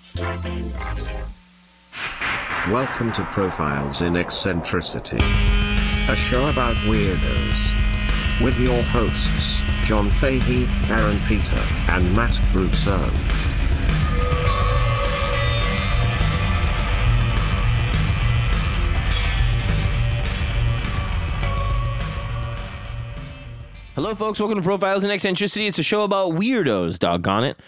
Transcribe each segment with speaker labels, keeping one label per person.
Speaker 1: Starbane's Avenue.
Speaker 2: Welcome to Profiles in Eccentricity, a show about weirdos. With your hosts, John Fahey, Aaron Peter, and Matt Brousseau.
Speaker 3: Hello, folks. Welcome to Profiles in Eccentricity. It's a show about weirdos, doggone it.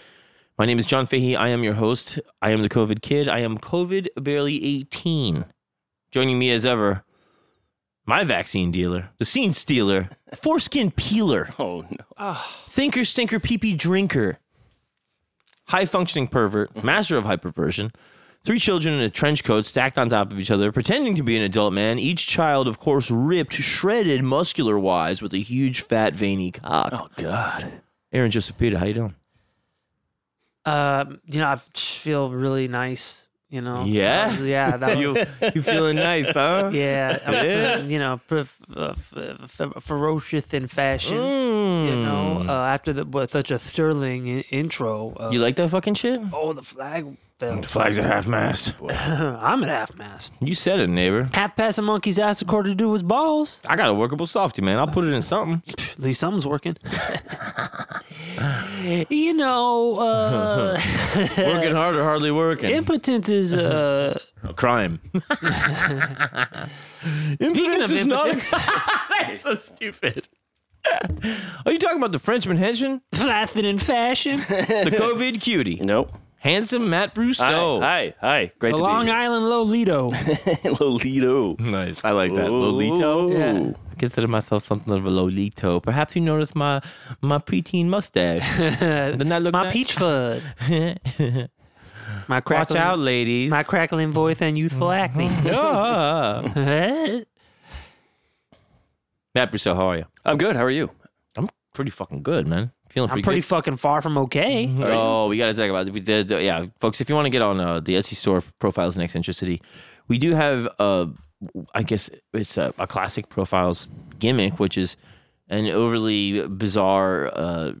Speaker 3: My name is John Fahey. I am your host. I am the COVID kid. I am COVID barely 18. Joining me as ever, my vaccine dealer, the scene stealer, foreskin peeler,
Speaker 4: Oh no!
Speaker 3: thinker, stinker, pee pee drinker, high functioning pervert, master of hyperversion, three children in a trench coat stacked on top of each other, pretending to be an adult man, each child, of course, ripped, shredded, muscular wise, with a huge, fat, veiny cock.
Speaker 4: Oh god!
Speaker 3: Aaron Joseph Peter, how you doing?
Speaker 5: Um, you know, I feel really nice. You know.
Speaker 3: Yeah?
Speaker 5: Uh, yeah. That was.
Speaker 3: You feeling nice, huh?
Speaker 5: yeah. I'm,
Speaker 3: Yeah.
Speaker 5: You know, pre- uh, f- f- ferocious in fashion.
Speaker 3: Mm.
Speaker 5: You know, uh, after the with such a sterling I- intro. Of,
Speaker 3: you like that fucking shit?
Speaker 5: oh, the flag fell.
Speaker 3: Flags at half mast.
Speaker 5: I'm at half mast.
Speaker 3: You said it, neighbor.
Speaker 5: Half past a monkey's ass. A quarter to do his balls.
Speaker 3: I got a workable softy, man. I'll put it in something.
Speaker 5: Pff, At least something's working. you know, uh,
Speaker 3: Working hard or hardly working.
Speaker 5: impotence is uh,
Speaker 3: a crime.
Speaker 5: speaking
Speaker 3: Impotence
Speaker 5: of
Speaker 3: is not a
Speaker 5: impotence,
Speaker 3: That's so stupid. Are you talking about the Frenchman henchman?
Speaker 5: flaccid in fashion.
Speaker 3: The COVID cutie.
Speaker 4: Nope.
Speaker 3: Handsome Matt
Speaker 4: Hi,
Speaker 3: Brousseau.
Speaker 4: hi, hi! Great
Speaker 5: The
Speaker 4: to
Speaker 5: Long
Speaker 4: be here.
Speaker 5: Island Lolito.
Speaker 4: Lolito.
Speaker 3: Nice. I like that.
Speaker 4: Ooh.
Speaker 3: Lolito.
Speaker 5: Yeah.
Speaker 3: I consider myself something of a Lolito. Perhaps you noticed my my preteen mustache. Doesn't that look
Speaker 5: Uh, my
Speaker 3: nice?
Speaker 5: peach fud. my
Speaker 3: Watch
Speaker 5: crackling,
Speaker 3: out, Mm-hmm. ladies.
Speaker 5: my crackling voice and youthful acne.
Speaker 3: Ah.
Speaker 5: Matt
Speaker 3: Matt Brousseau, how are you?
Speaker 4: I'm good. How are you?
Speaker 3: I'm pretty fucking good, man. Feeling
Speaker 5: I'm
Speaker 3: pretty,
Speaker 5: pretty fucking far from okay.
Speaker 3: good. Oh, we got to talk about we did- yeah, folks. If you want to get on uh, the Etsy store profiles and eccentricity, we do have uh, I guess it's a, a classic profiles gimmick, which is an overly bizarre, uh,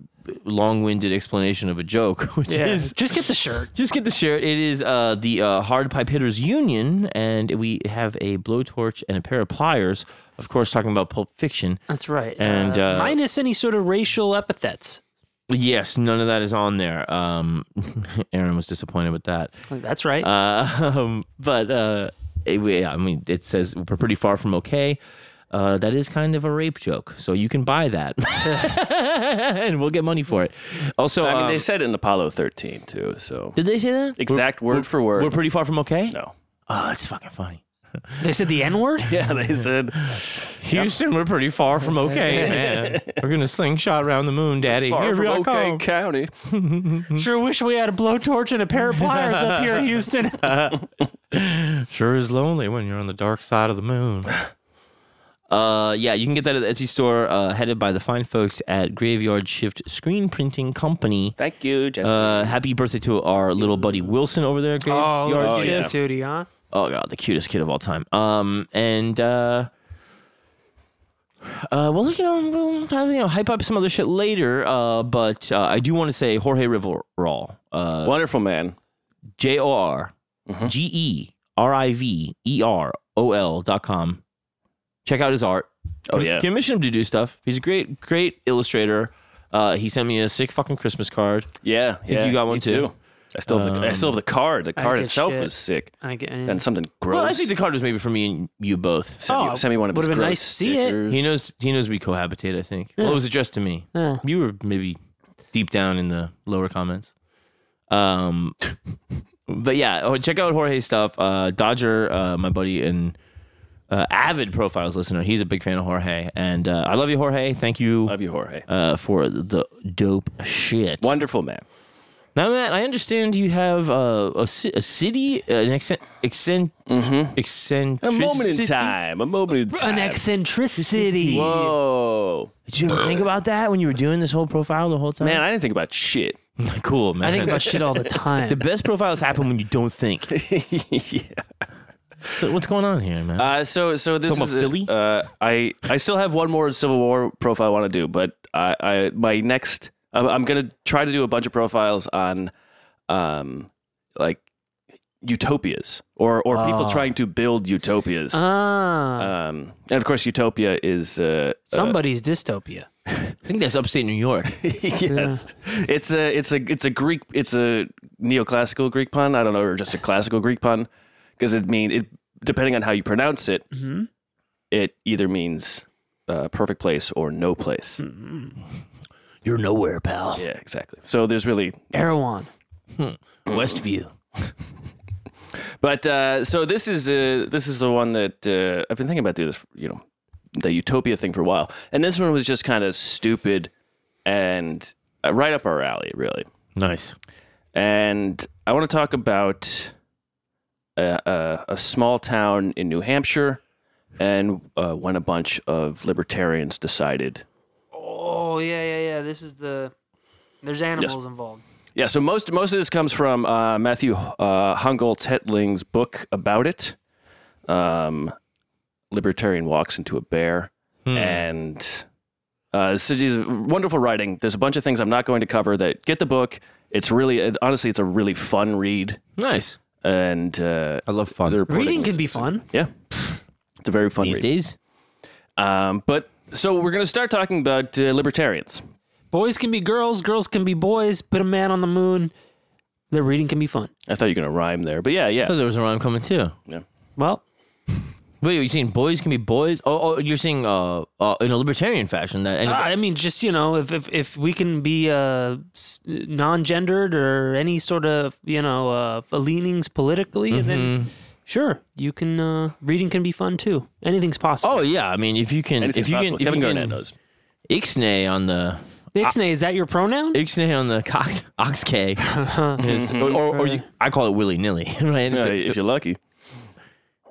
Speaker 3: long-winded explanation of a joke, which
Speaker 5: Yeah.
Speaker 3: is
Speaker 5: Just get the shirt.
Speaker 3: Just get the shirt. It is uh, the uh, Hard Pipe Hitters Union, and we have a blowtorch and a pair of pliers. Of course, talking about Pulp Fiction.
Speaker 5: That's right.
Speaker 3: And, uh,
Speaker 5: minus any sort of racial epithets.
Speaker 3: Yes, none of that is on there. Um, Aaron was disappointed with that.
Speaker 5: That's right.
Speaker 3: Uh, um, but uh, it- we- I mean, it says we're pretty far from okay. Uh, that is kind of a rape joke, so you can buy that, and we'll get money for it. Also,
Speaker 4: I mean,
Speaker 3: um,
Speaker 4: they said it in Apollo 13 too. So
Speaker 3: did they say that
Speaker 4: exact
Speaker 3: We're-
Speaker 4: word for word.
Speaker 3: We're pretty far from okay.
Speaker 4: no.
Speaker 3: Oh, that's fucking funny.
Speaker 5: they said the N word.
Speaker 4: Yeah, they said.
Speaker 3: Houston, we're pretty far from okay, man. We're gonna slingshot around the moon, Daddy.
Speaker 4: Far
Speaker 3: Here
Speaker 4: from
Speaker 3: we are
Speaker 4: okay
Speaker 3: come.
Speaker 4: county.
Speaker 5: Sure wish we had a blowtorch and a pair of pliers up here in Houston.
Speaker 3: Oh, Sure is lonely when you're on the dark side of the moon. Uh, yeah, you can get that at the Etsy store, uh, headed by the fine folks at Graveyard Shift Screen Printing Company.
Speaker 4: Thank you, Jesse.
Speaker 3: Uh, happy birthday to our little buddy Wilson over there. at
Speaker 5: oh,
Speaker 3: Graveyard
Speaker 5: oh
Speaker 3: Shift.
Speaker 4: yeah.
Speaker 5: Tootie, huh?
Speaker 3: oh god, the cutest kid of all time. Um, and uh, uh, well, you know, we'll have, you know, hype up some other shit later. Uh, but uh, I do want to say Jorge Riverol, uh,
Speaker 4: Wonderful man.
Speaker 3: J O R
Speaker 4: Mm-hmm.
Speaker 3: G E R I V E R O L dot com. Check out his art.
Speaker 4: Oh, yeah.
Speaker 3: commission him to do stuff. He's a great, great illustrator. Uh, he sent me a sick fucking Christmas card.
Speaker 4: Yeah, yeah.
Speaker 3: you got one
Speaker 4: me
Speaker 3: too.
Speaker 4: I still have the. I still have the card. The card
Speaker 5: give
Speaker 4: itself
Speaker 5: shit.
Speaker 4: is sick.
Speaker 5: I get.
Speaker 4: And something gross.
Speaker 3: Well, I think the card was maybe for me and you both.
Speaker 4: sent, me,
Speaker 5: Oh,
Speaker 4: sent me one of his
Speaker 5: would've been
Speaker 4: gross
Speaker 5: nice to see it.
Speaker 4: stickers.
Speaker 3: He knows. He knows we cohabitate. I think. Well, it was addressed to me.
Speaker 5: Yeah.
Speaker 3: You were maybe deep down in the lower comments. Um, but yeah, oh, check out Jorge's stuff. Uh, Dodger, uh, my buddy and uh, avid profiles listener. He's a big fan of Jorge, and uh, I love you, Jorge. Thank you
Speaker 4: Love you, Jorge.
Speaker 3: uh, for the dope shit.
Speaker 4: Wonderful man.
Speaker 3: Now, Matt, I understand you have uh, a, ci- a city, uh, an accent, accent,
Speaker 4: Mm-hmm. A moment in
Speaker 3: eccentricity?
Speaker 4: time. A moment in time.
Speaker 5: an eccentricity.
Speaker 4: Whoa.
Speaker 3: Did you ever think about that when you were doing this whole profile the whole time?
Speaker 4: Man, I didn't think about shit.
Speaker 3: cool, man.
Speaker 5: I think about shit all the time.
Speaker 3: The best profiles happen when you don't think.
Speaker 4: yeah.
Speaker 3: So what's going on here, man?
Speaker 4: Uh, so so this
Speaker 3: Talking
Speaker 4: is
Speaker 3: about Philly?
Speaker 4: Uh, I I still have one more Civil War profile I want to do, but I, I my next I'm, I'm gonna try to do a bunch of profiles on, um, like utopias or or people trying to build utopias.
Speaker 5: Ah,
Speaker 3: Uh,
Speaker 4: um, and of course, utopia is uh, uh,
Speaker 5: somebody's dystopia.
Speaker 3: I think that's upstate New York.
Speaker 4: yes, it's a it's a it's a Greek it's a neoclassical Greek pun. I don't know, or just a classical Greek pun, because it mean it depending on how you pronounce it,
Speaker 5: Mhm.
Speaker 4: it either means uh, perfect place or no place.
Speaker 3: You're nowhere, pal.
Speaker 4: Yeah, exactly. So there's really,
Speaker 5: Erewhon.
Speaker 3: Westview.
Speaker 4: but uh, so this is uh, this is the one that uh, I've been thinking about doing this, you know, the utopia thing for a while, and this one was just kind of stupid and uh, right up our alley, really.
Speaker 3: Nice.
Speaker 4: and I want to talk about a, a, a small town in New Hampshire and uh, when a bunch of libertarians decided.
Speaker 5: Oh yeah, yeah, yeah. This is the. There's animals involved.
Speaker 4: Yeah, so most most of this comes from uh, Matthew uh, Hungolt Hetling's book about it. Um, libertarian walks into a bear,
Speaker 3: Hmm.
Speaker 4: and uh, so these wonderful writing. There's a bunch of things I'm not going to cover. That get the book. It's really it, honestly, it's a really fun read,
Speaker 3: Nice.
Speaker 4: and uh,
Speaker 3: I love fun.
Speaker 4: the reporting
Speaker 5: Reading
Speaker 4: was-
Speaker 5: can be fun.
Speaker 4: Yeah. It's a very fun
Speaker 3: These
Speaker 4: read.
Speaker 3: days.
Speaker 4: Um, but so we're going to start talking about uh, libertarians.
Speaker 5: Boys can be girls. Girls can be boys. Put a man on the moon. The reading can be fun.
Speaker 4: I thought you were going to rhyme there, but yeah,
Speaker 3: I
Speaker 4: yeah.
Speaker 3: thought there was a rhyme coming too.
Speaker 5: Well,
Speaker 3: Wait, you're saying boys can be boys? Oh, oh you're saying uh, uh, in a libertarian fashion that any-
Speaker 5: I mean, just you know, if if, if we can be uh, s- non-gendered or any sort of you know uh, leanings politically, then sure, you can. Uh, reading can be fun too. Anything's possible.
Speaker 3: Oh yeah, I mean if you can,
Speaker 4: Anything's
Speaker 3: if you
Speaker 4: possible.
Speaker 3: can, if
Speaker 4: Kevin
Speaker 3: you
Speaker 4: Garnett
Speaker 3: can,
Speaker 4: knows.
Speaker 3: Ixnay on the
Speaker 5: Ixnay, is that your pronoun?
Speaker 3: Ixnay on the cox, ox K, is- or, or, or you, I call it willy nilly, right? It's,
Speaker 4: Yeah,
Speaker 3: a,
Speaker 4: Uh, if you're lucky.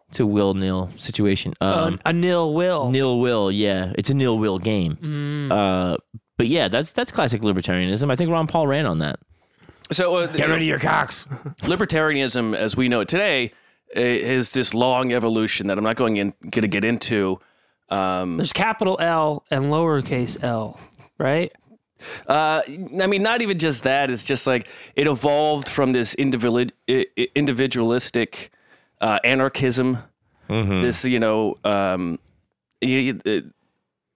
Speaker 3: it's a will nil situation.
Speaker 5: Uh,
Speaker 3: Um,
Speaker 5: a nil will.
Speaker 3: nil will, yeah, it's a nil will game.
Speaker 5: Mm.
Speaker 3: Uh, but yeah, that's that's classic libertarianism. I think Ron Paul ran on that.
Speaker 4: So uh, you know,
Speaker 3: your cocks.
Speaker 4: libertarianism, as we know it today, i- is this long evolution that I'm not going in going to get into. Um,
Speaker 5: There's capital L and lowercase l, right?
Speaker 4: uh, I mean, not even just that. It's just like it evolved from this individual individualistic uh, anarchism. This, you know, um, you, you- uh,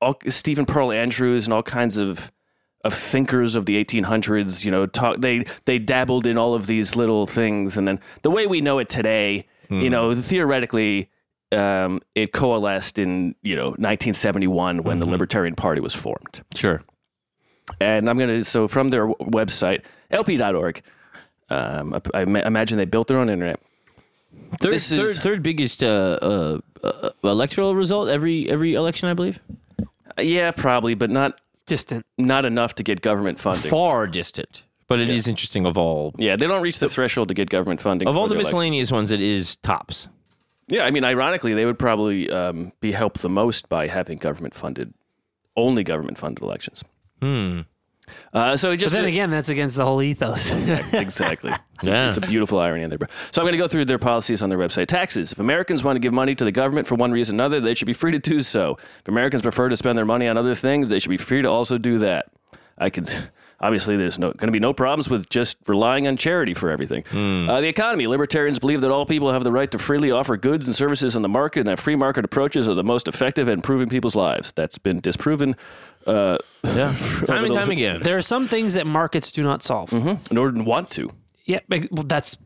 Speaker 4: all, Stephen Pearl Andrews and all kinds of of thinkers of the 1800s. You know, talk they they dabbled in all of these little things, and then the way we know it today, you know, theoretically. Um, it coalesced in you know 1971 when the Libertarian Party was formed
Speaker 3: Sure.
Speaker 4: and I'm gonna so from their w- website lp.org. Um, I, I ma- imagine they built their own internet.
Speaker 3: Third,
Speaker 4: This
Speaker 3: third,
Speaker 4: is-
Speaker 3: third biggest uh, uh, uh, electoral result every every election, I believe.
Speaker 4: Uh, Yeah, probably, but not
Speaker 5: Distant.
Speaker 4: not enough to get government funding.
Speaker 3: Far distant, but it is interesting of all
Speaker 4: Yeah, they don't reach the threshold to get government funding
Speaker 3: of all
Speaker 4: for
Speaker 3: the
Speaker 4: their elec-
Speaker 3: miscellaneous ones. It is tops.
Speaker 4: Yeah, I mean, ironically, they would probably um, be helped the most by having government funded, only government funded elections. Hmm. Uh, so it
Speaker 5: But
Speaker 4: just
Speaker 5: then again, that's against the whole ethos.
Speaker 4: exactly.
Speaker 3: Yeah.
Speaker 4: It's a beautiful irony in there, bro. So I'm going to go through their policies on their website. Taxes. If Americans want to give money to the government for one reason or another, they should be free to do so. If Americans prefer to spend their money on other things, they should be free to also do that. I can. Obviously, there's no, going to be no problems with just relying on charity for everything.
Speaker 5: Hmm.
Speaker 4: Uh, the economy. Libertarians believe that all people have the right to freely offer goods and services on the market, and that free market approaches are the most effective at improving people's lives. That's been disproven. Uh, yeah,
Speaker 3: Time and time again.
Speaker 5: there are some things that markets do not solve.
Speaker 4: Mm-hmm. Nor didn't want to.
Speaker 5: Yeah, but- well, that's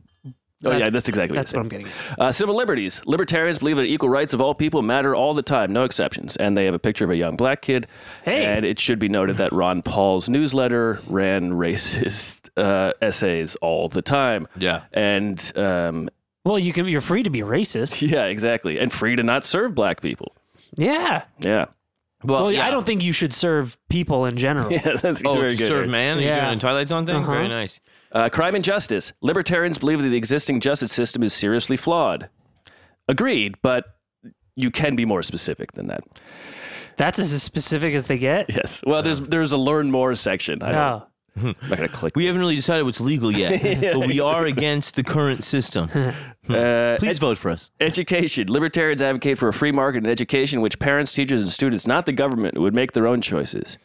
Speaker 4: Oh
Speaker 5: That's-
Speaker 4: yeah, that's exactly.
Speaker 5: that's
Speaker 4: what
Speaker 5: what
Speaker 4: I'm.
Speaker 5: I'm getting. at.
Speaker 4: Uh, civil liberties. Libertarians believe that equal rights of all people matter all the time, no exceptions. And they have a picture of a young black kid.
Speaker 5: Hey.
Speaker 4: And it should be noted that Ron Paul's newsletter ran racist uh, essays all the time.
Speaker 3: Yeah.
Speaker 4: And um,
Speaker 5: Well, you can. You're free to be racist.
Speaker 4: yeah, exactly. And free to not serve black people.
Speaker 5: Yeah.
Speaker 4: Yeah.
Speaker 5: Well,
Speaker 3: yeah.
Speaker 5: I don't think you should serve people in general.
Speaker 4: Yeah, that's
Speaker 3: Oh,
Speaker 4: very
Speaker 3: you
Speaker 4: good.
Speaker 3: serve man. Yeah.
Speaker 5: Yeah.
Speaker 3: You're doing a Twilight Zone thing.
Speaker 5: Uh-huh.
Speaker 3: Very nice.
Speaker 4: Uh, crime and justice. Libertarians believe that the existing justice system is seriously flawed. Agreed, but you can be more specific than that.
Speaker 5: That's as specific as they get.
Speaker 4: Yes. Well, there's there's a learn more section. I don't,
Speaker 5: Oh.
Speaker 4: I'm not going to click.
Speaker 3: We haven't really decided what's legal yet, but we are against the current system. Hmm.
Speaker 4: Uh,
Speaker 3: Please vote for us.
Speaker 4: Education. Libertarians advocate for a free market in education, which parents, teachers, and students, not the government, would make their own choices.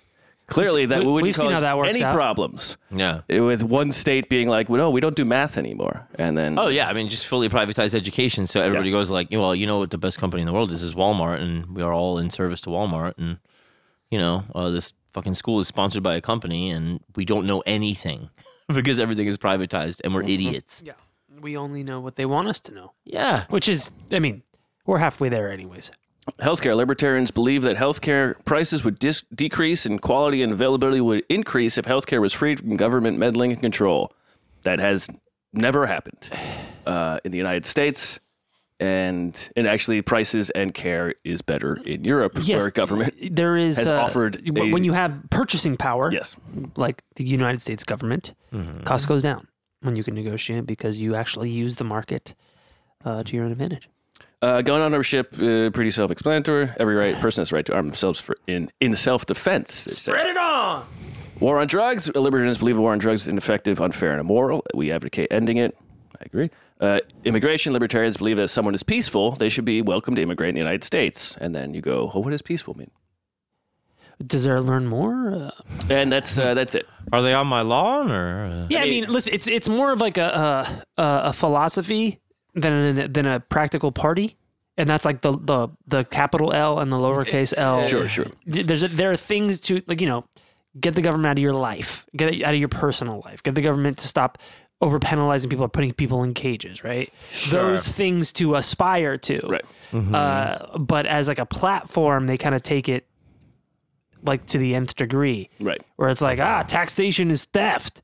Speaker 4: Clearly, that
Speaker 5: We-
Speaker 4: wouldn't
Speaker 5: we've
Speaker 4: cause
Speaker 5: seen how that works
Speaker 4: any
Speaker 5: out.
Speaker 4: problems.
Speaker 3: Yeah.
Speaker 4: With one state being like, well, no, we don't do math anymore, and then
Speaker 3: Oh yeah, I mean just fully privatized education, so everybody goes like, well, you know what the best company in the world is is Walmart, and we are all in service to Walmart, and you know uh, this fucking school is sponsored by a company, and we don't know anything because everything is privatized, and we're
Speaker 5: Mm-hmm.
Speaker 3: idiots.
Speaker 5: Yeah. We only know what they want us to know,
Speaker 3: Yeah,
Speaker 5: which is, I mean, we're halfway there, anyways.
Speaker 4: Healthcare libertarians believe that healthcare prices would dis- decrease and quality and availability would increase if healthcare was freed from government meddling and control. That has never happened uh, in the United States, and and actually, prices and care is better in Europe, where government.
Speaker 5: there is
Speaker 4: has offered
Speaker 5: w-
Speaker 4: a-
Speaker 5: when you have purchasing power.
Speaker 4: Yes,
Speaker 5: like the United States government, cost goes down when you can negotiate because you actually use the market uh, to your own advantage.
Speaker 4: uh, gun ownership uh, pretty self-explanatory. Every right person has the right to arm themselves for in in self-defense. they say.
Speaker 5: it on.
Speaker 4: War on drugs. Uh, Libertarians believe war on drugs is ineffective, unfair, and immoral. We advocate ending it. I agree. Uh, immigration. Libertarians believe that if someone is peaceful, they should be welcome to immigrate in the United States. And then you go, well, what does peaceful mean?
Speaker 5: Does there learn more? Uh,
Speaker 4: And that's uh, that's it.
Speaker 3: are they on my lawn or?
Speaker 5: yeah, I
Speaker 4: mean-
Speaker 5: mean, listen, it's it's more of like a a, a, a philosophy than a, than a practical party, and that's like the the the capital L and the lowercase L.
Speaker 4: Sure, sure.
Speaker 5: Th- There's a, there are things to like you know get the government out of your life, get it out of your personal life, get the government to stop over penalizing people, putting people in cages, right? Those things to aspire to,
Speaker 4: Right.
Speaker 5: Uh, but as like a platform, they kind of take it like to the nth degree
Speaker 4: Right.
Speaker 5: where it's like, ah, taxation is theft.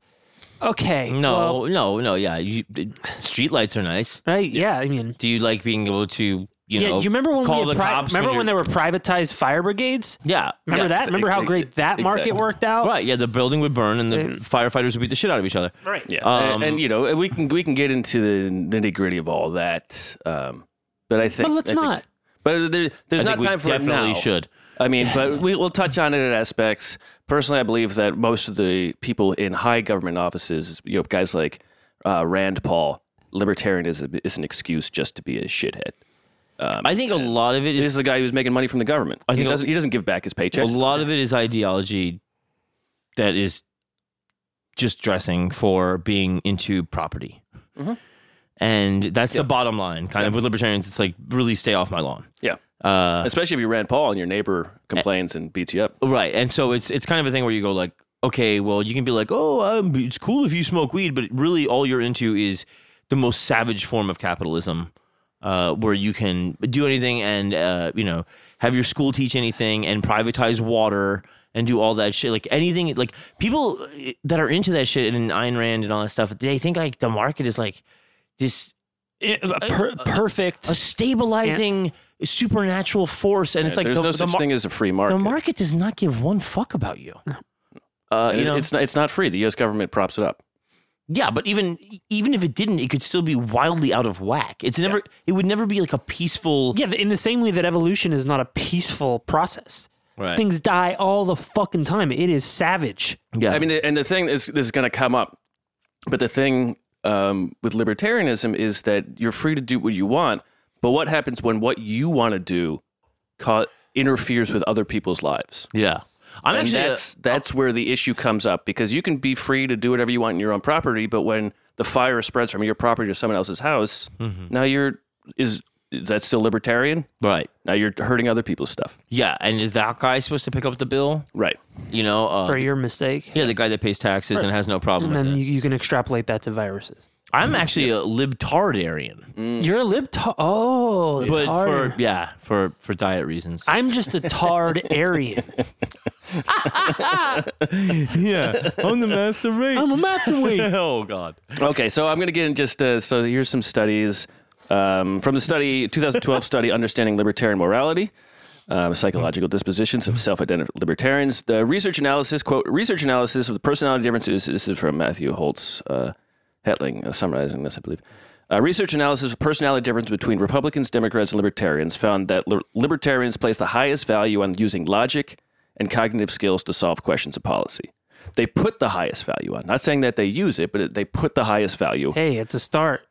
Speaker 5: Okay.
Speaker 3: No,
Speaker 5: well,
Speaker 3: no, no. Yeah, you, streetlights are nice.
Speaker 5: right. Yeah. I mean,
Speaker 3: Do you like being able to, you
Speaker 5: yeah.
Speaker 3: know,
Speaker 5: you remember when
Speaker 3: call
Speaker 5: we
Speaker 3: the
Speaker 5: had pri-
Speaker 3: cops?
Speaker 5: remember when,
Speaker 3: you're-
Speaker 5: there were privatized fire brigades?
Speaker 3: Yeah, yeah.
Speaker 5: Remember
Speaker 3: e-,
Speaker 5: that? Remember how
Speaker 4: ex-
Speaker 5: great that market
Speaker 4: exactly.
Speaker 5: worked out?
Speaker 3: Right. Yeah, the building would burn, and the firefighters would beat the shit out of each other.
Speaker 5: Right.
Speaker 4: Yeah.
Speaker 3: Um,
Speaker 4: and, and, you know, we can we can get into the nitty gritty of all that. Um, but I think.
Speaker 5: But let's
Speaker 4: I think-
Speaker 5: not.
Speaker 4: but there, there's
Speaker 3: I
Speaker 4: not
Speaker 3: think we
Speaker 4: time for it
Speaker 3: definitely
Speaker 4: now.
Speaker 3: should.
Speaker 4: I mean, but we, we'll touch on it in aspects. Personally, I believe that most of the people in high government offices, you know, guys like uh, Rand Paul, libertarian is, a, is an excuse just to be a shithead.
Speaker 3: I think a lot of it
Speaker 4: This
Speaker 3: is
Speaker 4: is the guy who's making money from the government.
Speaker 3: I
Speaker 4: he,
Speaker 3: think a-
Speaker 4: doesn't, he doesn't give back his paycheck.
Speaker 3: A lot of it is ideology that is just dressing for being into property.
Speaker 5: Mm-hmm.
Speaker 3: And that's the bottom line, kind of with libertarians. It's like, really stay off my lawn.
Speaker 4: yeah.
Speaker 3: Uh,
Speaker 4: Especially if you're Rand Paul and your neighbor complains and beats you up.
Speaker 3: Right. And so it's it's kind of a thing where you go like, okay, well, you can be like, oh, um, it's cool if you smoke weed, but really all you're into is the most savage form of capitalism, uh, where you can do anything and uh, you know have your school teach anything and privatize water and do all that shit like anything like people uh, that are into that shit and Ayn Rand and all that stuff they think like the market is like this
Speaker 5: It- a per- perfect.
Speaker 3: a stabilizing supernatural force and it's like
Speaker 4: There's
Speaker 3: the,
Speaker 4: no
Speaker 3: the
Speaker 4: such
Speaker 3: mar-
Speaker 4: thing as a free market.
Speaker 3: the market does not give one fuck about you. Uh,
Speaker 4: And
Speaker 3: you
Speaker 4: it's,
Speaker 3: know,
Speaker 4: it's, not, it's not free. The U.S. government props it up.
Speaker 3: yeah, but even even if it didn't, it could still be wildly out of whack. It's never. It would never be like a peaceful.
Speaker 5: yeah. In the same way that evolution is not a peaceful process.
Speaker 3: Right.
Speaker 5: Things die all the fucking time. It is savage.
Speaker 3: Yeah.
Speaker 4: I mean, and the thing is, this is going to come up, but the thing um, with libertarianism is that you're free to do what you want, but what happens when what you want to do ca- interferes with other people's lives?
Speaker 3: yeah. I'm
Speaker 4: And
Speaker 3: actually. uh,
Speaker 4: that's that's where the issue comes up because you can be free to do whatever you want in your own property, but when the fire spreads from your property to someone else's house,
Speaker 3: Mm-hmm.
Speaker 4: now you're is is that still libertarian?
Speaker 3: right.
Speaker 4: Now you're hurting other people's stuff,
Speaker 3: Yeah. And is that guy supposed to pick up the bill?
Speaker 4: right?
Speaker 3: You know. Uh,
Speaker 5: For your mististake.
Speaker 3: yeah, the guy that pays taxes and has no problem.
Speaker 5: And
Speaker 3: with
Speaker 5: then
Speaker 3: it.
Speaker 5: you, you can extrapolate that to viruses.
Speaker 3: I'm actually a libtardarian,
Speaker 4: Mm.
Speaker 5: You're a lib. oh,
Speaker 3: but
Speaker 5: libtard.
Speaker 3: for yeah, for for diet reasons.
Speaker 5: I'm just a tard Aryan.
Speaker 3: yeah, I'm the master rape.
Speaker 5: I'm a master wing.
Speaker 3: oh God.
Speaker 4: Okay, so I'm going to get in just uh, so here's some studies um, from the study 2012 study Understanding Libertarian Morality. Um, psychological dispositions of self-identified libertarians. The research analysis quote research analysis of the personality differences. This is from Matthew Holtz uh, Hetling uh, summarizing this, I believe. Uh, research analysis of personality difference between Republicans, Democrats, and Libertarians found that li- libertarians place the highest value on using logic and cognitive skills to solve questions of policy. They put the highest value on. Not saying that they use it, but it, they put the highest value
Speaker 5: Hey, it's a start.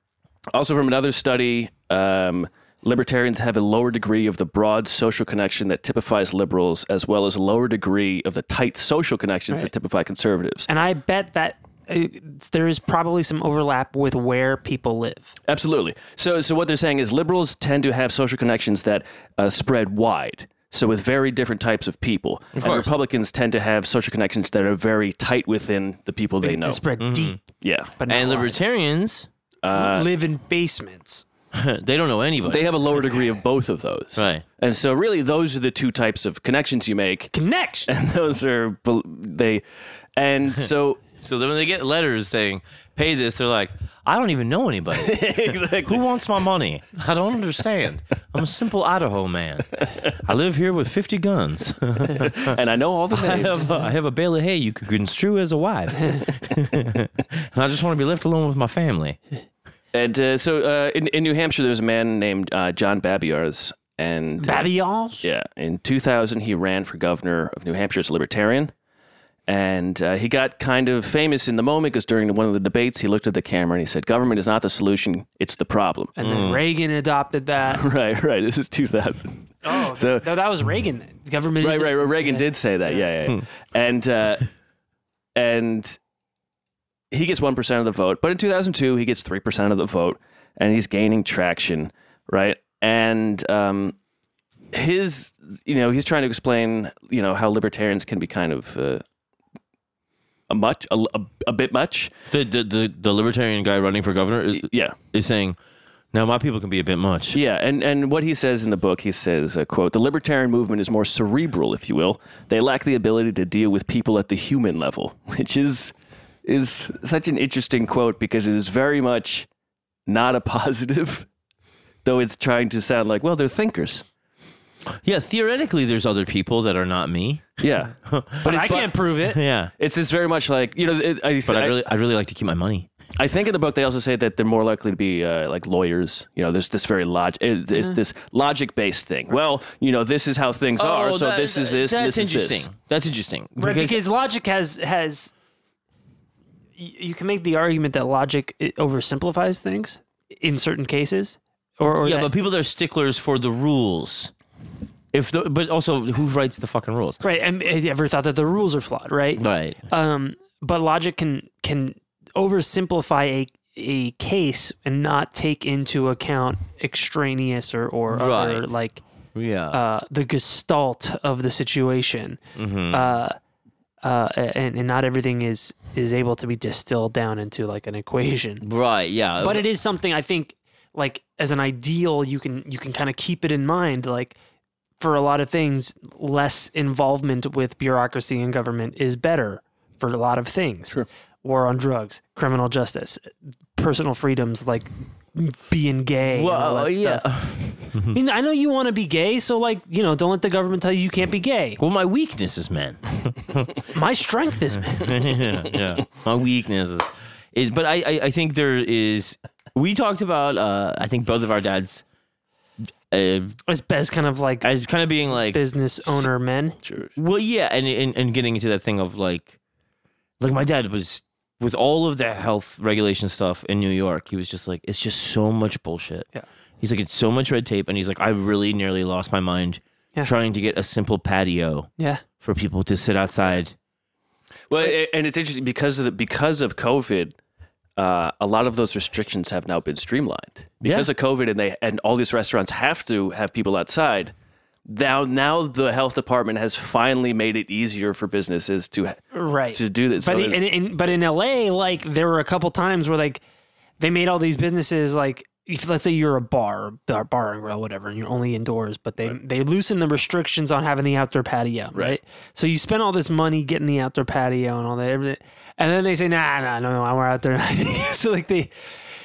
Speaker 4: also from another study um, libertarians have a lower degree of the broad social connection that typifies liberals, as well as a lower degree of the tight social connections that typify conservatives.
Speaker 5: And I bet that uh, there is probably some overlap with where people live.
Speaker 4: Absolutely. So, so what they're saying is liberals tend to have social connections that uh, spread wide. So, with very different types of people, and
Speaker 3: course.
Speaker 4: Republicans tend to have social connections that are very tight within the people they know.
Speaker 5: It's spread
Speaker 3: Mm-hmm.
Speaker 5: deep,
Speaker 4: Yeah,
Speaker 5: but not
Speaker 3: And
Speaker 5: wide.
Speaker 3: libertarians,
Speaker 4: Uh,
Speaker 5: live in basements.
Speaker 3: they don't know anybody.
Speaker 4: they have a lower degree of both of those.
Speaker 3: Right.
Speaker 4: And so, really, those are the two types of connections you make,
Speaker 5: Connection.
Speaker 4: and those are bel- they. And so,
Speaker 3: so then when they get letters saying, pay this, they're like, I don't even know anybody. Who
Speaker 4: exactly.
Speaker 3: wants my money? I don't understand. I'm a simple Idaho man. I live here with 50 guns.
Speaker 4: And I know all the
Speaker 3: I
Speaker 4: names.
Speaker 3: have, I have a bale of hay you could construe as a wife. and I just want to be left alone with my family.
Speaker 4: And uh, so uh, in, in New Hampshire, there was a man named uh, John Babiars. And uh,
Speaker 5: Babioles.
Speaker 4: yeah, in 2000, he ran for governor of New Hampshire as a libertarian. And uh, he got kind of famous in the moment because during one of the debates, he looked at the camera and he said, Government is not the solution, it's the problem.
Speaker 5: And
Speaker 3: Mm.
Speaker 5: then Reagan adopted that.
Speaker 4: right, right. This is 2000.
Speaker 5: Oh,
Speaker 4: So-
Speaker 5: no, that was Reagan. then. The government.
Speaker 4: Right,
Speaker 5: is-
Speaker 4: right, right. Reagan did say that. Yeah, yeah. yeah. And uh, and he gets one percent of the vote, but in 2002 he gets three percent of the vote, and he's gaining traction, right? And um, his, you know, he's trying to explain, you know, how libertarians can be kind of uh, a much, a, a, a bit much.
Speaker 3: The, the, the, the libertarian guy running for governor is,
Speaker 4: Yeah,
Speaker 3: is saying, now my people can be a bit much.
Speaker 4: Yeah, and, and what he says in the book, he says, uh, quote, the libertarian movement is more cerebral, if you will. They lack the ability to deal with people at the human level, which is is such an interesting quote because it is very much not a positive, though it's trying to sound like, well, they're thinkers.
Speaker 3: Yeah, theoretically, there's other people that are not me.
Speaker 4: Yeah.
Speaker 5: But I can't prove it.
Speaker 3: Yeah,
Speaker 4: It's this very much like, you know, it, I,
Speaker 3: but I
Speaker 4: I-
Speaker 3: really, I really like to keep my money.
Speaker 4: I think in the book they also say that they're more likely to be uh, like lawyers. You know, there's this very logic, it's
Speaker 5: Mm-hmm.
Speaker 4: this logic based thing. Well, you know, this is how things
Speaker 5: Oh,
Speaker 4: are, so this is this, and
Speaker 3: Oh, That's
Speaker 4: this is
Speaker 3: interesting.
Speaker 4: this.
Speaker 3: That's interesting.
Speaker 5: Right, because, logic has has. y- You can make the argument that logic it oversimplifies things in certain cases, or, or
Speaker 3: yeah,
Speaker 5: that-
Speaker 3: but people that are sticklers for the rules. If the, but also who writes the fucking rules?
Speaker 5: right. And have you ever thought that the rules are flawed? Right.
Speaker 3: Right.
Speaker 5: Um, but logic can can oversimplify a a case and not take into account extraneous or or other
Speaker 3: Right.
Speaker 5: like
Speaker 3: Yeah.
Speaker 5: uh, the gestalt of the situation, uh, uh, and, and not everything is is able to be distilled down into like an equation.
Speaker 3: right. Yeah.
Speaker 5: But it is something I think, like as an ideal, you can you can kind of keep it in mind. Like for a lot of things, less involvement with bureaucracy and government is better for a lot of things. War on drugs, criminal justice, personal freedoms, like being gay. and
Speaker 3: uh,
Speaker 5: all that stuff. I mean, I know you want to be gay, so like, you know, don't let the government tell you you can't be gay.
Speaker 3: Well, my weakness is men.
Speaker 5: My strength is
Speaker 3: yeah, yeah. My weakness is, is but I, I, I think there is. We talked about, uh, I think both of our dads uh,
Speaker 5: as best kind of like
Speaker 3: as kind of being like,
Speaker 5: business owner men.
Speaker 3: well, yeah, and, and and getting into that thing of like, like my dad was with all of the health regulation stuff in New York. He was just like, it's just so much bullshit.
Speaker 5: Yeah.
Speaker 3: He's like, it's so much red tape, and he's like, I really nearly lost my mind
Speaker 5: Yeah.
Speaker 3: trying to get a simple patio
Speaker 5: Yeah.
Speaker 3: for people to sit outside.
Speaker 4: Well, a- and it's interesting because of the, because of COVID, uh, a lot of those restrictions have now been streamlined because
Speaker 3: Yeah.
Speaker 4: of COVID, and they and all these restaurants have to have people outside. Now, now the health department has finally made it easier for businesses to
Speaker 5: Right.
Speaker 4: to do this.
Speaker 5: But
Speaker 4: So
Speaker 5: in, in, but in LA, like there were a couple times where like they made all these businesses like if let's say you're a bar, bar, bar and grill, whatever, and you're only indoors, but they they loosen the restrictions on having the outdoor patio, right? So you spend all this money getting the outdoor patio and all that, everything, and then they say, nah, nah, no, no, we're out there. so like they,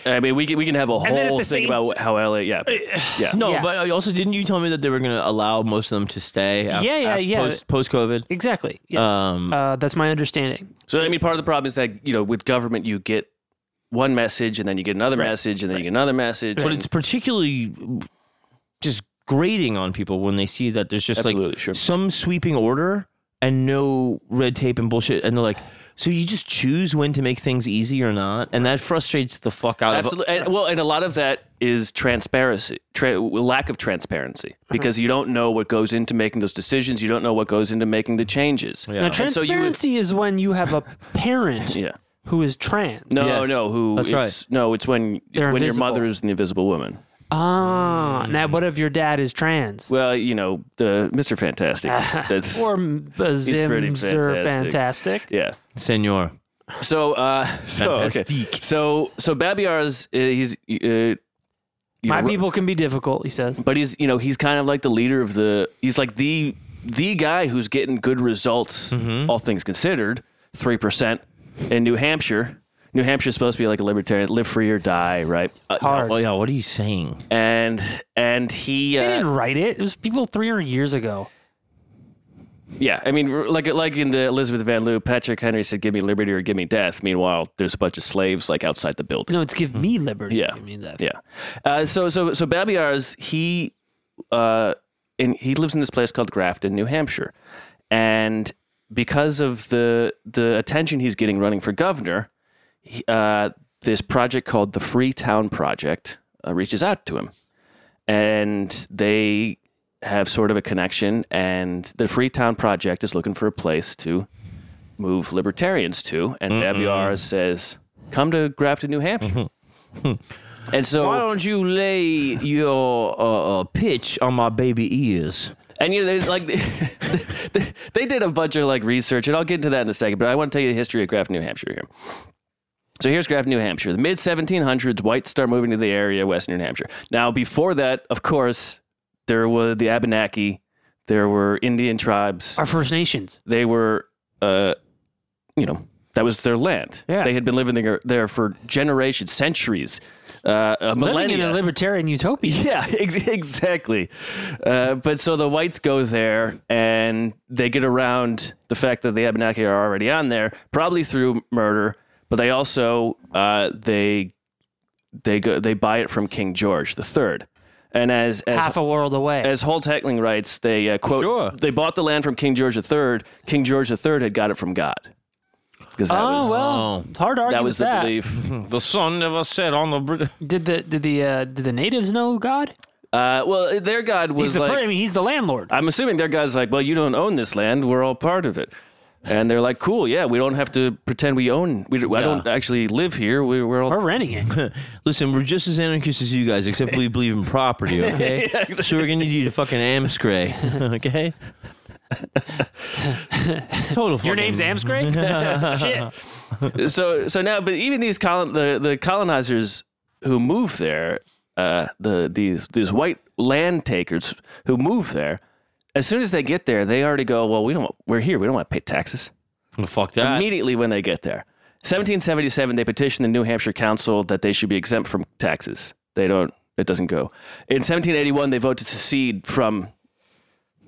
Speaker 4: I mean, we can, we can have a
Speaker 5: then at
Speaker 4: whole
Speaker 5: the
Speaker 4: thing
Speaker 5: same-
Speaker 4: about how LA. Yeah, yeah.
Speaker 3: No,
Speaker 5: Yeah.
Speaker 3: but I also didn't you tell me that they were going to allow most of them to stay? af-
Speaker 5: Yeah, yeah,
Speaker 3: af-
Speaker 5: yeah.
Speaker 3: Post, post COVID.
Speaker 5: Exactly. Yes.
Speaker 3: Um,
Speaker 5: uh, that's my understanding.
Speaker 4: So I mean, part of the problem is that you know, with government, you get one message, and then you get another message, and then you get another message.
Speaker 3: But
Speaker 4: and-
Speaker 3: it's particularly just grating on people when they see that there's just
Speaker 4: Absolutely,
Speaker 3: like
Speaker 4: sure.
Speaker 3: some sweeping order and no red tape and bullshit, and they're like, So you just choose when to make things easy or not, and that frustrates the fuck out of.
Speaker 4: Absolutely. And, well, and a lot of that is transparency, tra- lack of transparency,
Speaker 3: Uh-huh.
Speaker 4: because you don't know what goes into making those decisions. You don't know what goes into making the changes.
Speaker 3: Yeah.
Speaker 5: Now,
Speaker 3: And so
Speaker 4: you would-
Speaker 5: transparency is when you have a parent
Speaker 4: Yeah.
Speaker 5: who is trans.
Speaker 4: No,
Speaker 3: Yes.
Speaker 4: no. Who?
Speaker 3: That's
Speaker 4: it's, No, it's when
Speaker 5: They're
Speaker 4: when your
Speaker 5: invisible.
Speaker 4: mother is the invisible woman.
Speaker 5: Ah, now what if your dad is trans?
Speaker 4: Well, you know, the Mister Fantastic. That's
Speaker 5: or m- uh,
Speaker 4: pretty
Speaker 5: Zims are fantastic.
Speaker 4: yeah.
Speaker 3: Senor.
Speaker 4: So, uh, so okay.
Speaker 3: Fantastic.
Speaker 4: So, so Babiar's uh, he's. Uh, you
Speaker 5: My
Speaker 4: know,
Speaker 5: people can be difficult, he says.
Speaker 4: but he's you know he's kind of like the leader of the he's like the the guy who's getting good results all things considered 3% in new hampshire new hampshire's supposed to be like a libertarian live free or die right Uh,
Speaker 5: Hard.
Speaker 3: Oh yeah, what are you saying?
Speaker 4: and and he
Speaker 5: They
Speaker 4: uh,
Speaker 5: didn't write it. It was people 300 years ago.
Speaker 4: yeah i mean r- like like in the elizabeth van loo patrick henry said give me liberty or give me death meanwhile there's a bunch of slaves like outside the building
Speaker 5: No, it's give me liberty.
Speaker 4: Hmm. Yeah.
Speaker 5: I mean that.
Speaker 4: Yeah. Uh, so so so Babiar's he uh and he lives in this place called Grafton, New Hampshire. And because of the the attention he's getting running for governor, he, uh this project called the Freetown Project uh, reaches out to him. And they have sort of a connection and the Freetown Project is looking for a place to move libertarians to and Babiar says come to Grafton, New Hampshire. and so
Speaker 3: Why don't you lay your uh, uh, pitch on my baby ears?
Speaker 4: And you know, they, like they, they did a bunch of like research, and I'll get into that in a second. But I want to tell you the history of Grafton, New Hampshire here. So here's Grafton, New Hampshire. The mid 1700s, whites start moving to the area, Western New Hampshire. Now, before that, of course, there were the Abenaki, there were Indian tribes.
Speaker 5: Our First Nations.
Speaker 4: They were, uh, you know, that was their land.
Speaker 5: Yeah.
Speaker 4: They had been living there, there for generations, centuries, uh, a
Speaker 5: Living
Speaker 4: millennia.
Speaker 5: in a libertarian utopia.
Speaker 4: Yeah, ex- exactly. Uh, but so the whites go there and they get around the fact that the Abenaki are already on there, probably through murder. But they also uh, they they go they buy it from King George the Third, and as as
Speaker 5: Half a world away.
Speaker 4: as Holt Heckling writes, they uh, quote
Speaker 3: Sure.
Speaker 4: they bought the land from King George III. King George III had got it from God. 'Cause that
Speaker 5: oh,
Speaker 4: was,
Speaker 5: well.
Speaker 3: Oh.
Speaker 5: It's hard to argue
Speaker 4: that was
Speaker 5: with
Speaker 4: the
Speaker 5: that.
Speaker 4: belief.
Speaker 3: The sun never set on the. Brit-
Speaker 5: Did the did the uh, did the natives know God?
Speaker 4: Uh, well, their God was
Speaker 5: He's the
Speaker 4: like,
Speaker 5: fir- I mean, he's the landlord.
Speaker 4: I'm assuming their guy's like, well, you don't own this land. We're all part of it. And they're like, cool, yeah, we don't have to pretend we own. We, I don't actually live here. We, we're all.
Speaker 5: We're renting it.
Speaker 3: Listen, we're just as anarchists as you guys, except we believe in property, okay? So we're gonna need you to fucking amscray, okay? Total.
Speaker 5: Your
Speaker 3: fucking-
Speaker 5: name's Amscray? Shit.
Speaker 4: So, so now, but even these colon, the, the colonizers who move there, uh, the these these white land takers who move there, as soon as they get there, they already go, well, we don't. We're here. We don't want to pay taxes.
Speaker 3: Well, Fuck that.
Speaker 4: immediately when they get there. 1777, they petitioned the New Hampshire Council that they should be exempt from taxes. They don't. It doesn't go. In 1781, they vote to secede from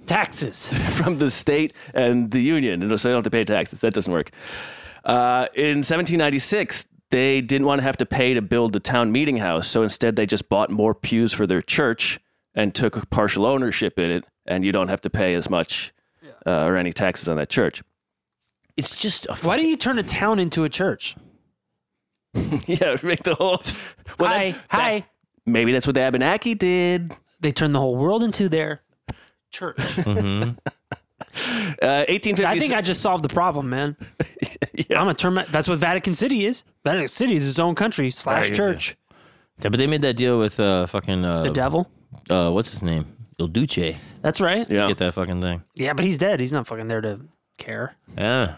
Speaker 5: Taxes.
Speaker 4: from the state and the union, and so they don't have to pay taxes. That doesn't work. Uh, in 1796, they didn't want to have to pay to build the town meeting house, so instead they just bought more pews for their church and took partial ownership in it, and you don't have to pay as much uh, or any taxes on that church.
Speaker 3: It's just a.
Speaker 5: Why do you turn a town into a church?
Speaker 4: yeah, make the whole. Well, that-
Speaker 5: hi,
Speaker 4: that-
Speaker 5: hi.
Speaker 4: Maybe that's what the Abenaki did.
Speaker 5: they turned the whole world into their church.
Speaker 4: Uh, 1850.
Speaker 5: I think I just solved the problem, man. I'm gonna turn my, that's what Vatican City is. Vatican City is its own country slash church.
Speaker 3: Yeah, but they made that deal with uh fucking uh,
Speaker 5: The devil.
Speaker 3: uh what's his name? Il Duce.
Speaker 5: That's right. Yeah.
Speaker 4: Yeah.
Speaker 3: Get that fucking thing.
Speaker 5: but he's dead. He's not fucking there to care.
Speaker 3: Yeah.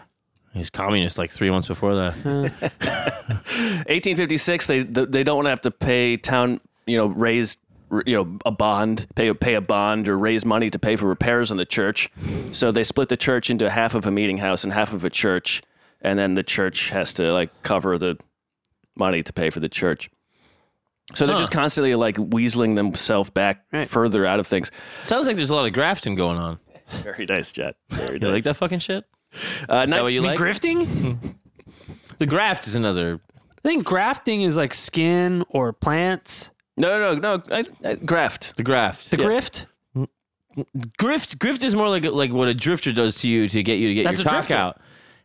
Speaker 3: He was communist like three months before that.
Speaker 4: 1856. They they don't want to have to pay town. You know, raise you know a bond, pay pay a bond, or raise money to pay for repairs on the church. So they split the church into half of a meeting house and half of a church, and then the church has to like cover the money to pay for the church. So they're just constantly like weaseling themselves back further out of things.
Speaker 3: Sounds like there's a lot of grafting going on.
Speaker 4: Very nice, Jet. Very
Speaker 3: You
Speaker 4: nice.
Speaker 3: like that fucking shit?
Speaker 4: Uh,
Speaker 3: Is that what you like?
Speaker 5: grifting?
Speaker 3: the graft is another.
Speaker 5: I think grafting is like skin or plants.
Speaker 4: No, no, no, no. I, I, graft.
Speaker 3: The graft.
Speaker 5: The grift.
Speaker 3: grift grift is more like like what a drifter does to you to get you to get
Speaker 5: That's
Speaker 3: your
Speaker 5: a
Speaker 3: cock
Speaker 5: drifter.
Speaker 3: out.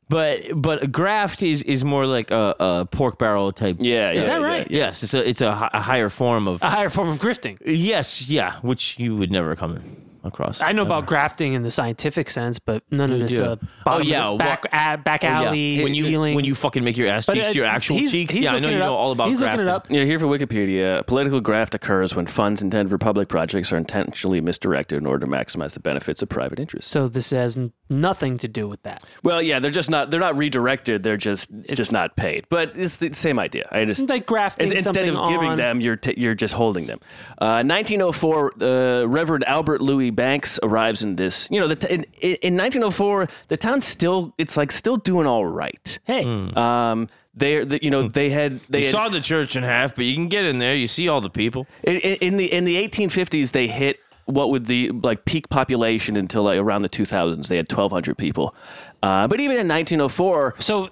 Speaker 3: But but a graft is is more like a, a pork barrel type.
Speaker 4: Yeah,
Speaker 5: Is
Speaker 4: yeah,
Speaker 5: that right?
Speaker 4: Yeah,
Speaker 3: Yes, it's a it's a, hi- a higher form of.
Speaker 5: A higher form of grifting.
Speaker 3: yes, yeah, which you would never come across.
Speaker 5: I know about grafting in the scientific sense, but none of this
Speaker 3: Uh-huh. do.
Speaker 5: uh,
Speaker 3: Oh,
Speaker 5: bottom of
Speaker 3: yeah,
Speaker 5: the back a- back
Speaker 3: Yeah.
Speaker 5: alley
Speaker 3: when you
Speaker 5: dealing.
Speaker 3: when you fucking make your ass
Speaker 5: But,
Speaker 3: cheeks
Speaker 5: uh,
Speaker 3: your actual
Speaker 5: he's-
Speaker 3: cheeks.
Speaker 5: he's
Speaker 3: yeah, I know
Speaker 5: looking
Speaker 3: you
Speaker 5: it
Speaker 3: know
Speaker 5: up.
Speaker 3: all about
Speaker 5: He's looking it
Speaker 3: grafting.
Speaker 5: up.
Speaker 4: Yeah, here for Wikipedia, political graft occurs when funds intended for public projects are intentionally misdirected in order to maximize the benefits of private interests.
Speaker 5: so this has n- nothing to do with that.
Speaker 4: Well, yeah, they're just not they're not redirected. They're just it's just not paid. But it's the same idea. I just
Speaker 5: It's like grafting
Speaker 4: It's- instead
Speaker 5: something
Speaker 4: of giving
Speaker 5: on-
Speaker 4: them, you're t- you're just holding them. Uh, 1904, uh, Reverend Albert Louis Banks arrives in this. You know, the t- in, in 1904, the town's still it's like still doing all right.
Speaker 5: Hey,
Speaker 4: Um, they the, you know they had they
Speaker 3: You
Speaker 4: had,
Speaker 3: saw the church in half, but you can get in there. You see all the people.
Speaker 4: in, in the in the 1850s they hit what would the like peak population until like around the 2000s they had 1200 people uh, but even in 1904
Speaker 5: so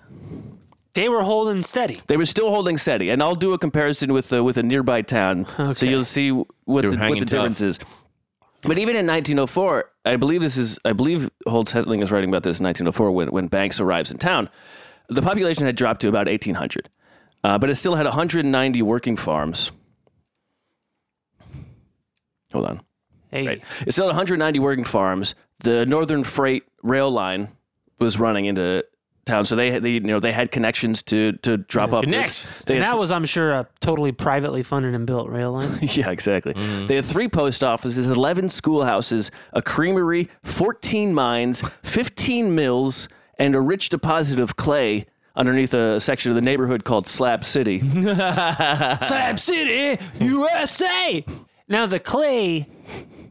Speaker 5: they were holding steady.
Speaker 4: they were still holding steady and i'll do a comparison with uh, with a nearby town so
Speaker 5: Okay.
Speaker 4: you'll see what
Speaker 3: They were
Speaker 4: the, what
Speaker 3: hanging
Speaker 4: the
Speaker 3: tough.
Speaker 4: difference is but even in 1904 i believe this is i believe Holt Hetling is writing about this in 1904 when, when banks arrives in town the population had dropped to about 1800 uh, but it still had 190 working farms hold on
Speaker 5: Hey,
Speaker 4: Right. It still had 190 working farms. The Northern Freight Rail Line was running into town, so they they you know they had connections to to drop off. goods.
Speaker 3: Connections.
Speaker 4: They
Speaker 5: and
Speaker 4: had
Speaker 5: that was, I'm sure, a totally privately funded and built rail line.
Speaker 4: yeah, exactly. They had three post offices, 11 schoolhouses, a creamery, 14 mines, 15 mills, and a rich deposit of clay underneath a section of the neighborhood called Slab City.
Speaker 5: Slab City, USA. Now the clay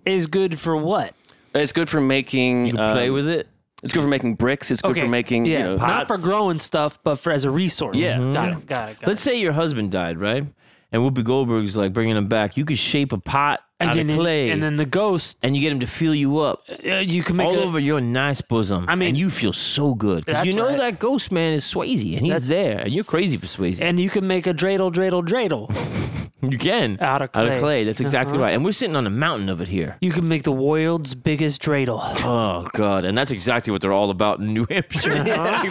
Speaker 5: is good for what?
Speaker 4: it's good for making. um,
Speaker 3: Play with it.
Speaker 4: It's good for making bricks. It's good for making.
Speaker 5: yeah,
Speaker 4: you know,
Speaker 5: not for growing stuff, but for as a resource.
Speaker 4: Yeah.
Speaker 5: got
Speaker 4: Yeah.
Speaker 5: it, got it, got
Speaker 3: Let's say your husband died, right? And Whoopi Goldberg's like bringing him back. You could shape a pot
Speaker 5: it.
Speaker 3: out of
Speaker 5: And then,
Speaker 3: clay,
Speaker 5: and then the ghost,
Speaker 3: and you get him to feel you up
Speaker 5: uh, you can make
Speaker 3: all
Speaker 5: a-
Speaker 3: over your nice bosom. I
Speaker 5: mean-
Speaker 3: and you feel so good 'Cause
Speaker 5: That's
Speaker 3: you know
Speaker 5: right.
Speaker 3: that ghost man is Swayze, and he's there, and you're crazy for Swayze.
Speaker 5: and you can make a dreidel, dreidel, dreidel.
Speaker 3: you can
Speaker 5: Out of clay. Uh-huh.
Speaker 3: That's exactly right. And we're sitting on a mountain of it here.
Speaker 5: You can make the world's biggest dreidel.
Speaker 3: Oh God! And that's exactly what they're all about in New Hampshire.
Speaker 5: Uh-huh.
Speaker 4: Yeah,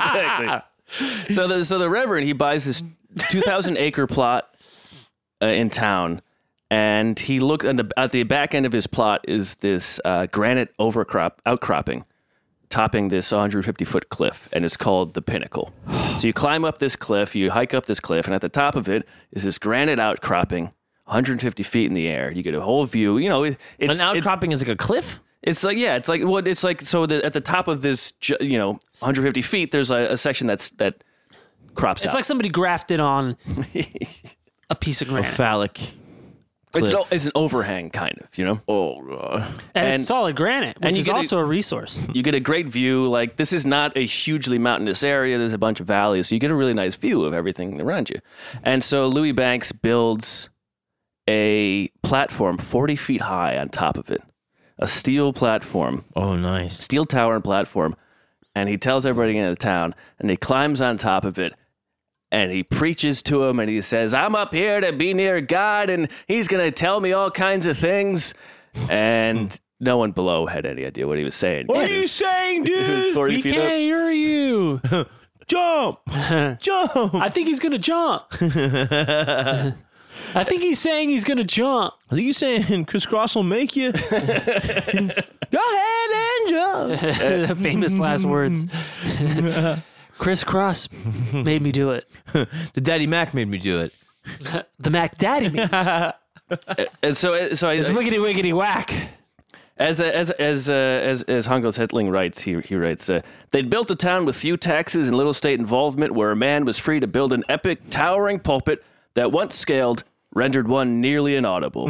Speaker 4: exactly. So the so the Reverend he buys this two thousand acre plot uh, in town, and he look at the at the back end of his plot is this uh, granite overcrop outcropping, topping this one hundred fifty foot cliff, and it's called the Pinnacle. So you climb up this cliff, you hike up this cliff, and at the top of it is this granite outcropping. 150 feet in the air, you get a whole view. You know, it, it's
Speaker 3: An
Speaker 4: it's-
Speaker 3: outcropping is like a cliff.
Speaker 4: it's like yeah, it's like what it's like. So the, at the top of this, ju- you know, 150 feet, there's a, a section that's that crops
Speaker 5: It's
Speaker 4: out.
Speaker 5: like somebody grafted on a piece of granite,
Speaker 3: Phallic.
Speaker 4: it's, an,
Speaker 3: cliff.
Speaker 4: o- it's an overhang kind of, you know.
Speaker 3: Oh God!
Speaker 5: and,
Speaker 4: and-
Speaker 5: it's solid granite, which
Speaker 4: you
Speaker 5: is
Speaker 4: get a-
Speaker 5: also a resource.
Speaker 4: You get a great view. Like this is not a hugely mountainous area. There's a bunch of valleys, so you get a really nice view of everything around you. And so Louis Banks builds a platform 40 feet high on top of it, a steel platform.
Speaker 3: Oh nice.
Speaker 4: steel tower and platform, and he tells everybody in the town, and he climbs on top of it, and he preaches to him, and he says, "I'm up here to be near God, and He's gonna tell me all kinds of things," and no one below had any idea what he was saying. It was-
Speaker 3: saying,
Speaker 4: it was Forty feet up.
Speaker 5: hear you.
Speaker 3: Jump! Jump!
Speaker 5: I think he's gonna jump. I think he's saying he's gonna jump.
Speaker 3: I think you're saying crisscross will make you. Go ahead and jump.
Speaker 5: Famous last words. Crisscross made me do it.
Speaker 3: The Daddy Mac made me do it.
Speaker 5: The Mac Daddy me.
Speaker 4: And so, so I,
Speaker 5: It's wiggity wiggity whack.
Speaker 4: As uh, as as uh, as as Hungels Hetling writes, he he writes, uh, they'd built a town with few taxes and little state involvement, where a man was free to build an epic, towering pulpit that once scaled rendered one nearly inaudible.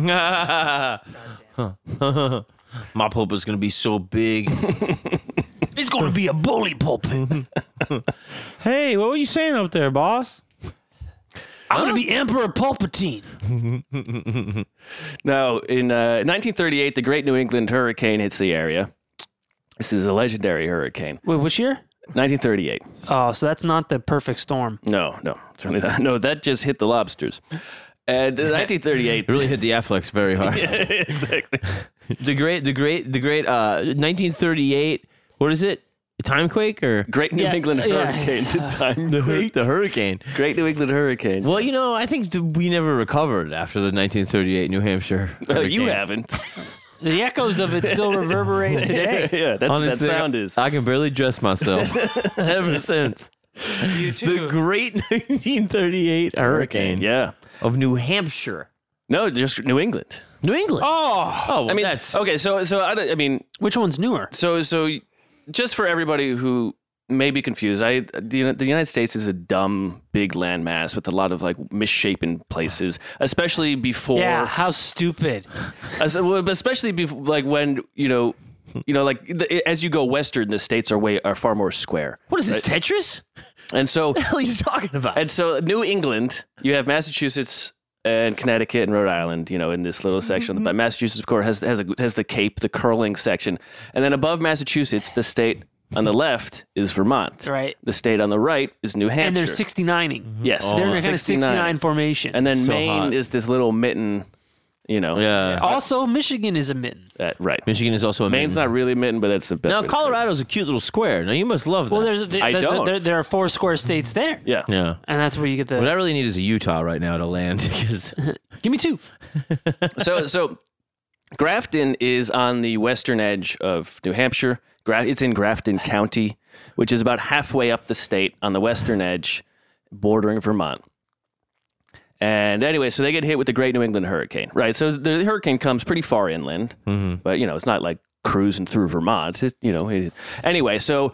Speaker 3: My pulpit's gonna be so big.
Speaker 5: It's gonna be a bully pulpit.
Speaker 3: hey, what were you saying up there, boss?
Speaker 5: I'm gonna be Emperor Palpatine.
Speaker 4: Now, in uh, 1938, the Great New England Hurricane hits the area. This is a legendary hurricane.
Speaker 5: Wait, which year?
Speaker 4: 1938.
Speaker 5: Oh, so that's not the perfect storm.
Speaker 4: No, no, certainly not. No, that just hit the lobsters. And in 1938,
Speaker 3: It really hit the Afflex very hard.
Speaker 4: exactly.
Speaker 3: The great, the great, the great. Uh, 1938. What is it? Timequake or
Speaker 4: Great New
Speaker 5: Yeah,
Speaker 4: England
Speaker 5: yeah.
Speaker 4: Hurricane. The time
Speaker 3: hur- the hurricane?
Speaker 4: Great New England Hurricane.
Speaker 3: Well, you know, I think th- we never recovered after the 1938 New Hampshire.
Speaker 4: Uh, you
Speaker 3: hurricane.
Speaker 4: haven't.
Speaker 5: The echoes of it still reverberate today.
Speaker 4: yeah, that's what that
Speaker 3: Honestly,
Speaker 4: sound is.
Speaker 3: I can barely dress myself ever since the great 1938 hurricane
Speaker 4: Yeah.
Speaker 3: of New Hampshire,
Speaker 4: No, just New England.
Speaker 3: New England.
Speaker 5: Oh,
Speaker 3: Oh, well,
Speaker 4: I mean,
Speaker 3: that's
Speaker 4: okay. So, so I, don't- I mean,
Speaker 5: which one's newer?
Speaker 4: so, so, just for everybody who may be confused, I the, the United States is a dumb big landmass with a lot of like misshapen places, especially before
Speaker 5: Yeah, how stupid.
Speaker 4: As- well, especially before, like when you know, you know, like the, as you go western, the states are way are far more square,
Speaker 3: what is this Tetris?
Speaker 4: and so
Speaker 3: The hell are you talking about?
Speaker 4: and so New England, you have Massachusetts and Connecticut and Rhode Island, you know, in this little section.
Speaker 5: Mm-hmm.
Speaker 4: But Massachusetts, of course, has has a, has the Cape, the curling section, and then above Massachusetts, the state on the left is Vermont,
Speaker 5: Right.
Speaker 4: The state on the right is New Hampshire,
Speaker 5: And they're 69ing.
Speaker 4: yes,
Speaker 5: They're
Speaker 4: they're
Speaker 5: in a kind of 69 formation.
Speaker 4: Mm-hmm. and then
Speaker 3: So
Speaker 4: Maine
Speaker 3: hot.
Speaker 4: is this little mitten, you know,
Speaker 3: yeah.
Speaker 5: also, Michigan is a mitten.
Speaker 4: uh, right.
Speaker 3: Michigan is also a
Speaker 4: Maine's not really mitten, but that's the best.
Speaker 3: Now
Speaker 4: way to say it.
Speaker 3: Colorado's a cute little square. Now you must love that.
Speaker 5: Well, there's, there's,
Speaker 4: I don't. Mm-hmm.
Speaker 5: there, there are four square states there.
Speaker 4: Yeah.
Speaker 3: yeah.
Speaker 5: And that's where you get the.
Speaker 3: What I really need is a Utah right now to land because
Speaker 5: Give me two.
Speaker 4: So so Grafton is on the western edge of New Hampshire. Gra- it's in Grafton County, which is about halfway up the state on the western edge, bordering Vermont. And anyway, so they get hit with the Great New England Hurricane, right? So the hurricane comes pretty far inland, but you know it's not like cruising through Vermont. It- you know, it- anyway, so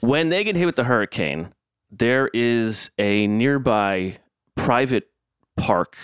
Speaker 4: when they get hit with the hurricane, there is a nearby private park,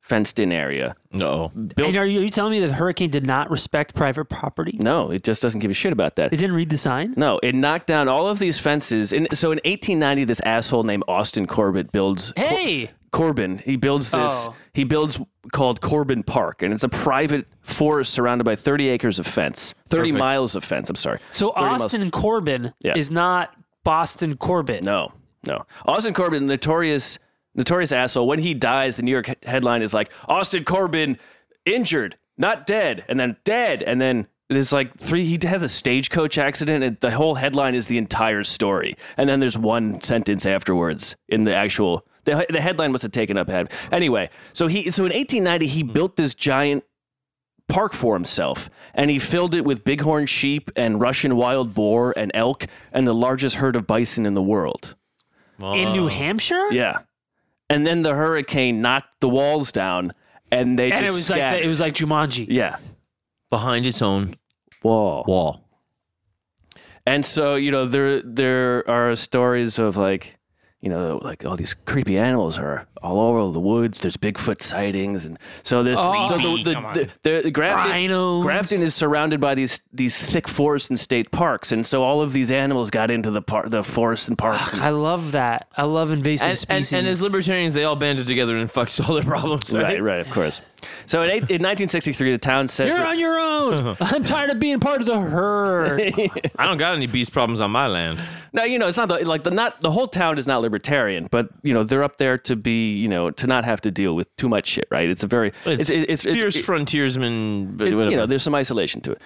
Speaker 4: fenced in area
Speaker 3: no.
Speaker 4: Built-
Speaker 5: And are you, are you telling me that the hurricane did not respect private property?
Speaker 4: No, it just doesn't give a shit about that.
Speaker 5: It didn't read the sign?
Speaker 4: No, it knocked down all of these fences. And so in 1890, this asshole named Austin Corbett builds
Speaker 5: Hey!
Speaker 4: Corbin. He builds this.
Speaker 5: Oh.
Speaker 4: He builds called Corbin Park, and it's a private forest surrounded by 30 acres of fence, 30
Speaker 3: Perfect.
Speaker 4: miles of fence. I'm sorry.
Speaker 5: So
Speaker 4: 30 miles.
Speaker 5: Austin Corbin
Speaker 4: Yeah.
Speaker 5: is not Boston Corbett.
Speaker 4: No, no. Austin Corbin, notorious, notorious asshole. When he dies, the New York he- headline is like Austin Corbin injured, not dead, and then dead, and then there's like three. He has a stagecoach accident, and the whole headline is the entire story. And then there's one sentence afterwards in the actual. The, he- the headline must have taken up head. Anyway, so he so in 1890 he built this giant park for himself, and he filled it with bighorn sheep and Russian wild boar and elk and the largest herd of bison in the world.
Speaker 5: In New Hampshire?
Speaker 4: Yeah, and then the hurricane knocked the walls down, and they
Speaker 5: And it
Speaker 4: just
Speaker 5: was like
Speaker 4: scattered.
Speaker 5: the, it was like Jumanji.
Speaker 4: yeah
Speaker 3: behind its own
Speaker 4: wall.
Speaker 3: wall.
Speaker 4: And so you know there there are stories of like you know like all these creepy animals are all over the woods. There's Bigfoot sightings, and so the
Speaker 5: Oh,
Speaker 4: so the
Speaker 5: come on.
Speaker 4: the, the, the Grafton,
Speaker 5: Rhinos.
Speaker 4: Grafton is surrounded by these these thick forests and state parks, and so all of these animals got into the par- the forests and parks.
Speaker 5: I love that. I love invasive
Speaker 3: And, and,
Speaker 5: species.
Speaker 3: and as libertarians, they all banded together and fucked all their problems. Right.
Speaker 4: Right, right, of course. So in, eight, in 1963, the town says
Speaker 5: You're on your own. I'm tired of being part of the herd.
Speaker 3: I don't got any beast problems on my land.
Speaker 4: Now you know it's not the, like the not the whole town is not libertarian, but you know they're up there to be you know to not have to deal with too much shit, right? It's a very it's it's, it's, it's
Speaker 3: fierce
Speaker 4: it-
Speaker 3: frontiersman. But
Speaker 4: it-
Speaker 3: whatever.
Speaker 4: you know there's some isolation to it.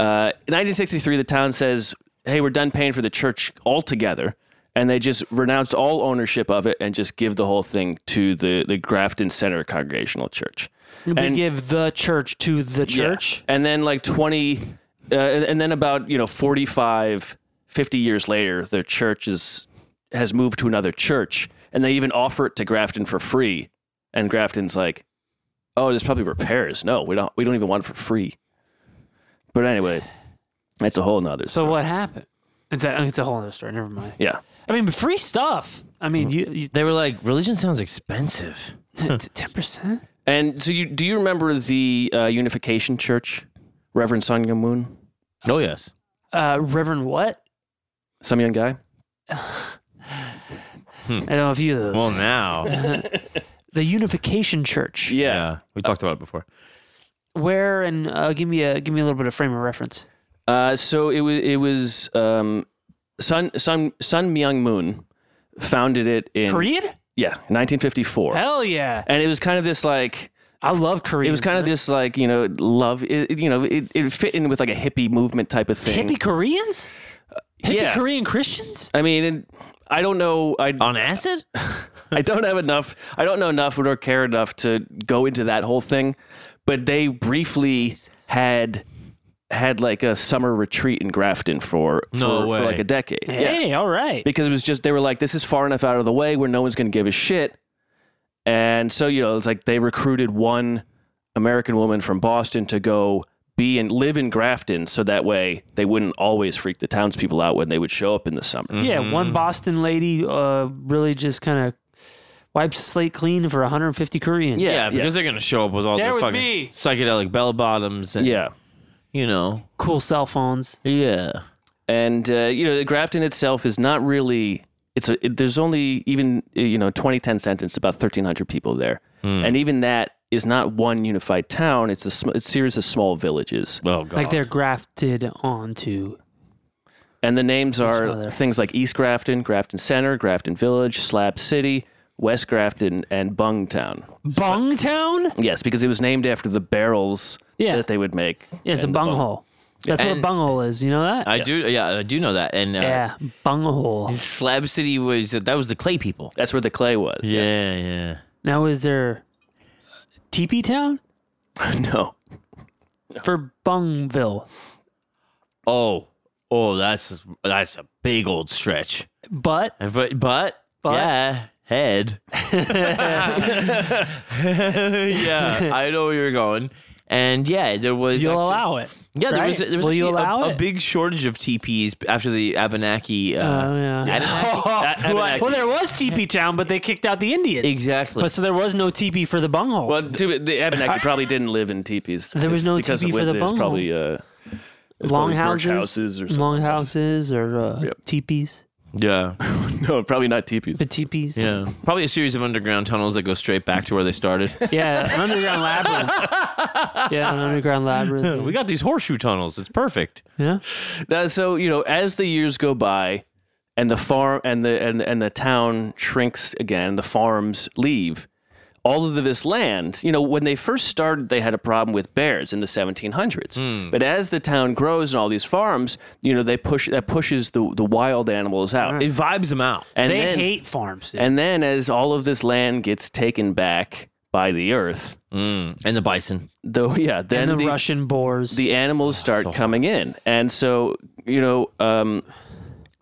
Speaker 4: Uh, in 1963, the town says, "Hey, we're done paying for the church altogether," and they just renounce all ownership of it and just give the whole thing to the the Grafton Center Congregational Church.
Speaker 5: we
Speaker 4: And-
Speaker 5: give the church to the church.
Speaker 4: Yeah. And then like 20 uh, and, and then about, you know, 45 50 years later, the church is has moved to another church and they even offer it to Grafton for free. And Grafton's like, "Oh, there's probably repairs. No, we don't we don't even want it for free." But anyway, that's a whole nother.
Speaker 5: So what happened? It's a, it's a whole other story. Never mind.
Speaker 4: yeah.
Speaker 5: I mean, but free stuff. I mean, you, you
Speaker 3: they were like, religion sounds expensive.
Speaker 5: ten percent.
Speaker 4: And so you do you remember the uh, Unification Church? Reverend Sun Young Moon?
Speaker 3: Oh yes.
Speaker 5: Uh, Reverend what?
Speaker 4: Some young guy?
Speaker 5: I don't know if you know those.
Speaker 3: Well now.
Speaker 5: the Unification Church.
Speaker 3: yeah. We talked about it before.
Speaker 5: Where and uh, give me a give me a little bit of frame of reference.
Speaker 4: Uh, so it was it was um, Sun Sun Sun Myung Moon founded it in
Speaker 5: Korean?
Speaker 4: yeah 1954,
Speaker 5: Hell yeah!
Speaker 4: and it was kind of this like
Speaker 5: I love Korean.
Speaker 4: it was kind of this like you know love it, it- you know it, it fit in with like a hippie movement type of thing.
Speaker 5: hippie Koreans. Hippie
Speaker 4: Yeah.
Speaker 5: Korean Christians?
Speaker 4: I mean, and I don't know. I
Speaker 3: on acid?
Speaker 4: I don't have enough. I don't know enough or care enough to go into that whole thing. But they briefly had had like a summer retreat in Grafton for
Speaker 3: No
Speaker 4: for,
Speaker 3: way.
Speaker 4: for like a decade.
Speaker 5: Hey, all right.
Speaker 4: because it was just they were like, this is far enough out of the way where no one's going to give a shit. And so you know, it's like they recruited one American woman from Boston to go be and live in Grafton, so that way they wouldn't always freak the townspeople out when they would show up in the summer.
Speaker 5: Yeah, one Boston lady uh, really just kind of wipes the slate clean for 150 Koreans.
Speaker 3: Yeah,
Speaker 4: yeah.
Speaker 3: because they're gonna show up with all
Speaker 5: They're
Speaker 3: their
Speaker 5: with
Speaker 3: fucking
Speaker 5: me.
Speaker 3: psychedelic bell bottoms and
Speaker 4: Yeah.
Speaker 3: you know.
Speaker 5: Cool cell phones.
Speaker 3: Yeah.
Speaker 4: and uh, you know Grafton itself is not really. It's a, it, there's only even uh, you know 2010 sentence about 1,300 people there, and even that is not one unified town. It's a, sm- it's a series of small villages,
Speaker 3: Oh god.
Speaker 5: Like they're grafted onto.
Speaker 4: and the names
Speaker 5: other.
Speaker 4: are things like East Grafton, Grafton Center, Grafton Village, Slab City, West Grafton, and Bungtown.
Speaker 5: Bungtown?
Speaker 4: Yes, because it was named after the barrels
Speaker 5: Yeah.
Speaker 4: that they would make.
Speaker 5: Yeah, it's a
Speaker 4: and the bung-
Speaker 5: bunghole. That's what a
Speaker 3: And-
Speaker 5: bunghole is. You know that?
Speaker 3: I do yeah, I do know that. And uh,
Speaker 5: yeah, bunghole.
Speaker 3: Slab City was uh, that was the clay people.
Speaker 4: That's where the clay was.
Speaker 3: Yeah, yeah.
Speaker 5: Now, is there teepee town
Speaker 4: no.
Speaker 5: for Bungville?
Speaker 3: Oh, oh, that's that's a big old stretch.
Speaker 5: But
Speaker 3: And But but,
Speaker 5: But-
Speaker 3: yeah, head. yeah, I know where you're going. And yeah, there was
Speaker 5: you'll
Speaker 3: actually-
Speaker 5: allow it.
Speaker 3: Yeah, there
Speaker 5: right?
Speaker 3: was there was
Speaker 5: Will you
Speaker 3: actually
Speaker 5: allow
Speaker 3: a, a
Speaker 5: it?
Speaker 3: big shortage of TPs after the Abenaki. Uh,
Speaker 5: Oh, yeah.
Speaker 4: A- Abenaki.
Speaker 5: Well, there was teepee town, but they kicked out the Indians.
Speaker 3: Exactly.
Speaker 5: But so there was no teepee for the bunghole.
Speaker 4: Well, to, the Abenaki probably didn't live in teepees.
Speaker 5: There was no
Speaker 4: because of
Speaker 5: teepee for
Speaker 4: wind,
Speaker 5: the
Speaker 4: there's
Speaker 5: bunghole.
Speaker 4: Probably uh, there's
Speaker 5: long
Speaker 4: probably birch
Speaker 5: houses,
Speaker 4: houses or something.
Speaker 5: long houses or uh, teepees,
Speaker 3: yeah,
Speaker 4: No, probably not teepees.
Speaker 5: but teepees.
Speaker 3: yeah. Probably a series of underground tunnels that go straight back to where they started.
Speaker 5: Yeah, an underground labyrinth. Yeah, an underground labyrinth.
Speaker 3: we got these horseshoe tunnels. It's perfect.
Speaker 5: Yeah,
Speaker 4: Now, so you know, as the years go by, and the farm and the and and the town shrinks again, the farms leave. All of this land, you know, when they first started, they had a problem with bears in the 1700s.
Speaker 5: Hmm.
Speaker 4: But as the town grows and all these farms, you know, they push that pushes the the wild animals out.
Speaker 3: It vibes them out.
Speaker 4: And
Speaker 5: they
Speaker 4: then-
Speaker 5: hate farms. dude.
Speaker 4: And then, as all of this land gets taken back by the earth,
Speaker 3: Mm. And the bison.
Speaker 4: though, yeah, then
Speaker 5: And the,
Speaker 4: the,
Speaker 5: Russian boars.
Speaker 4: the animals start coming in, and so you know, um,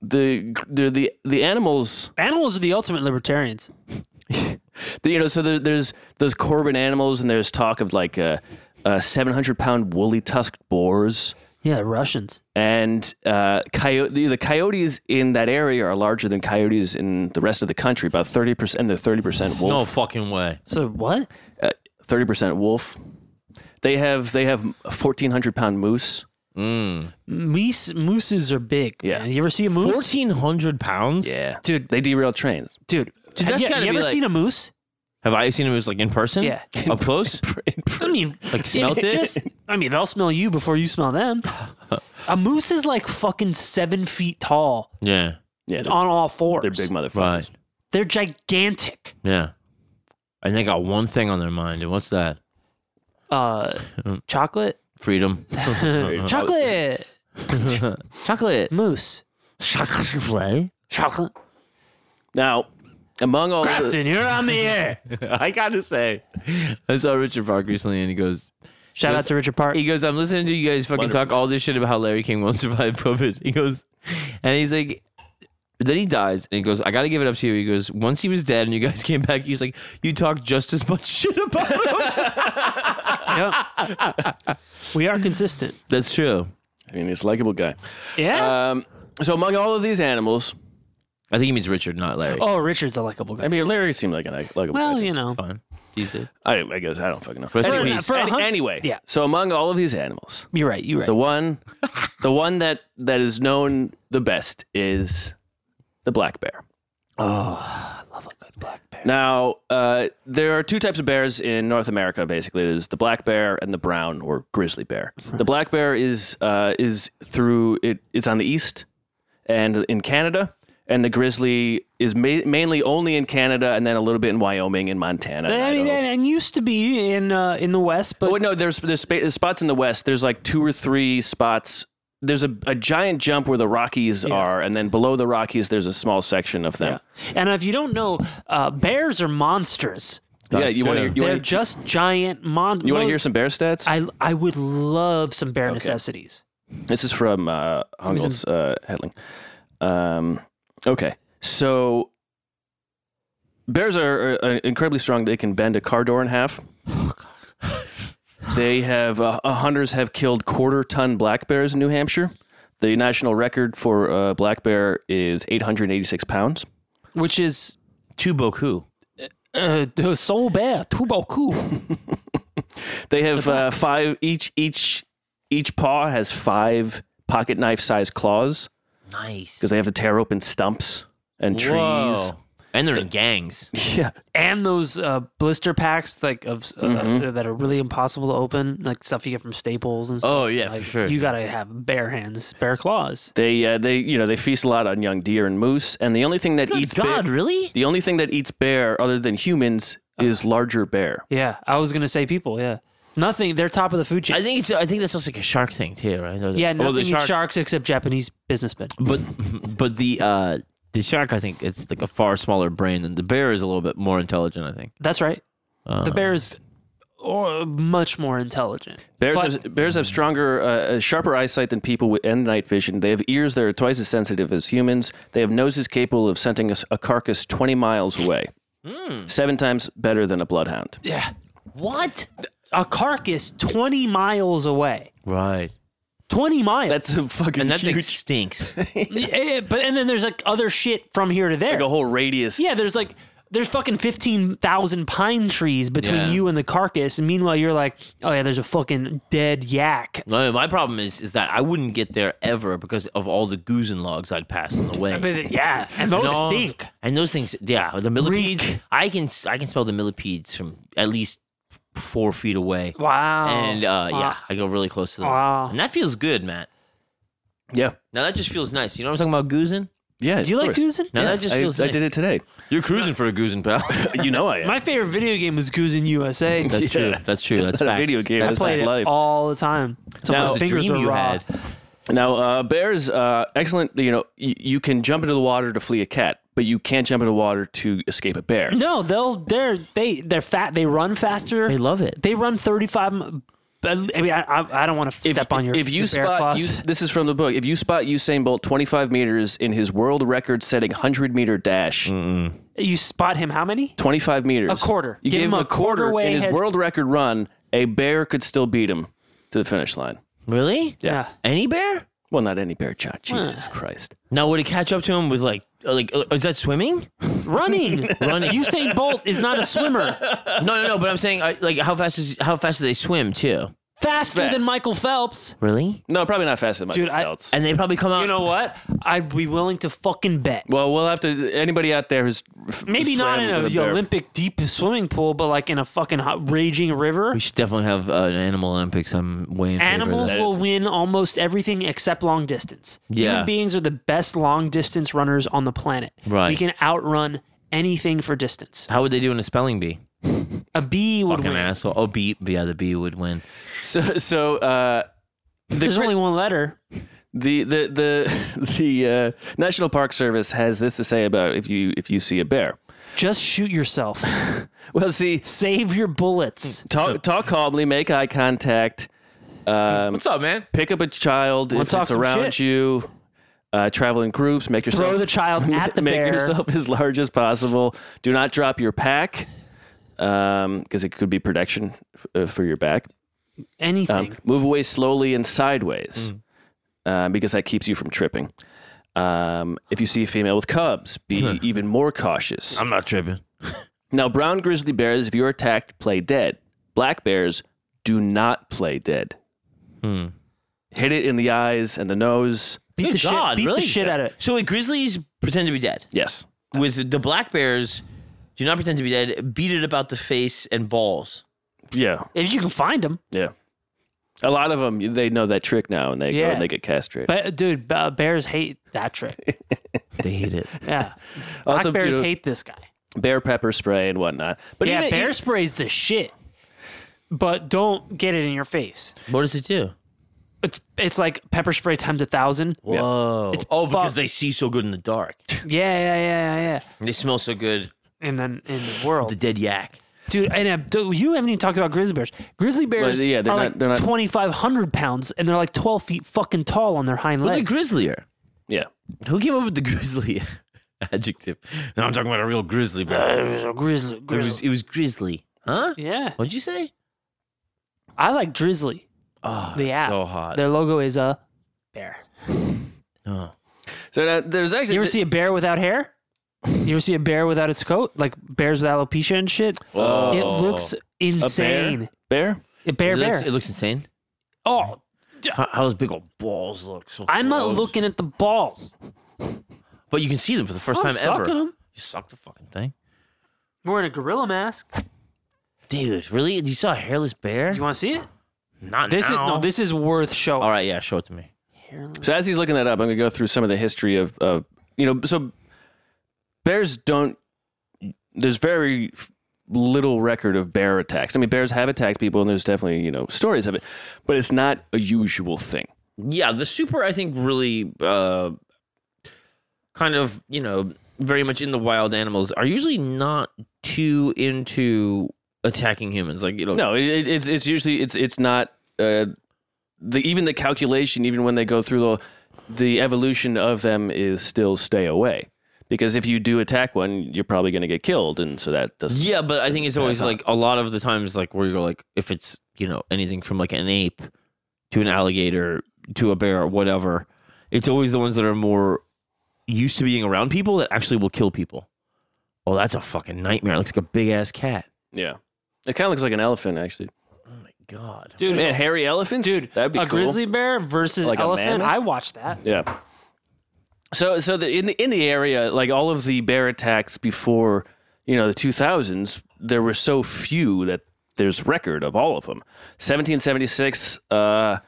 Speaker 4: the the the the animals,
Speaker 5: animals are the ultimate libertarians.
Speaker 4: the, you know, so there, there's those Corbin animals, and there's talk of like uh uh seven hundred pound woolly tusked boars.
Speaker 5: Yeah, Russians. And
Speaker 4: Uh, coyote, the, the coyotes in that area are larger than coyotes in the rest of the country, about thirty percent. They're thirty percent wolf.
Speaker 3: No fucking way.
Speaker 5: so what?
Speaker 4: thirty percent wolf. They have they have fourteen hundred pound moose.
Speaker 3: Mm.
Speaker 5: Moose mooses are big.
Speaker 4: Yeah.
Speaker 5: man. You ever see a moose?
Speaker 3: Fourteen hundred pounds.
Speaker 4: dude, they derail trains
Speaker 5: Dude,
Speaker 3: Dude,
Speaker 5: have
Speaker 3: that's
Speaker 5: you,
Speaker 3: gotta
Speaker 5: you
Speaker 3: be
Speaker 5: ever
Speaker 3: like-
Speaker 5: seen a moose?
Speaker 3: Have I seen him as like in person?
Speaker 5: Yeah.
Speaker 3: Up close?
Speaker 5: I mean,
Speaker 3: Like, smelt it?
Speaker 5: Just, I mean, they'll smell you before you smell them. A moose is like fucking seven feet tall
Speaker 3: yeah.
Speaker 4: Yeah, they're,
Speaker 5: on all fours.
Speaker 4: they're big motherfuckers.
Speaker 3: Right.
Speaker 5: They're gigantic.
Speaker 3: Yeah. And they got one thing on their mind, and what's that?
Speaker 5: Uh, chocolate,
Speaker 3: Freedom.
Speaker 5: chocolate,
Speaker 3: Chocolate.
Speaker 5: moose,
Speaker 3: Chocolate souffle.
Speaker 5: chocolate.
Speaker 4: Now, among all the,
Speaker 5: Dude, you're on the air.
Speaker 3: I gotta say, I saw Richard Park recently, and he goes,
Speaker 5: Shout out to Richard Park.
Speaker 3: he goes, I'm listening to you guys fucking talk all this shit about how Larry King won't survive COVID. He goes, and he's like, then he dies, and he goes, I gotta give it up to you. He goes, once he was dead, and you guys came back, he's like, you talked just as much shit about him.
Speaker 5: Yep. we are consistent.
Speaker 3: That's true.
Speaker 4: I mean, he's a likable guy.
Speaker 5: Yeah.
Speaker 4: Um, so among all of these animals,
Speaker 3: I think he means Richard, not Larry.
Speaker 5: oh, Richard's a likable guy.
Speaker 4: I mean, Larry seemed like a li- likable guy.
Speaker 5: well,
Speaker 4: too.
Speaker 5: you know,
Speaker 3: fine. These days.
Speaker 4: I, I guess I don't fucking know.
Speaker 3: Rest in
Speaker 4: Anyways,
Speaker 3: peace.
Speaker 5: For a
Speaker 4: any-
Speaker 5: hun-
Speaker 4: anyway,
Speaker 5: Yeah.
Speaker 4: So among all of these animals,
Speaker 5: you're right. You're right.
Speaker 4: the one, the one that that is known the best is the black bear.
Speaker 5: Oh, Love a good black bear.
Speaker 4: Now, uh, there are two types of bears in North America. Basically, there's the black bear and the brown or grizzly bear. The black bear is uh, is through it. It's on the east and in Canada, and the grizzly is ma- mainly only in Canada, and then a little bit in Wyoming and Montana. and
Speaker 5: I mean,
Speaker 4: Idaho.
Speaker 5: and, and used to be in uh, in the West, but
Speaker 4: Well, no, there's there's, spa- there's spots in the West. There's like two or three spots there's a, a giant jump where the Rockies are, and then below the Rockies, there's a small section of them.
Speaker 5: And if you don't know, uh, bears are monsters.
Speaker 4: Yeah,
Speaker 3: That's
Speaker 4: you want
Speaker 3: true.
Speaker 4: to you
Speaker 5: They're
Speaker 4: want to
Speaker 5: just giant monsters.
Speaker 4: you want to hear some bear stats?
Speaker 5: I I would love some bear necessities.
Speaker 4: This is from uh, Hungel's uh, Hedling. Um, okay, so bears are, are incredibly strong. They can bend a car door in half. they have uh, uh, hunters have killed quarter ton black bears in New Hampshire. The national record for uh, black bear is 886 pounds.
Speaker 5: Which is
Speaker 3: To Boku.
Speaker 5: uh, the soul bear, Tuboku.
Speaker 4: They have uh, five each each each paw has five pocket knife sized claws
Speaker 3: Nice.
Speaker 4: because they have to tear open stumps and trees.
Speaker 3: Whoa. And they're in gangs.
Speaker 4: Yeah,
Speaker 5: and those uh, blister packs like of uh,
Speaker 3: Mm-hmm.
Speaker 5: that are really impossible to open, like stuff you get from Staples and stuff.
Speaker 3: Oh, yeah,
Speaker 5: Like,
Speaker 3: for sure.
Speaker 5: You gotta have bare hands, bare claws.
Speaker 4: They uh, they you know they feast a lot on young deer and moose, and the only thing that eats
Speaker 3: God,
Speaker 4: bear,
Speaker 3: really?
Speaker 4: the only thing that eats bear other than humans is larger bear.
Speaker 5: Yeah, I was gonna say people. Yeah, nothing. They're top of the food chain.
Speaker 3: I think it's. I think that sounds like a shark thing too, right? Or Oh, the-
Speaker 5: yeah,
Speaker 3: or
Speaker 5: nothing
Speaker 3: the
Speaker 5: eats
Speaker 3: shark.
Speaker 5: sharks except Japanese businessmen.
Speaker 3: But but the uh, the shark, I think it's like a far smaller brain than the bear is a little bit more intelligent. I think.
Speaker 5: That's right.
Speaker 3: Uh.
Speaker 5: the bear is oh, much more intelligent.
Speaker 4: Bears
Speaker 5: But-
Speaker 4: have bears have stronger, uh, uh, sharper eyesight than people with and night vision. They have ears that are twice as sensitive as humans. They have noses capable of scenting a, s- a carcass twenty miles away, seven times better than a bloodhound.
Speaker 3: What?
Speaker 5: A carcass twenty miles away.
Speaker 3: Right.
Speaker 5: Twenty miles.
Speaker 4: That's a fucking
Speaker 3: And that thing
Speaker 4: huge,
Speaker 3: stinks.
Speaker 5: Yeah, but and then there's like other shit from here to there.
Speaker 4: like a whole radius.
Speaker 5: yeah, there's like there's fucking fifteen thousand pine trees between
Speaker 3: Yeah.
Speaker 5: you and the carcass, and meanwhile you're like, oh yeah, there's a fucking dead yak.
Speaker 3: No, my problem is is that I wouldn't get there ever because of all the goose and logs I'd pass on the way.
Speaker 5: But, yeah, and those
Speaker 3: No.
Speaker 5: stink.
Speaker 3: And those things, yeah, the millipedes.
Speaker 5: Reek.
Speaker 3: I can I can smell the millipedes from at least four feet away.
Speaker 5: Wow.
Speaker 3: And uh, yeah,
Speaker 5: Wow.
Speaker 3: I go really close to them.
Speaker 5: Wow.
Speaker 3: And that feels good, Matt.
Speaker 4: yeah,
Speaker 3: Now that just feels nice. You know what I'm talking about, goozing?
Speaker 4: yeah.
Speaker 5: Do you
Speaker 4: of
Speaker 5: like
Speaker 4: course.
Speaker 5: goosing?
Speaker 3: Now that just
Speaker 4: I,
Speaker 3: feels
Speaker 4: I
Speaker 3: nice.
Speaker 4: did it today.
Speaker 3: You're cruising for a goozing, pal.
Speaker 4: You know I am.
Speaker 5: My favorite video game was Goozin' USA.
Speaker 3: That's true. That's true. That's
Speaker 4: not a
Speaker 3: fact.
Speaker 4: video game.
Speaker 5: I
Speaker 4: That's
Speaker 5: played it
Speaker 4: life.
Speaker 5: all the time.
Speaker 3: That
Speaker 5: My
Speaker 3: was a
Speaker 5: fingers
Speaker 3: dream
Speaker 5: are
Speaker 3: you
Speaker 5: raw.
Speaker 3: had.
Speaker 4: Now, uh, bears, uh, excellent. You know, you, you can jump into the water to flee a cat, but you can't jump into the water to escape a bear.
Speaker 5: No, they'll they're they they're fat. They run faster.
Speaker 3: They love it.
Speaker 5: They run thirty five. I mean, I, I, I don't want to
Speaker 4: If-
Speaker 5: step on your
Speaker 4: if you
Speaker 5: your bear
Speaker 4: spot,
Speaker 5: claws.
Speaker 4: you, this is from the book. If you spot Usain Bolt 25 meters in his world record-setting 100-meter dash,
Speaker 5: You spot him how many?
Speaker 4: 25 meters,
Speaker 5: A quarter.
Speaker 4: You
Speaker 5: Give
Speaker 4: gave
Speaker 5: him
Speaker 4: him
Speaker 5: a
Speaker 4: a quarter,
Speaker 5: quarter way
Speaker 4: in his
Speaker 5: ahead.
Speaker 4: world record run. A bear could still beat him to the finish line.
Speaker 3: Really?
Speaker 5: Yeah.
Speaker 3: Any bear?
Speaker 4: Well, not any bear, John. Jesus Christ!
Speaker 3: Now would it catch up to him with like uh, like uh, is that swimming?
Speaker 5: Running. Running. Usain Bolt is not a swimmer.
Speaker 3: No, no, no. But I'm saying I, like how fast is how fast do they swim too?
Speaker 5: Faster
Speaker 4: Fast.
Speaker 5: than Michael Phelps.
Speaker 3: Really?
Speaker 4: No, probably not faster than Michael
Speaker 5: Dude, I-
Speaker 4: Phelps.
Speaker 3: And they probably come out.
Speaker 5: You know what? I'd be willing to fucking bet.
Speaker 4: well, we'll have to. Anybody out there who's
Speaker 5: Maybe not in a,
Speaker 4: a
Speaker 5: the
Speaker 4: bear-
Speaker 5: Olympic deep swimming pool, but like in a fucking hot, raging river.
Speaker 3: we should definitely have uh, an animal Olympics. I'm way in favor of
Speaker 5: Animals
Speaker 3: that.
Speaker 5: will win almost everything except long distance.
Speaker 3: Yeah.
Speaker 5: Human beings are the best long distance runners on the planet.
Speaker 3: Right.
Speaker 5: We can outrun anything for distance.
Speaker 3: How would they do in a spelling bee?
Speaker 5: A bee would
Speaker 3: Fucking
Speaker 5: win.
Speaker 3: asshole. Oh, bee. Yeah, the bee would win.
Speaker 4: So, so uh,
Speaker 5: There's only one letter.
Speaker 4: the the the the uh, National Park Service has this to say about if you if you see a bear.
Speaker 5: Just shoot yourself.
Speaker 4: Well, see,
Speaker 5: Save your
Speaker 3: Um,
Speaker 5: bullets.
Speaker 4: talk talk calmly, make eye contact, um,
Speaker 5: Oh,
Speaker 3: What's up, man?
Speaker 4: pick up a child if
Speaker 5: talk
Speaker 4: it's
Speaker 5: some
Speaker 4: around
Speaker 5: shit.
Speaker 4: you. Uh, travel in groups. Make yourself
Speaker 5: Throw the child at the
Speaker 4: make
Speaker 5: bear.
Speaker 4: yourself as large as possible. Do not drop your pack because it could be protection f- uh, for your back.
Speaker 5: Anything.
Speaker 4: Um, move away slowly and sideways
Speaker 5: Mm.
Speaker 4: uh, because that keeps you from tripping. Um, if you see a female with cubs, be even more cautious.
Speaker 3: I'm not tripping.
Speaker 4: now, brown grizzly bears, if you're attacked, play dead. Black bears do not play dead.
Speaker 5: Hmm.
Speaker 4: Hit it in the eyes and the nose.
Speaker 5: beat
Speaker 3: Good
Speaker 5: the
Speaker 3: God,
Speaker 5: shit. Beat
Speaker 3: really?
Speaker 5: the shit out of it.
Speaker 3: So wait, grizzlies pretend to be dead.
Speaker 4: Yes.
Speaker 3: With the black bears, do not pretend to be dead. Beat it about the face and balls.
Speaker 4: Yeah.
Speaker 5: If you can find them.
Speaker 4: Yeah. A lot of them, they know that trick now and they go
Speaker 5: Yeah.
Speaker 4: and they get castrated.
Speaker 5: But dude, ba- bears hate that trick.
Speaker 3: They hate it.
Speaker 5: Yeah. Black
Speaker 4: Also, you
Speaker 5: bears
Speaker 4: know,
Speaker 5: hate this guy.
Speaker 4: bear pepper spray and whatnot. But
Speaker 5: yeah,
Speaker 4: even- e-
Speaker 5: bear sprays the shit. But don't get it in your face.
Speaker 3: What does it do?
Speaker 5: it's it's like pepper spray times a thousand.
Speaker 3: Whoa.
Speaker 5: It's
Speaker 3: oh, because
Speaker 5: fucked.
Speaker 3: they see so good in the dark.
Speaker 5: Yeah, yeah, yeah, yeah,
Speaker 3: And they smell so good.
Speaker 5: yeah. And then in the
Speaker 3: The
Speaker 5: world,
Speaker 3: dead yak.
Speaker 5: dude, and uh, dude, you haven't even talked about grizzly bears. Grizzly bears,
Speaker 4: yeah, they're
Speaker 5: are
Speaker 4: not-
Speaker 5: like
Speaker 4: they're not-
Speaker 5: twenty five hundred pounds, and they're like twelve feet fucking tall on their hind
Speaker 3: Well, the
Speaker 5: legs.
Speaker 3: grizzlier.
Speaker 4: Yeah.
Speaker 3: Who came up with the grizzly adjective? No, I'm talking about a real grizzly bear.
Speaker 5: Uh, it was a grizzly,
Speaker 3: It was,
Speaker 5: grizzly.
Speaker 3: it was grizzly. Huh?
Speaker 5: Yeah,
Speaker 3: What'd you say?
Speaker 5: I like drizzly.
Speaker 3: Oh,
Speaker 5: The
Speaker 3: it's
Speaker 5: app.
Speaker 3: so
Speaker 4: Uh,
Speaker 3: hot.
Speaker 5: Their logo is a bear.
Speaker 3: Oh.
Speaker 4: So now, there's actually
Speaker 5: You ever see a bear without hair? You ever see a bear without its coat? Like bears with alopecia and shit?
Speaker 4: Whoa.
Speaker 5: It looks insane.
Speaker 4: bear?
Speaker 5: A bear,
Speaker 3: it,
Speaker 5: bear.
Speaker 3: looks, it looks insane.
Speaker 5: oh,
Speaker 3: How, how those big old balls look. So
Speaker 5: I'm not
Speaker 3: gross.
Speaker 5: looking at the balls.
Speaker 3: But you can see them for the 1st
Speaker 5: I'm
Speaker 3: time ever.
Speaker 5: sucking 'em.
Speaker 3: You suck the fucking thing.
Speaker 5: Wearing a gorilla mask.
Speaker 3: Dude, really? You saw a hairless bear?
Speaker 5: You want to see it?
Speaker 3: Not
Speaker 5: This is
Speaker 3: now.
Speaker 5: no. This is worth showing.
Speaker 3: All right, yeah, show it to me.
Speaker 4: So as he's looking that up, I'm gonna go through some of the history of, of you know, so bears don't. There's very little record of bear attacks. I mean, bears have attacked people, and there's definitely you know stories of it, but it's not a usual thing.
Speaker 3: yeah, the super I think really uh, kind of you know very much in the wild animals are usually not too into attacking humans. Like you know,
Speaker 4: No, it- it, it's it's usually it's it's not uh, the even the calculation, even when they go through the the evolution of them is still stay away because if you do attack one, you're probably gonna get killed, and so that doesn't.
Speaker 3: yeah, but I think it's always
Speaker 4: That's
Speaker 3: like a lot of the times like where you're like if it's you know anything from like an ape to an alligator to a bear or whatever, it's always the ones that are more used to being around people that actually will kill people. Oh, that's a fucking nightmare. It looks like a big ass cat.
Speaker 4: Yeah, it kind of looks like an elephant actually.
Speaker 3: Oh my god.
Speaker 5: dude.
Speaker 4: Man, hairy elephants,
Speaker 5: dude,
Speaker 4: that'd be
Speaker 5: a
Speaker 4: cool.
Speaker 5: grizzly bear versus
Speaker 4: Like a
Speaker 5: elephant.
Speaker 4: mammoth?
Speaker 5: I watched that.
Speaker 4: Yeah. So, so the, in the in the area, like all of the bear attacks before, you know, the 2000s, there were so few that there's record of all of them. 1776, uh,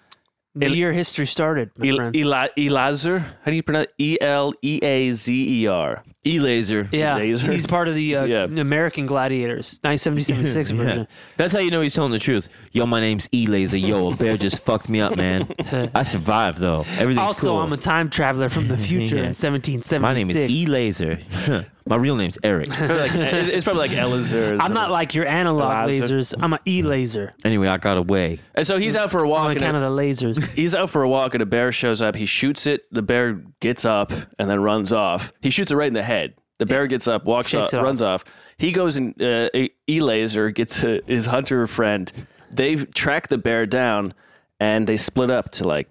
Speaker 5: The year history started, my
Speaker 4: El-
Speaker 5: friend.
Speaker 4: Ela- Elazer. How do you pronounce E L E A Z E R?
Speaker 3: E laser.
Speaker 5: yeah,
Speaker 4: laser.
Speaker 5: he's part of the uh,
Speaker 4: Yeah.
Speaker 5: American Gladiators 1976 version.
Speaker 3: That's how you know he's telling the truth. Yo, my name's E Laser. Yo, a bear just fucked me up, man. I survived though. Everything's
Speaker 5: Also,
Speaker 3: cool.
Speaker 5: I'm a time traveler from the future
Speaker 3: Yeah.
Speaker 5: in 1776.
Speaker 3: my name is E Laser. my real name's Eric.
Speaker 4: It's it's probably like Elazer. or
Speaker 5: I'm
Speaker 4: something.
Speaker 5: not like your analog
Speaker 4: Laser.
Speaker 5: lasers. I'm an e laser.
Speaker 3: anyway, I got away.
Speaker 4: And so he's out for a walk.
Speaker 5: On
Speaker 4: and
Speaker 5: account of the lasers.
Speaker 4: He's out for a walk and a bear shows up. He shoots it. The bear gets up and then runs off. He shoots it right in the head. The bear gets up, walks
Speaker 5: Shakes
Speaker 4: up,
Speaker 5: it
Speaker 4: runs off. He goes and uh, E Laser gets uh his hunter friend. They track the bear down and they split up to like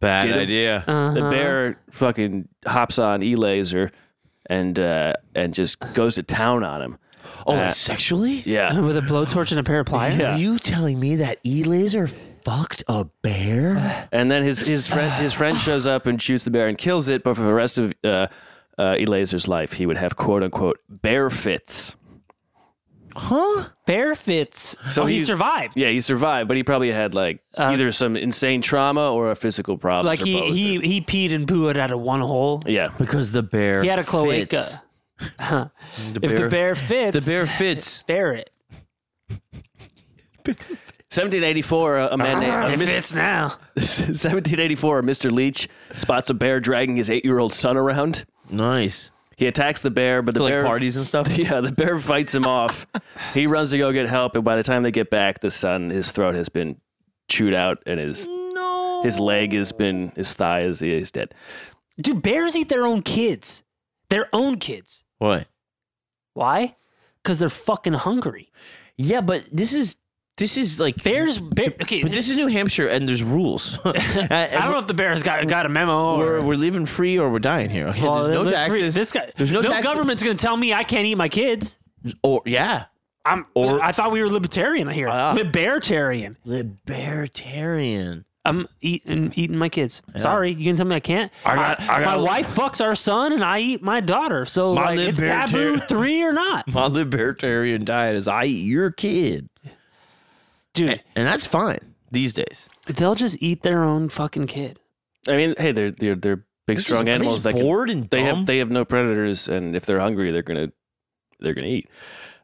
Speaker 3: Bad
Speaker 4: Get him.
Speaker 3: idea.
Speaker 5: Uh-huh.
Speaker 4: the bear fucking hops on E Laser and uh, and just goes to town on him. Uh,
Speaker 3: oh, like sexually?
Speaker 4: Yeah.
Speaker 5: With a blowtorch and a pair of pliers.
Speaker 4: Yeah.
Speaker 3: You telling me that E Laser fucked a bear?
Speaker 4: And then his his friend his friend shows up and shoots the bear and kills it. But for the rest of uh, uh, Elazer's life, he would have quote unquote bear fits.
Speaker 5: Huh? Bear fits. So
Speaker 4: So
Speaker 5: Oh, he
Speaker 4: he's-
Speaker 5: survived. Uh,
Speaker 4: Yeah, he survived, but he probably had like either some insane trauma or a physical problem.
Speaker 5: Like he, he he peed and pooed out of one hole.
Speaker 4: yeah.
Speaker 3: Because the bear.
Speaker 5: He had a cloaca.
Speaker 3: fits.
Speaker 5: If the bear fits,
Speaker 3: The bear fits.
Speaker 5: bear it.
Speaker 4: 1784, a a man named uh,
Speaker 5: It
Speaker 4: Mis-
Speaker 5: fits now.
Speaker 4: 1784, Mr. Leach spots a bear dragging his eight-year-old son around.
Speaker 3: Nice.
Speaker 4: He attacks the bear, but the
Speaker 3: To like
Speaker 4: bear
Speaker 3: parties and stuff.
Speaker 4: Yeah, the bear fights him off. He runs to go get help, and by the time they get back, the son, his throat has been chewed out, and his
Speaker 3: No.
Speaker 4: his leg has been his thigh is is dead.
Speaker 5: Do bears eat their own kids? Their own kids.
Speaker 3: What?
Speaker 5: Why? Because they're fucking hungry.
Speaker 3: Yeah, but this is this is like
Speaker 5: Bears. Bear, okay.
Speaker 3: But this is New Hampshire, and there's rules.
Speaker 5: I don't know if the bear's got got a memo.
Speaker 3: We're,
Speaker 5: or,
Speaker 3: we're living free or we're dying here. Okay,
Speaker 5: Well,
Speaker 3: there's no
Speaker 5: let's re-
Speaker 3: taxes.
Speaker 5: This guy.
Speaker 3: There's no
Speaker 5: no
Speaker 3: taxes.
Speaker 5: government's gonna tell me I can't eat my kids.
Speaker 3: or yeah,
Speaker 5: I'm. Or, I thought we were libertarian here.
Speaker 3: Ah.
Speaker 5: Libertarian.
Speaker 3: libertarian.
Speaker 5: I'm eating eating my kids. Sorry, you can tell me I can't.
Speaker 3: I got- I
Speaker 5: my
Speaker 3: got-
Speaker 5: wife fucks our son, and I eat my daughter. So
Speaker 3: My
Speaker 5: like, it's taboo
Speaker 3: libertarian-
Speaker 5: three or not,
Speaker 3: My libertarian diet is I eat your kid,
Speaker 5: dude.
Speaker 3: and that's fine these days.
Speaker 5: They'll just eat their own fucking kid.
Speaker 4: I mean, hey, they're they're they're big strong
Speaker 3: Just-
Speaker 4: animals.
Speaker 3: They're
Speaker 4: that
Speaker 3: just
Speaker 4: can-
Speaker 3: bored and
Speaker 4: they
Speaker 3: dumb.
Speaker 4: have they have no predators, and if they're hungry, they're gonna they're gonna eat.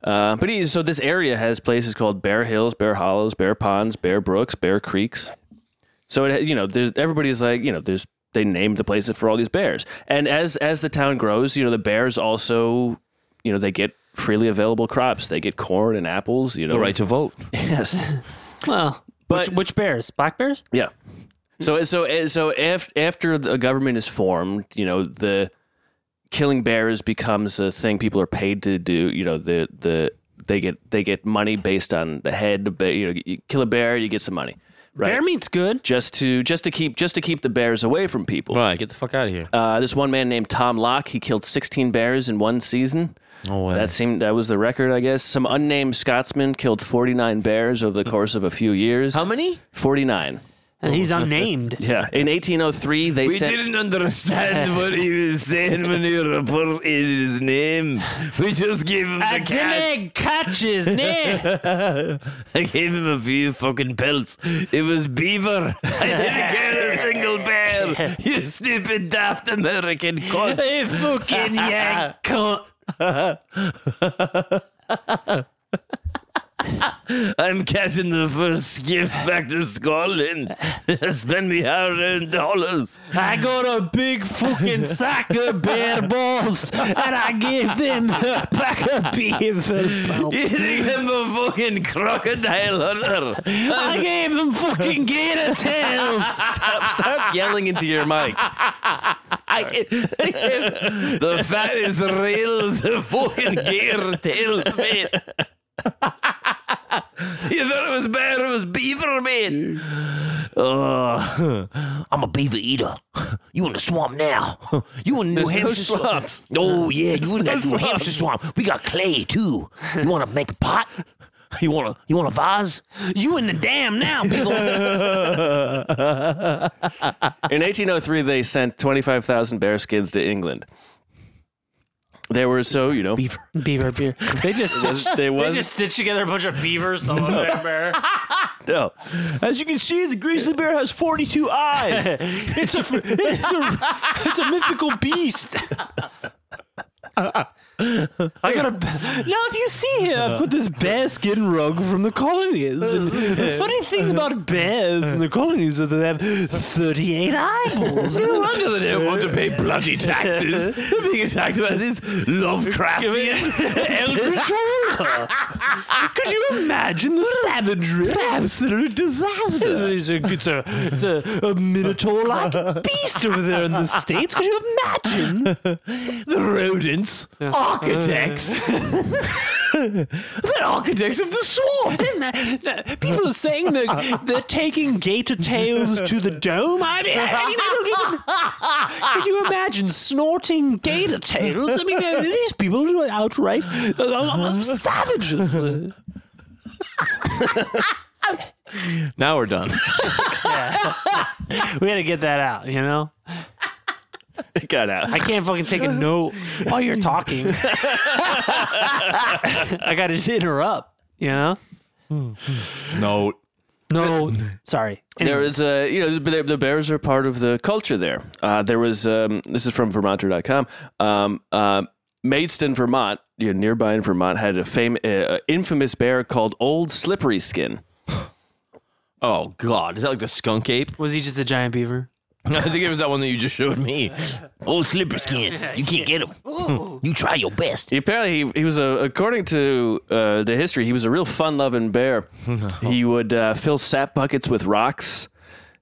Speaker 4: Uh, but he, so this area has places called Bear Hills, Bear Hollows, Bear Ponds, Bear Brooks, Bear Creeks. So it, you know, there's, everybody's like, you know, there's they named the places for all these bears, and as as the town grows, you know, the bears also, you know, they get freely available crops. They get corn and apples. You know,
Speaker 3: The right to vote.
Speaker 4: yes,
Speaker 5: Well,
Speaker 4: But-
Speaker 5: which, which bears? Black bears?
Speaker 4: yeah. So so so af- after the government is formed, you know, the killing bears becomes a thing people are paid to do. You know, the the they get they get money based on the head. But you know, you kill a bear, you get some money, right?
Speaker 5: Bear meat's good.
Speaker 4: just to just to keep just to keep the bears away from people.
Speaker 3: Right, get the fuck out of here.
Speaker 4: Uh, this one man named Tom Locke, he killed 16 bears in one season.
Speaker 3: No way.
Speaker 4: That seemed that was the record, I guess. Some unnamed Scotsman killed 49 bears over the course of a few years.
Speaker 3: How many?
Speaker 4: 49.
Speaker 5: And he's unnamed.
Speaker 4: Yeah. In 1803, they sent
Speaker 3: understand what he was saying when he reported his name. We just gave him
Speaker 5: I didn't catch his name.
Speaker 3: I gave him a few fucking pelts. It was beaver. I didn't get a single bear. You stupid daft American cunt.
Speaker 5: Hey, fucking yank cunt.
Speaker 3: I'm catching the first skiff back to Scotland. Spend me hundred dollars.
Speaker 5: I got a big fucking sack of bear balls and I gave them a pack of beaver balls.
Speaker 3: You think I'm a fucking crocodile hunter?
Speaker 5: I gave them fucking gator tails.
Speaker 4: stop, stop yelling into your mic.
Speaker 3: The fat is real as a fucking gator tail, mate. you thought it was bear, it was beaver, mate. Uh, I'm a beaver eater. You in the swamp now. You in New
Speaker 4: There's no
Speaker 3: Hampshire swamp.
Speaker 4: swamps.
Speaker 3: Oh, yeah, you in
Speaker 4: no
Speaker 3: that New Hampshire swamp. We got clay, too. You want to make a pot? You want to you want a vase?
Speaker 5: You in the dam now, big ol'
Speaker 4: In 1803, they sent 25,000 bear skins to England. There were so you know beaver.
Speaker 5: beaver beer. They just
Speaker 4: They
Speaker 5: they
Speaker 4: was
Speaker 5: just stitched together a bunch of beavers on a bear.
Speaker 4: no.
Speaker 3: As you can see, the grizzly bear has 42 eyes.
Speaker 5: It's a it's a, it's a mythical beast. I got a. Now, if you see here, I've got this bearskin rug from the colonies. And the funny thing about bears in the colonies is that they have 38 eyeballs.
Speaker 3: No wonder they don't want to pay bloody taxes. They're being attacked by this Lovecraftian eldritch horror.
Speaker 5: Could you imagine the savagery?
Speaker 3: Absolute
Speaker 5: It's
Speaker 3: disaster.
Speaker 5: a, it's a, it's a, it's a, a minotaur like beast over there in the States. Could you imagine?
Speaker 3: The rodents, architects. They're architects of the swamp.
Speaker 5: People are saying that they're taking gator tails to the dome. I mean, I mean, I don't even- can you imagine snorting gator tails? I mean, uh, these people are outright uh, uh, savages.
Speaker 3: Now we're done.
Speaker 5: We had to get that out, you know?
Speaker 4: It got out.
Speaker 5: I can't fucking take a note while you're talking. I got to interrupt, you know?
Speaker 3: No.
Speaker 5: No, sorry.
Speaker 4: There is a you know the, the bears are part of the culture there. Uh, there was um, this is from Vermonter.com. Um, uh, Maidstone, Vermont, you know, nearby in Vermont, had a fam- uh, uh, infamous bear called Old Slippery Skin.
Speaker 3: Oh, God. Is that like the skunk ape?
Speaker 5: Was he just a giant beaver?
Speaker 3: I think it was that one that you just showed me. Old slipper skin. You can't get him. You try your best.
Speaker 4: He apparently he, he was a according to uh, the history he was a real fun loving bear. he would uh, fill sap buckets with rocks.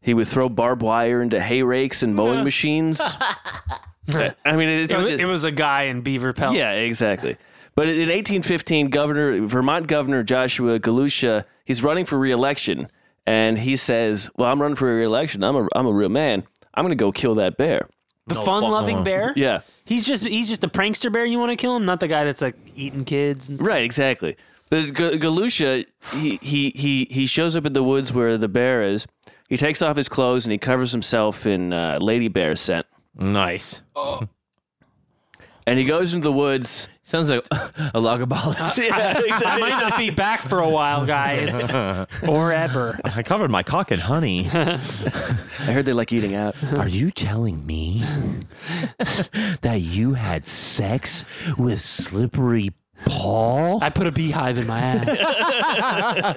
Speaker 4: He would throw barbed wire into hay rakes and mowing machines. I I mean, it,
Speaker 5: It was,
Speaker 4: just-
Speaker 5: it was a guy in beaver pelts.
Speaker 4: Yeah, exactly. But in 1815, Governor Vermont Governor Joshua Galusha, he's running for re-election, and he says, "Well, I'm running for re-election. I'm a I'm a real man. I'm going to go kill that bear."
Speaker 5: The fun-loving bear.
Speaker 4: Yeah,
Speaker 5: He's just he's just a prankster bear. You want to kill him, not the guy that's like eating kids. And stuff.
Speaker 4: right, exactly. But G- Galusha, he, he he he shows up in the woods where the bear is. He takes off his clothes and he covers himself in uh, lady bear scent,
Speaker 3: Nice.
Speaker 4: and he goes into the woods.
Speaker 3: Sounds like a logabolus.
Speaker 4: Yeah,
Speaker 5: I might not be back for a while, guys, or ever.
Speaker 3: I covered my cock in honey.
Speaker 4: I heard they like eating out.
Speaker 3: Are you telling me that you had sex with slippery
Speaker 1: Paul?
Speaker 5: I put a beehive in my ass.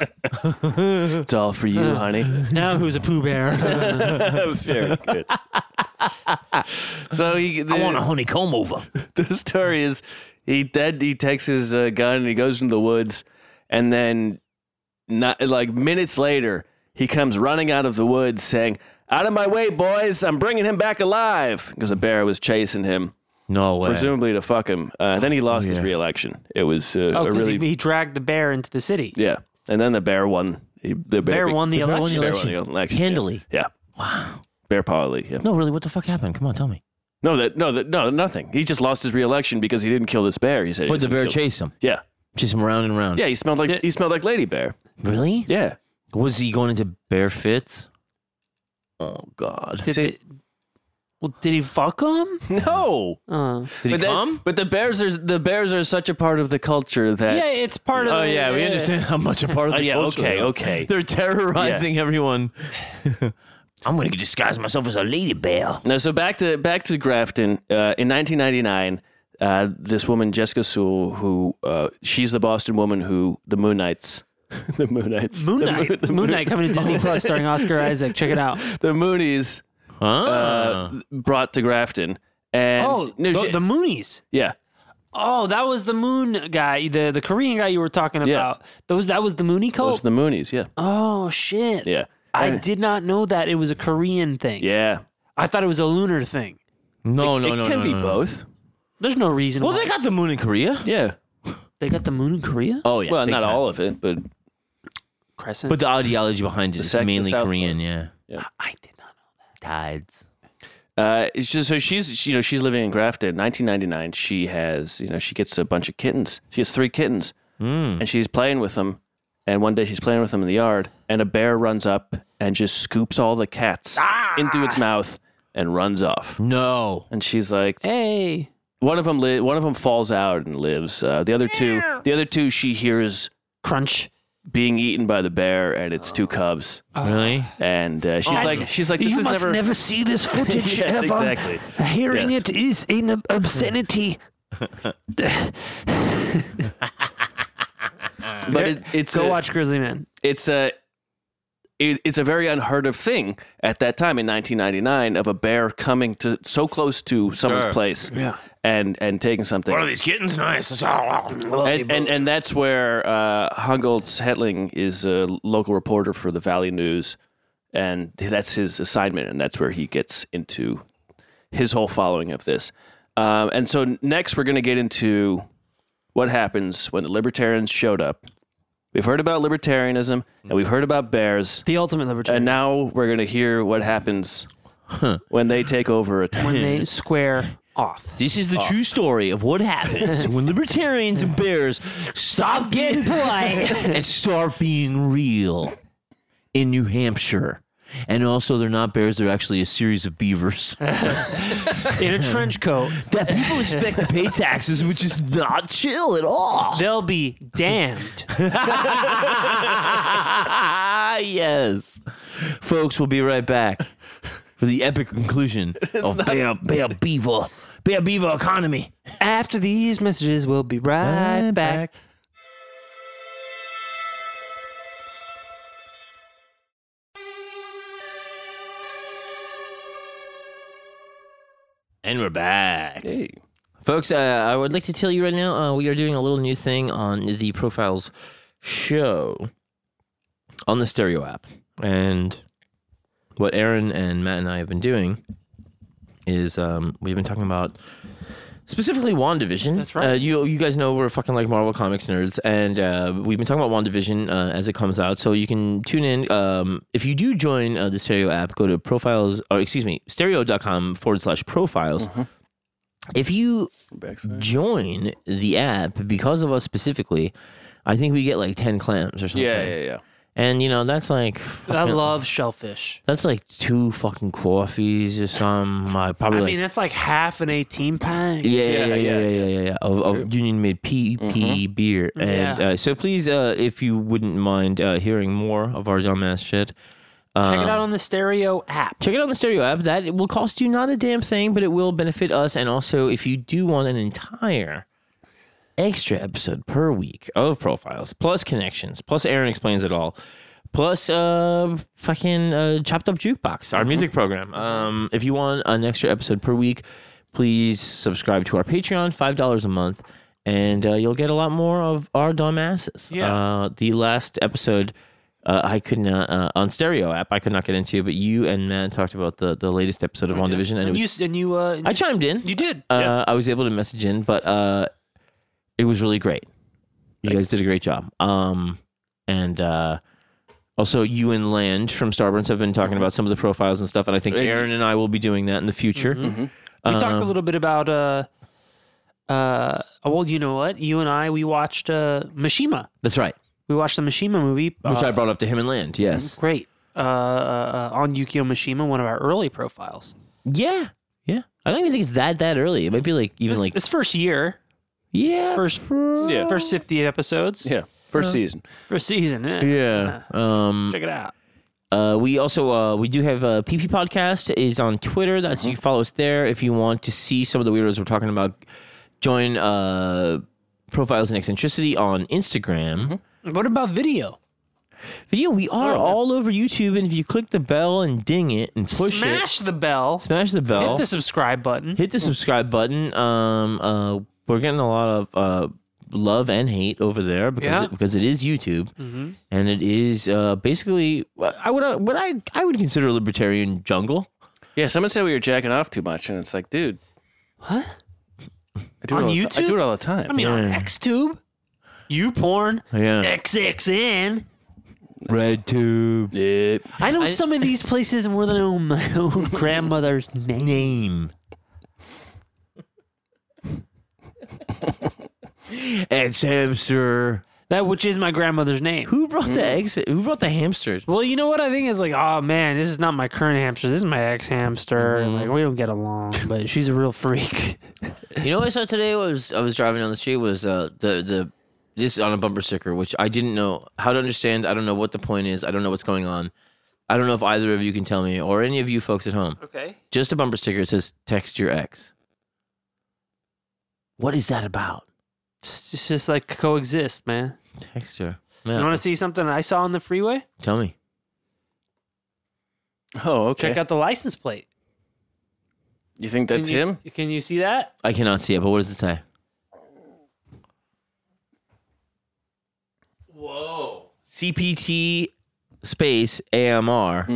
Speaker 4: It's all for you, honey.
Speaker 5: now who's a poo bear?
Speaker 4: Very good. so he, the,
Speaker 3: I want a honeycomb over.
Speaker 4: the story is he dead. He takes his uh, gun and he goes into the woods, and then not like minutes later, he comes running out of the woods saying, "Out of my way, boys! I'm bringing him back alive!" Because a bear was chasing him,
Speaker 3: No way.
Speaker 4: presumably to fuck him. Uh, then he lost his reelection. It was uh,
Speaker 5: oh,
Speaker 4: a
Speaker 5: because
Speaker 4: really
Speaker 5: he, he dragged the bear into the city.
Speaker 4: yeah. And then the bear won. He, the
Speaker 5: bear
Speaker 4: be-
Speaker 5: won the
Speaker 3: bear won
Speaker 5: election.
Speaker 3: the
Speaker 4: Bear
Speaker 3: election.
Speaker 4: won the election.
Speaker 3: Handily.
Speaker 4: Yeah. Wow. Bear powerly. Yeah.
Speaker 3: No, really, what the fuck happened? Come on, tell me.
Speaker 4: No, that no, that no, nothing. He just lost his reelection because he didn't kill this bear. He said. he
Speaker 3: But the
Speaker 4: didn't
Speaker 3: bear
Speaker 4: kill-
Speaker 3: chased him.
Speaker 4: Yeah,
Speaker 3: Chased him round and round.
Speaker 4: yeah. He smelled like he smelled like Lady Bear.
Speaker 3: Really?
Speaker 4: Yeah.
Speaker 3: Was he going into bear fits? Oh God.
Speaker 5: Did
Speaker 4: See-
Speaker 5: it- well, did he fuck him?
Speaker 4: No.
Speaker 5: Uh,
Speaker 3: Did he
Speaker 4: but that-
Speaker 3: come?
Speaker 4: but the bears are the bears are such a part of the culture that.
Speaker 5: yeah, it's part of.
Speaker 3: Oh
Speaker 5: the, uh,
Speaker 3: yeah, we understand how much a part of
Speaker 4: Oh,
Speaker 3: the
Speaker 4: yeah,
Speaker 3: culture.
Speaker 4: okay,
Speaker 3: they are.
Speaker 4: okay.
Speaker 3: They're terrorizing everyone. I'm gonna disguise myself as a lady bear.
Speaker 4: No, so back to back to Grafton. Uh, in 1999, uh, this woman Jessica Sewell, who uh, she's the Boston woman who the Moon Knights, the Moon Knights,
Speaker 5: Moon
Speaker 4: the Moon-
Speaker 5: Knight. Moon Knight coming to Disney Plus starring Oscar Isaac. Check it out.
Speaker 4: the Moonies
Speaker 3: Huh?
Speaker 4: uh, brought to Grafton. And
Speaker 5: Oh,
Speaker 4: no,
Speaker 5: the,
Speaker 4: she-
Speaker 5: the Moonies.
Speaker 4: yeah,
Speaker 5: Oh, that was the Moon guy, the the Korean guy you were talking
Speaker 4: Yeah.
Speaker 5: about. Those that was the Mooney
Speaker 4: those
Speaker 5: cult.
Speaker 4: are the Moonies. Yeah,
Speaker 5: oh shit.
Speaker 4: yeah,
Speaker 5: I did not know that it was a Korean thing.
Speaker 4: yeah.
Speaker 5: I thought it was a lunar thing.
Speaker 3: no,
Speaker 4: it
Speaker 3: Oh, no, no.
Speaker 4: can
Speaker 3: no,
Speaker 4: be
Speaker 3: no.
Speaker 4: both.
Speaker 5: There's no reason.
Speaker 3: Well,
Speaker 5: why-
Speaker 3: they got the moon in Korea.
Speaker 4: Yeah.
Speaker 5: they got the moon in Korea.
Speaker 3: Oh yeah.
Speaker 4: well,
Speaker 3: big
Speaker 4: not
Speaker 3: time.
Speaker 4: all of it, but
Speaker 5: Crescent.
Speaker 3: But the ideology behind it is
Speaker 4: sec- the
Speaker 3: mainly
Speaker 4: South
Speaker 3: Korean. Yeah.
Speaker 5: I did not. know.
Speaker 3: Tides.
Speaker 4: Uh, it's just- so she's she- you know she's living in Grafton. 1999. She has you know she gets a bunch of kittens. She has three kittens,
Speaker 3: Hmm.
Speaker 4: and she's playing with them. And one day she's playing with them in the yard, and a bear runs up and just scoops all the cats
Speaker 3: Ah!
Speaker 4: into its mouth and runs off.
Speaker 3: No.
Speaker 4: And she's like,
Speaker 5: Hey,
Speaker 4: one of them li- one of them falls out and lives. Uh, the other two, the other two, she hears
Speaker 5: crunch.
Speaker 4: being eaten by the bear, and it's
Speaker 3: Oh.
Speaker 4: two cubs.
Speaker 3: Really?
Speaker 4: And uh,
Speaker 3: Oh.
Speaker 4: she's like, she's like, this is never.
Speaker 5: see this footage
Speaker 4: yes, exactly.
Speaker 5: Hearing
Speaker 4: Yes.
Speaker 5: it is an obscenity.
Speaker 4: But it, it's
Speaker 5: Go
Speaker 4: a-
Speaker 5: watch Grizzly Man.
Speaker 4: it's a it, it's a very unheard of thing at that time in 1999 of a bear coming to so close to someone's
Speaker 3: Sure.
Speaker 4: place and and taking something
Speaker 3: these kittens nice?
Speaker 4: and, and and that's where uh Hungolds Hetling is a local reporter for the Valley News and that's his assignment and that's where he gets into his whole following of this um, and so next we're going to get into what happens when the libertarians showed up we've heard about libertarianism and we've heard about bears
Speaker 5: The ultimate libertarian.
Speaker 4: and now we're going to hear what happens when they take over a town.
Speaker 5: when they square off.
Speaker 3: This is the true story of what happens when libertarians and bears stop getting polite and start being real in New Hampshire. And also, they're not bears, they're actually a series of beavers
Speaker 5: In a trench coat,
Speaker 3: that people expect to pay taxes, which is not chill at all.
Speaker 5: they'll be damned.
Speaker 3: yes. Folks, we'll be right back for the epic conclusion of bear, bear Beaver, Bear Beaver Economy.
Speaker 5: After these messages, we'll be right, back.
Speaker 3: And we're back. Folks, uh, I would like to tell you right now uh, we are doing a little new thing on the Profiles show on the Stereo app. And what Aaron and Matt and I have been doing is um, we've been talking about specifically WandaVision.
Speaker 5: That's right.
Speaker 3: Uh, you, you guys know we're fucking like Marvel Comics nerds. And uh, we've been talking about WandaVision uh, as it comes out. So you can tune in. Um, if you do join uh, the Stereo app, go to profiles, or excuse me, stereo.com forward slash profiles.
Speaker 5: Mm-hmm.
Speaker 3: If you join the app because of us specifically, I think we get like ten clams or something.
Speaker 4: yeah yeah yeah
Speaker 3: And you know that's like
Speaker 5: I love shellfish.
Speaker 3: that's like two fucking coffees or some. I probably
Speaker 5: I
Speaker 3: like,
Speaker 5: mean, that's like half an 18 pint.
Speaker 3: yeah, yeah, yeah, yeah,
Speaker 4: yeah, yeah,
Speaker 3: yeah, yeah, Mm-hmm. yeah, Of, of Union Made PP beer, and
Speaker 5: Yeah.
Speaker 3: uh, so please, uh, if you wouldn't mind uh, hearing more of our dumbass shit,
Speaker 5: Check it out
Speaker 3: Um,
Speaker 5: on the stereo app.
Speaker 3: check it out on the stereo app that it will cost you not a damn thing but it will benefit us and also if you do want an entire extra episode per week of profiles, plus connections, plus Aaron explains it all, plus uh fucking uh, chopped up jukebox, our music program. Um, if you want an extra episode per week, please subscribe to our Patreon, five dollars a month, and uh, you'll get a lot more of our dumbasses.
Speaker 5: Yeah.
Speaker 3: Uh, the last episode. Uh, I could not uh, on stereo app. I could not get into, but you and Matt talked about the, the latest episode of One Division, and it was
Speaker 5: And Oh, you s- and you uh,
Speaker 3: I chimed in.
Speaker 5: you did.
Speaker 3: Uh,
Speaker 5: Yeah.
Speaker 3: I was able to message in, but uh, it was really great. You guys did a great job. Um, and uh, also you and Land from Starburns have been
Speaker 5: Mm-hmm.
Speaker 3: talking about some of the profiles and stuff, and I think
Speaker 4: Right.
Speaker 3: Aaron and I will be doing that in the future.
Speaker 5: Mm-hmm. We talked a
Speaker 3: Um,
Speaker 5: little bit about uh uh well, you know what? You and I we watched uh Mishima.
Speaker 3: That's right.
Speaker 5: We watched the Mishima movie.
Speaker 3: Which
Speaker 5: uh,
Speaker 3: I brought up to him and Land. Yes.
Speaker 5: great. Uh, uh, uh, on Yukio Mishima, one of our early profiles.
Speaker 3: Yeah. Yeah. I don't even think it's that that early. It might be like even
Speaker 5: It's,
Speaker 3: like
Speaker 5: it's first year,
Speaker 3: yeah.
Speaker 5: first
Speaker 4: Yeah.
Speaker 5: first fifty episodes,
Speaker 4: Yeah. First season.
Speaker 5: first season. eh.
Speaker 3: yeah. Um,
Speaker 5: check it out.
Speaker 3: Uh, we also uh, we do have a PP podcast is on Twitter. That's
Speaker 5: Uh-huh.
Speaker 3: you can follow us there if you want to see some of the weirdos we're talking about. Join uh, profiles and eccentricity on Instagram.
Speaker 5: Mm-hmm. What about video?
Speaker 3: Video. We
Speaker 5: Oh,
Speaker 3: are all over YouTube, and if you click the bell and ding it and push it,
Speaker 5: Smash the bell.
Speaker 3: smash the bell,
Speaker 5: Hit the subscribe button.
Speaker 3: hit the subscribe button. Um, uh, we're getting a lot of uh, love and hate over there because
Speaker 5: Yeah.
Speaker 3: it, because it is YouTube, and it is uh, basically I would uh, what I I would consider a libertarian jungle.
Speaker 4: Yeah. Someone said we were jacking off too much, and it's like, dude.
Speaker 5: What?
Speaker 4: I do
Speaker 5: On
Speaker 4: it all the-
Speaker 5: YouTube?
Speaker 4: I do it all the time.
Speaker 5: I mean, on
Speaker 3: Yeah.
Speaker 5: XTube, YouPorn,
Speaker 3: Yeah.
Speaker 5: XXN.
Speaker 3: Red tube
Speaker 4: yeah.
Speaker 5: I know some of these places more than I know my own grandmother's name.
Speaker 3: name. X hamster.
Speaker 5: That which is my grandmother's name.
Speaker 3: Who brought the ex? Who brought the hamsters?
Speaker 5: Well, you know what I think is like, oh man, this is not my current hamster. This is my ex hamster. and Like we don't get along, but she's a real freak.
Speaker 3: You know what I saw today? Was I was driving down the street was uh, the the this on a bumper sticker, which I didn't know how to understand. I don't know what the point is. I don't know what's going on. I don't know if either of you can tell me or any of you folks at home.
Speaker 5: Okay.
Speaker 3: Just a bumper sticker. It says "Text your ex." What is that about?
Speaker 5: It's it's just like coexist, man.
Speaker 3: Text her.
Speaker 5: You
Speaker 3: Yeah.
Speaker 5: want to see something I saw on the freeway?
Speaker 3: tell me.
Speaker 4: Oh, okay.
Speaker 5: Check out the license plate.
Speaker 4: You think
Speaker 5: Can
Speaker 4: that's
Speaker 5: you-
Speaker 4: him?
Speaker 5: Can you see that?
Speaker 3: I cannot see it, but what does it say? Whoa. CPT space AMR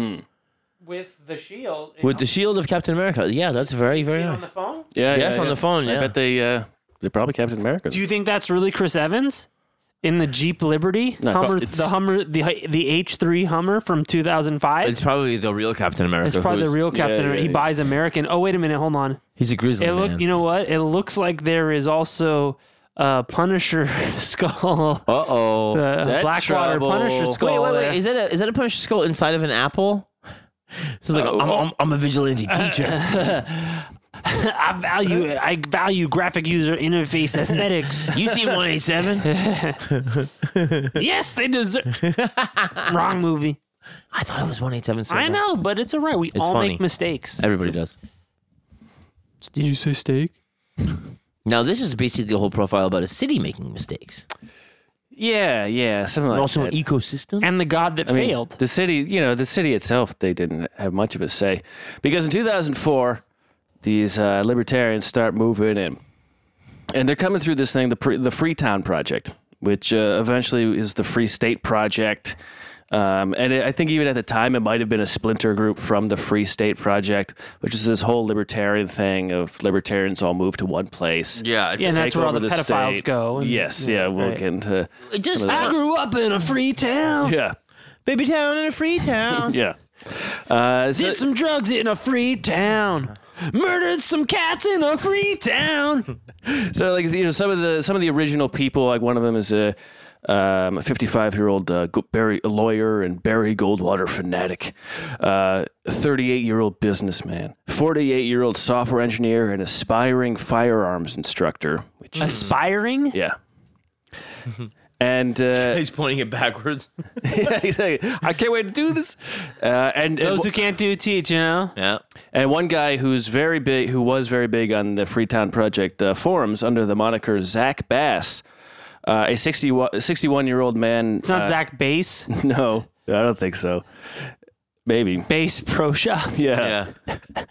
Speaker 5: With the shield.
Speaker 3: with the shield of Captain America. Yeah, that's very, very nice.
Speaker 5: phone?
Speaker 4: Yeah.
Speaker 3: yes,
Speaker 4: yeah,
Speaker 3: on
Speaker 4: yeah.
Speaker 3: the phone.
Speaker 4: I
Speaker 3: Yeah.
Speaker 4: bet they uh, they probably Captain America.
Speaker 5: Do you think that's really Chris Evans in the Jeep Liberty
Speaker 4: No,
Speaker 5: Hummer,
Speaker 4: it's-
Speaker 5: the Hummer, the the H three Hummer from two thousand five?
Speaker 3: it's probably the real Captain America.
Speaker 5: It's probably the
Speaker 3: who's-
Speaker 5: real Captain.
Speaker 4: yeah,
Speaker 5: America. he
Speaker 4: yeah.
Speaker 5: buys American. Oh wait a minute, hold on.
Speaker 3: He's a grizzly
Speaker 5: It
Speaker 3: man.
Speaker 5: look, you know what? It looks like there is also a Punisher skull,
Speaker 4: Uh oh.
Speaker 5: a Blackwater Punisher skull.
Speaker 3: wait, wait,
Speaker 5: there.
Speaker 3: wait. Is that a is that a Punisher skull inside of an apple? Uh, It's like I'm, I'm, I'm a vigilante teacher.
Speaker 5: I value I value graphic user interface aesthetics.
Speaker 3: you see 187?
Speaker 5: yes, they deserve. Wrong movie.
Speaker 3: I thought it was 187. so
Speaker 5: I
Speaker 3: bad.
Speaker 5: know, but it's all right. We all
Speaker 3: funny.
Speaker 5: make mistakes.
Speaker 3: Everybody does.
Speaker 5: Did you say steak?
Speaker 3: Now this is basically a whole profile about a city making mistakes. uh,
Speaker 4: Yeah, yeah. Something like
Speaker 3: And also
Speaker 4: that.
Speaker 3: an ecosystem.
Speaker 5: And the god that
Speaker 4: I mean,
Speaker 5: failed.
Speaker 4: The city, you know, the city itself, they didn't have much of a say because in 2004, these uh, libertarians start moving in, and they're coming through this thing, the pre- the Freetown Project, which uh, eventually is the Free State Project. Um, and it, I think even at the time, it might have been a splinter group from the Free State Project, which is this whole libertarian thing of libertarians all move to one place.
Speaker 3: Yeah,
Speaker 5: Yeah, and that's
Speaker 4: take
Speaker 5: where all
Speaker 4: over
Speaker 5: the pedophiles
Speaker 4: state.
Speaker 5: go. and-
Speaker 4: yes, yeah, we'll
Speaker 5: right.
Speaker 4: get into
Speaker 3: it just
Speaker 5: I grew up in a free town.
Speaker 4: yeah,
Speaker 3: baby town and a free town.
Speaker 4: yeah. Uh, so-
Speaker 5: Did some drugs in a free town. Murdered some cats in a free town.
Speaker 4: So like you know some of the some of the original people like one of them is a um, a 55 year old uh, Go- Barry a lawyer and Barry Goldwater fanatic, uh, 38 year old businessman, 48 year old software engineer and aspiring firearms instructor. Which
Speaker 5: Aspiring?
Speaker 4: yeah. And uh,
Speaker 3: He's pointing it backwards.
Speaker 4: yeah, he's like, I can't wait to do this. Uh, and and-
Speaker 5: Those who can't do teach, you know?
Speaker 3: Yeah.
Speaker 4: And one guy who's very big, who was very big on the Freetown Project uh, forums under the moniker Zach Bass, uh, a 61 year old man. uh,
Speaker 5: It's not Zach Bass.
Speaker 4: No, I don't think so. Maybe.
Speaker 5: Bass Pro Shop.
Speaker 4: Yeah.
Speaker 3: Yeah.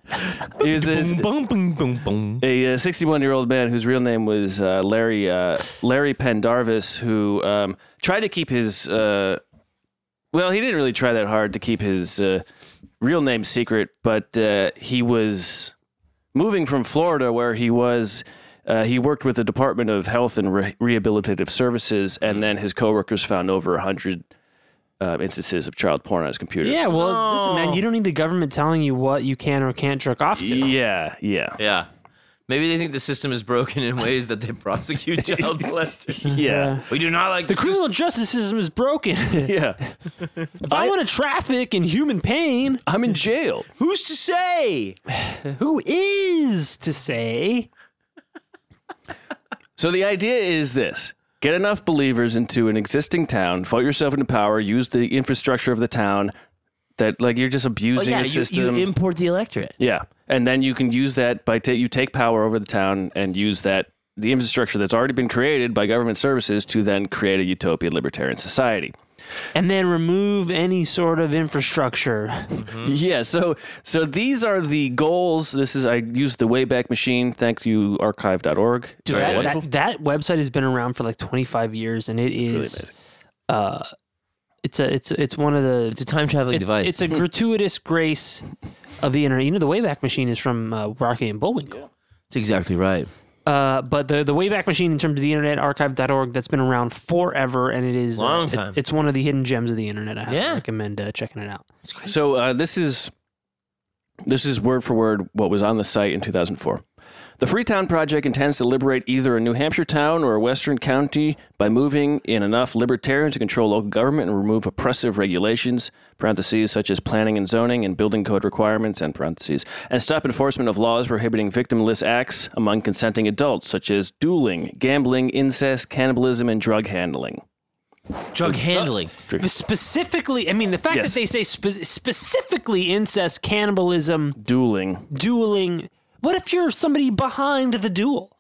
Speaker 4: He was a-
Speaker 3: boom, boom, boom, boom.
Speaker 4: a 61 year old man whose real name was uh, Larry uh, Larry Pendarvis, who um, tried to keep his uh, well, he didn't really try that hard to keep his uh, real name secret, but uh, he was moving from Florida, where he was. Uh, he worked with the Department of Health and Re- Rehabilitative Services, and then his coworkers found over 100 uh, instances of child porn on his computer.
Speaker 5: Yeah, well, listen, man, you don't need the government telling you what you can or can't jerk off to.
Speaker 4: Yeah, yeah,
Speaker 3: Yeah. Maybe they think the system is broken in ways that they prosecute child molesters.
Speaker 4: yeah,
Speaker 3: We do not like
Speaker 5: The criminal justice system is broken. if
Speaker 4: yeah.
Speaker 5: I want to traffic in human pain,
Speaker 4: I'm in jail.
Speaker 3: Who's to say?
Speaker 5: who is to say?
Speaker 4: So the idea is this. Get enough believers into an existing town, vote yourself into power, use the infrastructure of the town that like you're just
Speaker 3: Oh,
Speaker 4: abusing the system.
Speaker 3: import the electorate.
Speaker 4: yeah. And then you can use that by ta- you take power over the town and use that the infrastructure that's already been created by government services to then create a utopian libertarian society.
Speaker 5: And then remove any sort of infrastructure.
Speaker 4: Yeah, so so these are the goals. This is I used the Wayback Machine. Thank you archive.org.
Speaker 5: Dude,
Speaker 3: Very
Speaker 5: that,
Speaker 3: wonderful.
Speaker 5: that, that website has been around for like 25 years, and it
Speaker 4: really
Speaker 5: is, uh, it's a, it's, it's one of the,
Speaker 3: It's a time traveling
Speaker 5: it-
Speaker 3: device.
Speaker 5: it's a gratuitous grace of the internet. You know, the Wayback Machine is from uh, Rocky and Bullwinkle.
Speaker 3: That's exactly right.
Speaker 5: Uh, but the the Wayback Machine in terms of the internet archive.org that's been around forever and it is uh,
Speaker 3: Long
Speaker 5: it-
Speaker 3: time.
Speaker 5: it's one of the hidden gems of the internet. I highly
Speaker 3: Yeah.
Speaker 5: recommend uh, checking it out.
Speaker 4: So uh, this is this is word for word what was on the site in 2004. The Freetown Project intends to liberate either a New Hampshire town or a western county by moving in enough libertarians to control local government and remove oppressive regulations (parentheses such as planning and zoning and building code requirements) and parentheses and stop enforcement of laws prohibiting victimless acts among consenting adults such as dueling, gambling, incest, cannibalism, and drug handling.
Speaker 3: Drug handling.
Speaker 5: But specifically, I mean, the fact
Speaker 4: Yes.
Speaker 5: that they say spe- specifically incest, cannibalism,
Speaker 4: Dueling.
Speaker 5: dueling. What if you're somebody behind the duel?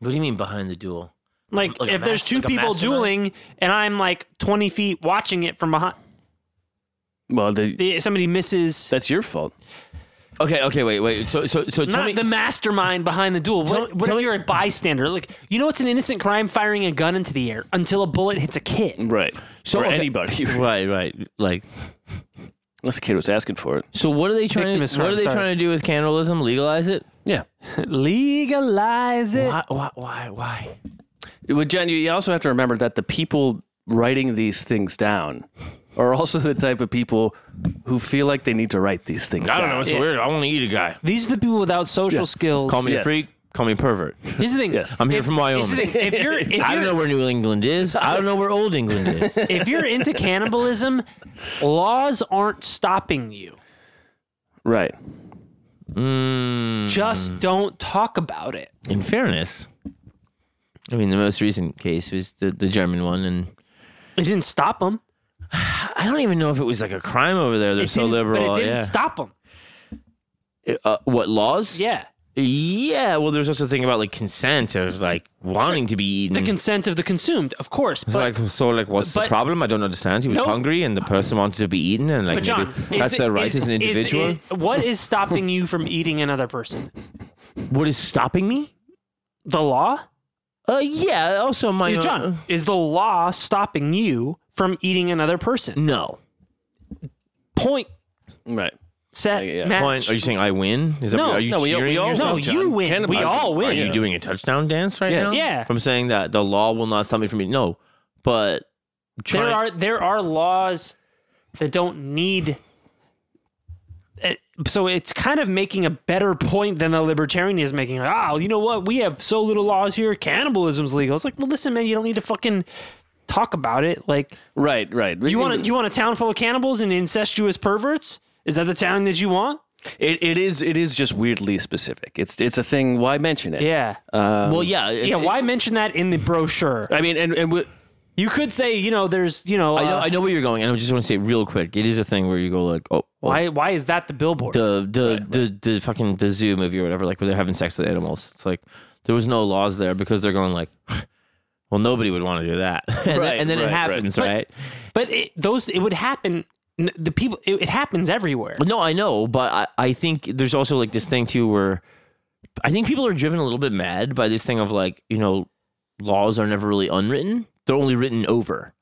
Speaker 3: What do you mean behind the duel?
Speaker 5: Like,
Speaker 3: Like a
Speaker 5: if there's
Speaker 3: mas-
Speaker 5: two
Speaker 3: like a
Speaker 5: people
Speaker 3: mastermind?
Speaker 5: dueling and I'm like 20 feet watching it from behind,
Speaker 4: Well, the,
Speaker 5: the- somebody misses.
Speaker 4: that's your fault.
Speaker 3: Okay, okay, wait, wait. So, so, so tell
Speaker 5: not
Speaker 3: me.
Speaker 5: the mastermind behind the duel. What, what
Speaker 3: tell
Speaker 5: if
Speaker 3: me-
Speaker 5: you're a bystander? Like, you know, it's an innocent crime firing a gun into the air until a bullet hits a kid.
Speaker 4: Right. So
Speaker 3: okay.
Speaker 4: anybody.
Speaker 3: right, right. Like,
Speaker 4: Unless the kid was asking for it.
Speaker 3: so what are they trying?
Speaker 5: Victim is
Speaker 3: To, what are
Speaker 5: harm,
Speaker 3: they
Speaker 5: sorry.
Speaker 3: trying to do with cannibalism? Legalize it?
Speaker 4: Yeah.
Speaker 5: Legalize it.
Speaker 3: Why? Why? Why? why?
Speaker 4: Well, Jen, you also have to remember that the people writing these things down are also the type of people who feel like they need to write these things down.
Speaker 3: weird. I want to eat a guy.
Speaker 5: These are the people without social skills.
Speaker 3: Call me
Speaker 4: Yes.
Speaker 3: a freak. Call me a pervert.
Speaker 5: Here's the thing.
Speaker 4: Yes.
Speaker 3: I'm here
Speaker 5: If-
Speaker 3: from
Speaker 5: Here's the
Speaker 3: Wyoming.
Speaker 5: thing. If you're, if
Speaker 3: I don't know
Speaker 5: you're,
Speaker 3: where New England is. I don't know where Old England is.
Speaker 5: if you're into cannibalism, laws aren't stopping you.
Speaker 4: Right.
Speaker 3: Mm,
Speaker 5: Just don't talk about it.
Speaker 3: in fairness, I mean, the most recent case was the, the German one, and
Speaker 5: It didn't stop them.
Speaker 3: I don't even know if it was like a crime over there. They're so liberal.
Speaker 5: But it didn't
Speaker 3: yeah.
Speaker 5: stop them.
Speaker 3: Uh, what laws?
Speaker 5: Yeah.
Speaker 3: Yeah, Well, there's also a thing about like consent of like wanting to be
Speaker 5: The
Speaker 3: eaten.
Speaker 5: consent of the consumed, of course.
Speaker 3: so
Speaker 5: But
Speaker 3: Mm. like, so like, what's the
Speaker 5: but-
Speaker 3: problem? I don't understand. He was
Speaker 5: No.
Speaker 3: hungry, and the person wanted to be eaten, and like,
Speaker 5: But John,
Speaker 3: maybe
Speaker 5: is
Speaker 3: that's
Speaker 5: it-
Speaker 3: their right
Speaker 5: is-
Speaker 3: as an
Speaker 5: is it-
Speaker 3: individual.
Speaker 5: what is stopping you from eating another person?
Speaker 3: what is stopping me?
Speaker 5: The law?
Speaker 3: Uh, yeah. Also, my uh,
Speaker 5: Is- John, is the law stopping you from eating another person?
Speaker 3: No.
Speaker 5: Point
Speaker 4: Right.
Speaker 5: set
Speaker 4: Yeah, yeah.
Speaker 5: match.
Speaker 3: Point. Are you saying I win? Is that?
Speaker 5: No,
Speaker 3: Are you
Speaker 4: no, we- we
Speaker 3: cheering
Speaker 4: all-
Speaker 3: yourself?
Speaker 5: no,
Speaker 4: John?
Speaker 5: you win. We
Speaker 4: Cannibalism.
Speaker 5: all
Speaker 4: Are
Speaker 5: win.
Speaker 3: Are you doing a touchdown dance right
Speaker 4: Yes.
Speaker 3: now?
Speaker 5: Yeah.
Speaker 3: From saying that the law will not stop me from eating. No, but
Speaker 5: there
Speaker 3: trying,
Speaker 5: are there are laws that don't need. it- So it's kind of making a better point than the libertarian is making. Like, oh, you know what? We have so little laws here. Cannibalism's legal. It's like, well, listen, man, you don't need to fucking talk about it. Like,
Speaker 4: Right, right.
Speaker 5: You want a, you want a town full of cannibals and incestuous perverts? Is that the town that you want?
Speaker 4: it, it is it is just weirdly specific. It's it's a thing why mention it?
Speaker 5: Yeah.
Speaker 3: well, yeah, it-
Speaker 5: Uh, yeah.
Speaker 3: it-
Speaker 5: Why mention that in the brochure?
Speaker 4: I mean and and w-
Speaker 5: You could say, you know, there's, you know, uh,
Speaker 3: I know, I know where you're going, and I just want to say it real quick. It is a thing where you go like, oh, oh,
Speaker 5: why why is that the billboard?
Speaker 3: the the the, the fucking the zoo movie or whatever, like where they're having sex with animals. It's like there was no laws there because they're going like, well, nobody would want to do that, and then,
Speaker 4: Right,
Speaker 3: and then
Speaker 4: right,
Speaker 3: it
Speaker 4: right.
Speaker 3: happens,
Speaker 5: But-
Speaker 3: right?
Speaker 5: But it, those it would happen. n- The people it, it happens everywhere.
Speaker 3: No, I know, but I, I think there's also like this thing too where I think people are driven a little bit mad by this thing of like, you know, laws are never really unwritten. They're only written over.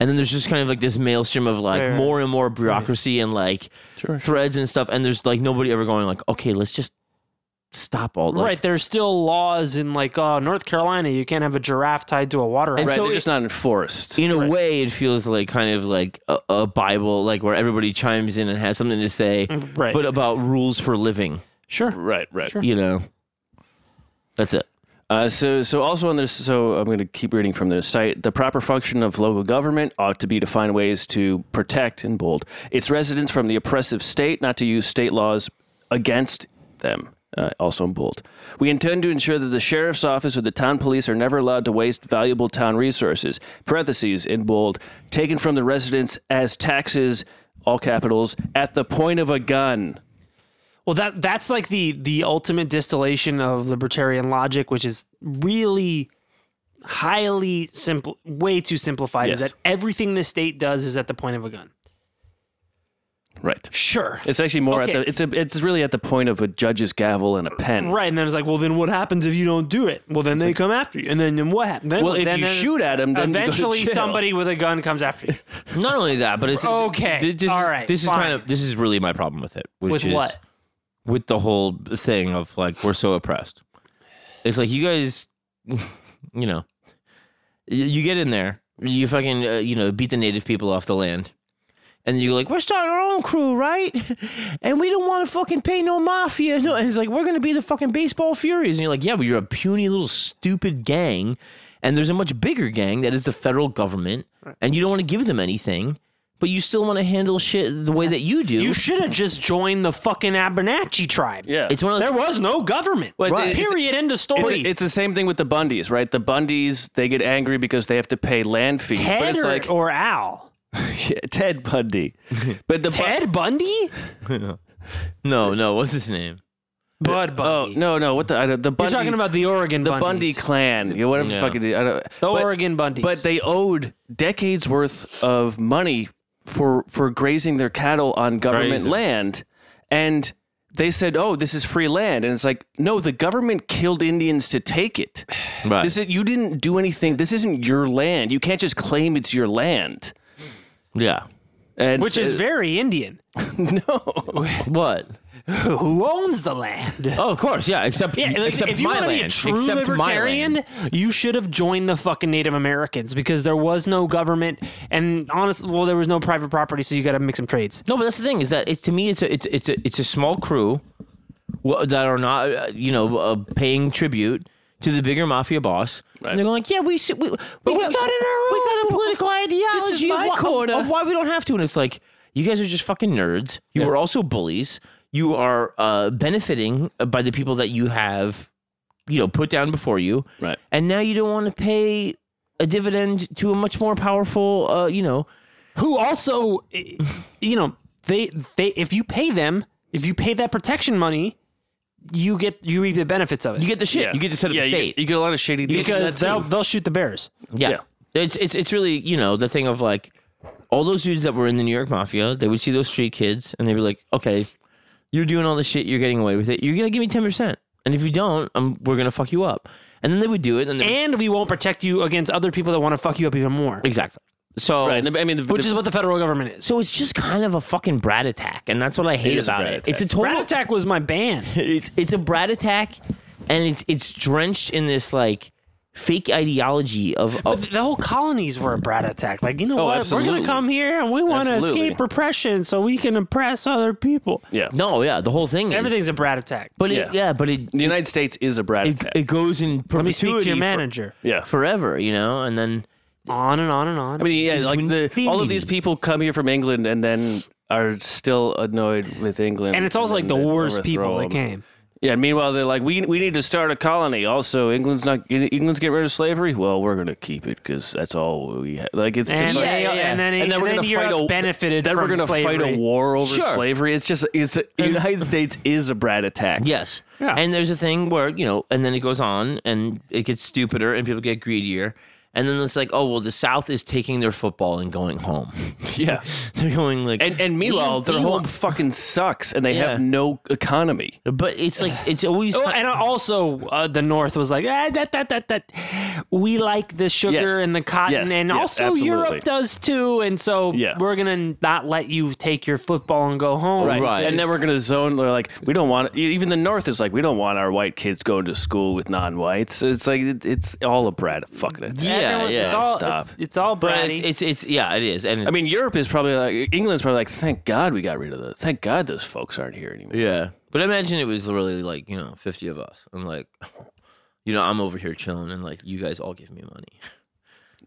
Speaker 3: And then there's just kind of like this maelstrom of like
Speaker 5: Right, right.
Speaker 3: more and more bureaucracy and like
Speaker 4: Sure.
Speaker 3: threads and stuff. And there's like nobody ever going like, okay, let's just stop all like,
Speaker 5: right, there's still laws in like uh, North Carolina. You can't have a giraffe tied to a water.
Speaker 3: And
Speaker 5: hose.
Speaker 4: Right,
Speaker 3: so
Speaker 4: they're
Speaker 3: it-
Speaker 4: just not enforced.
Speaker 3: in a way, it feels like kind of like a, a Bible, like where everybody chimes in and has something to say,
Speaker 5: Mm, Right.
Speaker 3: but about rules for living.
Speaker 5: sure.
Speaker 4: Right, right.
Speaker 5: Sure.
Speaker 3: You know, that's it.
Speaker 4: Uh, so, so also on this, so I'm going to keep reading from their site. The proper function of local government ought to be to find ways to protect, in bold, its residents from the oppressive state, not to use state laws against them. Uh, also in bold. We intend to ensure that the sheriff's office or the town police are never allowed to waste valuable town resources, parentheses, in bold, taken from the residents as taxes, all capitals, at the point of a gun.
Speaker 5: Well, that that's like the the ultimate distillation of libertarian logic, which is really highly simple, way too simplified. Is
Speaker 4: Yes.
Speaker 5: that everything the state does is at the point of a gun?
Speaker 4: Right.
Speaker 5: Sure.
Speaker 4: It's actually more
Speaker 5: Okay.
Speaker 4: at the, it's, a, it's really at the point of a judge's gavel and a pen.
Speaker 5: Right, and then it's like, well, then what happens if you don't do it? Well, then they come after you, and then, then what happens? Then,
Speaker 4: Well, if
Speaker 5: then-
Speaker 4: you
Speaker 5: then-
Speaker 4: shoot at him, then you go to
Speaker 5: eventually
Speaker 4: jail.
Speaker 5: somebody with a gun comes after you.
Speaker 3: Not only that, but it's
Speaker 5: Okay,
Speaker 3: th- This,
Speaker 5: all
Speaker 3: is-
Speaker 5: right,
Speaker 3: This is
Speaker 5: fine.
Speaker 3: kind of this is really my problem with it. Which
Speaker 5: With
Speaker 3: is,
Speaker 5: what?
Speaker 3: With the whole thing of like we're so oppressed. It's like you guys, you know, y- you get in there, you fucking uh, you know beat the native people off the land. And you're like, we're starting our own crew, right? And we don't want to fucking pay no mafia. No, and it's like, we're going to be the fucking baseball furies. And you're like, yeah, but you're a puny little stupid gang. And there's a much bigger gang that is the federal government. And you don't want to give them anything, but you still want to handle shit the way that you do.
Speaker 5: You should have just joined the fucking Abenaki tribe.
Speaker 4: Yeah.
Speaker 3: it's one of those.
Speaker 5: There was no government.
Speaker 4: Right. it's-
Speaker 5: Period. End of
Speaker 4: It's,
Speaker 5: story.
Speaker 4: it's the same thing with the Bundys, right? The Bundys, they get angry because they have to pay land fees. but
Speaker 5: Ted
Speaker 4: it's
Speaker 5: or, Oh.
Speaker 4: like
Speaker 5: or Al.
Speaker 4: yeah, Ted Bundy. But the Bu-
Speaker 5: Ted Bundy?
Speaker 3: no, no, what's his name?
Speaker 5: Bud
Speaker 4: Oh,
Speaker 5: Bundy.
Speaker 4: no, no, what the I don't- the Bundy
Speaker 5: You're talking about the Oregon
Speaker 4: the
Speaker 5: Bundys.
Speaker 4: Bundy clan. You know, whatever
Speaker 3: Yeah.
Speaker 4: the fuck it is. I don't,
Speaker 5: The
Speaker 4: but,
Speaker 5: Oregon Bundys.
Speaker 4: but they owed decades worth of money for for grazing their cattle on government
Speaker 3: Grazing.
Speaker 4: land and they said, "Oh, this is free land." And it's like, "No, the government killed Indians to take it."
Speaker 3: Right.
Speaker 4: This is, you didn't do anything. This isn't your land. You can't just claim it's your land.
Speaker 3: yeah.
Speaker 4: And
Speaker 5: which is
Speaker 4: uh,
Speaker 5: very Indian.
Speaker 4: no.
Speaker 3: What?
Speaker 5: Who owns the land?
Speaker 3: Oh, of course, yeah. Except,
Speaker 5: Yeah, like,
Speaker 3: except
Speaker 5: if you
Speaker 3: my
Speaker 5: want to
Speaker 3: land.
Speaker 5: be a true
Speaker 3: except my land.
Speaker 5: libertarian, you should have joined the fucking Native Americans because there was no government, and honestly, well, there was no private property, so you got to make some trades.
Speaker 3: No, but that's the thing is that it's to me it's a it's it's a it's a small crew wh- that are not uh, you know uh, paying tribute to the bigger mafia boss. And they're going like, yeah, we s- we, we, we
Speaker 5: started our
Speaker 3: we
Speaker 5: own
Speaker 3: got a political ideology of,
Speaker 4: my
Speaker 3: why- of-
Speaker 4: quota."
Speaker 3: of why we don't have to, and it's like you guys are just fucking nerds. You are also bullies. You are uh, benefiting by the people that you have, you know, put down before you,
Speaker 4: Right.
Speaker 3: and now you don't want to pay a dividend to a much more powerful, uh, you know,
Speaker 5: Who also, eh, you know, they they if you pay them, if you pay that protection money, you get you reap the benefits of it
Speaker 3: you get the shit, you get to set up
Speaker 4: yeah,
Speaker 3: a
Speaker 4: you
Speaker 3: state.
Speaker 4: get- You get, a lot of shady deals.
Speaker 5: because
Speaker 4: that
Speaker 5: they'll they'll shoot the bears.
Speaker 3: Yeah. It's it's it's really, you know, the thing of like all those dudes that were in the New York mafia, they would see those street kids and they'd be like, Okay, you're doing all this shit, you're getting away with it. You're gonna give me ten percent. And if you don't, i we're gonna fuck you up. And then they would do it and, they
Speaker 5: And we won't protect you against other people that want to fuck you up even more,
Speaker 3: Exactly. So
Speaker 4: right. I mean, the,
Speaker 5: which
Speaker 4: the,
Speaker 5: is what the federal government is.
Speaker 3: so it's just kind of a fucking brat attack, and that's what I hate
Speaker 4: is a
Speaker 3: about
Speaker 4: brat
Speaker 3: it.
Speaker 4: attack.
Speaker 3: It's a total
Speaker 5: Rat Attack was my band.
Speaker 3: it's it's a brat attack and it's it's drenched in this like fake ideology of, of
Speaker 5: the whole colonies were a brat attack. Like, you know what? We're going
Speaker 4: absolutely.
Speaker 5: to come here and we want to
Speaker 4: Absolutely.
Speaker 5: escape repression so we can oppress other people.
Speaker 4: yeah.
Speaker 3: no, yeah, the whole thing is-
Speaker 5: Everything's a brat attack.
Speaker 3: but it,
Speaker 4: Yeah.
Speaker 3: yeah, but it
Speaker 4: the United States is a brat
Speaker 3: it,
Speaker 4: attack.
Speaker 3: it goes in perpetuity.
Speaker 5: let me speak to your
Speaker 3: for-
Speaker 5: manager.
Speaker 4: yeah.
Speaker 3: forever, you know, and then
Speaker 5: On and on and on.
Speaker 4: I mean, yeah, like the, all of
Speaker 3: infinity.
Speaker 4: these people come here from England and then are still annoyed with England.
Speaker 5: and it's also like the
Speaker 4: then they
Speaker 5: worst people
Speaker 4: overthrow
Speaker 5: that
Speaker 4: them.
Speaker 5: came.
Speaker 4: Yeah. Meanwhile, they're like, we we need to start a colony. Also, England's not England's getting rid of slavery. Well, we're gonna keep it because that's all we have. Like it's
Speaker 5: And,
Speaker 4: just like,
Speaker 5: they-
Speaker 3: yeah, yeah.
Speaker 5: and then,
Speaker 4: And then we're
Speaker 5: then
Speaker 4: gonna
Speaker 5: Europe
Speaker 4: fight a-
Speaker 5: benefited
Speaker 4: then
Speaker 5: from
Speaker 4: we're gonna
Speaker 5: slavery.
Speaker 4: fight a war over
Speaker 3: Sure.
Speaker 4: slavery. It's just it's the United States is a brat attack.
Speaker 3: Yes.
Speaker 5: Yeah.
Speaker 3: And there's a thing where, you know, and then it goes on and it gets stupider and people get greedier. And then it's like, oh, well, the South is taking their football and going home.
Speaker 4: yeah.
Speaker 3: They're going like.
Speaker 4: And and meanwhile,
Speaker 3: We-
Speaker 4: their
Speaker 3: we
Speaker 4: whole
Speaker 3: want-
Speaker 4: fucking sucks, and they
Speaker 3: Yeah.
Speaker 4: have no economy.
Speaker 3: But it's like, it's always.
Speaker 5: Oh, and also uh, the North was like, ah, that, that, that, that. We like the sugar
Speaker 4: Yes.
Speaker 5: and the cotton,
Speaker 4: Yes,
Speaker 5: and
Speaker 4: yes,
Speaker 5: also
Speaker 4: absolutely.
Speaker 5: Europe does too. And so
Speaker 4: Yeah.
Speaker 5: we're gonna not let you take your football and go home.
Speaker 3: Right.
Speaker 4: And then we're going to zone. They're like, we don't want, e, even the North is like, we don't want our white kids going to school with non whites. It's like, it, it's all a brat fucking attack.
Speaker 3: Yeah,
Speaker 5: Everyone's-
Speaker 3: yeah.
Speaker 5: It's all,
Speaker 4: Stop.
Speaker 5: It's, it's all
Speaker 3: but
Speaker 5: bratty.
Speaker 3: it's, it's, it's, yeah, it is. And
Speaker 4: I mean, Europe is probably like, England's probably like, thank God we got rid of those. Thank God those folks aren't here anymore.
Speaker 3: yeah. But imagine it was really like, you know, 50 of us. I'm like, you know, I'm over here chilling and like, you guys all give me money.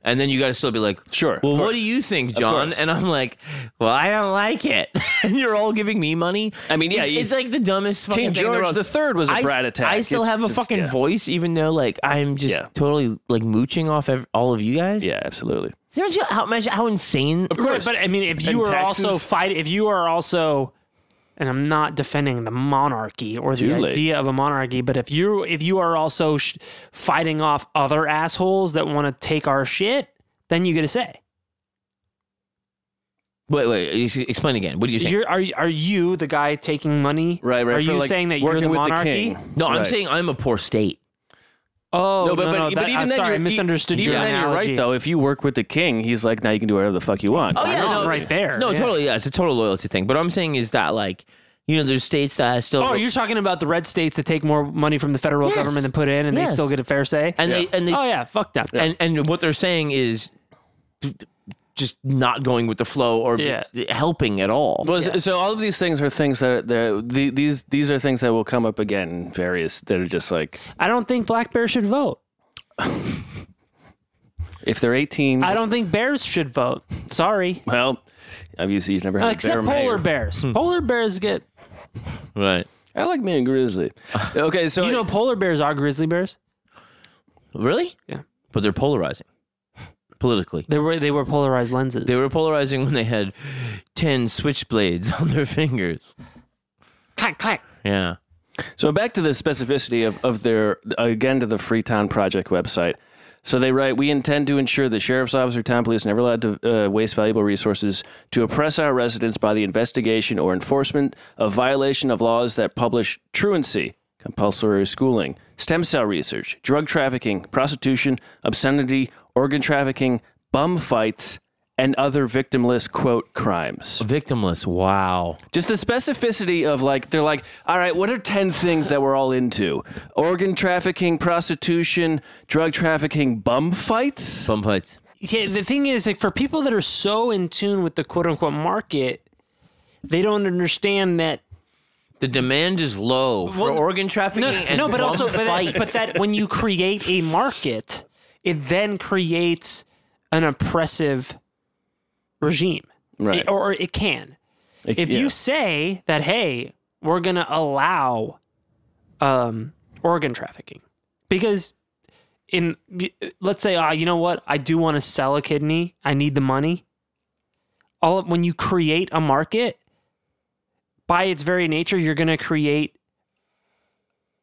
Speaker 3: And then you got to still be like,
Speaker 4: Sure. of
Speaker 3: Well, what
Speaker 4: course.
Speaker 3: do you think, John?
Speaker 4: course.
Speaker 3: And I'm like, well, I don't like it. and you're all giving me money.
Speaker 4: I mean, yeah,
Speaker 3: it's,
Speaker 4: you-
Speaker 3: it's like the dumbest fucking
Speaker 4: King
Speaker 3: thing. in the
Speaker 4: George
Speaker 3: world.
Speaker 4: the Third was a
Speaker 3: I s-
Speaker 4: brat attack.
Speaker 3: I still
Speaker 4: It's
Speaker 3: have a
Speaker 4: just-
Speaker 3: fucking
Speaker 4: yeah.
Speaker 3: voice, even though like I'm just
Speaker 4: Yeah.
Speaker 3: totally like mooching off ev- all of you guys.
Speaker 4: Yeah, absolutely.
Speaker 3: Don't you how much how insane?
Speaker 5: Right, but I mean, if you
Speaker 4: And
Speaker 5: are
Speaker 4: taxes.
Speaker 5: also fight, if you are also, and I'm not defending the monarchy or the
Speaker 4: Too late.
Speaker 5: idea of a monarchy, but if you if you are also sh- fighting off other assholes that want to take our shit, then you get a say.
Speaker 3: Wait, wait, you see- explain again. What do you think?
Speaker 5: You're, are you- are you the guy taking money?
Speaker 4: Right, right.
Speaker 5: Are
Speaker 4: for,
Speaker 5: you
Speaker 4: like,
Speaker 5: saying that you're
Speaker 4: working
Speaker 5: the
Speaker 4: with
Speaker 5: monarchy?
Speaker 4: king.
Speaker 3: no, I'm
Speaker 4: Right.
Speaker 3: saying I'm a poor state.
Speaker 5: oh no,
Speaker 4: no, but,
Speaker 5: no,
Speaker 4: but,
Speaker 5: that-
Speaker 4: but even
Speaker 5: I'm
Speaker 4: then,
Speaker 5: sorry, I
Speaker 4: you're, e-
Speaker 5: misunderstood
Speaker 4: even
Speaker 5: your
Speaker 4: then,
Speaker 5: analogy.
Speaker 4: you're right though. If you work with the king, he's like, now you can do whatever the fuck you want.
Speaker 3: Oh, yeah,
Speaker 5: Wrong
Speaker 3: no,
Speaker 5: right there.
Speaker 3: No,
Speaker 5: yeah.
Speaker 3: totally. Yeah, it's a total loyalty thing. But I'm saying is that like, you know, there's states that I still
Speaker 5: Oh, you're talking about the red states that take more money from the federal
Speaker 3: Yes.
Speaker 5: government than put in, and
Speaker 3: Yes.
Speaker 5: they still get a fair say.
Speaker 3: and they and they
Speaker 5: oh yeah, fuck that.
Speaker 3: and and what they're saying is d- d- just not going with the flow or b-
Speaker 5: Yeah.
Speaker 3: d- helping at all.
Speaker 4: Well, so- so all of these things are things that that- the, these these are things that will come up again. in Various that are just like
Speaker 5: I don't think black bears should vote.
Speaker 4: if they're eighteen.
Speaker 5: I don't think bears should vote. Sorry.
Speaker 4: well, obviously you've never had
Speaker 5: Except
Speaker 4: a bear
Speaker 5: polar
Speaker 4: mayor.
Speaker 5: bears. Polar bears get.
Speaker 3: right.
Speaker 4: I like me and grizzly. Okay, so
Speaker 5: You know, polar bears are grizzly bears.
Speaker 3: Really?
Speaker 5: Yeah.
Speaker 3: But they're polarizing politically.
Speaker 5: They were they were polarized lenses.
Speaker 3: They were polarizing when they had 10 switchblades on their fingers.
Speaker 5: clack clack.
Speaker 3: Yeah.
Speaker 4: So back to the specificity of, of their again to the Freetown Project website. So they write, we intend to ensure the sheriff's officer, town police, never allowed to uh, waste valuable resources to oppress our residents by the investigation or enforcement of violation of laws that publish truancy, compulsory schooling, stem cell research, drug trafficking, prostitution, obscenity, organ trafficking, bum fights, and other victimless quote crimes
Speaker 3: Victimless. Wow.
Speaker 4: just the specificity of like they're like all right what are 10 things that we're all into organ trafficking prostitution drug trafficking bum fights
Speaker 3: Bum fights.
Speaker 5: Yeah, the thing is, like, for people that are so in tune with the quote unquote market, they don't understand that.
Speaker 3: The demand is low for
Speaker 5: Well,
Speaker 3: organ trafficking and
Speaker 5: no, but
Speaker 3: bum
Speaker 5: also, but that,
Speaker 3: fights.
Speaker 5: but that when you create a market, it then creates an oppressive regime.
Speaker 4: right
Speaker 5: It- or it can. if you say that hey we're going to allow um organ trafficking because in let's say ah you know what i do want to sell a kidney i need the money all when you create a market by its very nature you're going to create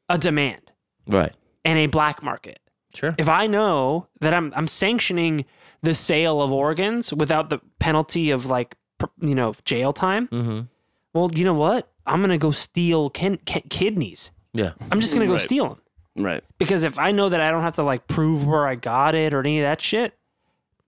Speaker 5: a demand
Speaker 3: right.
Speaker 5: and a black market
Speaker 3: Sure.
Speaker 5: if i know that i'm i'm sanctioning the sale of organs without the penalty of like pr- you know jail time
Speaker 3: hmm
Speaker 5: well, you know what? I'm gonna go steal kin- ki- kidneys.
Speaker 3: Yeah.
Speaker 5: I'm just gonna go
Speaker 4: Right.
Speaker 5: steal them
Speaker 4: right
Speaker 5: because if I know that I don't have to like prove where I got it or any of that shit,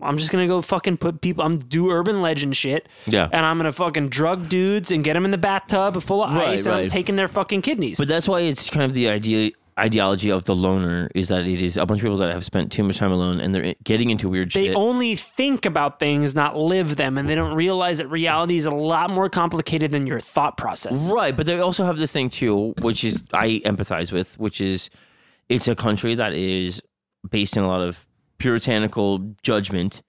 Speaker 5: I'm just gonna go fucking put people. I'm do urban legend shit,
Speaker 3: Yeah.
Speaker 5: and I'm gonna fucking drug dudes and get them in the bathtub full of
Speaker 3: Right,
Speaker 5: ice, and I'm
Speaker 3: right.
Speaker 5: taking their fucking kidneys.
Speaker 3: But that's why it's kind of the idea ideology of the loner is that it is a bunch of people that have spent too much time alone and they're getting into weird
Speaker 5: they
Speaker 3: shit.
Speaker 5: only think about things, not live them, and they don't realize that reality is a lot more complicated than your thought process.
Speaker 3: Right, but they also have this thing too, which is I empathize with, which is it's a country that is based in a lot of puritanical judgment,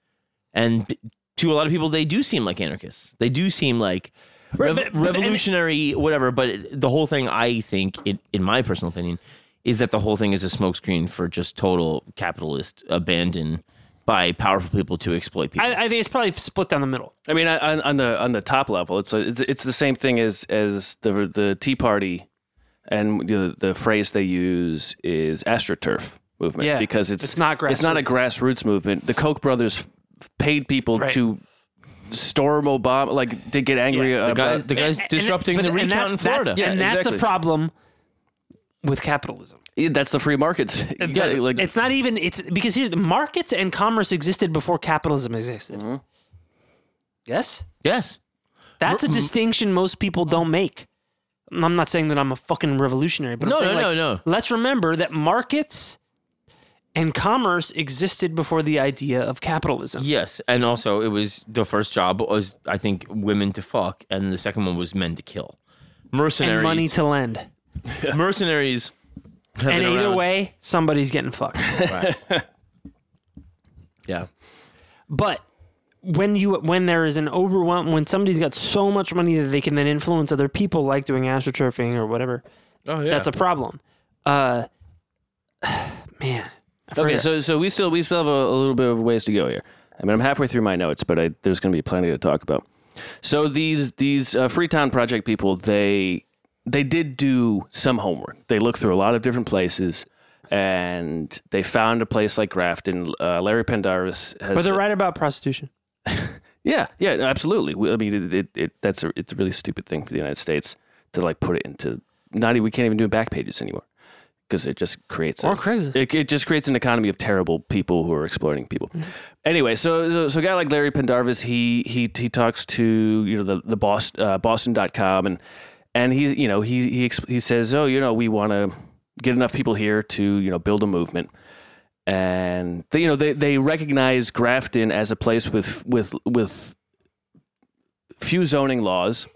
Speaker 3: and to a lot of people, they do seem like anarchists. They do seem like
Speaker 5: Right,
Speaker 3: Rev-
Speaker 5: but- but-
Speaker 3: revolutionary, whatever. But it, the whole thing, I think, it, in my personal opinion, is that the whole thing is a smokescreen for just total capitalist abandon by powerful people to exploit people.
Speaker 5: I, I think it's probably split down the middle.
Speaker 4: I mean, on, on the on the top level, it's it's, it's the same thing as as the the Tea Party, and the, the phrase they use is astroturf movement.
Speaker 5: Yeah.
Speaker 4: because it's
Speaker 5: It's not
Speaker 4: It's not a grassroots movement. The Koch brothers f- paid people
Speaker 5: Right.
Speaker 4: to storm Obama, like to get angry.
Speaker 3: the
Speaker 4: about,
Speaker 3: guy, the guy's
Speaker 5: And- and-
Speaker 3: disrupting
Speaker 5: but-
Speaker 3: the
Speaker 5: and
Speaker 3: recount
Speaker 5: that's-
Speaker 3: in
Speaker 5: that-
Speaker 3: Florida.
Speaker 4: yeah.
Speaker 5: and that's
Speaker 4: exactly.
Speaker 5: a problem with capitalism.
Speaker 4: Yeah, that's the free markets. You gotta, like,
Speaker 5: It's not even it's because here markets and commerce existed before capitalism existed. Yes,
Speaker 3: Yes.
Speaker 5: that's a
Speaker 3: Mm.
Speaker 5: distinction most people don't make. I'm not saying that I'm a fucking revolutionary, but I'm
Speaker 3: No,
Speaker 5: saying,
Speaker 3: no,
Speaker 5: like,
Speaker 3: no, no.
Speaker 5: Let's remember that markets and commerce existed before the idea of capitalism.
Speaker 3: Yes, and also it was the first job was I think women to fuck, and the second one was men to kill. Mercenaries,
Speaker 5: And money to lend.
Speaker 3: mercenaries, have
Speaker 5: And
Speaker 3: been
Speaker 5: either
Speaker 3: around.
Speaker 5: way, somebody's getting fucked.
Speaker 3: yeah,
Speaker 5: But when you when there is an overwhelm when somebody's got so much money that they can then influence other people like doing astroturfing or whatever,
Speaker 3: oh yeah,
Speaker 5: that's a problem. Uh man. I
Speaker 4: okay,
Speaker 5: forget.
Speaker 4: so so we still we still have a, a little bit of ways to go here. I mean, I'm halfway through my notes, but I, there's going to be plenty to talk about. So these these uh, Freetown Project people, they they did do some homework. They looked through a lot of different places, and they found a place like Grafton. Uh, Larry Pendaris has
Speaker 5: but they're right about prostitution.
Speaker 4: Yeah, yeah, no, absolutely. We- I mean, it, it, it that's a it's a really stupid thing for the United States to like put it into not e- we can't even do back pages anymore because it just creates
Speaker 5: Or
Speaker 4: a-
Speaker 5: Craigslist.
Speaker 4: It, it just creates an economy of terrible people who are exploiting people.
Speaker 5: Mm-hmm.
Speaker 4: Anyway, so, so so a guy like Larry Pendarvis, he he he talks to you know the the Boston uh, Boston.com and and he's you know he he exp- he says oh you know we want to get enough people here to you know build a movement and they, you know they they recognize Grafton as a place with with with few zoning laws.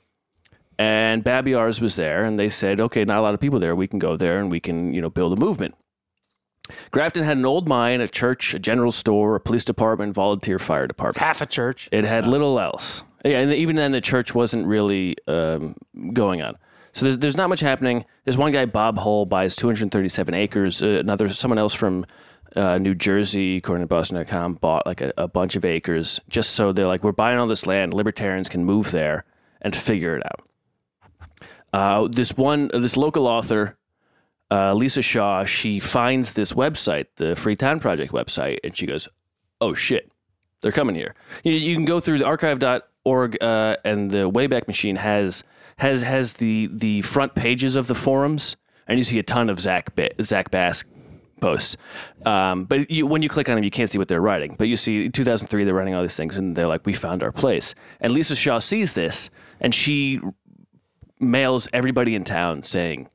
Speaker 4: And Babby Ours was there, and they said, "Okay, not a lot of people there. We can go there, and we can, you know, build a movement." Grafton had an old mine, a church, a general store, a police department, volunteer fire department.
Speaker 5: Half a church.
Speaker 4: It had little else. Yeah, and even then, the church wasn't really um, going on. So there's, there's not much happening. There's one guy, Bob Hull, buys 237 acres. Uh, another, someone else from uh, New Jersey, according to Boston.com, bought like a, a bunch of acres just so they're like, we're buying all this land. Libertarians can move there and figure it out. Uh, this one, this local author, uh, Lisa Shaw, she finds this website, the Freetown Project website, and she goes, "Oh shit, they're coming here." You, you can go through the archive.org, uh, and the Wayback Machine has has has the the front pages of the forums, and you see a ton of Zach ba- Zach Bass posts. Um, but you, when you click on them, you can't see what they're writing. But you see, 2003, they're writing all these things, and they're like, "We found our place." And Lisa Shaw sees this, and she mails everybody in town saying,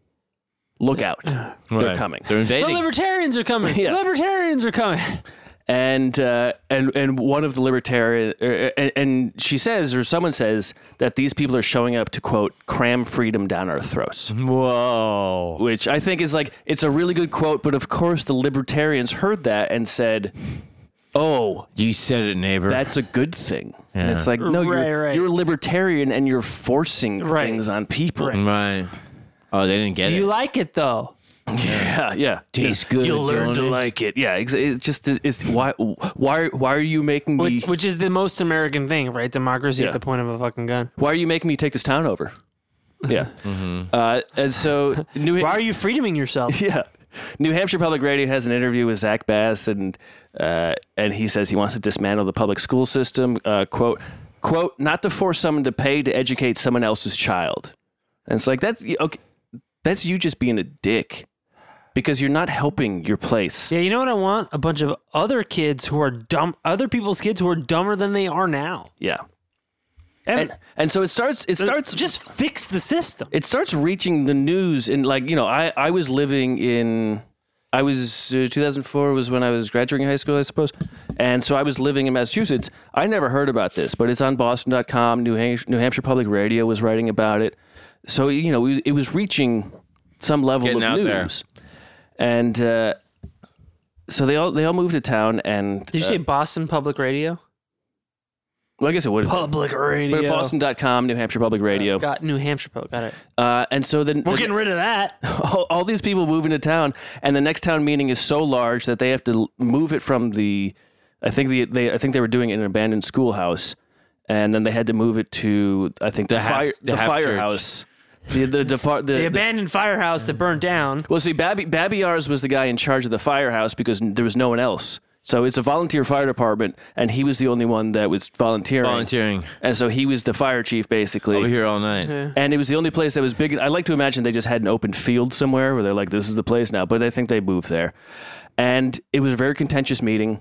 Speaker 4: "Look out, they're
Speaker 3: Right.
Speaker 4: coming."
Speaker 3: They're
Speaker 5: The
Speaker 3: invading.
Speaker 5: libertarians are coming.
Speaker 4: Yeah.
Speaker 5: The libertarians are coming.
Speaker 4: and uh, and and one of the libertarian er, and, and she says or someone says that these people are showing up to quote cram freedom down our throats
Speaker 3: Mm-hmm. Whoa.
Speaker 4: which i think is like it's a really good quote but of course the libertarians heard that and said oh
Speaker 3: You said it, neighbor.
Speaker 4: that's a good thing and it's like no
Speaker 5: Right,
Speaker 4: you're,
Speaker 5: right.
Speaker 4: you're a libertarian and you're forcing
Speaker 5: Right.
Speaker 4: things on people
Speaker 3: right. Oh, they didn't get
Speaker 5: You
Speaker 3: it.
Speaker 5: like it though.
Speaker 4: yeah yeah
Speaker 3: Tastes good,
Speaker 4: you'll learn
Speaker 3: don't
Speaker 4: to
Speaker 3: it?
Speaker 4: like it yeah it's, it's just it's why why why are you making me
Speaker 5: Which, which is the most American thing, right? Democracy
Speaker 4: Yeah.
Speaker 5: at the point of a fucking gun.
Speaker 4: why are you making me take this town over? Yeah. Uh, and so New
Speaker 5: Mm-hmm. Why are you freedoming yourself?
Speaker 4: yeah. New Hampshire Public Radio has an interview with Zach Bass, and uh, and he says he wants to dismantle the public school system. Uh, quote quote not to force someone to pay to educate someone else's child. And it's like that's okay. That's you just being a dick because you're not helping your place.
Speaker 5: Yeah, you know what I want? A bunch of other kids who are dumb, other people's kids who are dumber than they are now.
Speaker 4: Yeah.
Speaker 5: And,
Speaker 4: And and so it starts. It starts.
Speaker 5: just fix the system.
Speaker 4: it starts reaching the news and like you know i i was living in i was uh, 2004 was when i was graduating high school i suppose and so i was living in massachusetts i never heard about this but it's on boston.com new hampshire, new hampshire public radio was writing about it so you know it was reaching some level
Speaker 3: Getting
Speaker 4: of
Speaker 3: out there.
Speaker 4: news and uh, so they all they all moved to town and
Speaker 5: Did you
Speaker 4: uh,
Speaker 5: say Boston Public Radio?
Speaker 4: Well, I guess it would. have been.
Speaker 5: Public
Speaker 4: But
Speaker 5: radio. Oh,
Speaker 4: Boston.com, New Hampshire Public Radio.
Speaker 5: Got New Hampshire Post. Got it.
Speaker 4: Uh, and so then
Speaker 5: We're getting rid of that.
Speaker 4: all, all these people move into town, and the next town meeting is so large that they have to l- move it from the. I think the they I think they were doing it in an abandoned schoolhouse, and then they had to move it to I think the,
Speaker 3: half-
Speaker 4: fire
Speaker 3: the
Speaker 4: the,
Speaker 3: half church.
Speaker 4: firehouse. The the, the, far- the,
Speaker 5: The
Speaker 4: the-
Speaker 5: abandoned firehouse that burned down.
Speaker 4: well, see, Babi, Babiyars was the guy in charge of the firehouse because n- there was no one else. So it's a volunteer fire department, and he was the only one that was volunteering.
Speaker 3: Volunteering
Speaker 4: and so he was the fire chief basically.
Speaker 3: over here all night.
Speaker 4: And it was the only place that was big. I like to imagine they just had an open field somewhere where they're like, this is the place now. But I think they moved there. And it was a very contentious meeting.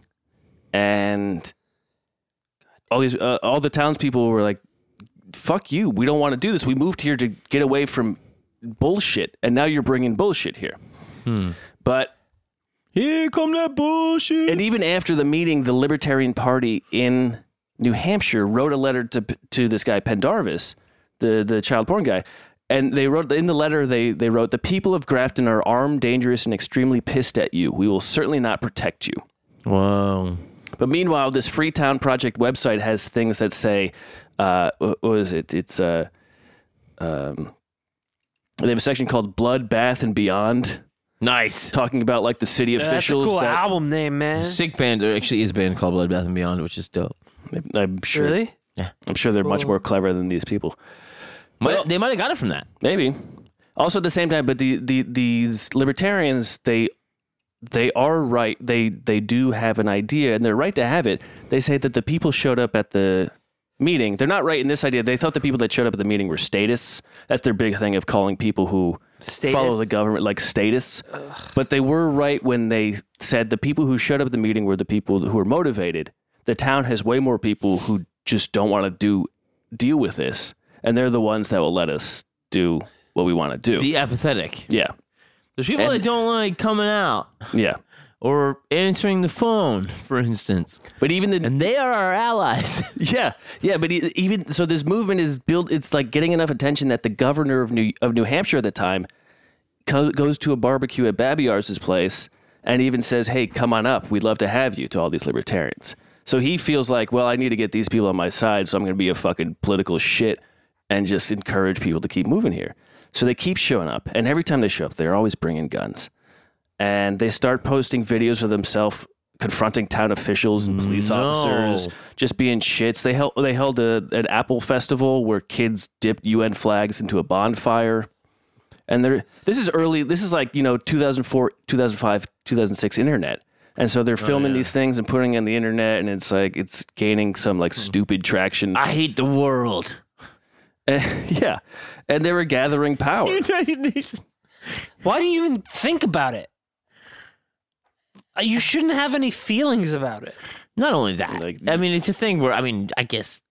Speaker 4: And all these, uh, all the townspeople were like, fuck you. We don't want to do this. We moved here to get away from bullshit. And now you're bringing bullshit here. But
Speaker 3: Here come that bullshit.
Speaker 4: and even after the meeting, the Libertarian Party in New Hampshire wrote a letter to to this guy Pendarvis, the the child porn guy, and they wrote in the letter they they wrote the people of Grafton are armed, dangerous, and extremely pissed at you. We will certainly not protect you.
Speaker 3: Whoa.
Speaker 4: But meanwhile, this Freetown Project website has things that say, uh, wh- what was it? It's uh, um, they have a section called Blood Bath and Beyond,
Speaker 3: Nice.
Speaker 4: talking about like the city
Speaker 5: That's a
Speaker 4: officials.
Speaker 5: cool
Speaker 4: that-
Speaker 5: album name, man.
Speaker 3: Sick band. There actually is a band called Bloodbath and Beyond, which is dope.
Speaker 4: I'm sure
Speaker 5: Really?
Speaker 4: I'm sure they're much
Speaker 5: Cool.
Speaker 4: more clever than these people.
Speaker 3: Might-
Speaker 4: Well-
Speaker 3: they might have got it from that.
Speaker 4: Maybe. Also at the same time, but the, the these libertarians, they they are right. They they do have an idea and they're right to have it. They say that the people showed up at the meeting. They're not right in this idea. They thought the people that showed up at the meeting were statists. That's their big thing of calling people who follow
Speaker 5: Statists?
Speaker 4: the government like statists. But they were right when they said the people who showed up at the meeting were the people who were motivated. The town has way more people who just don't want to do deal with this, and they're the ones that will let us do what we want to do.
Speaker 3: The apathetic.
Speaker 4: yeah,
Speaker 3: There's people
Speaker 4: And-
Speaker 3: that don't like coming out
Speaker 4: yeah.
Speaker 3: or answering the phone, for instance.
Speaker 4: But even the
Speaker 3: And they are our allies.
Speaker 4: yeah, yeah. But e- even so, this movement is built. It's like getting enough attention that the governor of New of New Hampshire at the time co- goes to a barbecue at Babyars's place and even says, "Hey, come on up. We'd love to have you." To all these libertarians. So he feels like, well, I need to get these people on my side, so I'm going to be a fucking political shit and just encourage people to keep moving here. So they keep showing up, and every time they show up, they're always bringing guns. and they start posting videos of themselves confronting town officials and police
Speaker 3: No.
Speaker 4: officers, just being shits. They held they held a, an apple festival where kids dipped UN flags into a bonfire. And they're this is early. This is like you know 2004, 2005, 2006 internet. And
Speaker 3: Oh,
Speaker 4: so they're filming these things and putting it on the internet, and it's like it's gaining some like stupid traction.
Speaker 3: Hmm. I hate the world.
Speaker 4: yeah, and they were gathering power.
Speaker 3: United Nations.
Speaker 5: Why do you even think about it? Uh, You shouldn't have any feelings about it.
Speaker 3: Not only that,
Speaker 4: Like-
Speaker 3: I mean, it's a thing where, I mean, I guess,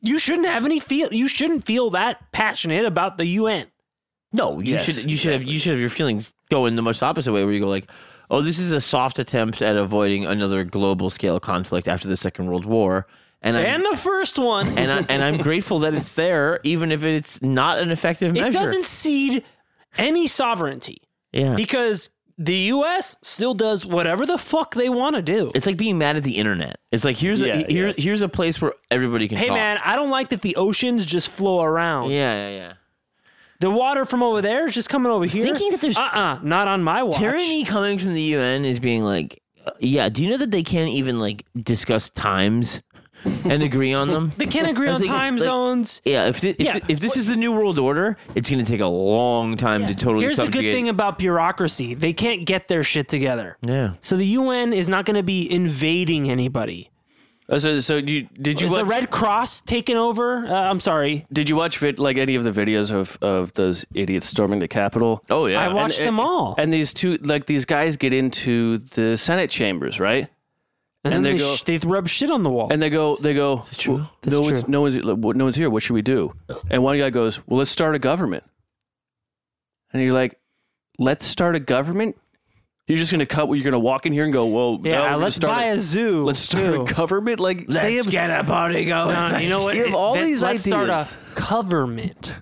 Speaker 5: You shouldn't have any feel. You shouldn't feel that passionate about the UN.
Speaker 3: no, you
Speaker 4: Yes,
Speaker 3: should, you should have, you should have your feelings go in the most opposite way where you go like, oh, this is a soft attempt at avoiding another global scale conflict after the second world war. And, I'm-
Speaker 5: And the first one,
Speaker 3: and, I, and I'm grateful that it's there, even if it's not an effective measure.
Speaker 5: it doesn't cede any sovereignty
Speaker 3: Yeah.
Speaker 5: because the US still does whatever the fuck they want to do.
Speaker 3: It's like being mad at the internet. It's like here's
Speaker 4: Yeah,
Speaker 3: a here,
Speaker 4: yeah.
Speaker 3: here's a place where everybody can.
Speaker 5: Hey
Speaker 3: talk.
Speaker 5: man, I don't like that the oceans just flow around.
Speaker 3: Yeah, yeah, yeah.
Speaker 5: The water from over there is just coming over here.
Speaker 3: Thinking that there's-
Speaker 5: uh uh not on my watch.
Speaker 3: Tyranny coming from the UN is being like, uh, yeah. Do you know that they can't even like discuss times and agree on them?
Speaker 5: They can't agree
Speaker 3: I
Speaker 5: on
Speaker 3: was thinking,
Speaker 5: time
Speaker 3: like,
Speaker 5: zones.
Speaker 3: Yeah. If thi- if,
Speaker 5: Yeah,
Speaker 3: thi- if this is the new world order, it's going to take a long time to totally.
Speaker 5: Here's the good
Speaker 3: subjugate-
Speaker 5: thing about bureaucracy: they can't get their shit together.
Speaker 3: Yeah.
Speaker 5: So the UN is not going to be invading anybody.
Speaker 4: Uh, So, so you, did you
Speaker 5: Is the
Speaker 4: watch-
Speaker 5: Red Cross taking over? Uh, I'm sorry,
Speaker 4: Did you watch vid- like any of the videos of of those idiots storming the Capitol?
Speaker 3: Oh yeah.
Speaker 5: I watched them all,
Speaker 4: And these two, like these guys, get into the Senate chambers, right?
Speaker 5: and,
Speaker 4: and
Speaker 5: then
Speaker 4: they
Speaker 5: they,
Speaker 4: go-
Speaker 5: sh- they rub shit on the wall.
Speaker 4: And they go, they go.
Speaker 3: true?
Speaker 4: "Well,
Speaker 5: That's
Speaker 4: no
Speaker 5: true.
Speaker 4: one's no one's like, no one's here. What should we do? And one guy goes, well, let's start a government. And you're like, let's start a government. You're just gonna cut. You're gonna walk in here and go, well,
Speaker 5: yeah,
Speaker 4: now we're gonna
Speaker 5: let's
Speaker 4: start
Speaker 5: buy
Speaker 4: a-
Speaker 5: a zoo.
Speaker 4: let's start
Speaker 5: too.
Speaker 4: a government. Like they have,
Speaker 3: get a party going.
Speaker 5: No, you know what?
Speaker 4: You have all
Speaker 5: Then
Speaker 4: these
Speaker 5: let's
Speaker 4: ideas.
Speaker 5: start a government,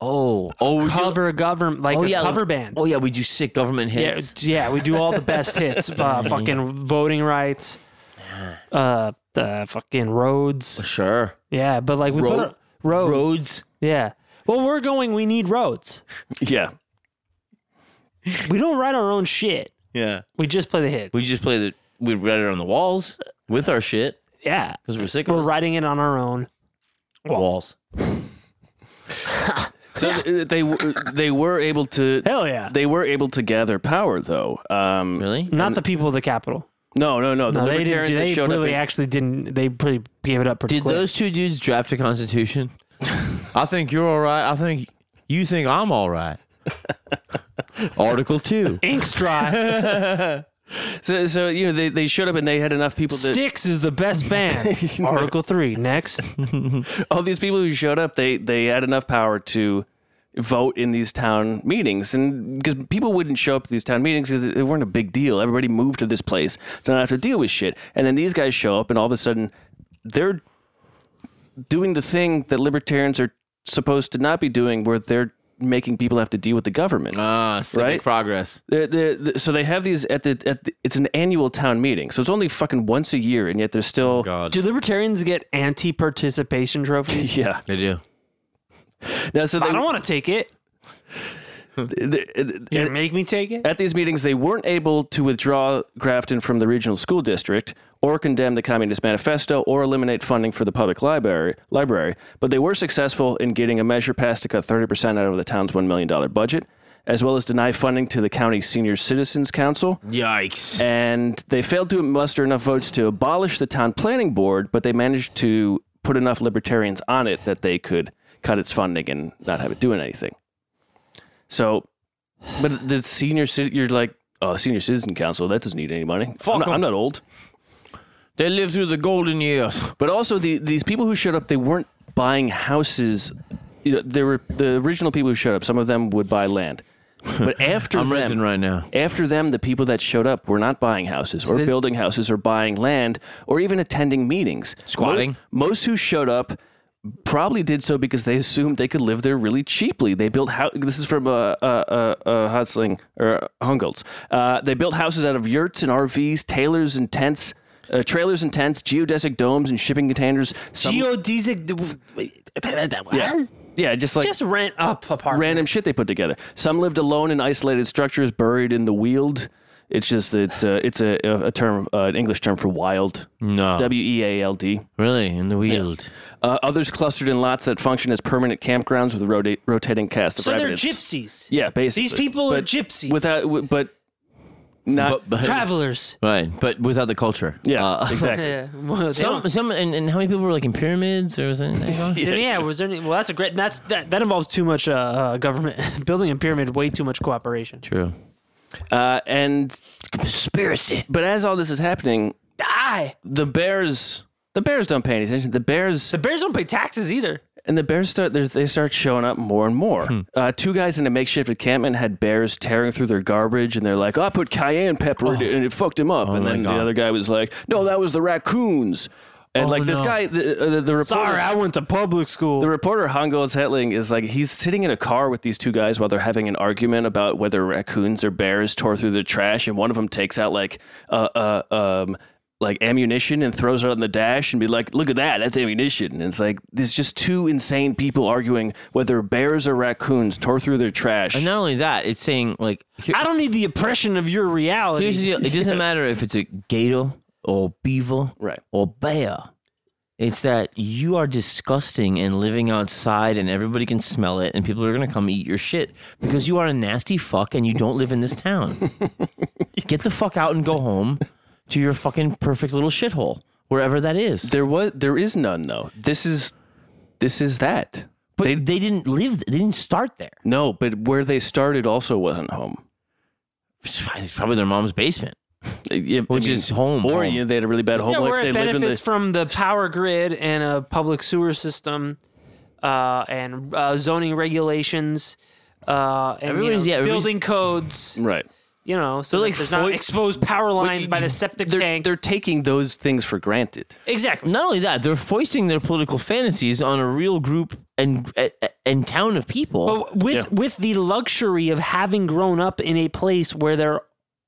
Speaker 3: Oh, oh, we do-
Speaker 5: cover government, like
Speaker 3: oh,
Speaker 5: a
Speaker 3: yeah,
Speaker 5: cover band.
Speaker 3: Oh yeah, we do sick government
Speaker 5: yeah,
Speaker 3: hits.
Speaker 5: yeah, we do all the best hits. Uh, fucking voting rights, uh, the fucking roads.
Speaker 4: Sure.
Speaker 5: Yeah, but like we
Speaker 3: Road-
Speaker 5: put our, road.
Speaker 3: Roads.
Speaker 5: Yeah. Well, we're going. We need roads.
Speaker 4: Yeah.
Speaker 5: We don't write our own shit.
Speaker 3: Yeah.
Speaker 5: We just play the hits.
Speaker 3: We just play the. We read it on the walls with our shit
Speaker 5: yeah.
Speaker 3: because we're sick
Speaker 5: We're
Speaker 3: of it.
Speaker 5: writing it on our own.
Speaker 3: walls.
Speaker 4: So th- they w- they were able to
Speaker 5: Hell yeah.
Speaker 4: they were able to gather power though. Um,
Speaker 3: Really?
Speaker 5: Not the people of the capital.
Speaker 4: No, no, no. The
Speaker 5: No, they didn't.
Speaker 4: libertarians that
Speaker 5: They
Speaker 4: showed
Speaker 5: really
Speaker 4: up.
Speaker 5: actually didn't. They pretty gave it up pretty
Speaker 3: Did
Speaker 5: quick.
Speaker 3: those two dudes draft a constitution? I think you're all right. I think you think I'm all right. Article two.
Speaker 5: Ink's dry.
Speaker 4: and- so, so you know they, they showed up and they had enough people that
Speaker 5: Styx is the best band. Article three. Next.
Speaker 4: all these people who showed up they they had enough power to vote in these town meetings and because people wouldn't show up to these town meetings because they weren't a big deal everybody moved to this place to not have to deal with shit and then these guys show up and all of a sudden they're doing the thing that libertarians are supposed to not be doing where they're making people have to deal with the government
Speaker 3: Ah, civic
Speaker 4: Right?
Speaker 3: progress.
Speaker 4: They're, they're, th- so they have these at the, at the it's an annual town meeting so it's only fucking once a year and yet they're still
Speaker 3: Oh, God,
Speaker 5: Do libertarians get anti-participation trophies?
Speaker 4: yeah
Speaker 3: they do.
Speaker 4: now so they,
Speaker 5: I don't want to take it.
Speaker 4: they- Uh,
Speaker 5: You gonna make me take it.
Speaker 4: At these meetings, they weren't able to withdraw Grafton from the regional school district or condemn the Communist Manifesto or eliminate funding for the public library, library, but they were successful in getting a measure passed to cut 30% out of the town's $1 million budget, as well as deny funding to the county senior citizens council.
Speaker 3: Yikes.
Speaker 4: And they failed to muster enough votes to abolish the town planning board, but they managed to put enough libertarians on it that they could cut its funding and not have it doing anything. So, but the senior city, you're like, oh, senior citizen council, that doesn't need any money. I'm not,
Speaker 3: 'em.
Speaker 4: I'm not old.
Speaker 3: They lived through the golden years.
Speaker 4: But also, the, these people who showed up, they weren't buying houses. You know, there were the original people who showed up. Some of them would buy land, but after
Speaker 3: I'm
Speaker 4: them,
Speaker 3: renting right now.
Speaker 4: after them, the people that showed up were not buying houses or building houses or buying land or even attending meetings.
Speaker 3: Squatting?
Speaker 4: Mo- most who showed up probably did so because they assumed they could live there really cheaply. They built hou- this is from uh, uh, uh, uh, Hutzling or Hungold's. Uh, they built houses out of yurts and RVs, tailors and tents. Uh, trailers and tents, geodesic domes and shipping containers. Some,
Speaker 5: Geodesic.
Speaker 4: yeah, yeah, just like
Speaker 5: Just rent up apartment.
Speaker 4: random shit they put together. Some lived alone in isolated structures buried in the wild. It's just it's a, it's a, a term uh, an English term for wild.
Speaker 3: No.
Speaker 4: W e a l d.
Speaker 3: really? In the wield.
Speaker 4: Uh, others clustered in lots that function as permanent campgrounds with a rota- rotating cast of
Speaker 5: so they're
Speaker 4: evidence.
Speaker 5: gypsies.
Speaker 4: Yeah, basically.
Speaker 5: These people are
Speaker 4: but
Speaker 5: gypsies.
Speaker 4: Without, w- but not.
Speaker 3: But, but-
Speaker 5: travelers.
Speaker 3: right, but without the culture.
Speaker 4: Uh, yeah,
Speaker 3: Uh,
Speaker 4: exactly.
Speaker 5: Yeah. Well, they
Speaker 3: Some,
Speaker 5: don't-
Speaker 3: some, and, and how many people were like in pyramids or was it?
Speaker 5: yeah, Was there any? Well, that's a great. That's that. That involves too much uh, uh, government building a pyramid. Way too much cooperation.
Speaker 3: True.
Speaker 4: Uh, and
Speaker 5: Conspiracy.
Speaker 4: but as all this is happening,
Speaker 5: I.
Speaker 4: the bears. The bears don't pay any attention. The bears
Speaker 5: The Bears don't pay taxes either.
Speaker 4: And the bears start there's- they start showing up more and more.
Speaker 3: Hmm.
Speaker 4: Uh, two guys in a makeshift encampment had bears tearing through their garbage, and they're like, oh, "I put cayenne pepper in it, and it fucked him up." and
Speaker 3: Oh my
Speaker 4: then the
Speaker 3: God.
Speaker 4: other guy was like, "No, that was the raccoons." And
Speaker 3: Oh,
Speaker 4: like this
Speaker 3: no.
Speaker 4: guy, the, uh, the, the reporter,
Speaker 5: Sorry, I went to public school.
Speaker 4: the reporter Hongol's Hetling is like he's sitting in a car with these two guys while they're having an argument about whether raccoons or bears tore through the trash, and one of them takes out like uh, uh um like ammunition and throws it on the dash and be like, "Look at that, that's ammunition." And it's like there's just two insane people arguing whether bears or raccoons tore through their trash.
Speaker 3: And not only that, it's saying like here-
Speaker 5: I don't need the oppression of your reality.
Speaker 3: here's the deal. It doesn't matter if it's a gator or beaver
Speaker 4: Right.
Speaker 3: or bear. It's that you are disgusting and living outside, and everybody can smell it, and people are gonna come eat your shit because you are a nasty fuck and you don't live in this town. Get the fuck out and go home to your fucking perfect little shithole, wherever that is.
Speaker 4: There was there is none though. This is this is that.
Speaker 3: but they, they didn't live. They didn't start there.
Speaker 4: No, but where they started also wasn't home.
Speaker 3: It's fi- it's probably their mom's basement,
Speaker 4: Yeah, I
Speaker 3: which
Speaker 4: mean-
Speaker 3: is home.
Speaker 4: or
Speaker 3: home.
Speaker 4: you know, they had a really bad home
Speaker 5: yeah,
Speaker 4: life.
Speaker 5: where
Speaker 4: they
Speaker 5: it
Speaker 4: lived in the
Speaker 5: benefits from the power grid and a public sewer system, uh, and uh, zoning regulations, uh, and you know,
Speaker 3: Everybody's- yeah, everybody's-
Speaker 5: building codes.
Speaker 4: right.
Speaker 5: You know, so, like
Speaker 3: like,
Speaker 5: there's
Speaker 3: foi-
Speaker 5: not exposed power lines
Speaker 4: you-
Speaker 5: by the septic
Speaker 4: they're,
Speaker 5: tank.
Speaker 4: They're taking those things for granted.
Speaker 5: exactly.
Speaker 3: not only that, they're foisting their political fantasies on a real group and and town of people.
Speaker 5: But with with the luxury of having grown up in a place where there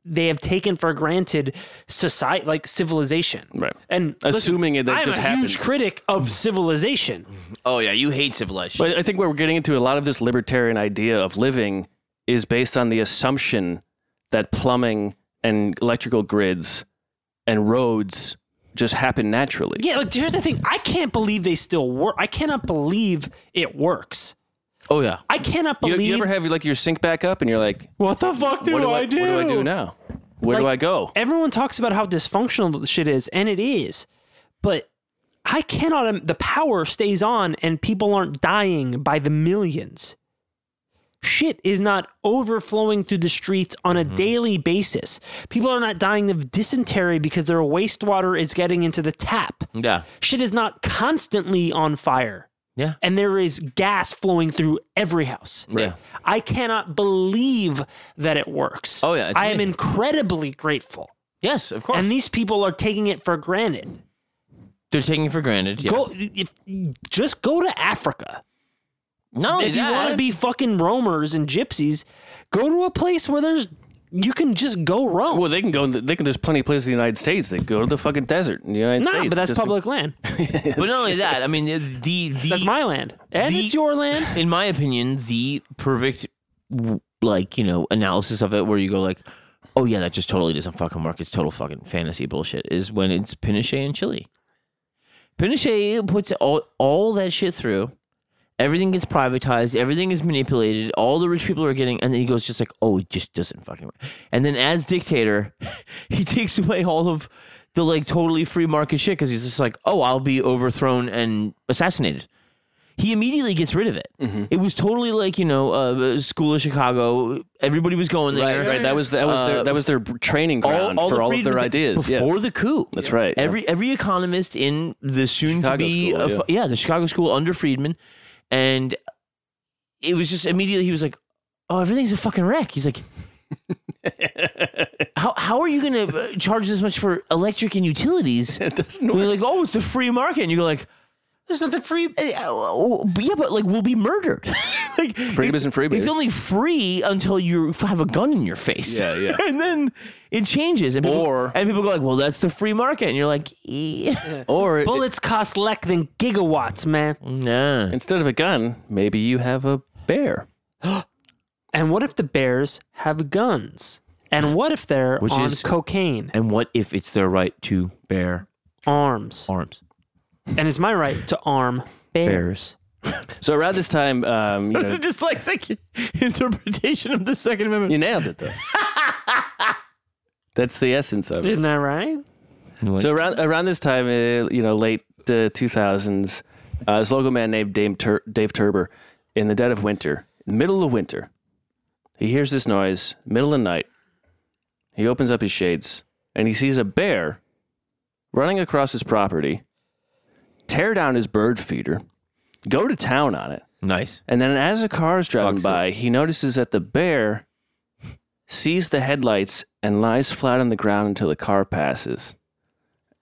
Speaker 5: they have taken for granted society, like civilization.
Speaker 4: Right.
Speaker 5: And
Speaker 4: Assuming it-
Speaker 5: listen,
Speaker 4: that
Speaker 5: I'm
Speaker 4: just
Speaker 5: a
Speaker 4: happens.
Speaker 5: huge critic of civilization.
Speaker 3: Oh yeah, you hate civilization.
Speaker 4: But I think where we're getting into a lot of this libertarian idea of living is based on the assumption that plumbing and electrical grids and roads just happen naturally.
Speaker 5: Yeah, like here's the thing. I can't believe they still work. I cannot believe it works.
Speaker 3: oh yeah.
Speaker 5: I cannot
Speaker 4: You,
Speaker 5: believe.
Speaker 4: you ever have like your sink back up and you're like,
Speaker 5: what the fuck do,
Speaker 4: what do
Speaker 5: I,
Speaker 4: I,
Speaker 5: do?
Speaker 4: What do I do now? Where do
Speaker 5: Like,
Speaker 4: I go?
Speaker 5: Everyone talks about how dysfunctional shit is, and it is, but I cannot. im- The power stays on, and people aren't dying by the millions. Shit is not overflowing through the streets on
Speaker 3: Mm-hmm.
Speaker 5: a daily basis. People are not dying of dysentery because their wastewater is getting into the tap.
Speaker 3: Yeah.
Speaker 5: Shit is not constantly on fire.
Speaker 3: Yeah.
Speaker 5: and there is gas flowing through every house.
Speaker 3: Yeah.
Speaker 5: I cannot believe that it works.
Speaker 3: Oh, yeah, it's
Speaker 5: I am
Speaker 3: amazing.
Speaker 5: incredibly grateful.
Speaker 3: Yes, of course.
Speaker 5: And these people are taking it for granted.
Speaker 3: They're taking it for granted. Yes.
Speaker 5: Go if just go to Africa.
Speaker 3: no,
Speaker 5: if you want to be fucking roamers and gypsies, go to a place where there's you can just go roam.
Speaker 4: Well, they can go. They can. There's plenty of places in the United States. They can go to the fucking desert in the United
Speaker 5: nah,
Speaker 4: States.
Speaker 5: but that's
Speaker 4: Just-
Speaker 5: public land.
Speaker 3: but not only that, I mean, it's the, the
Speaker 5: That's my land. And
Speaker 3: the-
Speaker 5: it's your land.
Speaker 3: in my opinion, the perfect w- like you know analysis of it, where you go like, oh yeah, that just totally doesn't fucking work. It's total fucking fantasy bullshit. Is when it's Pinochet in Chile. Pinochet puts all all that shit through. Everything gets privatized. Everything is manipulated. All the rich people are getting, and then he goes just like, oh, it just doesn't fucking work. And then as dictator, he takes away all of the like totally free market shit because he's just like, oh, I'll be overthrown and assassinated he immediately gets rid of it.
Speaker 4: Mm-hmm.
Speaker 3: It was totally like you know, uh, School of Chicago. Everybody was going
Speaker 4: Right,
Speaker 3: there.
Speaker 4: right. That was that was their,
Speaker 3: Uh,
Speaker 4: that was their b- training ground for all of
Speaker 3: freedom
Speaker 4: their
Speaker 3: that-
Speaker 4: ideas.
Speaker 3: before
Speaker 4: yeah.
Speaker 3: the coup.
Speaker 4: That's right, yeah.
Speaker 3: Every every economist in the soon to
Speaker 4: Chicago
Speaker 3: be
Speaker 4: school,
Speaker 3: uh,
Speaker 4: yeah.
Speaker 3: f- yeah the Chicago School under Friedman, and it was just immediately he was like, oh everything's a fucking wreck. He's like. how how are you going to uh, charge this much for electric and utilities?
Speaker 4: It doesn't
Speaker 3: We're like, oh, it's the free market, and you go like,
Speaker 5: There's nothing free.
Speaker 3: Eh, oh, oh, yeah, but like we'll be murdered. like it-
Speaker 4: Freedom isn't free,
Speaker 3: It's
Speaker 4: baby.
Speaker 3: only free until you f- have a gun in your face.
Speaker 4: Yeah, yeah.
Speaker 3: and then it changes, and people,
Speaker 4: Or-
Speaker 3: and people go like, "Well, that's the free market," and you're like, "E-" yeah.
Speaker 4: Or it-
Speaker 5: Bullets cost less than gigawatts, man.
Speaker 3: "Nah."
Speaker 4: instead of a gun, maybe you have a bear.
Speaker 5: And what if the bears have guns? And what if they're
Speaker 3: Which
Speaker 5: on
Speaker 3: is-
Speaker 5: cocaine,
Speaker 3: And what if it's their right to bear
Speaker 5: arms?
Speaker 3: arms?
Speaker 5: And it's my right to arm bears.
Speaker 4: So around this time, um, you, know,
Speaker 3: Just like second interpretation of the Second Amendment.
Speaker 4: you nailed it though. that's the essence of it.
Speaker 5: Isn't that right?
Speaker 4: So around around this time, uh, you know, late uh, 2000s, uh, this local man named Dave, Tur- Dave Turber, in the dead of winter, middle of winter, he hears this noise, middle of night. He opens up his shades and he sees a bear running across his property, tear down his bird feeder, go to town on it,
Speaker 3: nice.
Speaker 4: and then as a car is driving
Speaker 3: Fucks it.
Speaker 4: by, he notices that the bear sees the headlights and lies flat on the ground until the car passes.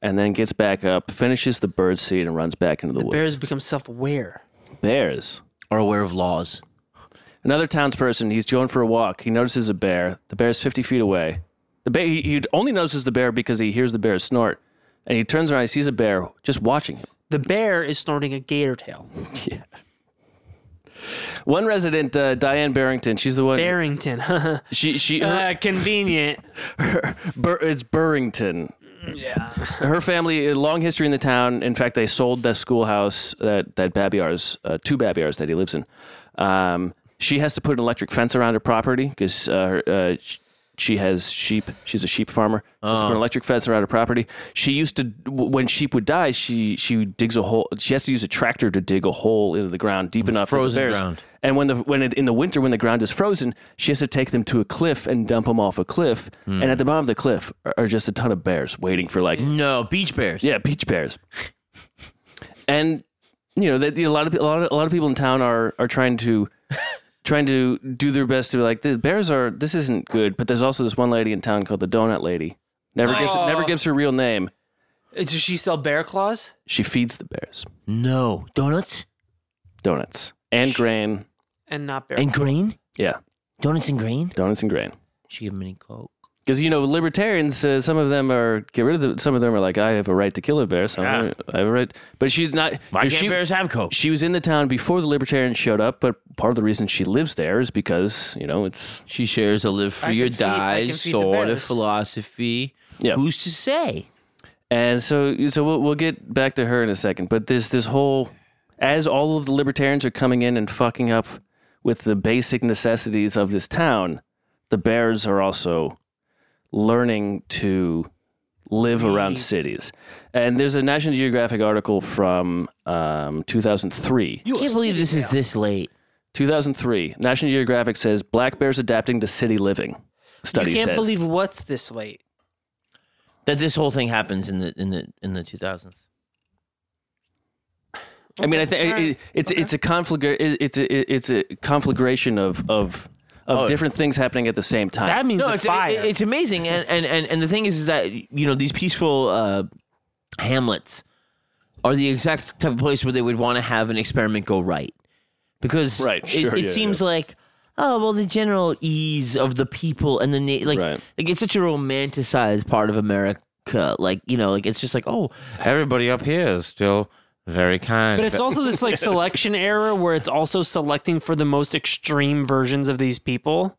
Speaker 4: And then gets back up, finishes the bird seed, and runs back into the, woods.
Speaker 5: Bears become self-aware.
Speaker 4: Bears.
Speaker 3: Are aware of laws.
Speaker 4: Another townsperson, he's going for a walk. He notices a bear. The bear's 50 feet away. The bear, he, he only notices the bear because he hears the bear snort. And he turns around, he sees a bear just watching him.
Speaker 5: The bear is snorting a gator tail.
Speaker 4: One resident, uh, Diane Barrington, she's the one.
Speaker 5: Barrington.
Speaker 4: She, she, her-
Speaker 5: uh, convenient.
Speaker 4: Bur- it's Burrington. Yeah. Her family, a long history in the town. In fact, they sold the schoolhouse that, that Babiar's, uh, two Babiar's that he lives in. Um, she has to put an electric fence around her property because uh, her- uh, sh- she has sheep. She's a sheep farmer. Has
Speaker 3: Oh.
Speaker 4: to put an electric fence around her property. She used to, w- when sheep would die, she she digs a hole. She has to use a tractor to dig a hole into the ground deep enough for the
Speaker 3: Frozen
Speaker 4: bears.
Speaker 3: ground.
Speaker 4: And when the when it, in the winter when the ground is frozen, she has to take them to a cliff and dump them off a cliff. And at the bottom of the cliff are, are just a ton of bears waiting for like
Speaker 3: No, beach bears.
Speaker 4: yeah beach bears. and you know that you know, a lot of pe- a lot of a lot of people in town are are trying to trying to do their best to be like the bears are this isn't good. But there's also this one lady in town called the Donut Lady. Never gives never gives her real name.
Speaker 5: Does she sell bear claws?
Speaker 4: She feeds the bears
Speaker 3: No donuts
Speaker 4: donuts and grain.
Speaker 5: And not bear.
Speaker 3: and grain.
Speaker 4: Yeah,
Speaker 3: Donuts and grain.
Speaker 4: donuts and grain.
Speaker 3: She give me coke.
Speaker 4: Because you know, libertarians, uh, some of them are get rid of the, some of them are like, I have a right to kill a bear, so I'm
Speaker 3: Yeah.
Speaker 4: gonna- I have a right. But she's not.
Speaker 3: Why can't
Speaker 4: she,
Speaker 3: bears have coke?
Speaker 4: she was in the town before the libertarians showed up, but part of the reason she lives there is because you know it's
Speaker 3: She shares a live
Speaker 5: I
Speaker 3: free or
Speaker 5: can feed- I
Speaker 3: die
Speaker 5: can feed the
Speaker 3: sort of
Speaker 5: bears.
Speaker 3: philosophy.
Speaker 4: Yeah.
Speaker 3: Who's to say?
Speaker 4: And so, so we'll, we'll get back to her in a second. But this this whole, as all of the libertarians are coming in and fucking up with the basic necessities of this town, the bears are also learning to live around cities. And there's a National Geographic article from um, 2003.
Speaker 3: I can't believe this is this late.
Speaker 4: 2003, National Geographic says black bears adapting to city living. Study
Speaker 5: you can't
Speaker 4: says.
Speaker 5: believe what's this late.
Speaker 3: That this whole thing happens in the in the in the two thousands.
Speaker 4: I mean, I think it, it's it's a conflagra- it, it's a, it's a conflagration of of of
Speaker 3: Oh.
Speaker 4: different things happening at the same time.
Speaker 5: That means
Speaker 3: No,
Speaker 5: a
Speaker 3: it's,
Speaker 5: fire.
Speaker 3: it- it's amazing, and, and and and the thing is, is that you know these peaceful uh, hamlets are the exact type of place where they would want to have an experiment go right, because
Speaker 4: Right,
Speaker 3: it,
Speaker 4: sure,
Speaker 3: it
Speaker 4: yeah,
Speaker 3: seems like oh well the general ease of the people and the na- like
Speaker 4: Right.
Speaker 3: like it's such a romanticized part of America, like you know like it's just like oh everybody up here is still very kind,
Speaker 5: But it's also this like selection error where it's also selecting for the most extreme versions of these people.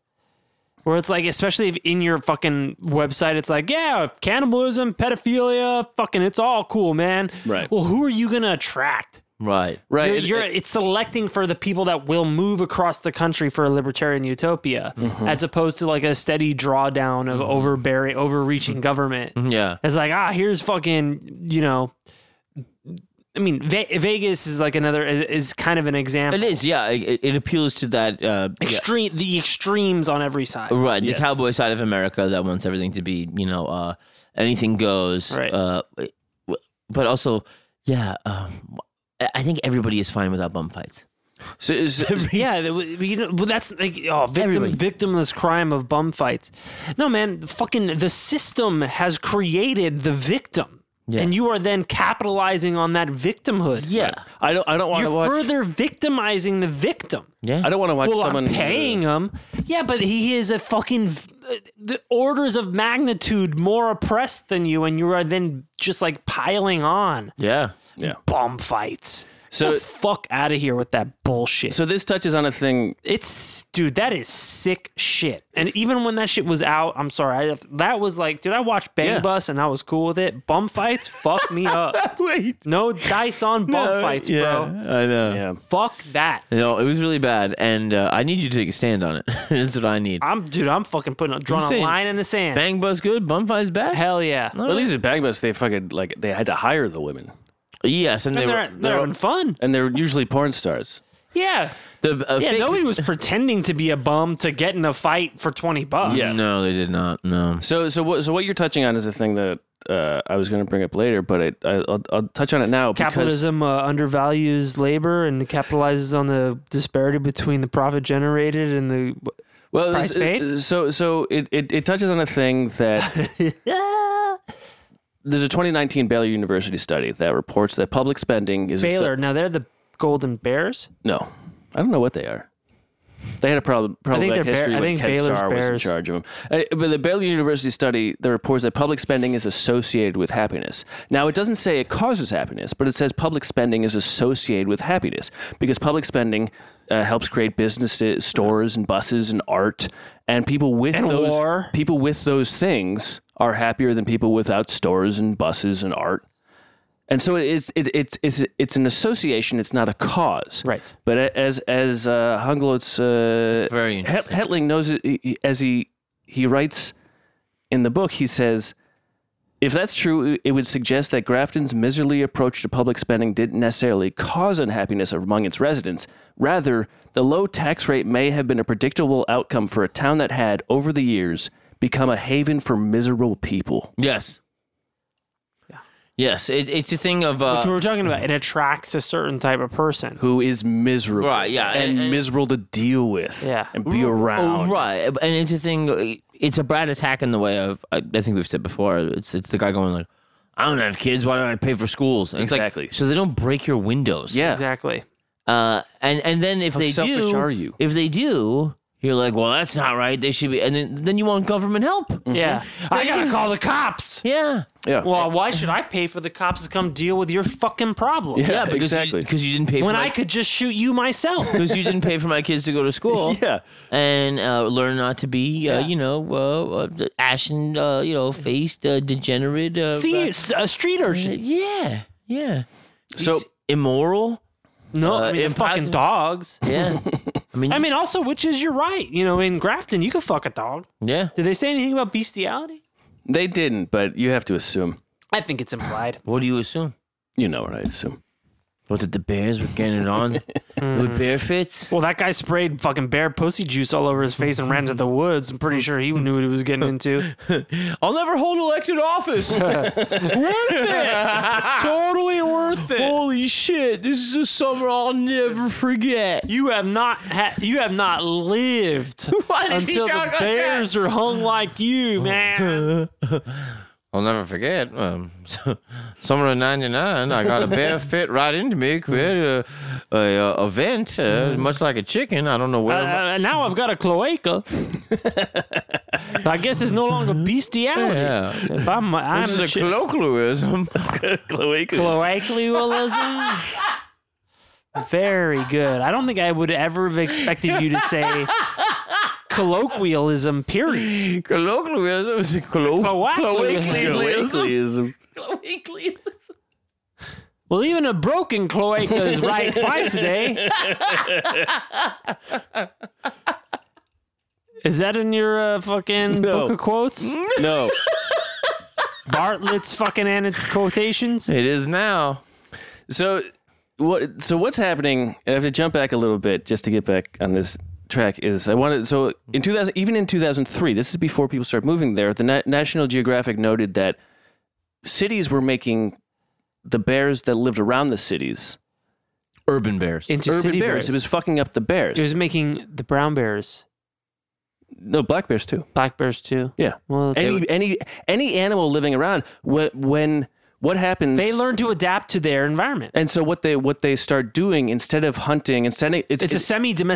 Speaker 5: Where it's like, especially if in your fucking website, it's like, yeah, cannibalism, pedophilia, fucking, it's all cool, man.
Speaker 4: Right.
Speaker 5: Well, who are you gonna attract?
Speaker 3: right.
Speaker 4: right?
Speaker 5: You're,
Speaker 4: it-
Speaker 5: you're
Speaker 4: it-
Speaker 5: it's selecting for the people that will move across the country for a libertarian utopia,
Speaker 3: Mm-hmm.
Speaker 5: as opposed to like a steady drawdown of overbearing,
Speaker 3: Mm-hmm.
Speaker 5: overreaching government.
Speaker 3: Yeah,
Speaker 5: It's like, ah, here's fucking, you know, I mean, Ve- Vegas is like another is, is kind of an example.
Speaker 3: it is. Yeah, it, it appeals to that uh, yeah.
Speaker 5: extreme the extremes on every side.
Speaker 3: Right, the cowboy side of America that wants everything to be, you know, uh, anything goes.
Speaker 5: Right.
Speaker 3: Uh, w- but also, yeah, um, I- I think everybody is fine without bum fights.
Speaker 4: so is-
Speaker 5: Yeah, that w- you know, but that's like oh, victim,
Speaker 3: Everybody.
Speaker 5: victimless crime of bum fights. No, man, the fucking the system has created the victim,
Speaker 3: Yeah.
Speaker 5: and you are then capitalizing on that victimhood.
Speaker 3: Yeah.
Speaker 4: I don't I don't want
Speaker 5: you're
Speaker 4: to watch.
Speaker 5: further victimizing the victim.
Speaker 3: Yeah.
Speaker 4: I don't want to watch
Speaker 5: well,
Speaker 4: someone uh,
Speaker 5: I'm paying him. Yeah, but he is a fucking uh, the orders of magnitude more oppressed than you, and you are then just like piling on
Speaker 3: yeah.
Speaker 4: Yeah.
Speaker 5: bomb fights.
Speaker 4: So-
Speaker 5: So fuck out of here with that bullshit.
Speaker 4: So this touches on a thing.
Speaker 5: it's dude, that is sick shit. And even when that shit was out, I'm sorry, I, that was like, dude, I watched Bang
Speaker 4: Yeah.
Speaker 5: Bus and I was cool with it. Bum fights, fuck me up.
Speaker 3: Wait.
Speaker 5: No dice on bum fights, bro.
Speaker 3: I know.
Speaker 4: Yeah.
Speaker 5: Fuck that.
Speaker 3: No, it was really bad, and uh, I need you to take a stand on it. That's what I need.
Speaker 5: I'm dude. I'm fucking putting a drawing a
Speaker 3: saying
Speaker 5: line in the sand.
Speaker 3: Bang bus good, bum fights bad.
Speaker 5: Hell yeah.
Speaker 4: Well, at least at Bang Bus, they fucking like they had to hire the women,
Speaker 3: yes, and they
Speaker 5: they're,
Speaker 3: were.
Speaker 5: they're,
Speaker 3: They were
Speaker 5: having fun.
Speaker 4: and they're usually porn stars.
Speaker 5: Yeah.
Speaker 3: the, uh,
Speaker 5: Yeah,
Speaker 3: fake-
Speaker 5: nobody was pretending to be a bum to get in a fight for 20 bucks.
Speaker 4: Yeah.
Speaker 3: No, they did not. No.
Speaker 4: So so what so what you're touching on is a thing that uh, I was going to bring up later, but it, I, I'll, I'll touch on it now. because-
Speaker 5: Capitalism uh, undervalues labor and capitalizes on the disparity between the profit generated and the.
Speaker 4: Well,
Speaker 5: Price
Speaker 4: s-
Speaker 5: paid?
Speaker 4: uh, so so it, it, it touches on a thing that there's a 2019 Baylor University study that reports that public spending is
Speaker 5: Baylor. Now they're the Golden Bears.
Speaker 4: no, I don't know what they are. They had a problem. problem
Speaker 5: think
Speaker 4: back
Speaker 5: they're Bear-
Speaker 4: history
Speaker 5: I
Speaker 4: when
Speaker 5: think
Speaker 4: Ken
Speaker 5: Baylor's
Speaker 4: Starr was in
Speaker 5: Bears.
Speaker 4: charge of them. Uh, but the Baylor University study that reports that public spending is associated with happiness. Now it doesn't say it causes happiness, but it says public spending is associated with happiness because public spending uh, helps create businesses, stores, and buses, and art, and people with
Speaker 5: And
Speaker 4: those
Speaker 5: war.
Speaker 4: people with those things are happier than people without stores and buses and art. And so it's it, it's it's it's an association. It's not a cause,
Speaker 5: Right.
Speaker 4: But a- as as uh, Hunglot's uh,
Speaker 3: very
Speaker 4: Het-
Speaker 3: interesting.
Speaker 4: Hetling knows it, he- he- as he he writes in the book. He says, if that's true, it- it would suggest that Grafton's miserly approach to public spending didn't necessarily cause unhappiness among its residents. Rather, the low tax rate may have been a predictable outcome for a town that had, over the years, become a haven for miserable people.
Speaker 3: Yes. Yes, it, it's a thing of uh,
Speaker 5: Which we were talking about. It attracts a certain type of person.
Speaker 4: who is miserable,
Speaker 3: Right, yeah,
Speaker 4: and,
Speaker 3: and- and-
Speaker 4: miserable to deal with,
Speaker 5: Yeah.
Speaker 4: and be around.
Speaker 3: Oh, right, and it's a thing. It's a bad attack in the way of. I, I think we've said before. It's it's the guy going like, "I don't have kids. Why don't I pay for schools?" And it's like,
Speaker 4: Exactly.
Speaker 3: so they don't break your windows.
Speaker 4: Yeah,
Speaker 5: Exactly.
Speaker 3: Uh, and and then if
Speaker 4: How
Speaker 3: they
Speaker 4: selfish
Speaker 3: do,
Speaker 4: are you?
Speaker 3: If they do, You're like, well, that's not right. They should be, and then then you want government help.
Speaker 5: Yeah. I Mm-hmm. gotta call the cops.
Speaker 3: Yeah,
Speaker 4: Mm. Yeah.
Speaker 5: Well, why should I pay for the cops to come deal with your fucking problem?
Speaker 4: Yeah.
Speaker 3: yeah, because
Speaker 4: exactly.
Speaker 3: because you, didn't pay
Speaker 5: When
Speaker 3: for
Speaker 5: I
Speaker 3: my,
Speaker 5: could just shoot you myself.
Speaker 3: because you didn't pay for my kids to go to school.
Speaker 4: yeah.
Speaker 3: and uh, learn not to be, uh,
Speaker 5: Yeah.
Speaker 3: you know, uh, uh, ashen, uh, you know, faced, uh, degenerate. Uh,
Speaker 5: See,
Speaker 3: uh,
Speaker 5: s- uh, street urchins.
Speaker 3: yeah, yeah.
Speaker 4: So-
Speaker 3: immoral.
Speaker 5: No,
Speaker 3: Uh,
Speaker 5: I mean, the fucking
Speaker 3: impossible.
Speaker 5: dogs.
Speaker 3: Yeah, I mean,
Speaker 5: I mean, also, which is your right? You know, in Grafton, you could fuck a dog.
Speaker 3: yeah.
Speaker 5: Did they say anything about bestiality?
Speaker 4: They didn't, but you have to assume.
Speaker 5: I think it's implied.
Speaker 3: What do you assume?
Speaker 4: You know what I assume.
Speaker 3: What did the bears were getting it on with bear fits?
Speaker 5: Well, that guy sprayed fucking bear pussy juice all over his face and ran into the woods. I'm pretty sure he knew what he was getting into.
Speaker 3: I'll never hold elected office.
Speaker 5: totally worth it.
Speaker 3: Holy shit! This is a summer I'll never forget.
Speaker 5: You have not ha- you have not lived
Speaker 3: Why did he
Speaker 5: until
Speaker 3: talk
Speaker 5: the
Speaker 3: like
Speaker 5: bears are hung like you,
Speaker 3: Uh,
Speaker 5: man.
Speaker 3: I'll never forget. Um, summer of '99, I got a bear fit right into me, created a, a, uh event, uh, much like a chicken. I don't know where. my-
Speaker 5: Uh, now I've got a cloaca. I guess it's no longer bestiality.
Speaker 3: Mm-hmm. yeah,
Speaker 5: If I'm I'm
Speaker 3: this is a
Speaker 5: chi-
Speaker 3: colloquialism.
Speaker 5: colloquialism. Very good. I don't think I would ever have expected you to say colloquialism. Period.
Speaker 3: colloquialism is a collo- colloquialism.
Speaker 4: Colloquialism.
Speaker 5: Well, even a broken cloaca is right twice a day. Is that in your uh, fucking
Speaker 4: No.
Speaker 5: book of quotes?
Speaker 4: No.
Speaker 5: Bartlett's fucking anno- quotations.
Speaker 3: It is now.
Speaker 4: So what so what's happening and I have to jump back a little bit just to get back on this track is I wanted so in 2000 even in 2003 this is before people started moving there the Na- National Geographic noted that cities were making the bears that lived around the cities
Speaker 3: Urban bears.
Speaker 5: Into
Speaker 4: urban
Speaker 5: city
Speaker 4: bears.
Speaker 5: bears.
Speaker 4: it was fucking up the bears
Speaker 5: It was making the brown bears,
Speaker 4: no black bears too
Speaker 5: black bears too.
Speaker 4: yeah
Speaker 5: Well,
Speaker 4: any
Speaker 5: they,
Speaker 4: any any animal living around when when what happens
Speaker 5: they learn to adapt to their environment.
Speaker 4: and so what they what they start doing instead of hunting instead of,
Speaker 5: It's a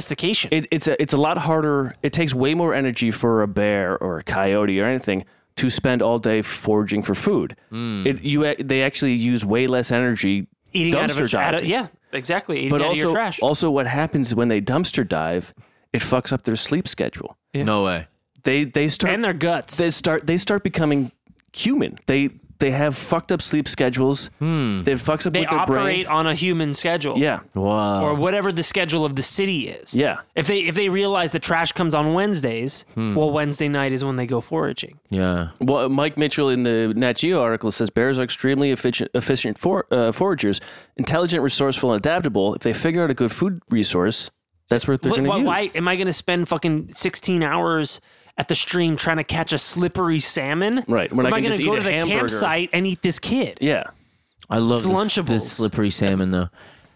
Speaker 5: semi-domestication.
Speaker 4: it, it's a it's a lot harder. It takes way more energy for a bear or a coyote or anything to spend all day foraging for food. It, you a- they actually use way less energy
Speaker 5: Hmm. eating out of
Speaker 4: dumpster
Speaker 5: a, out of-
Speaker 4: diving.
Speaker 5: yeah, exactly. Eating
Speaker 4: but
Speaker 5: out
Speaker 4: also
Speaker 5: of your trash.
Speaker 4: also what happens when they dumpster dive, it fucks up their sleep schedule.
Speaker 3: No way.
Speaker 4: They they start
Speaker 5: and their guts.
Speaker 4: they start they start becoming human. They they have fucked up sleep schedules. It fucks
Speaker 5: Hmm.
Speaker 4: up
Speaker 5: they
Speaker 4: with their
Speaker 5: operate
Speaker 4: brain.
Speaker 5: on a human schedule.
Speaker 4: Yeah,
Speaker 3: Wow.
Speaker 5: Or whatever the schedule of the city is.
Speaker 4: yeah.
Speaker 5: If they if they realize the trash comes on Wednesdays,
Speaker 4: Hmm.
Speaker 5: well, Wednesday night is when they go foraging.
Speaker 3: yeah.
Speaker 4: Well, Mike Mitchell in the Nat Geo article says bears are extremely efficient, efficient for, uh, foragers, intelligent, resourceful, and adaptable. If they figure out a good food resource, that's what they're
Speaker 5: What,
Speaker 4: going to
Speaker 5: why,
Speaker 4: use.
Speaker 5: why am I going to spend fucking sixteen hours at the stream trying to catch a slippery salmon?
Speaker 4: Right,
Speaker 5: Or
Speaker 4: when I
Speaker 5: am I
Speaker 4: can
Speaker 5: going
Speaker 4: just
Speaker 5: to
Speaker 4: eat
Speaker 5: go
Speaker 4: a
Speaker 5: to the
Speaker 4: hamburger.
Speaker 5: campsite and eat this kid?
Speaker 4: Yeah,
Speaker 3: I love
Speaker 5: It's
Speaker 3: this,
Speaker 5: Lunchables.
Speaker 3: this slippery salmon though.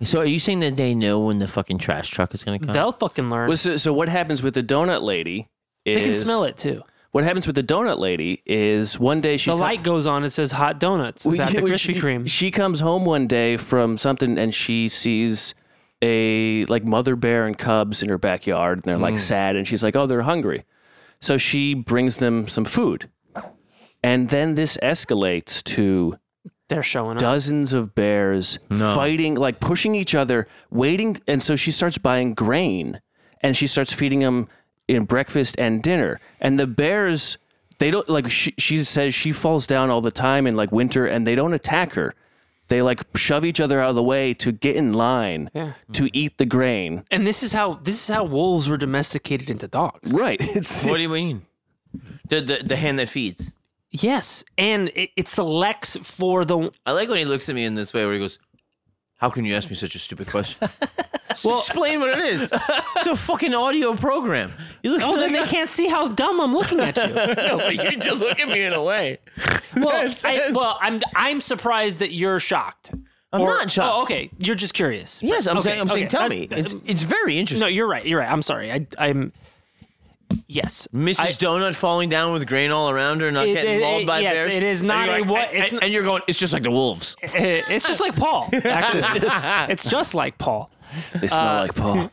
Speaker 3: So are you saying that they know when the fucking trash truck is gonna come?
Speaker 5: They'll fucking learn.
Speaker 4: well, so, so what happens with the donut lady? Is,
Speaker 5: they can smell it too.
Speaker 4: What happens with the donut lady is one day she
Speaker 5: The
Speaker 4: co-
Speaker 5: light goes on. It says hot donuts
Speaker 4: Well,
Speaker 5: without
Speaker 4: yeah,
Speaker 5: the
Speaker 4: well,
Speaker 5: Krispy
Speaker 4: she-
Speaker 5: Kreme.
Speaker 4: She comes home one day from something and she sees a like mother bear and cubs in her backyard and they're
Speaker 5: Mm.
Speaker 4: like sad and she's like, "Oh, they're hungry." So she brings them some food. And then this escalates to
Speaker 5: They're showing up.
Speaker 4: dozens of bears fighting, like pushing each other, waiting. And so she starts buying grain and she starts feeding them in breakfast and dinner. And the bears, they don't like, she, she says she falls down all the time in like winter and they don't attack her. They like shove each other out of the way to get in line
Speaker 5: Yeah.
Speaker 4: to eat the grain.
Speaker 5: And this is how this is how wolves were domesticated into dogs.
Speaker 4: Right. It's,
Speaker 3: What do you mean? The, the the hand that feeds.
Speaker 5: Yes, and it, it selects for the
Speaker 3: I like when he looks at me in this way where he goes, How can you ask me such a stupid question? well, explain what it is. It's a fucking audio program. You look
Speaker 5: oh, then they can't see how dumb I'm looking at you.
Speaker 3: you just look at me in a way.
Speaker 5: Well, I, well, I'm I'm surprised that you're shocked.
Speaker 3: I'm
Speaker 5: Or-
Speaker 3: not shocked.
Speaker 5: Oh, okay, you're just curious.
Speaker 3: Yes, I'm
Speaker 5: Okay,
Speaker 3: saying I'm saying
Speaker 5: okay.
Speaker 3: tell
Speaker 5: That-
Speaker 3: me.
Speaker 5: that-
Speaker 3: It's it's very interesting.
Speaker 5: no, you're right. You're right. I'm sorry. I, I'm. Yes,
Speaker 3: Mrs.
Speaker 5: I-
Speaker 3: Donut falling down with grain all around her, not
Speaker 5: It-
Speaker 3: getting
Speaker 5: it-
Speaker 3: mauled by
Speaker 5: yes,
Speaker 3: bears.
Speaker 5: it is
Speaker 3: And
Speaker 5: not
Speaker 3: you're
Speaker 5: a
Speaker 3: like-
Speaker 5: what-
Speaker 3: and-
Speaker 5: it's
Speaker 3: and,
Speaker 5: not-
Speaker 3: and you're going, it's just like the wolves.
Speaker 5: it's just like Paul. Actually, it's just like Paul.
Speaker 4: they smell like Paul.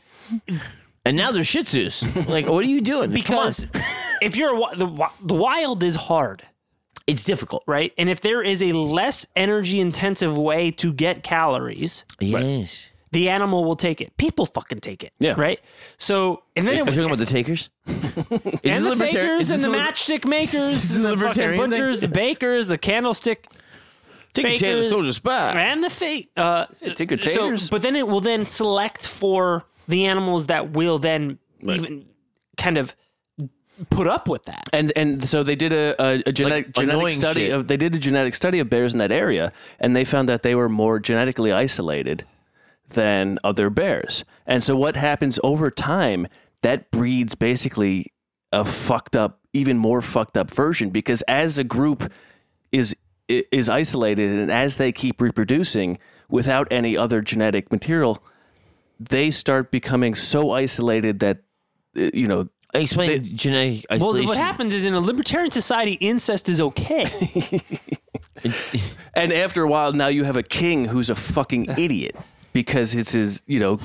Speaker 3: And now they're Shih Tzus. Like, what are you doing? Come on.
Speaker 5: because if you're a, wi- the wi- the wild is hard,
Speaker 3: it's difficult.
Speaker 5: right? And if there is a less energy intensive way to get calories,
Speaker 3: Yes.
Speaker 5: the animal will take it. People fucking take it.
Speaker 4: Yeah.
Speaker 5: Right. So and then
Speaker 3: Are
Speaker 5: it,
Speaker 3: you talking about the takers? Is
Speaker 5: and the
Speaker 3: this libertari-
Speaker 5: bakers
Speaker 3: is this
Speaker 5: and the
Speaker 3: li-
Speaker 5: matchstick makers,
Speaker 3: this
Speaker 5: and
Speaker 3: a
Speaker 5: the fucking
Speaker 3: libertarian thing?
Speaker 5: butchers, the bakers, the candlestick,
Speaker 3: Take a tater,
Speaker 5: bakers-
Speaker 3: soldier spy.
Speaker 5: and the fate. Uh,
Speaker 4: Take your
Speaker 5: so,
Speaker 4: taters.
Speaker 5: but then it will then select for the animals that will then even kind of put up with that.
Speaker 4: and and so they did a, a, a genetic, genetic
Speaker 3: annoying
Speaker 4: study
Speaker 3: shit.
Speaker 4: of they did a genetic study of bears in that area, and they found that they were more genetically isolated than other bears. And so what happens over time that breeds basically a fucked up, even more fucked up version because as a group is i- is isolated and as they keep reproducing without any other genetic material, they start becoming so isolated that uh, you know
Speaker 3: Explain genetic
Speaker 5: Well,
Speaker 3: isolation.
Speaker 5: what happens is in a libertarian society, incest is okay.
Speaker 4: And after a while, now you have a king who's a fucking idiot because it's his, you know,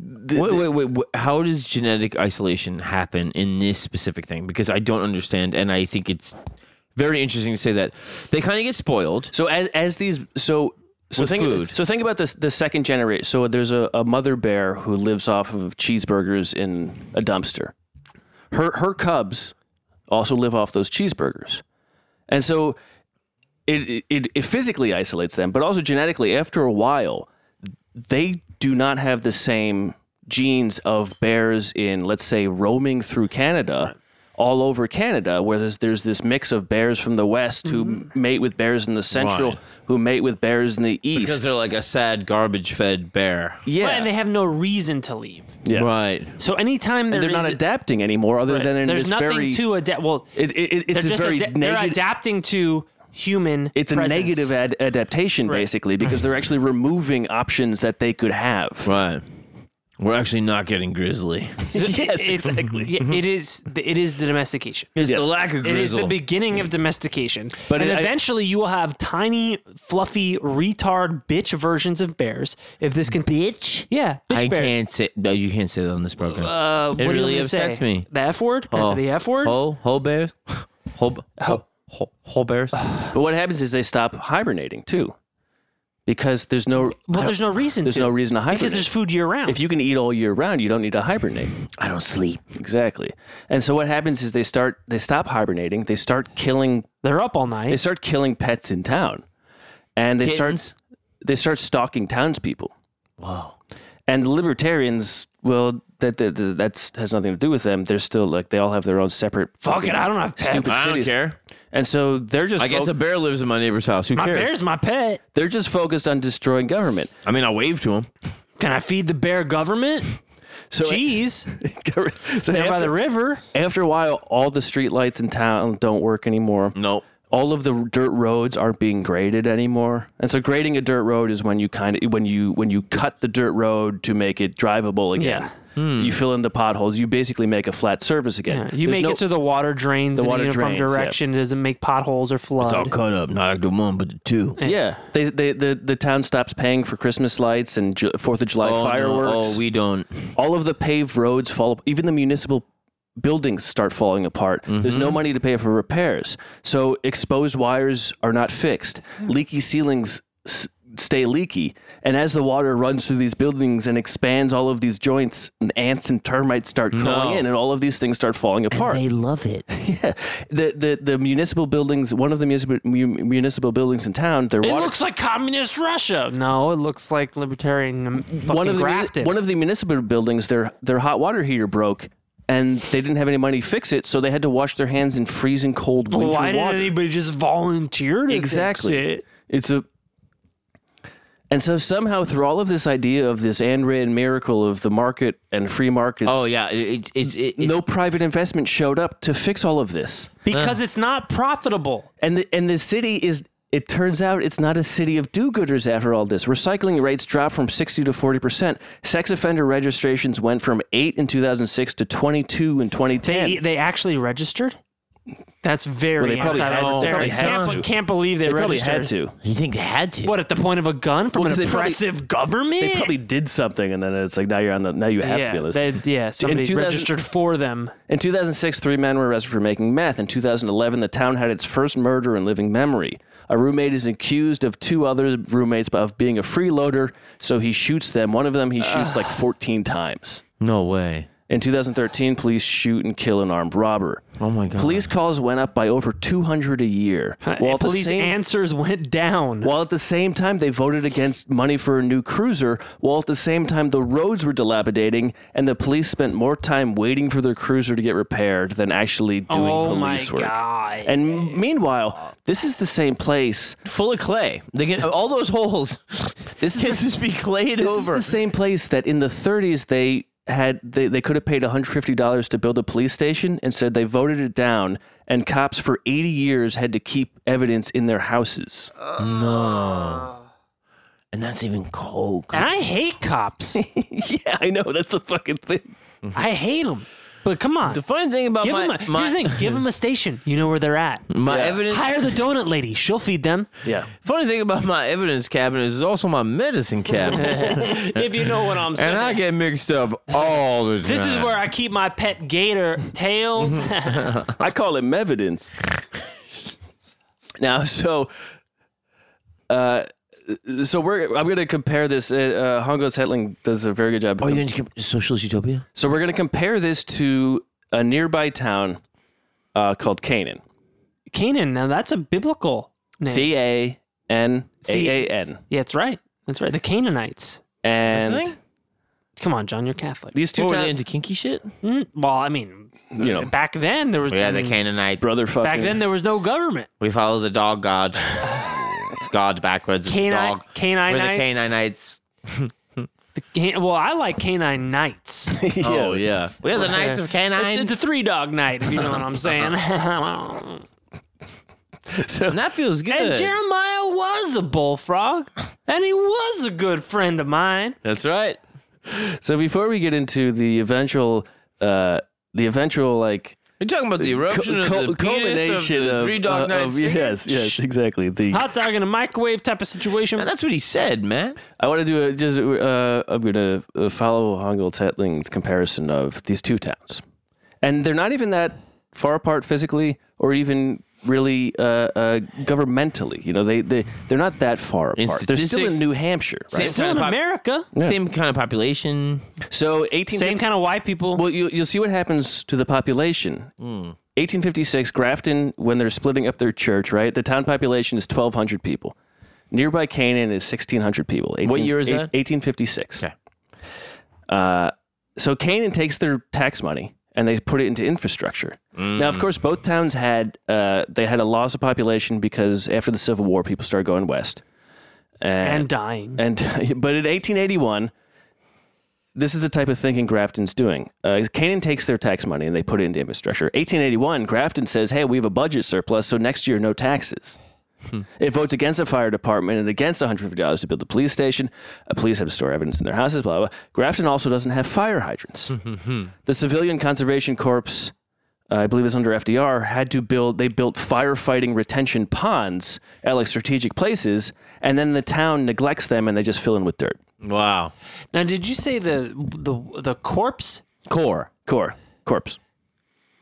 Speaker 3: Wait, wait, wait, wait. How does genetic isolation happen in this specific thing? Because I don't understand, and I think it's very interesting to say that they kind of get spoiled.
Speaker 4: So as as these so so
Speaker 3: With
Speaker 4: think
Speaker 3: food.
Speaker 4: so think about this the second generation. So there's a, a mother bear who lives off of cheeseburgers in a dumpster. Her her cubs also live off those cheeseburgers, and so it it, it physically isolates them, but also genetically. After a while, they do not have the same genes of bears in let's say roaming through Canada all over Canada where there's there's this mix of bears from the west who
Speaker 5: Mm-hmm.
Speaker 4: mate with bears in the central
Speaker 3: Right.
Speaker 4: who mate with bears in the east
Speaker 3: Because they're like a sad garbage fed bear.
Speaker 4: yeah
Speaker 5: and they have no reason to leave.
Speaker 4: Yeah.
Speaker 3: Right.
Speaker 5: So anytime there
Speaker 4: they're
Speaker 5: is
Speaker 4: not
Speaker 5: a-
Speaker 4: adapting anymore other than in
Speaker 5: there's
Speaker 4: this
Speaker 5: nothing
Speaker 4: very
Speaker 5: to adapt. Well,
Speaker 4: it, it, it-
Speaker 5: they're
Speaker 4: it's this
Speaker 5: just
Speaker 4: very
Speaker 5: ada- they're
Speaker 4: negative
Speaker 5: adapting to human.
Speaker 4: it's a
Speaker 5: presence.
Speaker 4: negative ad- adaptation basically because they're actually removing options that they could have
Speaker 3: Right. We're actually not getting grizzly.
Speaker 4: yes
Speaker 5: It's- yeah, it is. the- It is the domestication.
Speaker 3: It's
Speaker 4: Yes.
Speaker 3: the lack of
Speaker 5: It is
Speaker 3: grizzle.
Speaker 5: the beginning of domestication,
Speaker 4: But
Speaker 5: but
Speaker 4: it- I-
Speaker 5: eventually you will have tiny, fluffy, retard, bitch versions of bears. If this can, bitch, yeah, bitch
Speaker 3: I
Speaker 5: bears.
Speaker 3: can't say. No, you can't say that on this program.
Speaker 5: Uh, what do
Speaker 3: it
Speaker 5: you want
Speaker 3: really
Speaker 5: to
Speaker 3: upsets
Speaker 5: say?
Speaker 3: me. Oh.
Speaker 5: The f word. Can I say the f word?
Speaker 3: Whole whole bears. Whole whole, whole, whole bears.
Speaker 4: but what happens is they stop hibernating too because there's no
Speaker 5: But there's no reason.
Speaker 4: there's
Speaker 5: to,
Speaker 4: no reason to hibernate
Speaker 5: because there's food year round.
Speaker 4: if you can eat all year round, you don't need to hibernate.
Speaker 3: I don't sleep.
Speaker 4: Exactly. And so what happens is they start they stop hibernating. They start killing
Speaker 5: They're up all
Speaker 4: they
Speaker 5: night.
Speaker 4: start killing pets in town, and they
Speaker 3: Kittens?
Speaker 4: start they start stalking townspeople.
Speaker 3: Whoa.
Speaker 4: And the libertarians, well, that that that's, has nothing to do with them. They're still like they all have their own separate.
Speaker 5: Fuck it, I don't have pets.
Speaker 4: Stupid
Speaker 3: I don't
Speaker 4: cities.
Speaker 3: care.
Speaker 4: And so they're just
Speaker 3: I guess
Speaker 4: fo-
Speaker 3: a bear lives in my neighbor's house. Who
Speaker 5: My
Speaker 3: cares?
Speaker 5: bear's my pet.
Speaker 4: they're just focused on destroying government.
Speaker 3: I mean, I wave to him.
Speaker 5: Can I feed the bear government?
Speaker 4: So
Speaker 5: Jeez,
Speaker 4: so
Speaker 5: down by
Speaker 4: after-
Speaker 5: the river.
Speaker 4: after a while, all the streetlights in town don't work anymore.
Speaker 3: Nope.
Speaker 4: all of the dirt roads aren't being graded anymore. And so grading a dirt road is when you kind of when you when you cut the dirt road to make it drivable again.
Speaker 5: Yeah. Hmm.
Speaker 4: You fill in the potholes. You basically make a flat surface again.
Speaker 5: You
Speaker 4: There's
Speaker 5: make
Speaker 4: no-
Speaker 5: it so the water drains in
Speaker 4: water
Speaker 5: a uniform
Speaker 4: drains, yeah.
Speaker 5: direction. It doesn't make potholes or flood.
Speaker 3: It's all Oh, cut up, not like the one, but the two.
Speaker 4: yeah. They, they the the town stops paying for Christmas lights and Ju- Fourth of July
Speaker 3: Oh, no.
Speaker 4: fireworks.
Speaker 3: Oh, we don't.
Speaker 4: all of the paved roads fall. Even the municipal buildings start falling apart. There's
Speaker 3: Mm-hmm.
Speaker 4: no money to pay for repairs. So exposed wires are not fixed. Leaky ceilings s- stay leaky. And as the water runs through these buildings and expands all of these joints, ants and termites start crawling
Speaker 3: No.
Speaker 4: in, and all of these things start falling apart.
Speaker 3: love it.
Speaker 4: yeah, the, the the municipal buildings. One of the municipal mu- municipal buildings in town. Their
Speaker 5: It
Speaker 4: water
Speaker 5: looks like communist Russia. No, it looks like libertarian um, fucking
Speaker 4: one of the muni-
Speaker 5: Grafton.
Speaker 4: one of the municipal buildings their their hot water heater broke and they didn't have any money to fix it so they had to wash their hands in freezing cold winter
Speaker 5: Why didn't
Speaker 4: water
Speaker 5: anybody just volunteer to fix
Speaker 4: exactly
Speaker 5: it?
Speaker 4: it's a and so somehow through all of this idea of this Ayn Rand miracle of the market and free markets
Speaker 3: Oh yeah, it, it, it's it, it,
Speaker 4: no private investment showed up to fix all of this
Speaker 5: Because it's not profitable.
Speaker 4: and the, and the city is it turns out it's not a city of do-gooders after all this. Recycling rates dropped from 60 to 40%. Sex offender registrations went from 8 in 2006 to 22 in
Speaker 5: They,
Speaker 4: 2010.
Speaker 5: they actually registered? That's very
Speaker 4: they probably had-
Speaker 5: anti-libertarian.
Speaker 4: probably had
Speaker 5: can't,
Speaker 4: to.
Speaker 5: can't believe they,
Speaker 4: They probably
Speaker 5: registered.
Speaker 4: had to.
Speaker 3: You think they had to?
Speaker 5: What at the point of a gun from
Speaker 4: Well, 'cause
Speaker 5: an
Speaker 4: they probably-
Speaker 5: oppressive government?
Speaker 4: They probably did something, and then it's like now you're on the now you have to
Speaker 5: yeah,
Speaker 4: be on this.
Speaker 5: they, yeah, somebody
Speaker 4: 2000
Speaker 5: registered for them.
Speaker 4: In 2006, three men were arrested for making meth. In 2011, the town had its first murder in living memory. A roommate is accused of two other roommates of being a freeloader, so he shoots them. One of them he shoots like 14 times.
Speaker 3: No way.
Speaker 4: In 2013, police shoot and kill an armed robber.
Speaker 3: Oh my god.
Speaker 4: Police calls went up by over 200 a year. While at the
Speaker 5: police
Speaker 4: same-
Speaker 5: answers went down.
Speaker 4: while at the same time, they voted against money for a new cruiser, while at the same time, the roads were dilapidating, and the police spent more time waiting for their cruiser to get repaired than actually doing
Speaker 5: oh my
Speaker 4: police work.
Speaker 5: god!
Speaker 4: And meanwhile, this is the same place.
Speaker 3: full of clay. They get all those holes.
Speaker 4: This is
Speaker 3: Can
Speaker 4: the,
Speaker 3: just be clayed
Speaker 4: this is
Speaker 3: over.
Speaker 4: the same place that in the 30s they had they, they could have paid $150 to build a police station. Instead, they voted it down, and cops for 80 years had to keep evidence in their houses.
Speaker 3: and that's even coke.
Speaker 5: and I hate cops.
Speaker 4: yeah, I know that's the fucking thing.
Speaker 5: I hate them. But come on,
Speaker 3: The funny thing about
Speaker 5: give
Speaker 3: my,
Speaker 5: them a,
Speaker 3: my,
Speaker 5: here's the thing: give them a station. You know where they're at.
Speaker 3: my
Speaker 4: Yeah.
Speaker 3: evidence.
Speaker 5: Hire the donut lady. She'll feed them.
Speaker 4: Yeah.
Speaker 3: Funny thing about my evidence cabinet is also my medicine cabinet,
Speaker 5: if you know what I'm saying.
Speaker 3: and I get mixed up all the time.
Speaker 5: this is where I keep my pet gator tails.
Speaker 4: I call him evidence. now, so, uh, so we're I'm going to compare this. Uh, uh, Hongo Zetling does a very good job.
Speaker 3: Are you into socialist utopia?
Speaker 4: so we're going to compare this to a nearby town uh, called Canaan.
Speaker 5: Canaan. Now that's a biblical name.
Speaker 4: C A N A A N.
Speaker 5: Yeah, that's right. That's right. The Canaanites.
Speaker 4: And
Speaker 5: Come on, John, you're Catholic.
Speaker 4: these two
Speaker 3: What, were they
Speaker 4: towns,
Speaker 3: into kinky shit?
Speaker 5: Mm, well, I mean,
Speaker 4: you know,
Speaker 5: back then there was mm,
Speaker 3: Canaanite.
Speaker 4: brother fucking.
Speaker 5: back then there was no government.
Speaker 3: We follow the dog god. it's God backwards. It's
Speaker 5: Canine,
Speaker 3: dog.
Speaker 5: canine
Speaker 3: We're the
Speaker 5: knights.
Speaker 3: Canaanites.
Speaker 5: Can- well, I like canine nights. It's-
Speaker 3: Oh yeah, we're the Knights of Canine.
Speaker 5: it's a three dog night, if you know what I'm saying. and
Speaker 4: So,
Speaker 3: and that feels good.
Speaker 5: Jeremiah was a bullfrog, and he was a good friend of mine.
Speaker 3: That's right.
Speaker 4: so before we get into the eventual, uh, the eventual like
Speaker 3: You're talking about the eruption
Speaker 4: cul-
Speaker 3: of
Speaker 4: cul-
Speaker 3: the penis of the three dog
Speaker 4: uh,
Speaker 3: nights.
Speaker 4: of- yes, yes, exactly. The
Speaker 5: Hot dog in a microwave type of situation.
Speaker 3: And that's what he said, man.
Speaker 4: I want to do a, just. Uh, I'm gonna uh, follow Hangul Tetling's comparison of these two towns, and they're not even that far apart physically, or even really uh, uh, governmentally. You know, they they they're not that far
Speaker 3: In
Speaker 4: apart. They're still in
Speaker 3: statistics-
Speaker 4: New Hampshire, right?
Speaker 5: It's still in
Speaker 3: kind of pop-
Speaker 5: America.
Speaker 3: Same kind of population.
Speaker 4: So 18.
Speaker 5: Same kind of white people.
Speaker 4: Well, you, you'll see what happens to the population.
Speaker 3: Hmm.
Speaker 4: 1856, Grafton, when they're splitting up their church, right? The town population is 1,200 people. Nearby Canaan is 1,600 people. 18
Speaker 3: year is
Speaker 4: eight-
Speaker 3: that?
Speaker 4: 1856.
Speaker 3: Okay.
Speaker 4: Uh, so Canaan takes their tax money and they put it into infrastructure.
Speaker 3: Mm.
Speaker 4: Now, of course, both towns had uh, they had a loss of population because after the Civil War, people started going west.
Speaker 5: and dying.
Speaker 4: And but in 1881, this is the type of thinking Grafton's doing. Uh, Canaan takes their tax money and they put it into infrastructure. 1881, Grafton says, "Hey, we have a budget surplus, so next year no taxes." It votes against the fire department and against $150 to build the police station. Uh, police have to store evidence in their houses, blah, blah. Grafton also doesn't have fire hydrants. the Civilian Conservation Corps uh, I believe it's under FDR, had to build, they built firefighting retention ponds at like strategic places, and then the town neglects them and they just fill in with dirt.
Speaker 3: Wow.
Speaker 5: Now, did you say the the the corpse?
Speaker 3: Core.
Speaker 4: Core, corpse.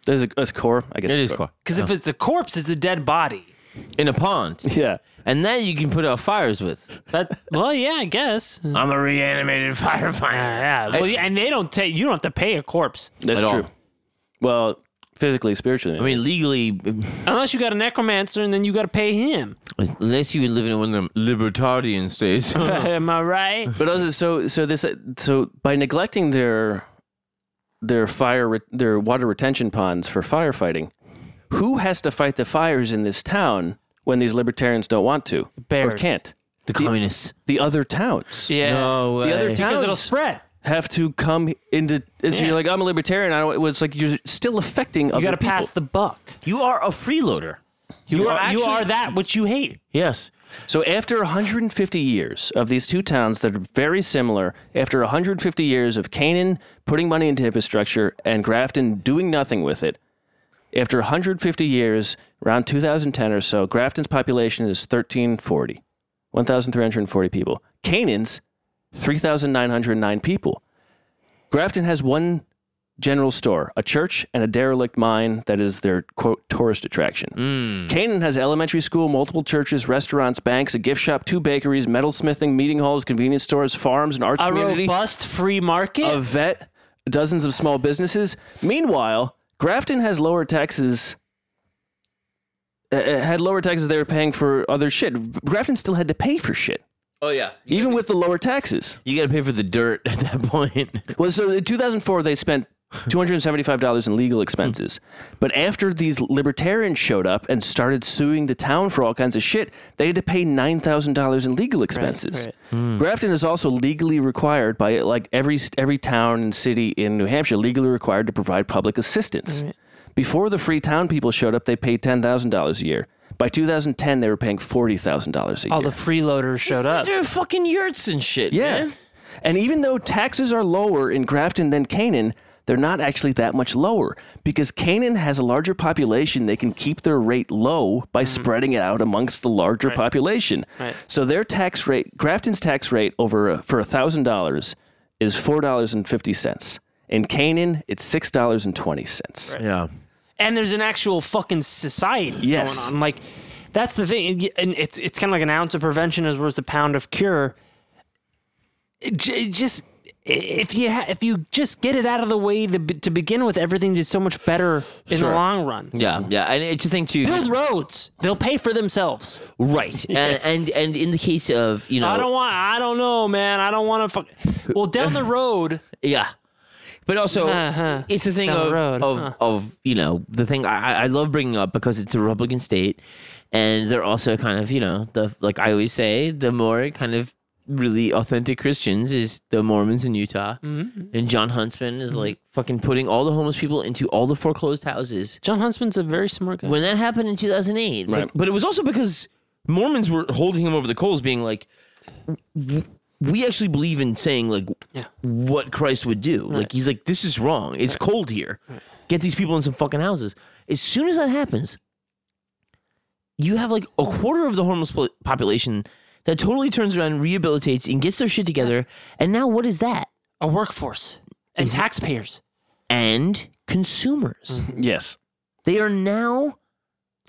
Speaker 4: There's a, it's core, I guess.
Speaker 3: It
Speaker 4: it's
Speaker 3: is core.
Speaker 5: Because if it's a corpse, it's a dead body.
Speaker 3: In a pond.
Speaker 4: Yeah.
Speaker 3: And that you can put out fires with.
Speaker 5: That well, yeah, I guess.
Speaker 3: I'm a reanimated firefighter.
Speaker 5: Yeah, well, yeah, and they don't take. You don't have to pay a corpse
Speaker 4: That's
Speaker 3: At all.
Speaker 4: true. Well, physically, spiritually.
Speaker 3: I mean, legally,
Speaker 5: unless you got a necromancer, and then you got to pay him.
Speaker 3: unless you live in one of them libertarian states.
Speaker 5: Am I right?
Speaker 4: but also, so, so this, uh, so by neglecting their, their fire, re- their water retention ponds for firefighting, who has to fight the fires in this town when these libertarians don't want to or
Speaker 5: Bears.
Speaker 4: can't?
Speaker 3: the communists.
Speaker 4: The other towns.
Speaker 5: Yeah.
Speaker 3: No way.
Speaker 4: The other
Speaker 5: Because it'll
Speaker 4: towns
Speaker 5: spread.
Speaker 4: have to come into. It's, You're like I'm a libertarian. I don't. It's like you're still affecting.
Speaker 5: You got to pass the buck.
Speaker 3: you are a freeloader.
Speaker 5: You, are,
Speaker 3: are
Speaker 5: you
Speaker 3: actually-
Speaker 5: are that which you hate.
Speaker 3: Yes.
Speaker 4: So after 150 years of these two towns that are very similar, after 150 years of Canaan putting money into infrastructure and Grafton doing nothing with it, After 150 years, around 2010 or so, Grafton's population is 1340, 1,340 people. Canaan's 3,909 people. Grafton has one general store, a church, and a derelict mine that is their quote tourist attraction.
Speaker 5: Hmm.
Speaker 4: Canaan has elementary school, multiple churches, restaurants, banks, a gift shop, two bakeries, metalsmithing, meeting halls, convenience stores, farms, and art
Speaker 5: A
Speaker 4: community
Speaker 5: robust free market.
Speaker 4: a vet, dozens of small businesses. Meanwhile, Grafton has lower taxes. uh, uh, Had lower taxes they were paying for other shit. Grafton still had to pay for shit,
Speaker 3: Oh yeah,
Speaker 4: even with the lower taxes.
Speaker 3: you got to pay for the dirt at that point.
Speaker 4: Well, so in 2004 they spent 275 dollars in legal expenses, but after these libertarians showed up and started suing the town for all kinds of shit, they had to pay nine thousand dollars in legal expenses.
Speaker 5: right.
Speaker 4: Grafton is also legally required by like every every town and city in New Hampshire legally required to provide public assistance. Before the Free Town people showed up, they paid ten thousand dollars a year. By 2010, they were paying forty thousand dollars a
Speaker 5: All
Speaker 4: year.
Speaker 5: Oh, the freeloaders showed up.
Speaker 3: They're fucking yurts and shit.
Speaker 4: Yeah.
Speaker 3: man.
Speaker 4: And even though taxes are lower in Grafton than Canaan, they're not actually that much lower because Canaan has a larger population. They can keep their rate low by spreading it out amongst the larger population.
Speaker 5: Mm-hmm. Right.
Speaker 4: So their tax rate, Grafton's tax rate over uh, for thousand dollars is four dollars and fifty cents. In Canaan, it's six dollars and twenty cents.
Speaker 3: yeah.
Speaker 5: and there's an actual fucking society
Speaker 4: Yes.
Speaker 5: going on. Like that's the thing, It- and it's it's kind of like an ounce of prevention is worth a pound of cure. It, j- it just if you ha- if you just get it out of the way the, to begin with, everything is so much better in the
Speaker 3: Sure.
Speaker 5: long run.
Speaker 3: Yeah, yeah, and it's a thing too.
Speaker 5: Build roads; they'll pay for themselves.
Speaker 3: Right, and, and and in the case of you know,
Speaker 5: I don't want. I don't know, man. I don't want to. Fuck. Well, down the road,
Speaker 3: Yeah. But also,
Speaker 5: Uh-huh.
Speaker 3: it's the thing
Speaker 5: Down the
Speaker 3: of,
Speaker 5: road,
Speaker 3: of,
Speaker 5: huh.
Speaker 3: of, you know, the thing I, I- I love bringing up because it's a Republican state. And they're also kind of, you know, the like I always say, the more kind of really authentic Christians is the Mormons in Utah.
Speaker 5: Mm-hmm.
Speaker 3: And John Huntsman is like fucking putting all the homeless people into all the foreclosed houses.
Speaker 5: John Huntsman's a very smart guy.
Speaker 3: When that happened in 2008,
Speaker 4: Right.
Speaker 3: but, but it was also because Mormons were holding him over the coals, being like, "W- we actually believe in saying, like,
Speaker 5: Yeah.
Speaker 3: what Christ would do. Like he's like, this is wrong. It's cold here. Get these people in some fucking houses. As soon as that happens, you have like a quarter of the homeless po- population that totally turns around, rehabilitates, and gets their shit together. And now what is that?
Speaker 5: A workforce and taxpayers
Speaker 3: And consumers.
Speaker 4: Mm-hmm. Yes.
Speaker 3: They are now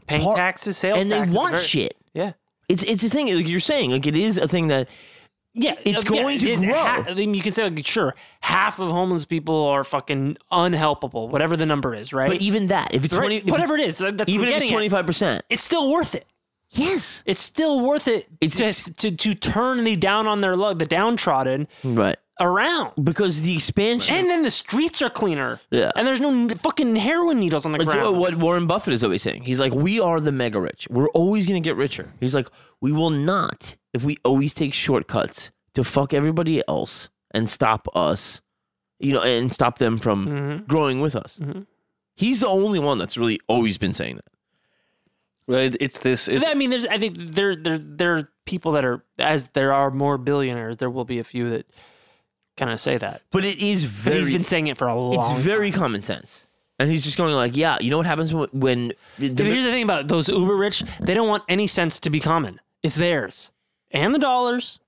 Speaker 5: paying
Speaker 3: Par-
Speaker 5: taxes, sales,
Speaker 3: and they
Speaker 5: tax at the
Speaker 3: want
Speaker 5: very-
Speaker 3: shit.
Speaker 5: Yeah.
Speaker 3: It's it's a thing like you're saying. Like it is a thing that
Speaker 5: Yeah,
Speaker 3: It's
Speaker 5: uh,
Speaker 3: going to
Speaker 5: it is.
Speaker 3: grow.
Speaker 5: Ha- I mean, you can say like, sure, half of homeless people are fucking unhelpable, whatever the number is, right?
Speaker 3: but even that if it's
Speaker 5: Right?
Speaker 3: twenty if
Speaker 5: whatever it is, that- that's
Speaker 3: even if it's twenty
Speaker 5: twenty,
Speaker 3: five percent.
Speaker 5: it's still worth it.
Speaker 3: Yes.
Speaker 5: It's still worth it
Speaker 3: It's-
Speaker 5: to, to to turn the down on their luck, the downtrodden
Speaker 3: Right.
Speaker 5: around,
Speaker 3: Because the expansion
Speaker 5: and then the streets are cleaner.
Speaker 3: Yeah.
Speaker 5: and there's no n- fucking heroin needles on the
Speaker 3: It's
Speaker 5: ground.
Speaker 3: what Warren Buffett is always saying. He's like, we are the mega rich. We're always going to get richer. He's like, we will not if we always take shortcuts to fuck everybody else and stop us, you know, and stop them from
Speaker 5: Mm-hmm.
Speaker 3: growing with us. He's the only one that's really always been saying that.
Speaker 4: Well, it, it's this. It's,
Speaker 5: I mean, there's, I think there, there, there are people that are, as there are more billionaires, there will be a few that kind of say that.
Speaker 3: But it is
Speaker 5: But
Speaker 3: very,
Speaker 5: he's been saying it for a long
Speaker 3: it's
Speaker 5: time.
Speaker 3: very common sense. And he's just going like, yeah, you know what happens when, when the,
Speaker 5: But here's the thing about those uber rich, they don't want any sense to be common. It's theirs. And the dollars.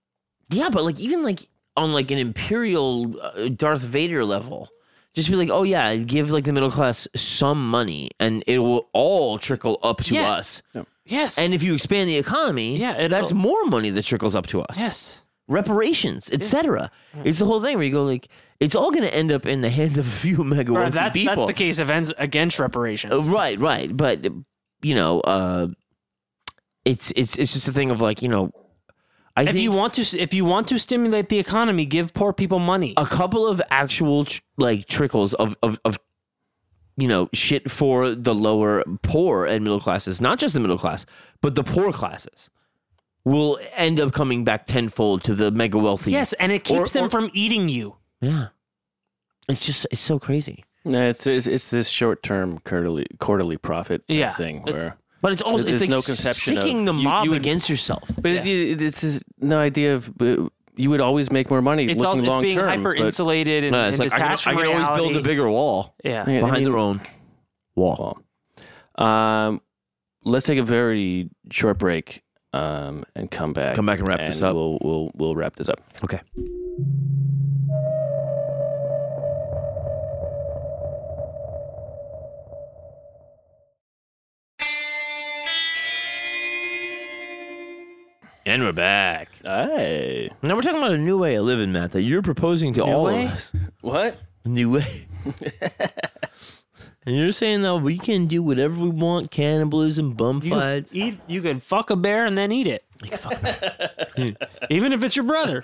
Speaker 3: Yeah, but like even like on like an imperial uh, Darth Vader level, just be like, oh yeah, give like the middle class some money, and it will all trickle up to
Speaker 5: Yeah.
Speaker 3: us.
Speaker 5: Yes.
Speaker 3: And if you expand the economy,
Speaker 5: Yeah, it'll-
Speaker 3: that's more money that trickles up to us.
Speaker 5: yes.
Speaker 3: Reparations, etc. It's the whole thing where you go like, it's all going to end up in the hands of a few mega
Speaker 5: Or
Speaker 3: wealthy
Speaker 5: that's
Speaker 3: people.
Speaker 5: that's the case of ends against reparations.
Speaker 3: Uh, Right, right. But you know, uh, it's it's it's just a thing of like you know, I
Speaker 5: if
Speaker 3: think
Speaker 5: you want to if you want to stimulate the economy, give poor people money.
Speaker 3: a couple of actual tr- like trickles of of of you know shit for the lower poor and middle classes not just the middle class but the poor classes will end up coming back tenfold to the mega wealthy
Speaker 5: yes, and it keeps
Speaker 3: Or-
Speaker 5: them
Speaker 3: or-
Speaker 5: from eating you.
Speaker 3: yeah it's just it's so crazy
Speaker 4: No, it's, it's it's this short-term quarterly quarterly profit type
Speaker 5: Yeah,
Speaker 4: thing
Speaker 5: it's-
Speaker 4: where.
Speaker 3: but it's also it's
Speaker 4: There's
Speaker 3: like
Speaker 4: no conception of-
Speaker 3: sicking the
Speaker 4: you-
Speaker 3: mob
Speaker 4: you would-
Speaker 3: against yourself
Speaker 4: But it, it, it's this, no idea of uh, you would always make more money
Speaker 5: It's all
Speaker 4: looking
Speaker 5: it's
Speaker 4: long
Speaker 5: being
Speaker 4: term.
Speaker 5: hyper
Speaker 4: but-
Speaker 5: insulated and,
Speaker 3: No, it's
Speaker 5: and
Speaker 3: like I can,
Speaker 5: detached
Speaker 3: I
Speaker 5: from
Speaker 3: can always build
Speaker 5: reality.
Speaker 3: a bigger wall
Speaker 5: Yeah.
Speaker 4: Yeah.
Speaker 3: behind
Speaker 4: mean-
Speaker 3: their own wall
Speaker 4: Um, let's take a very short break um, and come back.
Speaker 3: Come back and wrap this up.
Speaker 4: We'll, we'll, we'll wrap this up.
Speaker 3: Okay. And we're back.
Speaker 4: Hey.
Speaker 3: Now we're talking about a new way of living, Matt, that you're proposing to all
Speaker 5: way?
Speaker 3: of us.
Speaker 4: What?
Speaker 3: New way. and you're saying that we can do whatever we want, cannibalism, bum
Speaker 5: You,
Speaker 3: fights.
Speaker 5: eat, you could fuck a bear and then eat it. Even if it's your brother.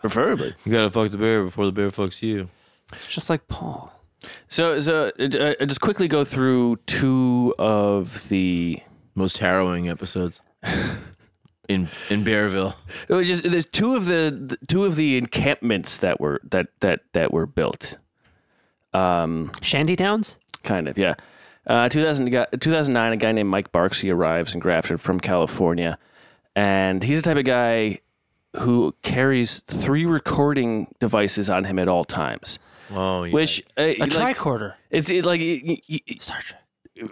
Speaker 4: Preferably.
Speaker 3: You gotta fuck the bear before the bear fucks you.
Speaker 5: Just like Paul.
Speaker 4: So, so uh, uh, just quickly go through two of the.
Speaker 3: Most harrowing episodes. in in Bearville.
Speaker 4: It was oh, just there's two of the the- two of the encampments that were that that that were built. Um,
Speaker 5: Shantytowns?
Speaker 4: kind of yeah. Uh, 2000, guy- 2009, a guy named Mike Barksey arrives in Grafton from California, and he's the type of guy who carries three recording devices on him at all times.
Speaker 3: Oh, yeah.
Speaker 4: Which uh,
Speaker 5: A
Speaker 4: like,
Speaker 5: tricorder.
Speaker 4: it's it, like y- y- y-
Speaker 5: Star Trek.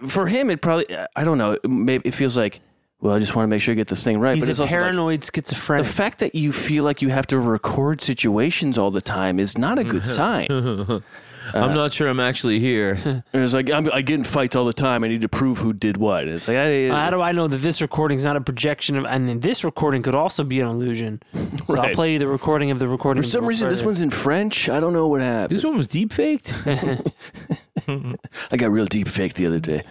Speaker 4: for him, it probably I don't know. Maybe it feels like well, I just want to make sure I get this thing right.
Speaker 5: He's
Speaker 4: but it's
Speaker 5: a
Speaker 4: also like,
Speaker 5: paranoid
Speaker 4: the
Speaker 5: schizophrenic.
Speaker 4: fact that you feel like you have to record situations all the time is not a good sign.
Speaker 3: I'm not sure I'm actually here.
Speaker 4: It's like I'm, I get in fights all the time. I need to prove who did what. And It's like I,
Speaker 5: How do I know that this recording's not a projection of, and then this recording could also be an illusion? So I'll
Speaker 4: Right.
Speaker 5: play you the recording of the recording.
Speaker 4: for some reason this one's in French. I don't know what happened.
Speaker 3: this one was deep faked.
Speaker 4: I got real deep fake the other day.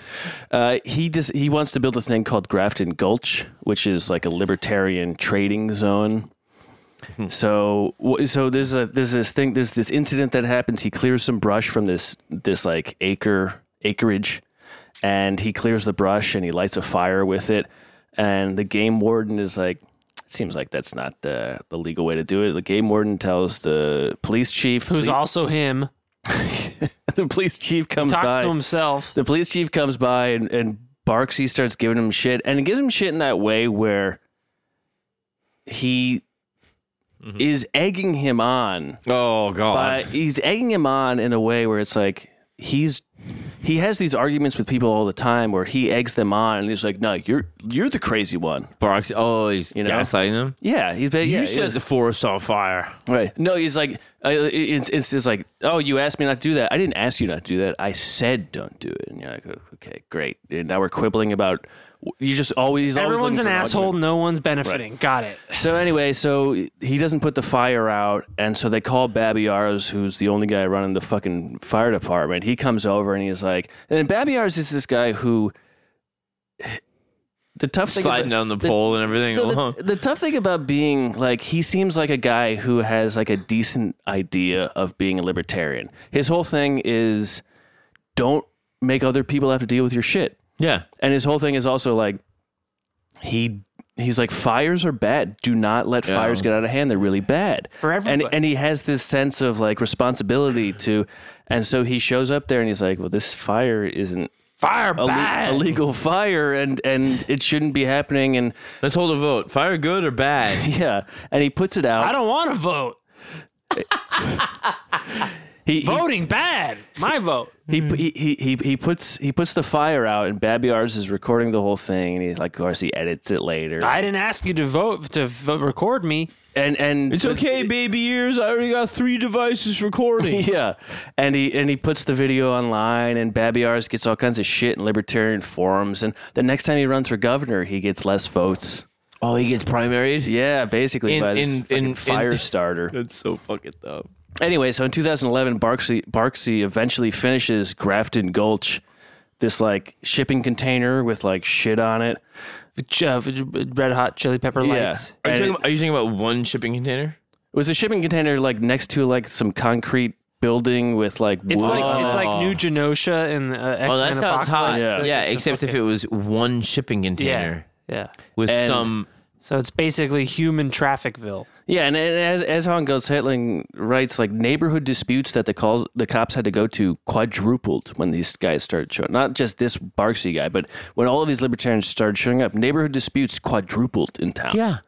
Speaker 4: Uh, he just he wants to build a thing called Grafton Gulch, which is like a libertarian trading zone. So wh- so there's a there's this thing there's this incident that happens. He clears some brush from this this like acre acreage, and he clears the brush and he lights a fire with it. And the game warden is like, it seems like that's not the the legal way to do it. The game warden tells the police chief,
Speaker 5: who's
Speaker 4: the,
Speaker 5: also him,
Speaker 4: the police chief comes
Speaker 5: talks
Speaker 4: by
Speaker 5: to himself.
Speaker 4: the police chief comes by and, and Barksy starts giving him shit and he gives him shit in that way where he is egging him on.
Speaker 3: oh god.
Speaker 4: But he's egging him on in a way where it's like he's he has these arguments with people all the time where he eggs them on and he's like, No, you're you're the crazy one.
Speaker 3: Barks. Oh, he's
Speaker 4: You know?
Speaker 3: gaslighting them.
Speaker 4: Yeah, he's ba- yeah,
Speaker 3: you set the forest on fire.
Speaker 4: Right. No, he's like, uh, it's, it's just like, oh, you asked me not to do that. I didn't ask you not to do that. I said don't do it. And you're like, "Oh, okay, great. And now we're quibbling about, you just always, always
Speaker 5: Everyone's
Speaker 4: looking
Speaker 5: an
Speaker 4: for
Speaker 5: asshole.
Speaker 4: argument.
Speaker 5: No one's benefiting. Got it.
Speaker 4: So anyway, so he doesn't put the fire out. And so they call Babiars, who's the only guy running the fucking fire department. He comes over and he's like, and Babiars is this guy who, the tough thing is
Speaker 3: Sliding
Speaker 4: that-
Speaker 3: down the, pole and everything
Speaker 4: no,
Speaker 3: along.
Speaker 1: Uh-huh.
Speaker 4: the, the tough thing about being like he seems like a guy who has like a decent idea of being a libertarian. His whole thing is don't make other people have to deal with your shit.
Speaker 3: yeah.
Speaker 4: And his whole thing is also like he he's like fires are bad. Do not let fires get out of hand. They're really bad.
Speaker 5: For
Speaker 4: and
Speaker 5: everybody.
Speaker 4: and he has this sense of like responsibility to and so he shows up there and he's like, "Well, this fire isn't
Speaker 5: Fire
Speaker 4: a,
Speaker 5: bad.
Speaker 4: le- a legal fire and and it shouldn't be happening and
Speaker 3: Let's hold a vote. Fire good or bad?
Speaker 4: yeah, and he puts it out.
Speaker 5: I don't want to vote.
Speaker 4: he, he-
Speaker 5: Voting bad. My vote.
Speaker 4: He, he, he, he, he puts he puts the fire out, and Babiars is recording the whole thing, and he like, of course, he edits it later.
Speaker 5: I didn't ask you to vote to vote, record me.
Speaker 4: and and
Speaker 3: It's okay, baby ears. I already got three devices recording.
Speaker 4: Yeah, and he and he puts the video online, and Babiars gets all kinds of shit in libertarian forums, and the next time he runs for governor, he gets less votes.
Speaker 3: oh, he gets primaried.
Speaker 4: Yeah, basically
Speaker 3: In-
Speaker 4: by this
Speaker 3: in-
Speaker 4: fucking
Speaker 3: in- in-
Speaker 4: fire starter.
Speaker 3: That's so fucking dumb.
Speaker 4: anyway, so in 2011, Barksey, Barksey eventually finishes Grafton Gulch, this like shipping container with like shit on it.
Speaker 5: Ch- uh, Red Hot Chili Pepper lights.
Speaker 3: Are you,
Speaker 4: And
Speaker 3: talking
Speaker 4: it-
Speaker 3: about, are you talking about one shipping container?
Speaker 4: It was a shipping container like next to like some concrete building with like
Speaker 5: It's
Speaker 4: wood.
Speaker 5: like it's like New Genosha in uh, X-Men
Speaker 3: Oh, that sounds hot.
Speaker 5: Apocalypse.
Speaker 3: Yeah,
Speaker 4: Yeah.
Speaker 3: except if it was one shipping
Speaker 5: Yeah,
Speaker 3: container
Speaker 5: yeah.
Speaker 3: with
Speaker 4: And-
Speaker 3: some.
Speaker 5: So it's basically human trafficville.
Speaker 4: yeah, and, and as as Hong Goes Hetling writes, like neighborhood disputes that the calls the cops had to go to quadrupled when these guys started showing. Not just this Barksy guy, but when all of these libertarians started showing up, neighborhood disputes quadrupled in town.
Speaker 3: Yeah.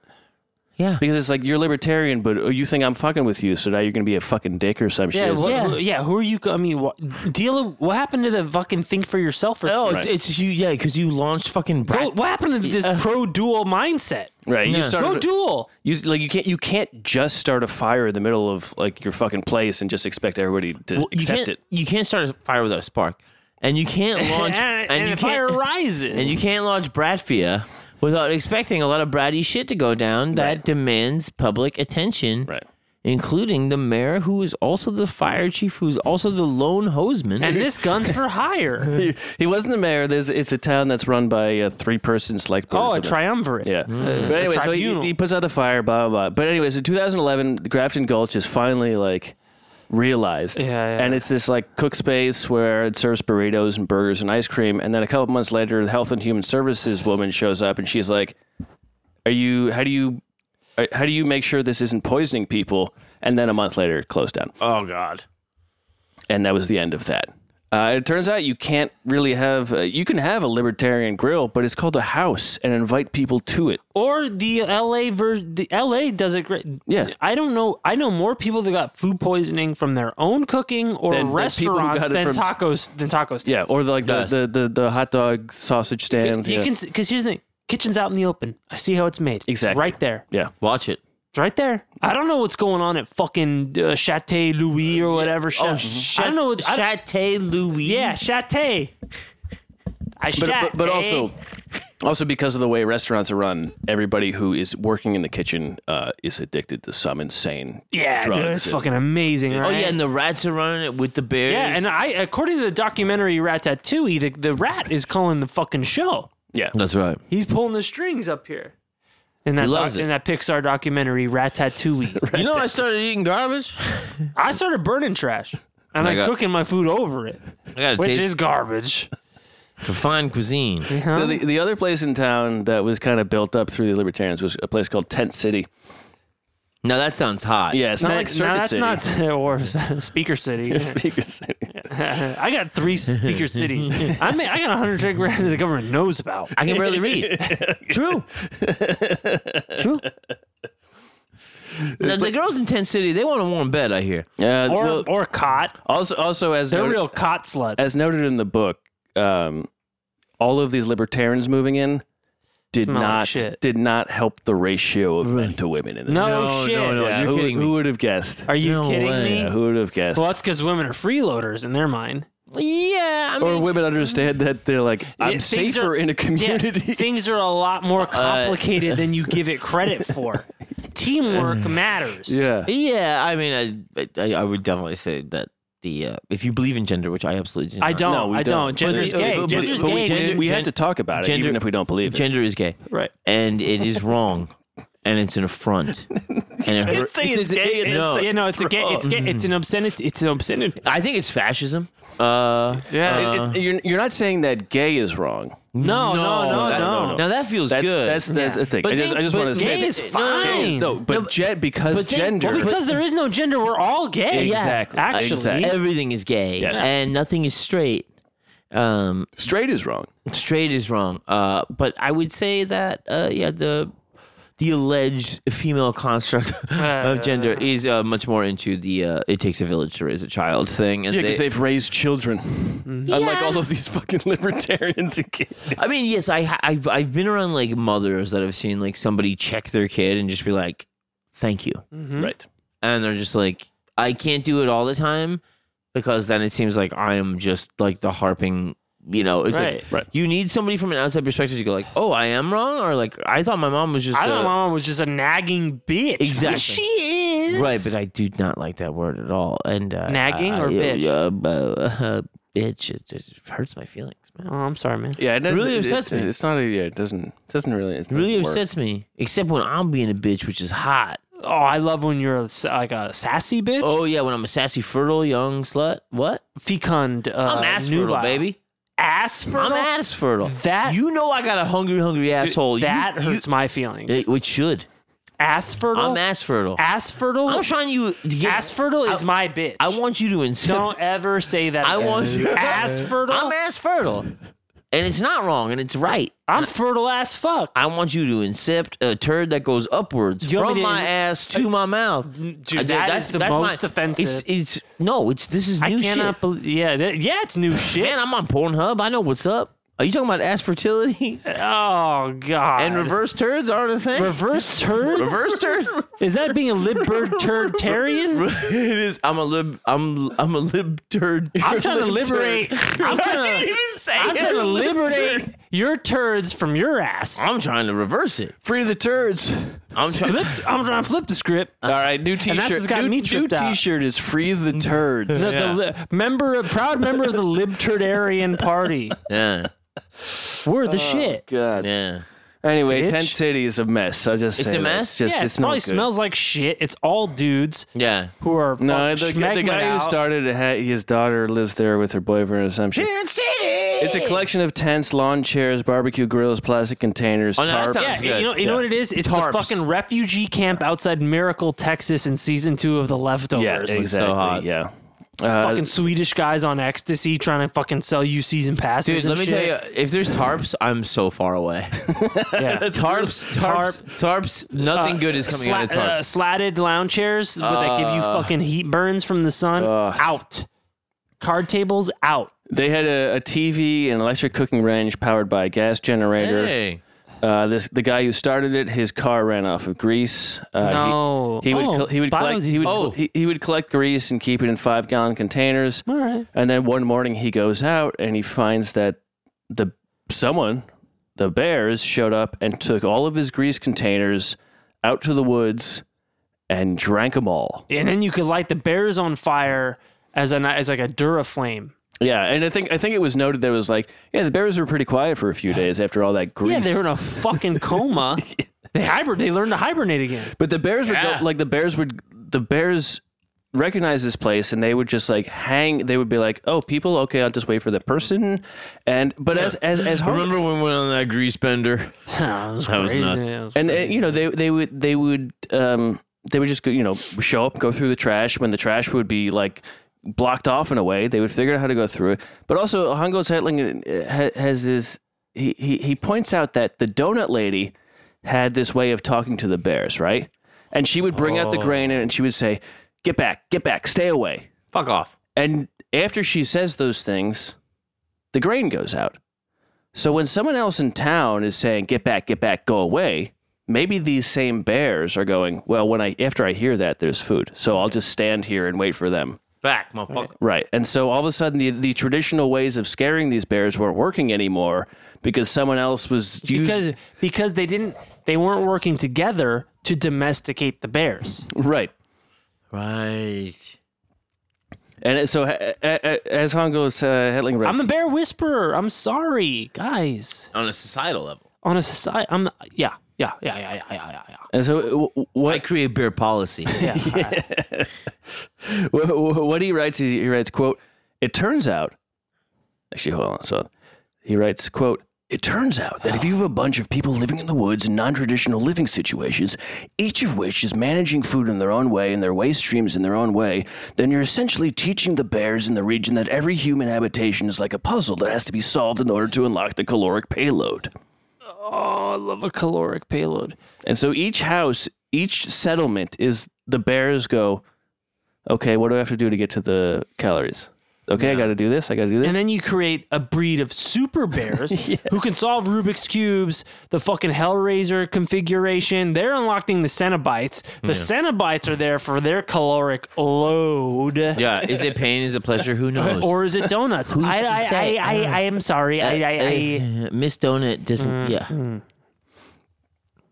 Speaker 3: Yeah.
Speaker 4: Because it's like you're libertarian, but oh, you think I'm fucking with you, so now you're gonna be a fucking dick or some
Speaker 5: Yeah,
Speaker 4: shit.
Speaker 5: wha-
Speaker 3: Yeah.
Speaker 5: who- yeah. Who are you? I mean, what, deal. What happened to the fucking think for yourself? Or
Speaker 3: Oh,
Speaker 5: Right.
Speaker 3: it's, it's you. Yeah, because you launched fucking.
Speaker 5: Go,
Speaker 3: Brat-
Speaker 5: what happened to this pro dual mindset?
Speaker 4: Right? You
Speaker 3: Yeah.
Speaker 4: start
Speaker 5: Go dual.
Speaker 4: you like you can't you can't just start a fire in the middle of like your fucking place and just expect everybody to
Speaker 3: Well, you
Speaker 4: accept
Speaker 3: can't-
Speaker 4: it.
Speaker 3: You can't start a fire without a spark, and you can't launch
Speaker 5: and,
Speaker 3: you can't-
Speaker 5: the fire rises.
Speaker 3: And you can't launch Bratfia without expecting a lot of bratty shit to go down that demands public attention,
Speaker 4: Right.
Speaker 3: including the mayor, who is also the fire chief, who's also the lone hoseman.
Speaker 5: and this gun's for hire.
Speaker 4: He, he wasn't the mayor. There's it's a town that's run by a three person select board. or
Speaker 5: oh, a
Speaker 4: something.
Speaker 5: triumvirate.
Speaker 4: Yeah. Uh, But anyway, so he,
Speaker 5: tribunal.
Speaker 4: he puts out the fire, blah, blah, blah. But anyways, in 2011, the Grafton Gulch is finally like realized.
Speaker 5: Yeah, yeah.
Speaker 4: And it's this like cook space where it serves burritos and burgers and ice cream. And then a couple months later, the Health and Human Services woman shows up and she's like, Are you, how do you, are- how do you make sure this isn't poisoning people? And then a month later, it closed down.
Speaker 3: oh God.
Speaker 4: And that was the end of that. Uh, it turns out you can't really have, uh, you can have a libertarian grill, but it's called a house and invite people to it.
Speaker 5: Or the LA ver- the LA does it great.
Speaker 4: Yeah.
Speaker 5: I don't know. I know more people that got food poisoning from their own cooking or
Speaker 4: Than- than people who
Speaker 5: restaurants
Speaker 4: got it
Speaker 5: than
Speaker 4: from-
Speaker 5: tacos than tacos.
Speaker 4: Yeah, or the, like the,
Speaker 3: Yes.
Speaker 4: the, the, the hot dog sausage stand.
Speaker 5: you
Speaker 4: yeah.
Speaker 5: can because here's the thing. Kitchen's out in the open. I see how it's made. It's
Speaker 4: Exactly.
Speaker 5: right there.
Speaker 4: yeah.
Speaker 3: Watch it.
Speaker 5: It's right there. I don't know what's going on at fucking uh, Chate Louis or whatever. Cha-
Speaker 4: Oh,
Speaker 5: I don't know. What, I, don't-
Speaker 3: Chate Louis.
Speaker 5: yeah, Chate. I
Speaker 4: But, but, but also, also because of the way restaurants are run, everybody who is working in the kitchen uh, is addicted to some insane
Speaker 5: yeah, dude,
Speaker 4: drugs.
Speaker 5: it's fucking amazing.
Speaker 3: Oh
Speaker 5: Right?
Speaker 3: yeah, and the rats are running it with the bears.
Speaker 5: yeah, and I according to the documentary Ratatouille, the the rat is calling the fucking show.
Speaker 4: yeah.
Speaker 3: that's right.
Speaker 5: He's pulling the strings up here. In that
Speaker 3: loves
Speaker 5: doc-
Speaker 3: it.
Speaker 5: in that Pixar documentary Ratatouille,
Speaker 3: You know, I started eating garbage.
Speaker 5: I started burning trash and
Speaker 3: I
Speaker 5: I'm
Speaker 3: got-
Speaker 5: cooking my food over it,
Speaker 3: I got a
Speaker 5: which
Speaker 3: taste
Speaker 5: is garbage.
Speaker 3: for fine cuisine.
Speaker 4: So the, the other place in town that was kind of built up through the libertarians was a place called Tent City.
Speaker 3: Now that sounds hot.
Speaker 4: Yeah, it's not
Speaker 5: Now-
Speaker 4: like Circuit
Speaker 5: now that's
Speaker 4: City.
Speaker 5: not or Speaker City.
Speaker 4: Speaker City.
Speaker 5: I got three speaker cities. I mean, I got 110 grand that the government knows about.
Speaker 3: I can barely read. True. True. The, the girls in Tent City, they want a warm bed, I hear.
Speaker 4: Uh,
Speaker 5: Or
Speaker 4: well,
Speaker 5: or cot.
Speaker 4: also, also as
Speaker 5: They're
Speaker 4: noted-
Speaker 5: real cot sluts.
Speaker 4: as noted in the book, um, all of these libertarians moving in did
Speaker 5: Smell like
Speaker 4: not
Speaker 5: shit.
Speaker 4: did not help the ratio of men to women in this.
Speaker 5: no,
Speaker 3: No,
Speaker 5: shit.
Speaker 3: no, no.
Speaker 4: Yeah,
Speaker 3: you're
Speaker 4: who,
Speaker 3: kidding
Speaker 4: would, who
Speaker 3: me.
Speaker 4: would have guessed?
Speaker 5: Are you
Speaker 3: No
Speaker 5: kidding
Speaker 3: way.
Speaker 5: me?
Speaker 4: who would have guessed?
Speaker 5: Well, that's because women are freeloaders in their mind.
Speaker 3: Yeah, I mean,
Speaker 4: or women understand that they're like, I'm
Speaker 5: Yeah, things
Speaker 4: safer
Speaker 5: are-
Speaker 4: in a
Speaker 5: Yeah,
Speaker 4: community.
Speaker 5: things are a lot more complicated than you give it credit for. Teamwork matters.
Speaker 4: yeah.
Speaker 3: yeah, I mean, I, I, I would definitely say that the uh, if you believe in gender, which I absolutely do
Speaker 5: I
Speaker 3: not.
Speaker 5: don't.
Speaker 4: No, we
Speaker 5: I don't.
Speaker 4: don't.
Speaker 5: Gender's
Speaker 3: But-
Speaker 5: gay.
Speaker 3: but- but-
Speaker 5: Gender's
Speaker 3: but we-
Speaker 5: gay.
Speaker 3: gender-
Speaker 5: dude.
Speaker 4: we had to talk about it,
Speaker 3: gender-
Speaker 4: even if we don't believe it.
Speaker 3: Gender is gay,
Speaker 5: Right.
Speaker 3: and it is wrong, and it's an affront. and it hurt-
Speaker 5: Say it's, gay. It's,
Speaker 3: no.
Speaker 5: you know, it's a gay. It's gay. It's an obscenity. It's an obscenity.
Speaker 3: I think it's fascism. Uh,
Speaker 5: Yeah.
Speaker 4: It's- it's- you're, you're not saying that gay is wrong.
Speaker 5: no, no, no,
Speaker 4: that-
Speaker 5: no,
Speaker 4: no,
Speaker 3: Now that feels
Speaker 4: That's
Speaker 3: good.
Speaker 4: that's, that's
Speaker 5: Yeah.
Speaker 4: the thing.
Speaker 3: But
Speaker 4: I just,
Speaker 3: think-
Speaker 4: I just
Speaker 3: but
Speaker 4: want to
Speaker 5: gay
Speaker 4: say
Speaker 5: is
Speaker 4: that-
Speaker 5: fine.
Speaker 4: No, but, gen- because
Speaker 3: but think-
Speaker 4: gender.
Speaker 5: Well, because there is no gender, we're all gay.
Speaker 4: Yeah. Exactly.
Speaker 5: Actually,
Speaker 4: Exactly.
Speaker 3: everything is gay,
Speaker 4: Yes.
Speaker 3: and nothing is straight. Um,
Speaker 4: straight is wrong.
Speaker 3: straight is wrong. Uh, but I would say that uh, yeah, the the alleged female construct of gender is uh, much more into the uh, "it takes a village to raise a child" thing. And
Speaker 4: Yeah,
Speaker 3: they,
Speaker 4: because they've raised children, unlike all of these fucking libertarians who can't.
Speaker 3: I mean, yes, I ha- I've I've been around like mothers that have seen like somebody check their kid and just be like, "Thank you,"
Speaker 4: Right.
Speaker 3: and they're just like, "I can't do it all the time," because then it seems like I am just like the harping. You know, it's
Speaker 5: Right.
Speaker 3: like
Speaker 4: Right.
Speaker 3: you need somebody from an outside perspective to go like, "Oh, I am wrong," or like, "I thought my mom was just."
Speaker 5: I
Speaker 3: a-
Speaker 5: thought my mom was just a nagging bitch.
Speaker 3: Exactly.
Speaker 5: Yes, she is.
Speaker 3: Right, but I do not like that word at all. And uh,
Speaker 5: Nagging
Speaker 3: I-
Speaker 5: or
Speaker 3: I-
Speaker 5: bitch?
Speaker 3: Uh, uh, uh, bitch, it, it hurts my feelings, man.
Speaker 5: Oh, I'm sorry, man.
Speaker 4: Yeah, it doesn't-
Speaker 3: Really
Speaker 4: it-
Speaker 3: upsets me.
Speaker 4: It's not a. Yeah, it doesn't. It doesn't really. It
Speaker 3: It really
Speaker 4: doesn't work.
Speaker 3: upsets me. Except when I'm being a bitch, which is hot.
Speaker 5: Oh, I love when you're a s- like a sassy bitch.
Speaker 3: Oh yeah, when I'm a sassy, fertile young slut. What?
Speaker 5: Fecund. Uh,
Speaker 3: I'm ass fertile,
Speaker 5: nubile.
Speaker 3: baby.
Speaker 5: Ass fertile.
Speaker 3: I'm ass fertile.
Speaker 5: That-
Speaker 3: you know, Oh, I got a hungry, hungry asshole. You-
Speaker 5: That
Speaker 3: you-
Speaker 5: hurts my feelings.
Speaker 3: it, it should.
Speaker 5: ass fertile.
Speaker 3: I'm ass fertile.
Speaker 5: Ass fertile.
Speaker 3: I'm trying you. To get,
Speaker 5: ass fertile is my bitch.
Speaker 3: I want you to insult.
Speaker 5: Don't ever say that.
Speaker 3: I
Speaker 5: again.
Speaker 3: want you-
Speaker 5: Ass fertile.
Speaker 3: I'm ass fertile. and it's not wrong, and it's right.
Speaker 5: I'm fertile as fuck.
Speaker 3: I want you to incept a turd that goes upwards
Speaker 5: You want
Speaker 3: from
Speaker 5: me to-
Speaker 3: my ass to my mouth.
Speaker 5: Dude,
Speaker 3: Uh,
Speaker 5: that is the
Speaker 3: my-
Speaker 5: most offensive.
Speaker 3: It's, it's no, it's this is new
Speaker 5: I cannot
Speaker 3: shit.
Speaker 5: believe. Yeah, that, yeah, it's new shit.
Speaker 3: Man, I'm on Pornhub. I know what's up. Are you talking about ass fertility
Speaker 5: oh god.
Speaker 3: and reverse turds aren't a thing?
Speaker 5: reverse turds.
Speaker 3: reverse turds.
Speaker 5: Is that being a libertarian?
Speaker 3: it is. I'm a lib. I'm I'm a lib turd.
Speaker 5: I'm trying to liberate. I'm trying to, I'm trying to liberate your turds from your ass.
Speaker 3: I'm trying to reverse it.
Speaker 4: Free the turds.
Speaker 3: I'm trying.
Speaker 5: Flip- I'm trying to flip the script.
Speaker 4: All right, new T-shirt.
Speaker 5: that's what's got
Speaker 4: new
Speaker 5: me
Speaker 4: new
Speaker 5: tripped out.
Speaker 4: T-shirt is free the turds.
Speaker 5: The- the li- member, proud member of the libertarian party.
Speaker 3: Yeah,
Speaker 5: We're the shit.
Speaker 4: Oh, God.
Speaker 3: yeah.
Speaker 4: Anyway,
Speaker 5: Bitch.
Speaker 4: Tent City is a mess. I just
Speaker 3: It's
Speaker 4: say
Speaker 3: a
Speaker 4: that.
Speaker 3: mess?
Speaker 4: It's just,
Speaker 5: yeah, it
Speaker 4: it's not
Speaker 5: probably
Speaker 4: good.
Speaker 5: smells like shit. It's all dudes
Speaker 3: Yeah.
Speaker 5: who are
Speaker 4: No, the,
Speaker 5: fucking
Speaker 4: the
Speaker 5: schmegma
Speaker 4: guy who
Speaker 5: out.
Speaker 4: started it, had- his daughter lives there with her boyfriend or some shit. It's a collection of tents, lawn chairs, barbecue grills, plastic containers,
Speaker 3: Oh, no, that
Speaker 4: tarps.
Speaker 3: sounds
Speaker 5: Yeah,
Speaker 3: good.
Speaker 5: you know, you
Speaker 3: Yeah.
Speaker 5: know what it is? It's
Speaker 3: Tarps.
Speaker 5: the fucking refugee camp outside Miracle, Texas, in season two of The
Speaker 4: yeah,
Speaker 5: Leftovers.
Speaker 4: exactly.
Speaker 3: hot.
Speaker 4: Yeah.
Speaker 5: fucking Swedish guys on ecstasy trying to fucking sell you season passes.
Speaker 3: Dude,
Speaker 5: and
Speaker 3: let me
Speaker 5: shit.
Speaker 3: tell you, if there's tarps, I'm so far away.
Speaker 5: Yeah.
Speaker 3: tarps, tarps, tarps. Nothing good is coming out of
Speaker 5: Sla- uh,
Speaker 3: tarps.
Speaker 5: slatted lounge chairs with- that give you fucking heat burns from the sun. out. Card tables out.
Speaker 4: They had a, a TV and electric cooking range powered by a gas generator.
Speaker 3: hey,
Speaker 4: Uh, this the guy who started it, his car ran off of grease. Uh,
Speaker 5: No.
Speaker 4: he, he would
Speaker 5: Oh,
Speaker 4: col- he would collect he would
Speaker 5: biodiesel.
Speaker 4: col- he, he would collect grease and keep it in five gallon containers.
Speaker 5: All right.
Speaker 4: And then one morning he goes out and he finds that the someone, the bears, showed up and took all of his grease containers out to the woods and drank them all.
Speaker 5: And then you could light the bears on fire as an as like a Duraflame.
Speaker 4: Yeah, and I think I think it was noted that it was like, yeah, the bears were pretty quiet for a few days after all that grease.
Speaker 5: Yeah, they were in a fucking coma. they hiber they learned to hibernate again.
Speaker 4: But the bears would
Speaker 3: Yeah.
Speaker 4: go like the bears would the bears recognize this place and they would just like hang they would be like, Oh, people, okay, I'll just wait for the person and but as as as hard
Speaker 3: remember when we went on that grease bender?
Speaker 5: that was,
Speaker 3: was
Speaker 5: crazy.
Speaker 3: nuts.
Speaker 5: It was-
Speaker 4: and uh, you know, they they would they would um they would just go you know, show up, go through the trash when the trash would be like blocked off in a way, they would figure out how to go through it. But also Hongo Zetling uh, ha- has this he, he he points out that the donut lady had this way of talking to the bears, right? And she would bring
Speaker 3: Oh.
Speaker 4: out the grain and she would say, "Get back, get back, stay away."
Speaker 3: Fuck off.
Speaker 4: And after she says those things, the grain goes out. So when someone else in town is saying, "Get back, get back, go away," maybe these same bears are going, "Well, when I after I hear that, there's food, so I'll just stand here and wait for them."
Speaker 3: Back, motherfucker.
Speaker 4: Right. And so all of a sudden, the, the traditional ways of scaring these bears weren't working anymore because someone else was using.
Speaker 5: because because they didn't they weren't working together to domesticate the bears.
Speaker 4: right.
Speaker 3: Right.
Speaker 4: And it- so, a- a- a- as Hongo's uh, Hetling read,
Speaker 5: I'm the bear whisperer. I'm sorry, guys.
Speaker 3: On a societal level,
Speaker 5: On a society, I'm the, yeah, yeah, yeah, yeah, yeah, yeah, yeah, yeah.
Speaker 4: and so w- w- what,
Speaker 3: I create beer policy.
Speaker 4: what what he writes is he writes quote it turns out actually hold on so he writes quote it turns out that if you have a bunch of people living in the woods in non-traditional living situations each of which is managing food in their own way and their waste streams in their own way then you're essentially teaching the bears in the region that every human habitation is like a puzzle that has to be solved in order to unlock the caloric payload
Speaker 5: Oh, I love a caloric payload.
Speaker 4: and so each house, each settlement is the bears go, okay, what do I have to do to get to the calories? Okay, I got to do this. I got to do this.
Speaker 5: And then you create a breed of super bears who can solve Rubik's cubes, the fucking Hellraiser configuration. They're unlocking the Cenobites. The Cenobites are there for their caloric load.
Speaker 3: yeah. Is it pain? Is it pleasure? Who knows?
Speaker 5: Or is it donuts? I,
Speaker 3: to
Speaker 5: I, I,
Speaker 3: say?
Speaker 5: I, I am sorry. I, I, Mm, I,
Speaker 3: Uh, Miss Donut doesn't. yeah.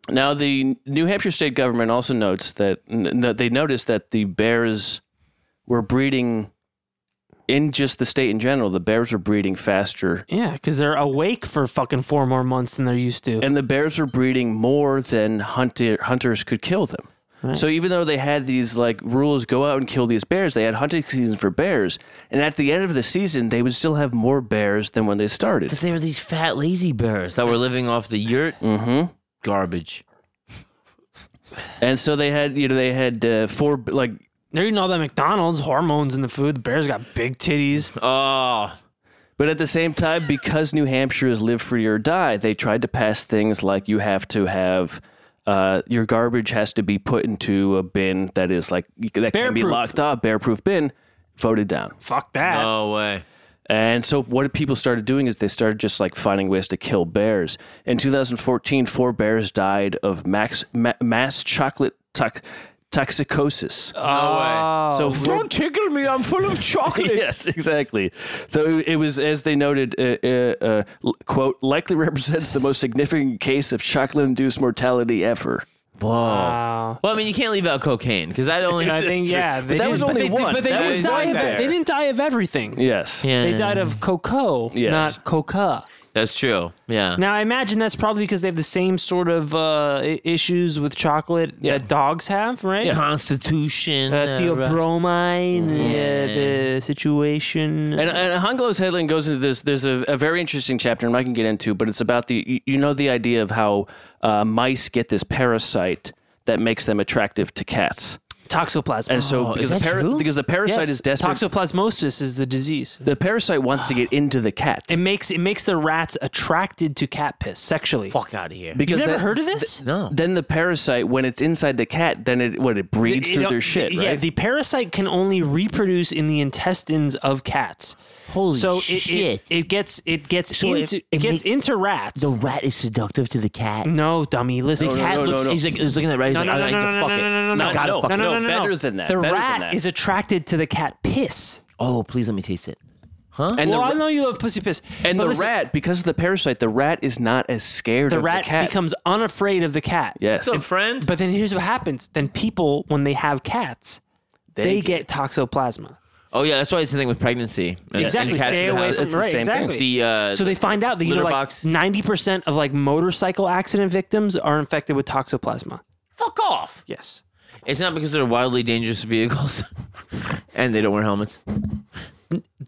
Speaker 4: now, the New Hampshire state government also notes that n- n- they noticed that the bears were breeding in just the state in general. The bears were breeding faster,
Speaker 5: yeah, because they're awake for fucking four more months than they're used to.
Speaker 4: and the bears were breeding more than hunter, hunters could kill them. So even though they had these like rules, go out and kill these bears, they had hunting season for bears, and at the end of the season, they would still have more bears than when they started.
Speaker 3: Because there were these fat lazy bears that were living off the yurt
Speaker 5: Mm-hmm.
Speaker 3: garbage.
Speaker 4: And so they had, you know, they had uh, four like
Speaker 5: They're eating all that McDonald's hormones in the food. The bears got big titties.
Speaker 3: Oh,
Speaker 4: But at the same time, because New Hampshire is live free or die, they tried to pass things like you have to have uh, your garbage has to be put into a bin that is like that can be
Speaker 5: Bear-proof.
Speaker 4: locked up, bear proof bin, voted down.
Speaker 5: Fuck that.
Speaker 3: No Oh, way.
Speaker 4: And so what people started doing is they started just like finding ways to kill bears. In 2014, four bears died of max, ma- mass chocolate tox- toxicosis.
Speaker 5: Oh,
Speaker 4: so four-
Speaker 3: tickle me. I'm full of chocolate.
Speaker 4: yes, exactly. So it was, as they noted, uh, uh, uh, l- quote, likely represents the most significant case of chocolate-induced mortality ever.
Speaker 3: Whoa.
Speaker 5: wow.
Speaker 3: Well, I mean, you can't leave out cocaine because that only.
Speaker 5: I think yeah, they
Speaker 4: that
Speaker 5: didn't-
Speaker 4: was
Speaker 5: but
Speaker 4: only
Speaker 5: they-
Speaker 4: one.
Speaker 5: But they,
Speaker 4: That
Speaker 5: didn't
Speaker 4: was
Speaker 5: die
Speaker 3: one
Speaker 5: of,
Speaker 3: there.
Speaker 5: they didn't die of everything.
Speaker 4: Yes.
Speaker 3: Yeah,
Speaker 5: They died of cocoa,
Speaker 4: Yes.
Speaker 5: not coca.
Speaker 3: That's true. Yeah.
Speaker 5: Now I imagine that's probably because they have the same sort of uh, i- issues with chocolate that dogs have, right?
Speaker 3: Constitution.
Speaker 5: Uh,
Speaker 3: uh,
Speaker 5: theobromine, uh, the situation.
Speaker 4: And, and Hungelo's headline goes into this. There's a, a very interesting chapter, and I can get into, but it's about the you- you know the idea of how uh, mice get this parasite that makes them attractive to cats,
Speaker 5: Toxoplasma. Oh,
Speaker 4: and so because
Speaker 3: Oh, that
Speaker 4: the
Speaker 3: true?
Speaker 4: because the parasite
Speaker 5: yes,
Speaker 4: is desperate,
Speaker 5: toxoplasmosis is the disease.
Speaker 4: the parasite wants to get into the cat.
Speaker 5: It makes it makes the rats attracted to cat piss sexually.
Speaker 3: fuck out of here.
Speaker 5: You
Speaker 4: because
Speaker 5: never
Speaker 4: that-
Speaker 5: heard of this?
Speaker 3: no.
Speaker 4: Then the parasite, when it's inside the cat, then it what it breeds
Speaker 5: You
Speaker 4: through
Speaker 5: know,
Speaker 4: their shit,
Speaker 5: Yeah,
Speaker 4: right?
Speaker 5: the parasite can only reproduce in the intestines of cats.
Speaker 3: Holy
Speaker 5: so
Speaker 3: shit.
Speaker 5: It, it, it gets it gets
Speaker 3: So it-
Speaker 5: into it,
Speaker 3: it
Speaker 5: gets
Speaker 3: make-
Speaker 5: into rats.
Speaker 3: the rat is seductive to the cat.
Speaker 5: no, dummy, listen.
Speaker 3: The
Speaker 5: The
Speaker 3: cat
Speaker 4: no, no,
Speaker 3: looks.
Speaker 4: no.
Speaker 3: He's like, he's looking at the rat. He's
Speaker 5: No,
Speaker 3: like,
Speaker 5: no,
Speaker 3: I
Speaker 5: no,
Speaker 3: like
Speaker 5: no,
Speaker 3: to
Speaker 5: no,
Speaker 3: fuck
Speaker 5: no,
Speaker 3: it.
Speaker 5: no, no, no,
Speaker 3: I gotta
Speaker 4: no,
Speaker 3: fuck
Speaker 5: no,
Speaker 3: it.
Speaker 5: no,
Speaker 4: No,
Speaker 5: no, no,
Speaker 4: better
Speaker 5: no.
Speaker 4: than that,
Speaker 5: The
Speaker 4: better than
Speaker 5: rat
Speaker 4: that.
Speaker 5: is attracted to the cat piss.
Speaker 3: Oh, please let me taste it.
Speaker 4: and
Speaker 5: well,
Speaker 4: the,
Speaker 5: I know you love pussy piss.
Speaker 4: and
Speaker 5: but
Speaker 4: the
Speaker 5: listen,
Speaker 4: rat, because of the parasite, the rat is not as scared
Speaker 5: the
Speaker 4: of
Speaker 5: rat
Speaker 4: the cat.
Speaker 5: becomes unafraid of the cat.
Speaker 4: yes,
Speaker 3: friend?
Speaker 5: But then here's what happens. Then people, when they have cats, they, get toxoplasma.
Speaker 3: oh yeah, that's why it's the thing with pregnancy. And-
Speaker 5: Exactly.
Speaker 3: And cats in
Speaker 5: Stay
Speaker 3: the
Speaker 5: away
Speaker 3: house.
Speaker 5: from
Speaker 4: it's the
Speaker 5: right.
Speaker 4: same thing.
Speaker 5: Exactly.
Speaker 3: the uh,
Speaker 5: so they find out that you know,
Speaker 3: litter
Speaker 5: like
Speaker 3: box.
Speaker 5: ninety percent of like motorcycle accident victims are infected with toxoplasma.
Speaker 3: fuck off.
Speaker 5: Yes.
Speaker 3: It's not because they're wildly dangerous vehicles, and they don't wear helmets.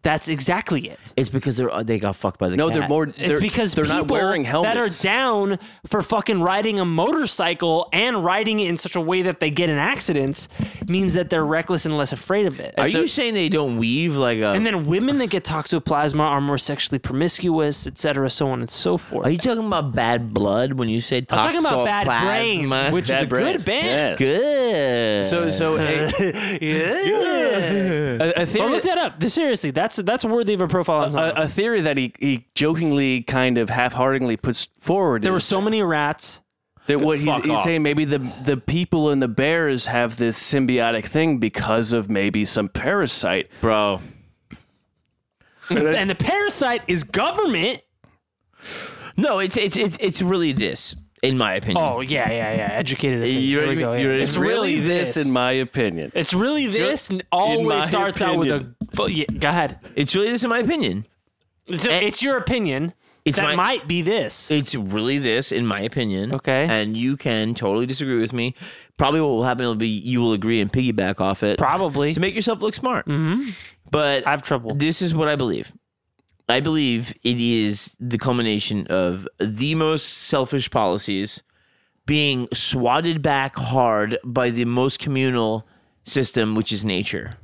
Speaker 5: That's exactly it.
Speaker 3: It's because they're they got fucked by the
Speaker 4: no,
Speaker 3: cat.
Speaker 4: they're more.
Speaker 5: It's
Speaker 4: they're,
Speaker 5: because
Speaker 4: they're
Speaker 5: people
Speaker 4: not wearing helmets.
Speaker 5: that are down for fucking riding a motorcycle and riding it in such a way that they get in accidents means that they're reckless and less afraid of it.
Speaker 3: Are
Speaker 4: so-
Speaker 3: you saying they don't weave like a?
Speaker 5: And then women that get toxoplasma are more sexually promiscuous, et cetera, so on and so forth.
Speaker 3: are you talking about bad blood when you say?
Speaker 5: I'm talking about bad
Speaker 3: toxoplasma?
Speaker 5: brains, which
Speaker 3: Bad
Speaker 5: is a
Speaker 3: brains.
Speaker 5: good band.
Speaker 4: Yes.
Speaker 3: Good.
Speaker 4: So, so
Speaker 5: eh,
Speaker 4: a, a, a
Speaker 5: Oh,
Speaker 4: theory,
Speaker 5: look that up. Seriously, that's that's worthy of a profile.
Speaker 3: Uh,
Speaker 5: on
Speaker 4: a,
Speaker 5: someone.
Speaker 4: a theory that he, he jokingly kind of half-heartedly puts forward.
Speaker 5: there were
Speaker 4: is
Speaker 5: so many rats.
Speaker 4: that what he's,
Speaker 3: Fuck
Speaker 4: he's
Speaker 3: off.
Speaker 4: saying maybe the the people and the bears have this symbiotic thing because of maybe some parasite.
Speaker 3: bro,
Speaker 5: and the parasite is government.
Speaker 3: no, it's it's it's it's really this, in my opinion.
Speaker 5: Oh yeah, yeah, yeah. Educated. opinion.
Speaker 3: You
Speaker 5: Here
Speaker 3: already-
Speaker 5: we go,
Speaker 3: you
Speaker 5: yeah.
Speaker 3: already-
Speaker 5: It's really this.
Speaker 4: in my opinion.
Speaker 5: it's really this. and always
Speaker 4: my
Speaker 5: starts out with a. fu- Yeah, go ahead.
Speaker 3: It's really this, in my opinion.
Speaker 5: It's, it's your opinion.
Speaker 3: Eh, It's
Speaker 5: that
Speaker 3: my- Eh,
Speaker 5: might be this.
Speaker 3: It's really this, in my opinion.
Speaker 5: Okay.
Speaker 3: And you can totally disagree with me. Probably what will happen will be you will agree and piggyback off it
Speaker 5: Probably.
Speaker 3: to make yourself look smart. Mm-hmm. But
Speaker 5: I have trouble.
Speaker 3: this is what I believe. I believe it is the culmination of the most selfish policies being swatted back hard by the most communal system, which is nature.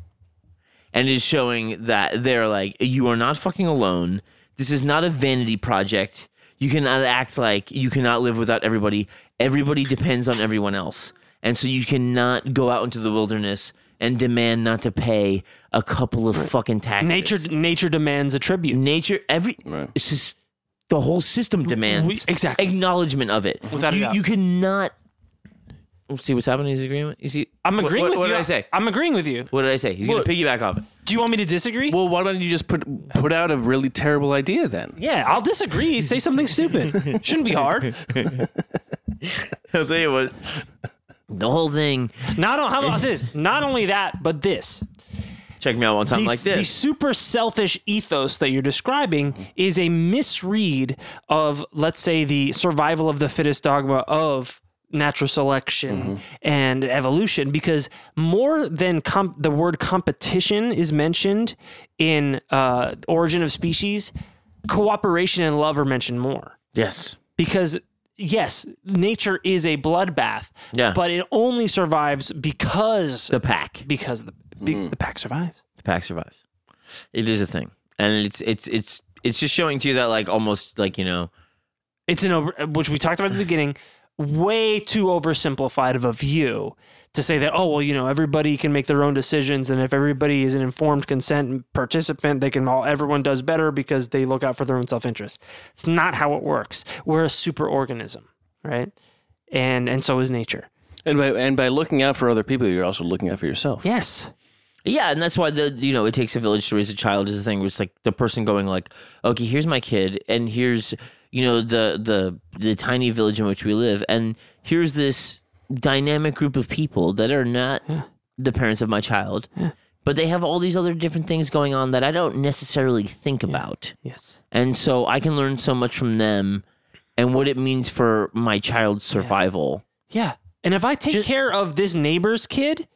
Speaker 3: And it is showing that they're like, you are not fucking alone. This is not a vanity project. You cannot act like you cannot live without everybody. Everybody depends on everyone else. And so you cannot go out into the wilderness and demand not to pay a couple of fucking taxes.
Speaker 5: Nature, nature demands a tribute.
Speaker 3: nature every it's just the whole system demands
Speaker 5: we- exactly.
Speaker 3: acknowledgement of it
Speaker 5: Without a
Speaker 3: you,
Speaker 5: doubt.
Speaker 3: you cannot see what's happening is agreement you see
Speaker 5: I'm
Speaker 3: What-
Speaker 5: agreeing
Speaker 3: what,
Speaker 5: with
Speaker 3: what
Speaker 5: you.
Speaker 3: did i say
Speaker 5: I'm agreeing with you.
Speaker 3: what did i say he's
Speaker 4: What-
Speaker 3: gonna piggyback off it
Speaker 5: Do you want me to disagree?
Speaker 4: Well, why don't you just put put out a really terrible idea then?
Speaker 5: yeah, I'll disagree. Say something stupid. Shouldn't be hard.
Speaker 3: i'll tell you what the whole thing
Speaker 5: Not on, how about this? Not only that, but this.
Speaker 3: check me out one time
Speaker 5: The-
Speaker 3: like
Speaker 5: The
Speaker 3: this
Speaker 5: super selfish ethos that you're describing is a misread of, let's say, the survival of the fittest dogma of natural selection
Speaker 3: Mm-hmm.
Speaker 5: and evolution, because more than com- the word competition is mentioned in uh, Origin of Species, cooperation and love are mentioned more
Speaker 3: yes
Speaker 5: because yes, nature is a bloodbath.
Speaker 3: Yeah.
Speaker 5: But it only survives because
Speaker 3: the pack Mm-hmm.
Speaker 5: because the be, the pack survives.
Speaker 3: the pack survives it is a thing and it's it's it's It's just showing to you that like almost like you know
Speaker 5: it's an over, which we talked about at the beginning, way too oversimplified of a view to say that, oh, well, you know, everybody can make their own decisions. And if everybody is an informed consent participant, they can all, everyone does better because they look out for their own self interest. It's not how it works. We're a super organism, right? And, and so is nature.
Speaker 4: And by, and by looking out for other people, you're also looking out for yourself.
Speaker 5: Yes.
Speaker 3: Yeah, and that's why the you know it takes a village to raise a child is a thing where it's like the person going like, okay, here's my kid, and here's you know the the the tiny village in which we live, and here's this dynamic group of people that are not the parents of my child, but they have all these other different things going on that I don't necessarily think about,
Speaker 5: Yes.
Speaker 3: and so I can learn so much from them, and what it means for my child's survival.
Speaker 5: Yeah. And if I take care of this neighbor's kid,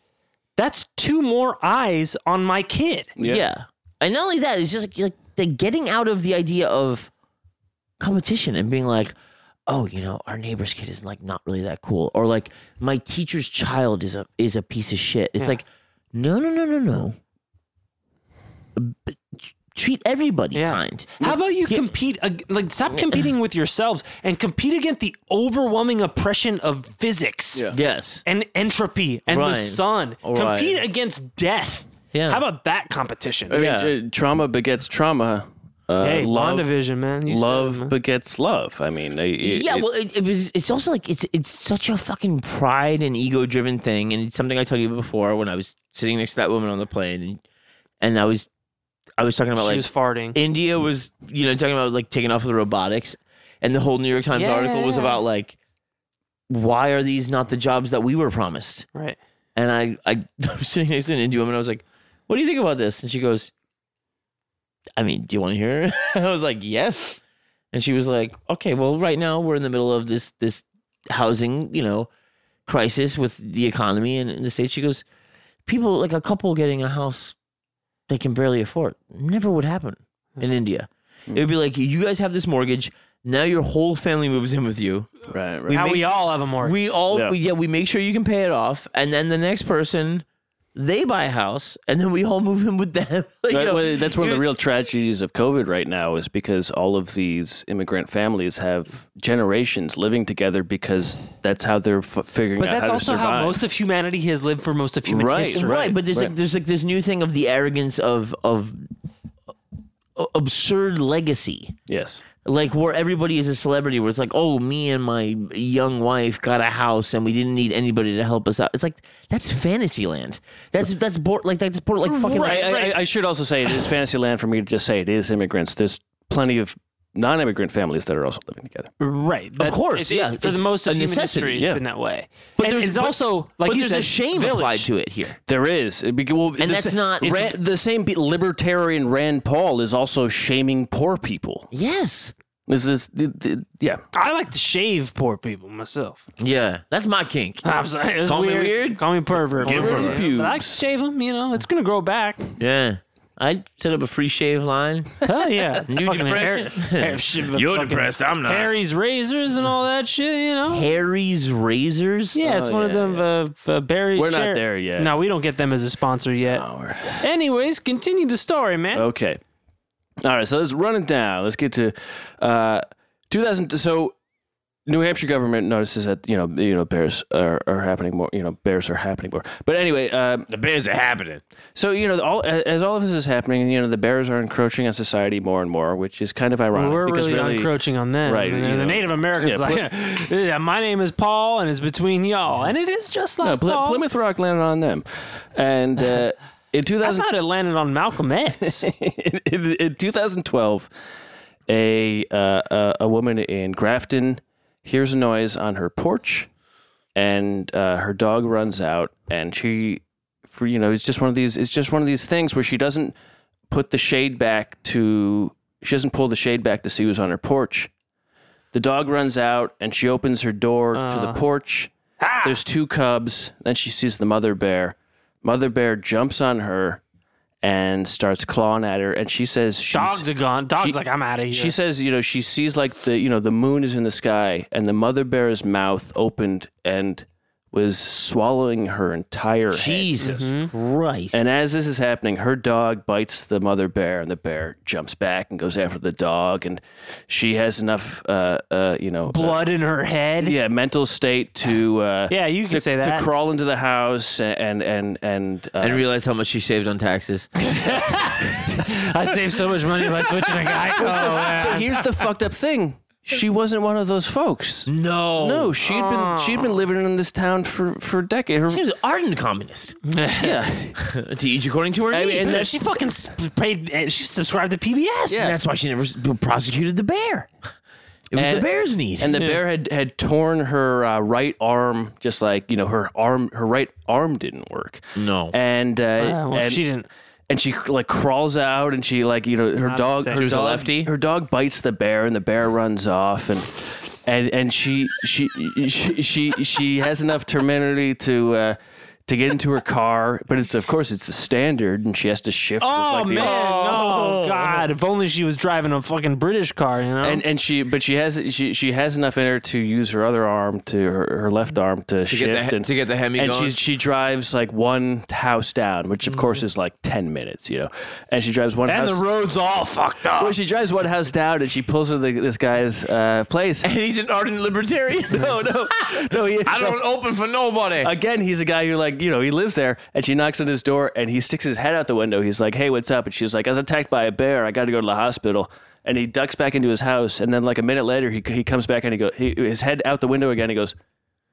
Speaker 5: that's two more eyes on my kid.
Speaker 3: Yeah. And not only that, it's just like, like the getting out of the idea of competition and being like, oh, you know, our neighbor's kid is like not really that cool. Or like my teacher's child is a is a piece of shit. It's
Speaker 5: Yeah.
Speaker 3: like, no, no, no, no, no. B- t- treat everybody
Speaker 5: Yeah.
Speaker 3: kind.
Speaker 5: How about you
Speaker 3: Yeah.
Speaker 5: compete? ag- Like, stop competing with yourselves and compete against the overwhelming oppression of physics
Speaker 4: Yeah.
Speaker 3: Yes.
Speaker 5: and entropy and
Speaker 3: Right.
Speaker 5: the sun.
Speaker 3: Right.
Speaker 5: Compete against death.
Speaker 3: Yeah.
Speaker 5: How about that competition?
Speaker 4: I mean,
Speaker 3: Yeah.
Speaker 4: uh, trauma begets trauma. Uh,
Speaker 5: hey,
Speaker 4: love,
Speaker 5: WandaVision, man. You said it,
Speaker 4: love
Speaker 5: man.
Speaker 4: begets love. I mean, it, it-
Speaker 3: yeah,
Speaker 4: it-
Speaker 3: well, it, it was. It's also like it's it's such a fucking pride and ego driven thing, and it's something I told you before when I was sitting next to that woman on the plane, and, and I was, I was talking about
Speaker 5: she
Speaker 3: like
Speaker 5: was farting.
Speaker 3: India was, you know, talking about like taking off of the robotics, and the whole New York Times article was
Speaker 5: Yeah.
Speaker 3: about like, why are these not the jobs that we were promised?
Speaker 5: right.
Speaker 3: And I, I, I was sitting next to an Indian woman. I was like, what do you think about this? And she goes, I mean, do you want to hear? I was like, yes. And she was like, okay, well, right now we're in the middle of this this housing, you know, crisis with the economy and in the states. She goes, people like a couple getting a house they can barely afford never would happen in India. It would be like you guys have this mortgage. Now your whole family moves in with you.
Speaker 4: right,
Speaker 3: We
Speaker 4: right.
Speaker 5: Now
Speaker 3: make-
Speaker 5: we all have a mortgage.
Speaker 3: We all yeah.
Speaker 4: Yeah.
Speaker 3: We, yeah, we make sure you can pay it off, and then the next person they buy a house, and then we all move in with them. Like, you
Speaker 4: That-
Speaker 3: know,
Speaker 4: well, that's one of the
Speaker 3: you-
Speaker 4: real tragedies of COVID right now is because all of these immigrant families have generations living together because that's how they're f- figuring
Speaker 5: but
Speaker 4: out
Speaker 5: that's
Speaker 4: how
Speaker 5: also
Speaker 4: to
Speaker 5: how
Speaker 4: survive.
Speaker 5: most of humanity has lived for most of human
Speaker 4: Right,
Speaker 5: history.
Speaker 3: right, But there's like
Speaker 4: right.
Speaker 3: there's like this new thing of the arrogance of of uh, absurd legacy.
Speaker 4: yes,
Speaker 3: like where everybody is a celebrity where it's like oh me and my young wife got a house and we didn't need anybody to help us out it's like that's fantasy land that's that's bored like that's bored like fucking
Speaker 4: I, I-
Speaker 3: like,
Speaker 4: I, I should also say it is fantasy land for me to just say it is immigrants. There's plenty of non-immigrant families that are also living together.
Speaker 5: Right. That's-
Speaker 3: course,
Speaker 5: it's-
Speaker 3: yeah.
Speaker 5: for
Speaker 3: It's
Speaker 5: the most
Speaker 3: a
Speaker 5: of human
Speaker 3: necessity,
Speaker 5: history, it's
Speaker 4: yeah.
Speaker 5: been that way.
Speaker 3: But
Speaker 5: And
Speaker 3: there's-
Speaker 5: it's
Speaker 3: but-
Speaker 5: also
Speaker 3: but
Speaker 5: like you
Speaker 3: there's
Speaker 5: said,
Speaker 3: a shame
Speaker 5: village.
Speaker 3: applied to it here
Speaker 4: There is, It be- well,
Speaker 3: And
Speaker 4: the
Speaker 3: that's
Speaker 4: sa-
Speaker 3: not-
Speaker 4: it's-
Speaker 3: Rand-
Speaker 4: the same. be- Libertarian Rand Paul is also shaming poor people.
Speaker 3: yes
Speaker 4: This is, th- th- yeah.
Speaker 5: I like to shave poor people myself.
Speaker 3: yeah that's my kink
Speaker 5: I'm sorry. It was
Speaker 3: Call me
Speaker 5: weird.
Speaker 3: weird?
Speaker 5: Call me pervert.
Speaker 3: Call me
Speaker 5: Whatever,
Speaker 3: pervert.
Speaker 5: you know, But I can shave them. You know, it's gonna grow back.
Speaker 3: yeah i set up a free shave line
Speaker 5: Hell yeah.
Speaker 3: New
Speaker 5: Fucking
Speaker 3: depression?
Speaker 5: shit,
Speaker 3: You're
Speaker 5: fucking
Speaker 3: depressed, I'm not.
Speaker 5: Harry's razors and all that shit. You know.
Speaker 3: harry's razors
Speaker 5: Yeah, it's
Speaker 4: Oh,
Speaker 5: one
Speaker 4: yeah,
Speaker 5: of them. Uh, uh, Barry.
Speaker 4: We're not
Speaker 5: Cher-
Speaker 4: there yet.
Speaker 5: No, we don't get them as a sponsor yet. Anyways, continue the story, man.
Speaker 4: Okay. All right. So let's run it down. Let's get to uh, 2000. So New Hampshire government notices that you know you know bears are, are happening more. You know bears are happening more. But anyway, um,
Speaker 3: the bears are happening
Speaker 4: so you know all as as all of this is happening, you know the bears are encroaching on society more and more, which is kind of ironic.
Speaker 5: We're
Speaker 4: because
Speaker 5: really, encroaching on them.
Speaker 4: Right,
Speaker 5: And
Speaker 4: you
Speaker 5: the
Speaker 4: know.
Speaker 5: Native Americans
Speaker 4: Yeah,
Speaker 5: like, yeah, my name is Paul, and it's between y'all, and it is just like
Speaker 4: no, Pl-
Speaker 5: Paul.
Speaker 4: Plymouth Rock landed on them, and uh, in
Speaker 5: I
Speaker 4: 2000,
Speaker 5: thought it landed on Malcolm X.
Speaker 4: in, in- in 2012, a uh, a- a woman in Grafton hears a noise on her porch, and uh, her dog runs out, and she, for you know, it's just one of these. It's just one of these things where she doesn't put the shade back to. She doesn't pull the shade back to see who's on her porch. The dog runs out, and she opens her door to the porch. There's two cubs. Then she sees the mother bear. Mother bear jumps on her and starts clawing at her, and she says, she's,
Speaker 5: Dogs are gone. Dogs
Speaker 4: She-
Speaker 5: like I'm out of here.
Speaker 4: she says, you know, she sees like the, you know, the moon is in the sky and the mother bear's mouth opened and was swallowing her entire head.
Speaker 3: Jesus Christ.
Speaker 4: And as this is happening, her dog bites the mother bear, and the bear jumps back and goes after the dog. And she has enough, uh, uh, you know, uh,
Speaker 5: Blood in her head.
Speaker 4: yeah, mental state to uh,
Speaker 5: Yeah, you can
Speaker 4: to,
Speaker 5: say
Speaker 4: to
Speaker 5: that.
Speaker 4: crawl into the house and and and uh,
Speaker 3: and realize how much she saved on taxes.
Speaker 5: I saved so much money by switching to Geico. man.
Speaker 4: so here's the fucked up thing. She wasn't one of those folks.
Speaker 3: No.
Speaker 4: No, she'd been she'd been living in this town for for decades.
Speaker 3: She was an ardent communist.
Speaker 4: yeah,
Speaker 3: to each according to her
Speaker 4: I mean,
Speaker 3: needs.
Speaker 4: and
Speaker 5: No, she fucking sp- paid. uh, She subscribed to PBS.
Speaker 3: And that's why she never s- prosecuted the bear. It was the
Speaker 4: And-
Speaker 3: bear's need.
Speaker 4: and the bear had had torn her uh, right arm, just like you know her arm. Her right arm didn't work.
Speaker 3: no.
Speaker 4: and uh,
Speaker 5: Uh, well,
Speaker 4: and
Speaker 5: she didn't.
Speaker 4: and she like crawls out and she like you know her dog
Speaker 5: upset.
Speaker 4: her
Speaker 5: She
Speaker 3: was a
Speaker 4: dog,
Speaker 3: lefty?
Speaker 4: her dog bites the bear and the bear runs off and and and she she she she, she has enough temerity to uh, to get into her car but it's of course it's the standard and she has to shift with,
Speaker 5: Oh
Speaker 4: like, the-
Speaker 5: man! Oh. god! If only she was driving a fucking British car, you know.
Speaker 4: and and she but she has she she has enough in her to use her other arm to her, her left arm to, shift
Speaker 3: get the he-
Speaker 4: and
Speaker 3: to get the Hemi
Speaker 4: and
Speaker 3: going.
Speaker 4: she she drives like one house down which of course is like 10 minutes you know and she drives one
Speaker 5: Mm-hmm. and
Speaker 4: house
Speaker 5: the road's all fucked up.
Speaker 4: Well, she drives one house down and she pulls into the, this guy's uh, place.
Speaker 3: and he's an ardent libertarian.
Speaker 4: No, no, no. He,
Speaker 3: I don't open for nobody.
Speaker 4: Again, he's a guy who like you know he lives there, and she knocks on his door and he sticks his head out the window. He's like, "Hey, what's up?" And she's like, "I was attacked by a bear. I got to go to the hospital." And he ducks back into his house, and then like a minute later, he he comes back and he goes he, his head out the window again. He goes.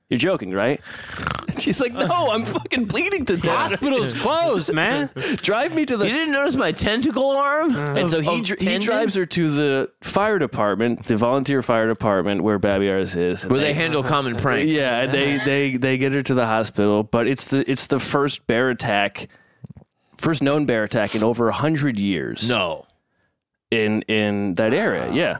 Speaker 4: You're joking, right? And she's like, "No, I'm fucking bleeding to death.
Speaker 5: Hospital's closed, man.
Speaker 4: Drive me to the
Speaker 3: you didn't notice my tentacle arm?
Speaker 4: And so he,
Speaker 3: of
Speaker 4: dr- he
Speaker 3: tendon?
Speaker 4: drives her to the fire department, the volunteer fire department where Babiars is. and
Speaker 3: Where they handle common pranks.
Speaker 4: yeah, and they, they they get her to the hospital, but it's the it's the first bear attack, first known bear attack in over hundred years
Speaker 3: No.
Speaker 4: in in that area. Yeah,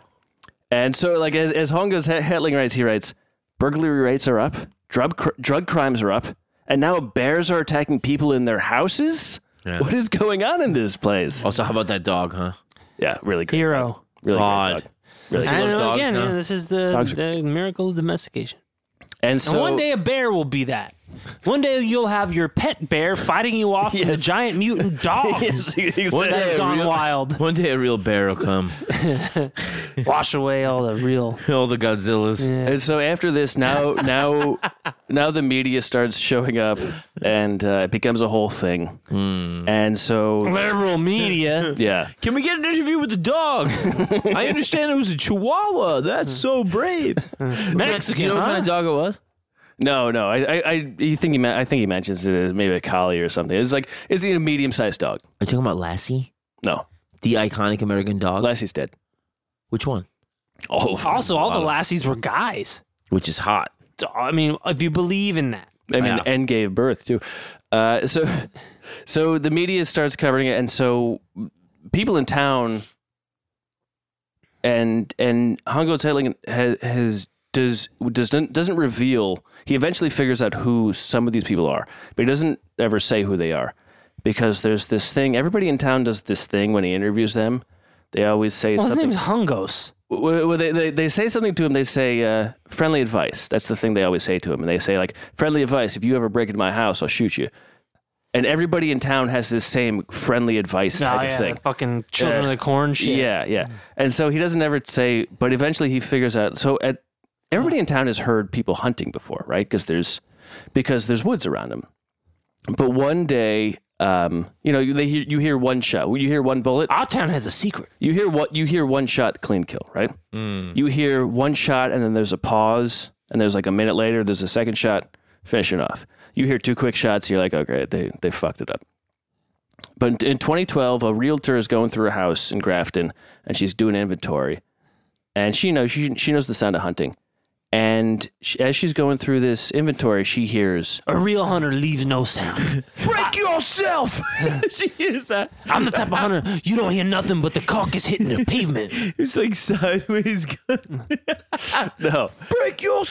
Speaker 4: and so like as as Hongo's he- Hetling writes, he writes, burglary rates are up, drug cr- drug crimes are up, and now bears are attacking people in their houses.
Speaker 3: Yeah.
Speaker 4: What is going on in this place?
Speaker 3: Also, how about that dog, huh?
Speaker 4: Yeah, really great. dog.
Speaker 5: Hero.
Speaker 4: Really
Speaker 3: Odd.
Speaker 4: great dog. Really
Speaker 5: I
Speaker 3: love
Speaker 5: know,
Speaker 3: dogs,
Speaker 5: again,
Speaker 3: huh?
Speaker 5: you know, this is the,
Speaker 4: Dogs are-
Speaker 5: the miracle of domestication.
Speaker 4: And
Speaker 5: And
Speaker 4: so
Speaker 5: one day a bear will be that. One day you'll have your pet bear fighting you off with the
Speaker 4: Yes.
Speaker 5: giant mutant dogs
Speaker 3: One
Speaker 5: that
Speaker 3: day,
Speaker 5: have
Speaker 3: a
Speaker 5: gone
Speaker 3: real,
Speaker 5: wild.
Speaker 3: one day a real bear will come.
Speaker 5: Wash away all the real.
Speaker 3: All the Godzillas.
Speaker 4: And so after this, now now now the media starts showing up, and uh, it becomes a whole thing.
Speaker 3: Hmm.
Speaker 4: And so
Speaker 5: Liberal media.
Speaker 4: yeah,
Speaker 3: Can we get an interview with the dog? I understand it was a chihuahua. That's so brave.
Speaker 5: Mexican,
Speaker 3: You know what
Speaker 5: huh?
Speaker 3: kind of dog it was?
Speaker 4: no, no, I I, I you think he men- I think he mentions it as maybe a collie or something. It's like is he a medium sized dog?
Speaker 3: Are you talking about Lassie?
Speaker 4: No,
Speaker 3: The iconic American dog?
Speaker 4: Lassie's dead.
Speaker 3: Which one?
Speaker 4: All
Speaker 3: Oh,
Speaker 4: of them.
Speaker 5: Also, all the lassies were guys.
Speaker 3: Which is hot.
Speaker 5: So, I mean, if you believe in that.
Speaker 4: I mean,
Speaker 3: Yeah.
Speaker 4: and gave birth too. Uh, so, so the media starts covering it, and so people in town, and and Hongo Tailing has, has does does doesn't reveal. He eventually figures out who some of these people are, but he doesn't ever say who they are because there's this thing. Everybody in town does this thing when he interviews them. They always say
Speaker 5: Well, his
Speaker 4: something.
Speaker 5: name's Hungos.
Speaker 4: Well, well, they, they, they say something to him. They say uh, friendly advice. That's the thing they always say to him. And they say like friendly advice. If you ever break into my house, I'll shoot you. And everybody in town has this same friendly advice
Speaker 5: Oh,
Speaker 4: type
Speaker 5: yeah,
Speaker 4: of thing.
Speaker 5: the fucking children
Speaker 4: Yeah.
Speaker 5: of the corn shit.
Speaker 4: Yeah, yeah. And so he doesn't ever say, but eventually he figures out. So at, everybody in town has heard people hunting before, right? Because there's because there's woods around them. But one day, um, you know, they hear, you hear one shot, you hear one bullet.
Speaker 5: Our town has a secret.
Speaker 4: You hear what you hear one shot clean kill, right? You hear one shot and then there's a pause and there's like a minute later there's a second shot finishing off. You hear two quick shots, you're like, okay, they they fucked it up. But in 2012, a realtor is going through a house in Grafton and she's doing inventory, and she knows she she knows the sound of hunting, and she, as she's going through this inventory, she hears
Speaker 5: A real hunter leaves no sound.
Speaker 4: break yourself. she hears that.
Speaker 5: I'm the type of hunter you don't hear nothing but the carcass hitting the pavement.
Speaker 3: It's like sideways gun.
Speaker 4: No,
Speaker 3: Break your.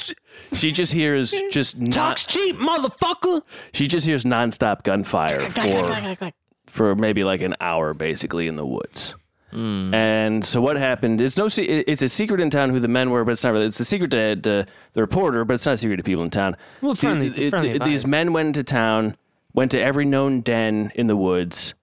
Speaker 4: she just hears just not,
Speaker 5: Talks cheap, motherfucker.
Speaker 4: She just hears nonstop gunfire for, for maybe like an hour, basically in the woods.
Speaker 5: Hmm.
Speaker 4: And so what happened? It's no, se- it- it's a secret in town who the men were, but it's not really. It's a secret to, to the reporter, but it's not a secret to people in town.
Speaker 5: Well,
Speaker 4: The-
Speaker 5: friendly-
Speaker 4: the-
Speaker 5: friendly
Speaker 4: the- these
Speaker 5: advice.
Speaker 4: men went into town, went to every known den in the woods,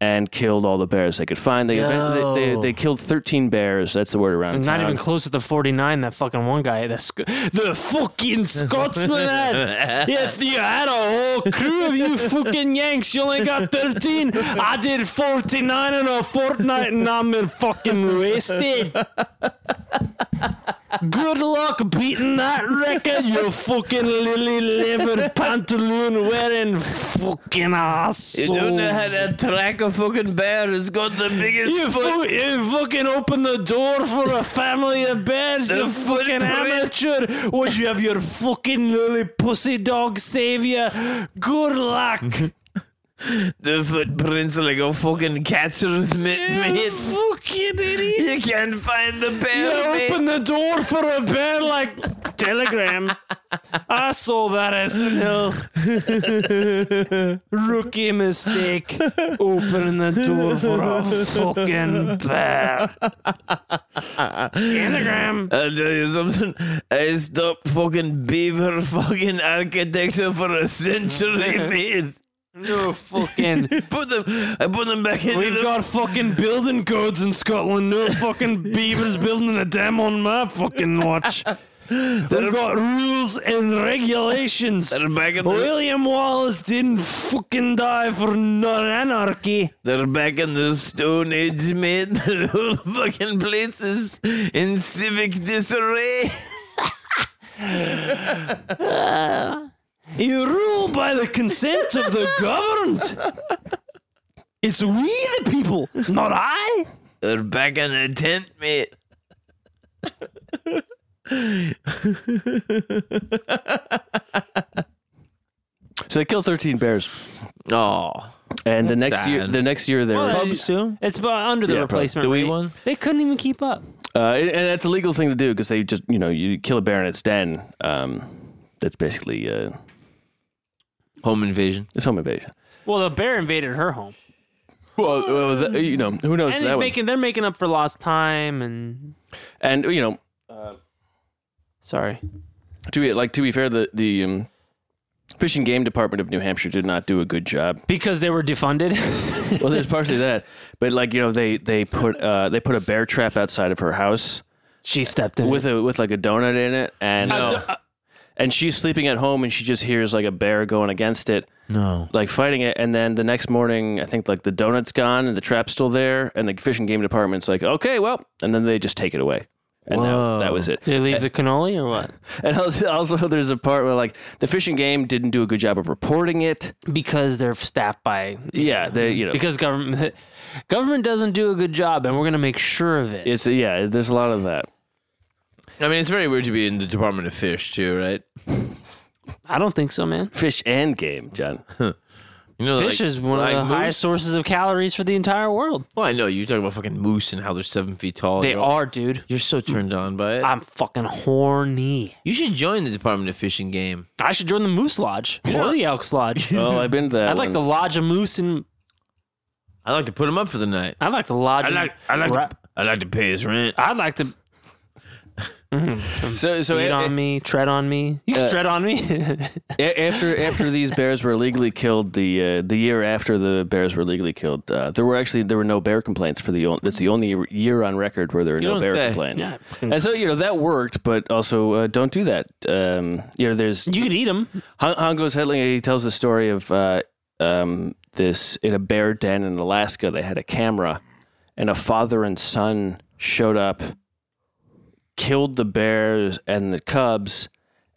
Speaker 4: and killed all the bears they could find. They
Speaker 3: No.
Speaker 4: they, they, they killed thirteen bears. That's the word around
Speaker 5: It's
Speaker 4: town.
Speaker 5: not even close to the 49 that fucking one guy, the, Sc- the fucking Scotsman had. If you had a whole crew of you fucking Yanks, you only got 13. I did 49 in a fortnight and I'm in fucking wasted. Good luck beating that record, you fucking lily livered pantaloon wearing fucking ass.
Speaker 3: that track of fucking bear has got the biggest
Speaker 5: You, fu- you fucking open the door for a family of bears, you fucking
Speaker 3: footprint.
Speaker 5: amateur. Would you have your fucking lily pussy dog save you? Good luck.
Speaker 3: the footprints like a fucking catcher's mitt.
Speaker 5: you fucking idiot.
Speaker 3: You can't find the
Speaker 5: You
Speaker 3: bear.
Speaker 5: open the door for a bear like telegram. I saw that SNL. Rookie mistake. Opening the door for a fucking bear. Telegram.
Speaker 3: I'll tell you something. I stopped fucking beaver fucking architecture for a century, mate.
Speaker 5: No fucking.
Speaker 3: Put them, I put them back in.
Speaker 5: We've
Speaker 3: the,
Speaker 5: got fucking building codes in Scotland. No fucking beavers building a dam on my fucking watch. We've got rules and regulations.
Speaker 3: They're back in the-
Speaker 5: William Wallace didn't fucking die for non anarchy.
Speaker 3: They're back in the Stone Age, mate. The whole fucking place is in civic disarray.
Speaker 5: You rule by the consent of the governed. It's we the people, not I.
Speaker 3: They're back in the tent, mate.
Speaker 4: so they killed thirteen bears,
Speaker 3: Oh,
Speaker 4: and the next
Speaker 3: sad.
Speaker 4: year, the next year they were.
Speaker 5: Well,
Speaker 3: pubs too.
Speaker 5: It's under the
Speaker 4: Yeah, probably.
Speaker 5: replacement.
Speaker 3: The wee
Speaker 5: rate.
Speaker 3: ones?
Speaker 5: They couldn't even keep up.
Speaker 4: Uh, and and that's a legal thing to do because they just, you know, you kill a bear in its den. Um, that's basically uh,
Speaker 3: Home invasion.
Speaker 4: it's home invasion.
Speaker 5: Well, the bear invaded her home.
Speaker 4: Well, well that, uh, you know, who knows
Speaker 5: and
Speaker 4: that
Speaker 5: he's
Speaker 4: one?
Speaker 5: making they're making up for lost time and
Speaker 4: and you know,
Speaker 5: sorry
Speaker 4: to be like to be fair, the the um, Fish and Game Department of New Hampshire did not do a good job.
Speaker 5: because they were defunded
Speaker 4: Well, there's partially that, but like you know, they they put uh, they put a bear trap outside of her house
Speaker 5: she stepped in
Speaker 4: with a with like a donut in it, and uh, and she's sleeping at home and she just hears like a bear going against it.
Speaker 3: No.
Speaker 4: like fighting it and then the next morning i think like the donut's gone and the trap's still there and the fish and game department's like okay well and then they just take it away and that, that was it
Speaker 5: Did they leave the cannoli or what
Speaker 4: and also, also there's a part where like the fish and game didn't do a good job of reporting it
Speaker 5: because they're staffed by
Speaker 4: yeah they you know
Speaker 5: because government government doesn't do a good job and we're gonna make sure of it
Speaker 4: it's yeah there's a lot of that
Speaker 3: I mean, it's very weird to be in the Department of Fish too, right?
Speaker 5: I don't think so man
Speaker 4: fish and game john
Speaker 3: You know,
Speaker 5: fish
Speaker 3: like-
Speaker 5: is one of
Speaker 3: like
Speaker 5: the
Speaker 3: moose?
Speaker 5: highest sources of calories for the entire world
Speaker 3: Well, I know you talk about fucking moose and how they're seven feet tall.
Speaker 5: they
Speaker 3: You're all-
Speaker 5: are dude
Speaker 3: You're so turned on by it.
Speaker 5: I'm fucking horny
Speaker 3: you should join the Department of Fish and Game.
Speaker 5: I should join the Moose Lodge or the Elks Lodge
Speaker 4: well Oh, i've been to that
Speaker 5: I'd like
Speaker 4: one.
Speaker 5: to lodge a moose and
Speaker 3: I'd like to put him up for the night.
Speaker 5: I'd like to lodge
Speaker 3: I
Speaker 5: a-
Speaker 3: like, I like,
Speaker 5: ra-
Speaker 3: to, I like to pay his rent.
Speaker 5: I'd like to
Speaker 4: so so
Speaker 5: Eat
Speaker 4: a-
Speaker 5: on me, tread on me. Uh, You can tread on me.
Speaker 4: A- after after these bears were legally killed, the uh, the year after the bears were legally killed, uh, there were actually there were no bear complaints for the on- that's the only year on record where there were no
Speaker 3: don't
Speaker 4: bear
Speaker 3: say.
Speaker 4: complaints.
Speaker 5: Yeah.
Speaker 4: And so you know that worked, but also uh, don't do that. Um, you know, there's
Speaker 5: you could eat them.
Speaker 4: Hon- Hongo's Headling. He tells the story of uh, um, this in a bear den in Alaska. They had a camera, and a father and son showed up, killed the bears and the cubs,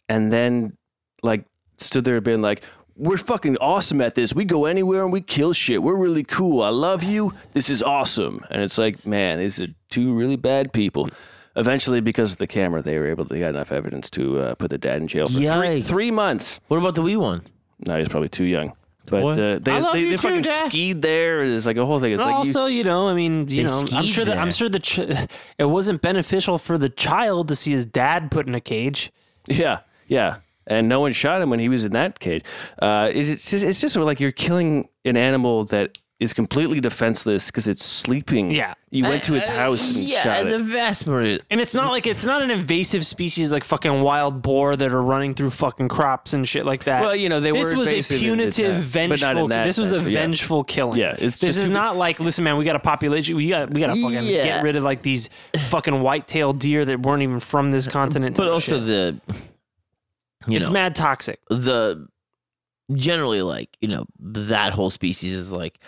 Speaker 4: and then like stood there being like. We're fucking awesome at this. We go anywhere and we kill shit. We're really cool. I love you. This is awesome. And it's like, man, these are two really bad people. Eventually, because of the camera, they were able to get enough evidence to uh, put the dad in jail for three,
Speaker 3: Yikes.
Speaker 4: three months.
Speaker 3: What about the wee one?
Speaker 4: No, he's probably too young. But
Speaker 3: What?
Speaker 4: uh, they,
Speaker 5: I love
Speaker 4: they,
Speaker 5: you
Speaker 4: they
Speaker 5: too,
Speaker 4: fucking
Speaker 5: Dad.
Speaker 4: skied there. It's like a whole thing. It's like you,
Speaker 5: also, you know, I mean, you
Speaker 3: They
Speaker 5: know, I'm
Speaker 3: skied
Speaker 5: sure that I'm
Speaker 3: there.
Speaker 5: sure the ch- it wasn't beneficial for the child to see his dad put in a cage.
Speaker 4: yeah, yeah. And no one shot him when he was in that cage. Uh, it- it's just, it's just sort of like you're killing an animal that is completely defenseless because it's sleeping.
Speaker 5: Yeah.
Speaker 4: You went to its
Speaker 5: Uh,
Speaker 4: house and
Speaker 3: yeah,
Speaker 4: shot
Speaker 3: and
Speaker 4: it.
Speaker 3: the vast majority.
Speaker 5: And it's not like it's not an invasive species like fucking wild boar that are running through fucking crops and shit like that.
Speaker 4: Well, you know, they
Speaker 5: this
Speaker 4: were
Speaker 5: was a
Speaker 4: invasive in
Speaker 5: punitive,
Speaker 4: that, but not
Speaker 5: vengeful.
Speaker 4: in that
Speaker 5: this was a
Speaker 4: sense, yeah.
Speaker 5: vengeful killing.
Speaker 4: Yeah, it's
Speaker 5: this
Speaker 4: just
Speaker 5: is
Speaker 4: too-
Speaker 5: not like listen, man, we got a population. We got we got to fucking
Speaker 3: Yeah.
Speaker 5: get rid of like these fucking white-tailed deer that weren't even from this continent.
Speaker 3: But
Speaker 5: type of
Speaker 3: also
Speaker 5: shit.
Speaker 3: the, you
Speaker 5: it's
Speaker 3: know,
Speaker 5: mad toxic.
Speaker 3: the generally like you know that whole species is like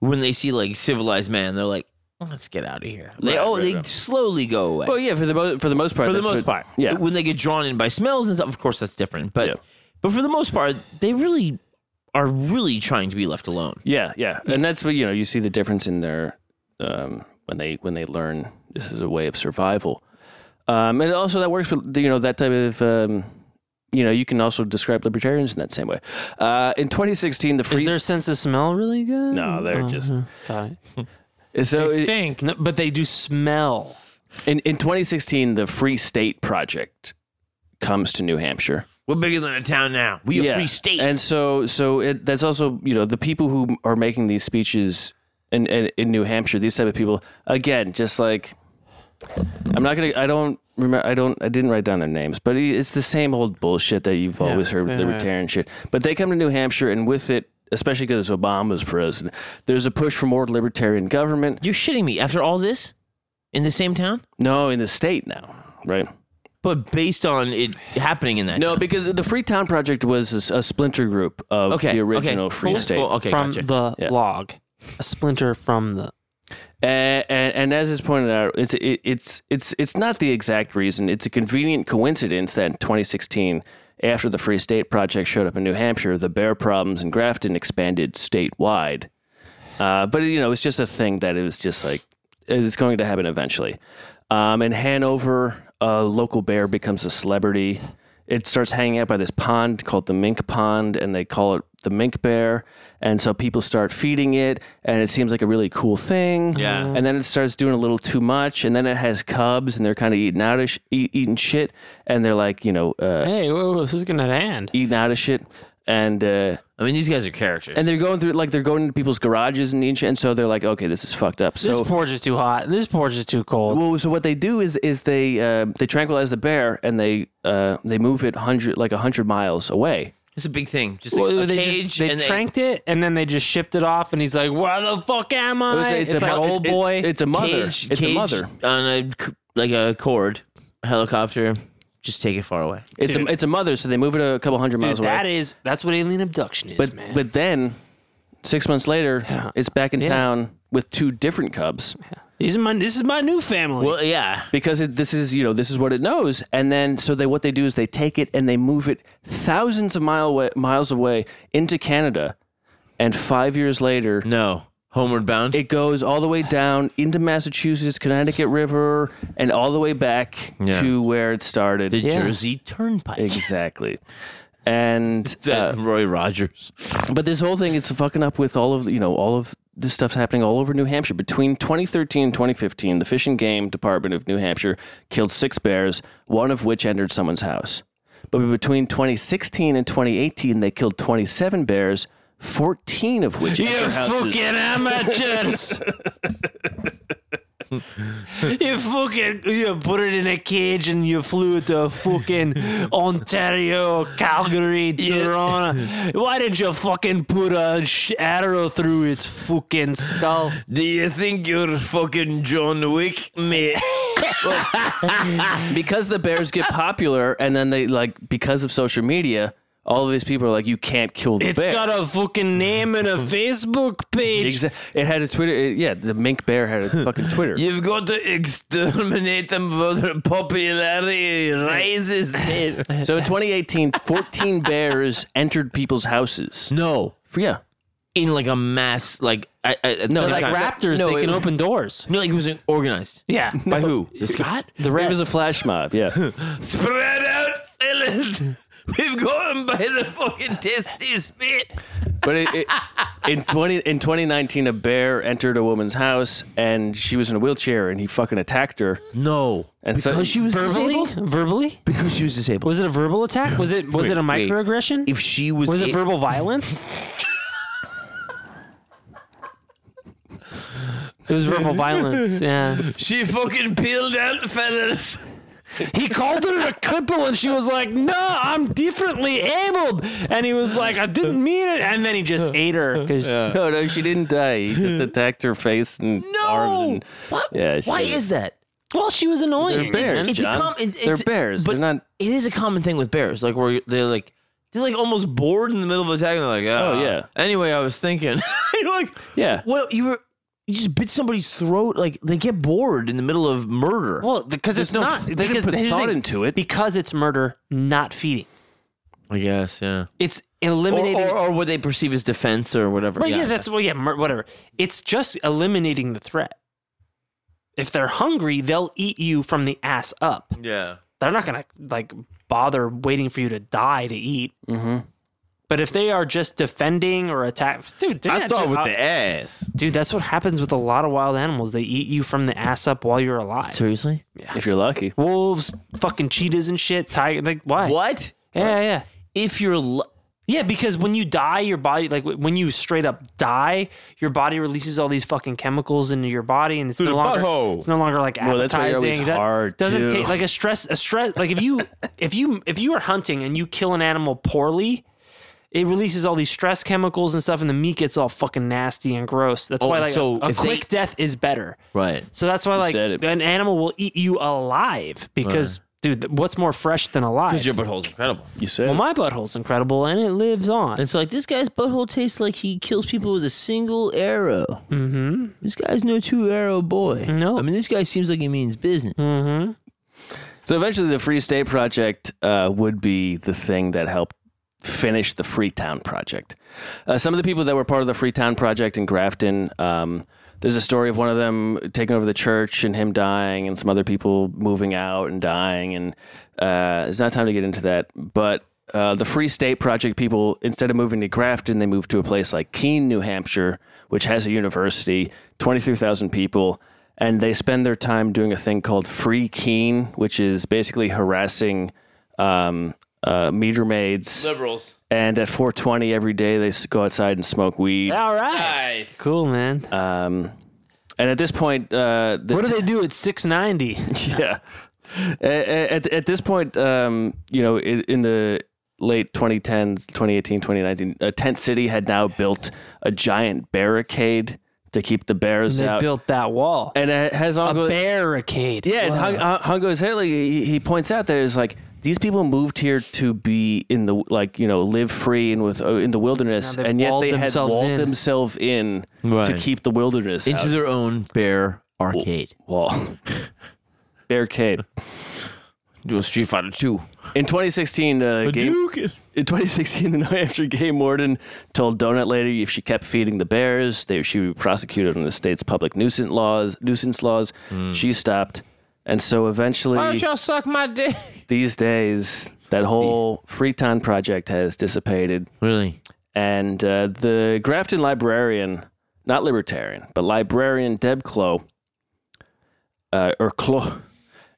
Speaker 3: when they see like civilized man, they're like, let's get out of here. They
Speaker 4: Right,
Speaker 3: oh
Speaker 4: right,
Speaker 3: they
Speaker 4: right.
Speaker 3: slowly go away.
Speaker 4: Well, yeah, for the mo- for the most part.
Speaker 3: for the
Speaker 4: that's
Speaker 3: most
Speaker 4: what-
Speaker 3: part.
Speaker 4: yeah.
Speaker 3: When they get drawn in by smells and stuff, of course that's different. But
Speaker 4: Yeah.
Speaker 3: but for the most part, they really are really trying to be left alone.
Speaker 4: Yeah, yeah, and that's what you know. You see the difference in their um, when they when they learn this is a way of survival, um, and also that works for you know that type of um, you know you can also describe libertarians in that same way. Uh, in 2016, the free
Speaker 5: Is their sense of smell really good?
Speaker 4: No, they're just-
Speaker 5: got it.
Speaker 4: so
Speaker 1: They
Speaker 4: it-
Speaker 1: stink.
Speaker 5: No, but they do smell.
Speaker 4: in, in 2016 the Free State Project comes to New Hampshire.
Speaker 3: We're bigger than a town now. We a free state.
Speaker 4: And so, so it, that's also you know the people who are making these speeches in, in in New Hampshire, these type of people. Again, just like I'm not gonna, I don't remember, I don't, I didn't write down their names, but it- it's the same old bullshit that you've always heard with libertarian shit. But they come to New Hampshire, and with it, especially because Obama's president, there's a push for more libertarian government.
Speaker 3: You're shitting me. After all this, in the same town,
Speaker 4: No, in the state now, right?
Speaker 3: but based on it happening in that.
Speaker 4: No,
Speaker 3: town.
Speaker 4: because the Freetown Project was a, a splinter group of
Speaker 3: okay.
Speaker 4: the original
Speaker 3: okay.
Speaker 4: Free
Speaker 3: cool,
Speaker 4: State.
Speaker 3: cool, okay,
Speaker 5: from
Speaker 3: gotcha.
Speaker 5: the
Speaker 4: Yeah.
Speaker 5: log, a splinter from the.
Speaker 4: and, and, and as is pointed out, it's it, it's it's it's not the exact reason. It's a convenient coincidence that in 2016, after the Free State Project showed up in New Hampshire, the bear problems in Grafton expanded statewide. Uh, but you know, it's just a thing that it was just like it's going to happen eventually. Um, in Hanover, a local bear becomes a celebrity. It starts hanging out by this pond called the Mink Pond, and they call it the Mink Bear. And so people start feeding it, and it seems like a really cool thing.
Speaker 3: Yeah.
Speaker 4: And then it starts doing a little too much, and then it has cubs, and they're kind of eating out of sh- eat, eating shit, and they're like, you know, uh,
Speaker 5: Hey, whoa, whoa, this is gonna end.
Speaker 4: eating out of shit, and. Uh,
Speaker 3: I mean, these guys are characters.
Speaker 4: and they're going through like they're going into people's garages and each, and so they're like, okay, this is fucked up.
Speaker 5: This
Speaker 4: So,
Speaker 5: porch is too hot. This porch is too cold.
Speaker 4: well, so what they do is is they uh, they tranquilize the bear and they uh, they move it hundred like hundred miles away.
Speaker 3: it's a big thing. Just like
Speaker 5: Well,
Speaker 3: a
Speaker 5: they
Speaker 3: cage.
Speaker 5: just they
Speaker 3: and
Speaker 5: tranked it and then they just shipped it off, and he's like, "Where the fuck am
Speaker 4: It was-
Speaker 5: I?" It's, like
Speaker 4: mo-
Speaker 5: old
Speaker 4: it- it-
Speaker 5: boy.
Speaker 4: it's a
Speaker 3: a
Speaker 4: mother.
Speaker 3: cage,
Speaker 4: it's
Speaker 3: cage
Speaker 4: a mother.
Speaker 3: on a c- like a cord helicopter. Just take it far away.
Speaker 4: It's a, it's a mother. So they move it a couple hundred
Speaker 5: Dude,
Speaker 4: miles away.
Speaker 5: that is that's what alien abduction is,
Speaker 4: but
Speaker 5: man.
Speaker 4: but then six months later, it's back in town with two different cubs
Speaker 5: these are my this is my new family.
Speaker 3: Well, yeah.
Speaker 4: because it, this is you know this is what it knows. And then so they what they do is they take it and they move it thousands of mile away, miles away into Canada, and five years later.
Speaker 3: No. Homeward bound.
Speaker 4: It goes all the way down into Massachusetts, Connecticut River, and all the way back
Speaker 3: Yeah.
Speaker 4: to where it started.
Speaker 3: the Jersey Turnpike.
Speaker 4: Exactly. And
Speaker 3: Is that
Speaker 4: uh,
Speaker 3: Roy Rogers.
Speaker 4: but this whole thing it's fucking up with all of you know all of this stuff's happening all over New Hampshire. Between 2013 and 2015, the Fish and Game Department of New Hampshire killed six bears, one of which entered someone's house. But between 2016 and 2018, they killed 27 bears, 14 of which entered houses.
Speaker 5: amateurs. you fucking you put it in a cage and you flew it to fucking Ontario, Calgary, Toronto. Why didn't you fucking put a sh- arrow through its fucking skull?
Speaker 3: Do you think you're fucking John Wick, mate?
Speaker 4: because the bears get popular and then they like because of social media all of these people are like you can't kill the
Speaker 5: It's
Speaker 4: bear
Speaker 5: got a fucking name and a Facebook page.
Speaker 4: Exa- it had a twitter it- yeah the mink bear had a fucking twitter
Speaker 3: You've got to exterminate them for their popularity rises, mate.
Speaker 4: so in 2018 14 bears entered people's houses
Speaker 3: No.
Speaker 4: yeah
Speaker 3: In like a mass, like, I, I, no,
Speaker 5: They're like raptors,
Speaker 4: No,
Speaker 5: they
Speaker 4: it-
Speaker 5: can open doors.
Speaker 3: No, like it was organized.
Speaker 5: Yeah.
Speaker 3: By who? The Scott?
Speaker 5: The
Speaker 4: it
Speaker 5: red.
Speaker 4: was a flash mob yeah
Speaker 3: Spread out, fellas. We've got him by the fucking testes, mate.
Speaker 4: but it, it, in 20 in 2019 a bear entered a woman's house and she was in a wheelchair and he fucking attacked her
Speaker 3: No.
Speaker 4: And so-
Speaker 3: because she was
Speaker 5: verbally?
Speaker 3: disabled?
Speaker 5: Verbally?
Speaker 3: Because she was disabled.
Speaker 5: Was it a verbal attack? Was it was it a
Speaker 3: Wait, wait.
Speaker 5: microaggression?
Speaker 3: if she was,
Speaker 5: Was it verbal violence? It was verbal violence. Yeah.
Speaker 3: She fucking peeled out, fellas.
Speaker 5: He called her a cripple, and she was like, "No, I'm differently abled." And he was like, "I didn't mean it." And then he just ate her because
Speaker 4: No, no, she didn't die. He just attacked her face and arms. And,
Speaker 1: What?
Speaker 4: Yeah, she-
Speaker 1: Why is that?
Speaker 5: well, she was annoying.
Speaker 4: They're bears,
Speaker 5: man.
Speaker 1: It's a
Speaker 4: John.
Speaker 1: com- it's-
Speaker 4: they're
Speaker 1: it's-
Speaker 4: bears.
Speaker 3: but-
Speaker 4: they're not.
Speaker 1: It is a common thing with bears.
Speaker 3: Like where they're like they're like almost bored in the middle of attack. And they're like, oh,
Speaker 4: Oh, yeah.
Speaker 3: Anyway, I was thinking, you know, like
Speaker 4: Yeah.
Speaker 1: What you were? You just bit somebody's throat. Like they get bored in the middle of murder.
Speaker 5: Well, because it's
Speaker 4: no-
Speaker 5: not.
Speaker 4: they didn't
Speaker 5: because
Speaker 4: put
Speaker 5: here's the
Speaker 4: thought
Speaker 5: thing.
Speaker 4: into it.
Speaker 5: Because it's murder, not feeding.
Speaker 3: I guess, yeah.
Speaker 5: It's
Speaker 3: Or,
Speaker 5: eliminating.
Speaker 3: or, or what they perceive as defense or whatever.
Speaker 5: Right, yeah, that's well, yeah, mur- whatever. It's just eliminating the threat. If they're hungry, they'll eat you from the ass up.
Speaker 3: yeah.
Speaker 5: They're not gonna like bother waiting for you to die to eat.
Speaker 4: Mm-hmm.
Speaker 5: But if they are just defending or attack, dude,
Speaker 3: I
Speaker 5: yeah,
Speaker 3: start
Speaker 5: ju-
Speaker 3: Oh, with
Speaker 5: uh,
Speaker 3: the ass.
Speaker 5: dude. That's what happens with a lot of wild animals. They eat you from the ass up while you're alive.
Speaker 3: Seriously?
Speaker 4: If you're lucky.
Speaker 5: Wolves, fucking cheetahs and shit. Tiger, like why?
Speaker 3: What?
Speaker 5: Yeah, yeah.
Speaker 3: If you're l-
Speaker 5: Yeah, because when you die, your body, like w- when you straight up die, your body releases all these fucking chemicals into your body, and it's no longer, it's no longer like appetizing.
Speaker 4: Well, that's why you're always
Speaker 5: Is that-
Speaker 4: hard,
Speaker 5: Doesn't
Speaker 4: too.
Speaker 5: take like a stress, a stress. Like if you, if you, if you are hunting and you kill an animal poorly, it releases all these stress chemicals and stuff, and the meat gets all fucking nasty and gross. That's why like
Speaker 3: so
Speaker 5: a, a
Speaker 3: if they-
Speaker 5: quick death is better.
Speaker 3: right.
Speaker 5: So that's why like
Speaker 4: said it.
Speaker 5: an animal will eat you alive because, dude, th- what's more fresh than alive?
Speaker 3: Because your butthole's incredible.
Speaker 4: You said.
Speaker 5: well, my butthole's incredible, and it lives on.
Speaker 1: It's like this guy's butthole tastes like he kills people with a single arrow. Mm-hmm. This guy's no two arrow boy.
Speaker 5: No.
Speaker 1: I mean this guy seems like he means business.
Speaker 4: so eventually, the Free State Project uh, would be the thing that helped finish the Freetown Project. Uh, some of the people that were part of the Freetown Project in Grafton. Um, there's a story of one of them taking over the church and him dying, and some other people moving out and dying. And uh, it's not time to get into that. But uh, the Free State Project people, instead of moving to Grafton, they moved to a place like Keene, New Hampshire, which has a university, 23,000 people. And they spend their time doing a thing called Free Keene, which is basically harassing um, uh, meter maids.
Speaker 3: Liberals.
Speaker 4: And at 420 every day, they s- go outside and smoke weed.
Speaker 5: All right.
Speaker 3: Nice.
Speaker 5: Cool, man.
Speaker 4: Um, and at this point, uh, the
Speaker 5: what do they do at 690?
Speaker 4: yeah. At, at, at this point, um, you know, in, in the late 2010s, 2018, 2019, uh, Tent City had now built a giant barricade to keep the bears
Speaker 5: They
Speaker 4: out.
Speaker 5: built that wall.
Speaker 4: and it has
Speaker 5: A
Speaker 4: ongoing.
Speaker 5: barricade.
Speaker 4: Yeah, and Hung, uh, Hungo Haley, he, he points out that it's like these people moved here to be in the like you know live free and with uh, in the wilderness,
Speaker 5: Now they've
Speaker 4: and yet
Speaker 5: walled
Speaker 4: they had
Speaker 5: themselves
Speaker 4: walled
Speaker 5: in.
Speaker 4: themselves in to
Speaker 3: Right.
Speaker 4: keep the wilderness
Speaker 1: Into
Speaker 4: out.
Speaker 1: their own bear arcade.
Speaker 4: wall. Barricade.
Speaker 3: Do a Street Fighter 2.
Speaker 4: In 2016, uh, game, in 2016, the New Hampshire game warden told Donut Lady if she kept feeding the bears, they, she would be prosecuted under the state's public nuisance laws. Nuisance laws. She stopped, and so eventually,
Speaker 3: suck my dick?
Speaker 4: these days, that whole Freetown project has dissipated,
Speaker 3: Really?
Speaker 4: and uh, the Grafton librarian, not libertarian, but librarian Deb Clo, uh, or Clo,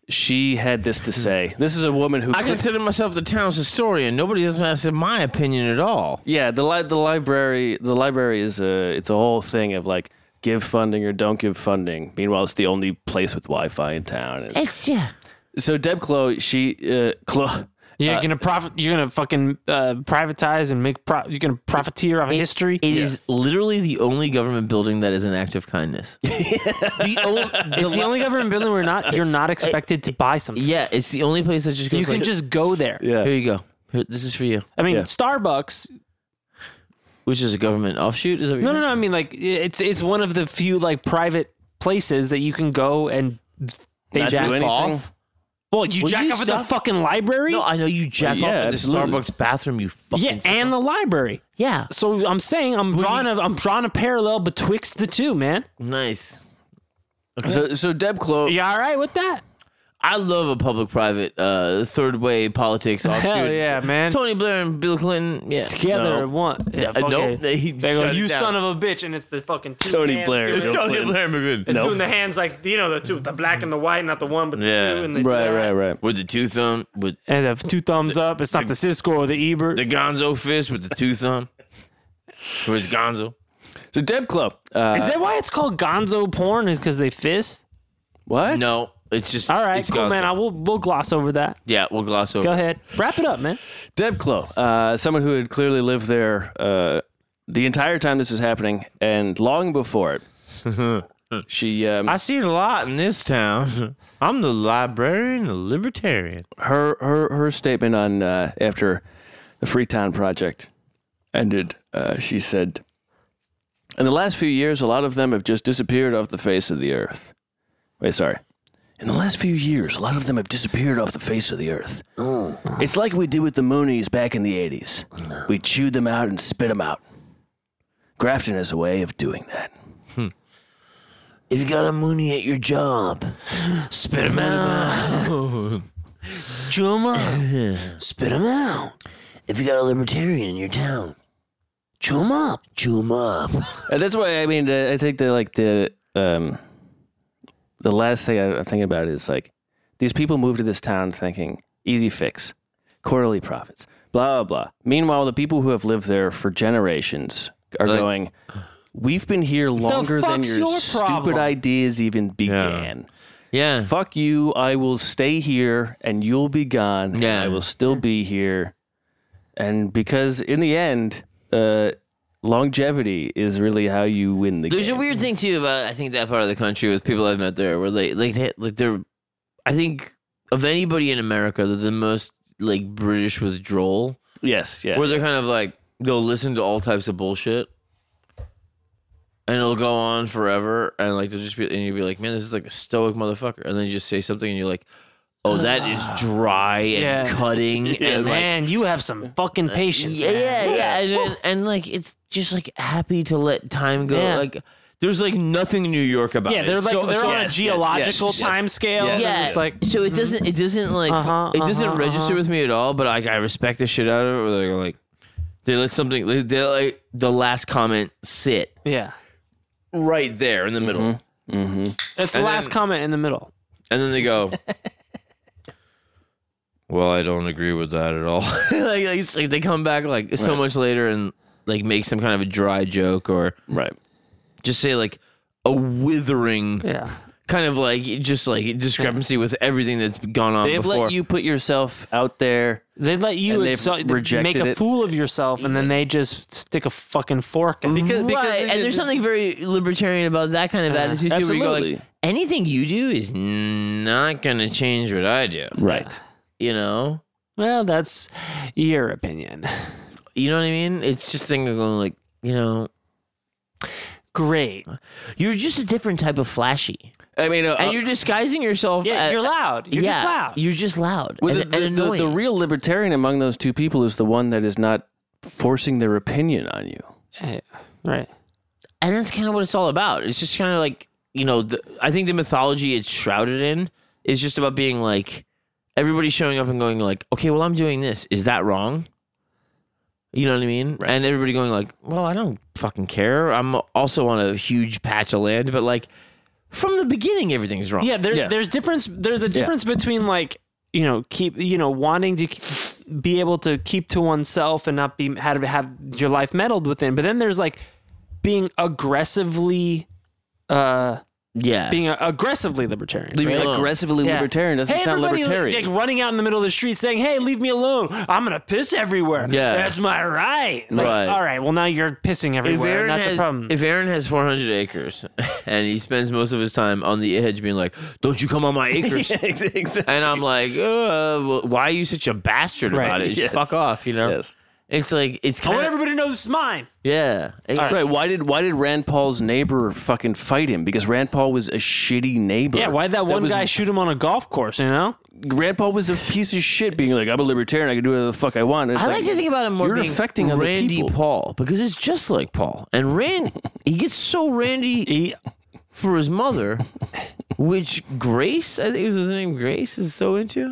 Speaker 4: she had this to say. This is a woman who
Speaker 3: I consider myself the town's historian. Nobody has asked my opinion at all.
Speaker 4: Yeah, the li- the library the library is a it's a whole thing of like give funding or don't give funding. Meanwhile, it's the only place with Wi-Fi in town. And- So Deb Clo, she uh, Clo,
Speaker 5: You're gonna profit. You're gonna fucking uh, privatize and make. Pro- you're gonna profiteer off history.
Speaker 3: It is literally the only government building that is an act of kindness. the only,
Speaker 5: it's the only government building where not you're not expected to buy something.
Speaker 3: yeah, it's the only place that just goes.
Speaker 5: You can
Speaker 3: like,
Speaker 5: just go there.
Speaker 3: Here you go. Here, this is for you.
Speaker 5: I mean,
Speaker 4: Yeah.
Speaker 5: Starbucks.
Speaker 3: Which is a government offshoot? Is that what
Speaker 5: No, no, no. I mean, like it's it's one of the few like private places that you can go and they
Speaker 4: Not do
Speaker 5: jack
Speaker 4: anything?
Speaker 5: off. Well, you
Speaker 3: Will
Speaker 5: jack
Speaker 3: you
Speaker 5: off at the
Speaker 3: stop-
Speaker 5: fucking library.
Speaker 3: No, I know you jack
Speaker 4: Well, yeah,
Speaker 3: off in the
Speaker 4: absolutely.
Speaker 3: Starbucks bathroom. You fucking
Speaker 5: yeah, and the library.
Speaker 1: Yeah.
Speaker 5: So I'm saying I'm drawing a I'm drawing a parallel betwixt the two, man.
Speaker 3: nice.
Speaker 4: so so Deb Clo,
Speaker 5: You all right with that?
Speaker 3: I love a public-private uh, third way politics offshoot.
Speaker 5: Hell yeah, man.
Speaker 3: Tony Blair and Bill Clinton. Yeah,
Speaker 5: Together
Speaker 3: No.
Speaker 5: at once. Yeah,
Speaker 3: Uh,
Speaker 5: fuck
Speaker 3: nope.
Speaker 5: it.
Speaker 3: He
Speaker 5: They go,
Speaker 3: shut it
Speaker 5: you
Speaker 3: down.
Speaker 5: son of a bitch, and it's the fucking two
Speaker 4: Tony
Speaker 5: hands.
Speaker 4: Blair,
Speaker 5: It's
Speaker 4: Bill
Speaker 3: Oh,
Speaker 5: Tony
Speaker 4: Clinton.
Speaker 5: Blair.
Speaker 3: McGinn.
Speaker 5: It's doing the hands like you know the two, the black and the white, not the one, but the
Speaker 3: Yeah.
Speaker 5: two. And the,
Speaker 4: right, right, right.
Speaker 3: with the two thumb, with
Speaker 5: And the two thumbs up. It's not the Cisco or the Ebert.
Speaker 3: the Gonzo fist, with the two thumb. Where's Gonzo?
Speaker 4: So Deb Club. Uh,
Speaker 5: Is that why it's called gonzo porn? Is because they fist?
Speaker 4: what?
Speaker 3: No, it's just
Speaker 5: All right,
Speaker 3: it's
Speaker 5: cool,
Speaker 3: gone
Speaker 5: man.
Speaker 3: through.
Speaker 5: I will we'll gloss over that.
Speaker 3: yeah, we'll gloss over.
Speaker 5: Go ahead, wrap it up, man.
Speaker 4: Deb Klo, uh, someone who had clearly lived there uh, the entire time this was happening and long before it. she, um,
Speaker 3: I see it a lot in this town. I'm the librarian, the libertarian.
Speaker 4: her, her, her statement on uh, after the Freetown project ended, uh, she said, "In the last few years, a lot of them have just disappeared off the face of the earth." Wait, sorry. In the last few years, a lot of them have disappeared off the face of the earth. It's like we did with the Moonies back in the 80s. We chewed them out and spit them out. Grafton is a way of doing that.
Speaker 1: If you got a Mooney at your job, spit him out. Chew him up. spit him out. If you got a libertarian in your town, chew him up. Chew him up.
Speaker 4: Uh, that's why I mean uh, I think the like the um the last thing I, I'm thinking about is like these people move to this town thinking easy fix, quarterly profits, blah blah blah. Meanwhile, the people who have lived there for generations are
Speaker 3: Like-
Speaker 4: going. We've been here longer than
Speaker 5: fuck's
Speaker 4: your,
Speaker 5: your
Speaker 4: stupid
Speaker 5: problem?"
Speaker 4: ideas even began.
Speaker 3: Yeah.
Speaker 4: Fuck you! I will stay here, and you'll be gone. and
Speaker 3: Yeah.
Speaker 4: I will still be here, and because in the end, uh, longevity is really how you win the
Speaker 3: There's
Speaker 4: game.
Speaker 3: a weird thing too about I think that part of the country with people I've met there where they like they, like they're I think of anybody in America they're the most like British withdrawal
Speaker 4: Yes, yeah.
Speaker 3: where they're kind of like they'll listen to all types of bullshit and it'll go on forever and like they'll just be and you'll be like man this is like a stoic motherfucker and then you just say something and you're like oh that is dry and
Speaker 5: Yeah.
Speaker 3: cutting and like Uh,
Speaker 5: man, you have some fucking patience.
Speaker 3: yeah,
Speaker 5: man.
Speaker 3: yeah, yeah. And, and, and, like, it's just like happy to let time go.
Speaker 5: Yeah.
Speaker 3: Like, there's like nothing New York about
Speaker 5: Yeah,
Speaker 3: it.
Speaker 5: they're like
Speaker 3: So-
Speaker 5: they're
Speaker 3: so-
Speaker 5: on a
Speaker 3: yes,
Speaker 5: geological
Speaker 3: yes, yes.
Speaker 5: time scale.
Speaker 3: Yeah,
Speaker 5: They're just like
Speaker 3: so it doesn't it doesn't like
Speaker 5: Uh-huh,
Speaker 3: it doesn't
Speaker 5: uh-huh,
Speaker 3: register
Speaker 5: uh-huh.
Speaker 3: with me at all. But like I respect the shit out of it. Where they're like they let something they they like the last comment sit
Speaker 5: yeah.
Speaker 3: right there in the middle,
Speaker 5: It's the
Speaker 3: And
Speaker 5: last
Speaker 3: then-
Speaker 5: comment in the middle.
Speaker 3: and then they go. Well, I don't agree with that at all. like, like, it's like they come back like so much later and like make some kind of a dry joke or
Speaker 4: right.
Speaker 3: just say like a withering
Speaker 5: Yeah.
Speaker 3: kind of like just like discrepancy with everything that's gone on
Speaker 4: They've
Speaker 3: before.
Speaker 4: let you put yourself out there.
Speaker 5: They let you
Speaker 4: And they've
Speaker 5: exo- make
Speaker 4: rejected
Speaker 5: a
Speaker 4: it.
Speaker 5: fool of yourself, and then they just stick a fucking fork. In. Because
Speaker 3: Mm-hmm. right, and there's something very libertarian about that kind of attitude too, where you go like
Speaker 4: absolutely.
Speaker 3: anything you do is not gonna change what I do.
Speaker 4: Right.
Speaker 3: You know,
Speaker 5: well, that's your opinion.
Speaker 3: you know what I mean. It's just thing of going like you know
Speaker 5: Great.
Speaker 3: you're just a different type of flashy,
Speaker 4: I mean, uh,
Speaker 3: and you're disguising yourself.
Speaker 5: Yeah,
Speaker 3: as-
Speaker 5: you're loud. You're just
Speaker 3: yeah,
Speaker 5: loud.
Speaker 3: You're just loud.
Speaker 4: well,
Speaker 3: and,
Speaker 4: the,
Speaker 3: and
Speaker 4: the, the,
Speaker 3: annoying.
Speaker 4: the real libertarian among those two people is the one that is not forcing their opinion on you.
Speaker 5: Yeah, right.
Speaker 3: and that's kind of what it's all about. It's just kind of like you know, the, I think the mythology it's shrouded in is just about being like everybody showing up and going like, okay, well I'm doing this. Is that wrong? You know what I mean? And everybody going like, well, I don't fucking care. I'm also on a huge patch of land, but like from the beginning, everything's wrong.
Speaker 5: Yeah, there,
Speaker 4: Yeah.
Speaker 5: there's difference. There's a difference between like you know keep you know wanting to k- be able to keep to oneself and not be have have your life meddled within, but then there's like being aggressively, uh,
Speaker 3: yeah.
Speaker 5: being a- aggressively libertarian.
Speaker 3: Leave me
Speaker 4: Right?
Speaker 3: alone.
Speaker 4: Aggressively
Speaker 5: Yeah.
Speaker 4: libertarian doesn't
Speaker 5: hey,
Speaker 4: sound
Speaker 5: everybody,
Speaker 4: libertarian.
Speaker 5: Like running out in the middle of the street saying, "Hey, leave me alone! I'm gonna piss everywhere.
Speaker 3: Yeah.
Speaker 5: that's my right." Like,
Speaker 3: Right.
Speaker 5: All right. Well, now you're pissing
Speaker 3: if
Speaker 5: everywhere.
Speaker 3: Aaron,
Speaker 5: and that's
Speaker 3: has,
Speaker 5: a problem.
Speaker 3: if Aaron has 400 acres and he spends most of his time on the edge being like, don't you come on my acres. And I'm like, uh, well, why are you such a bastard
Speaker 5: Right.
Speaker 3: about it? Just
Speaker 4: Yes.
Speaker 3: fuck off, you know?
Speaker 4: Yes.
Speaker 3: It's like, it's
Speaker 5: I
Speaker 3: kind
Speaker 5: want
Speaker 3: of,
Speaker 5: everybody to know this is mine.
Speaker 3: yeah.
Speaker 4: Right. Why did why did Rand Paul's neighbor fucking fight him? Because Rand Paul was a shitty neighbor.
Speaker 5: Yeah, why'd that, one
Speaker 4: was-
Speaker 5: guy shoot him on a golf course? You know,
Speaker 4: Rand Paul was a piece of shit, being like, "I'm a libertarian. I can do whatever the fuck I want." And it's
Speaker 3: I like, to think about it more
Speaker 4: You're
Speaker 3: being
Speaker 4: affecting other
Speaker 3: Randy
Speaker 4: people.
Speaker 3: Paul because it's just like Paul. And Randy, he gets so Randy
Speaker 5: he
Speaker 3: for his mother, which Grace, I think it was his name, Grace, is so into.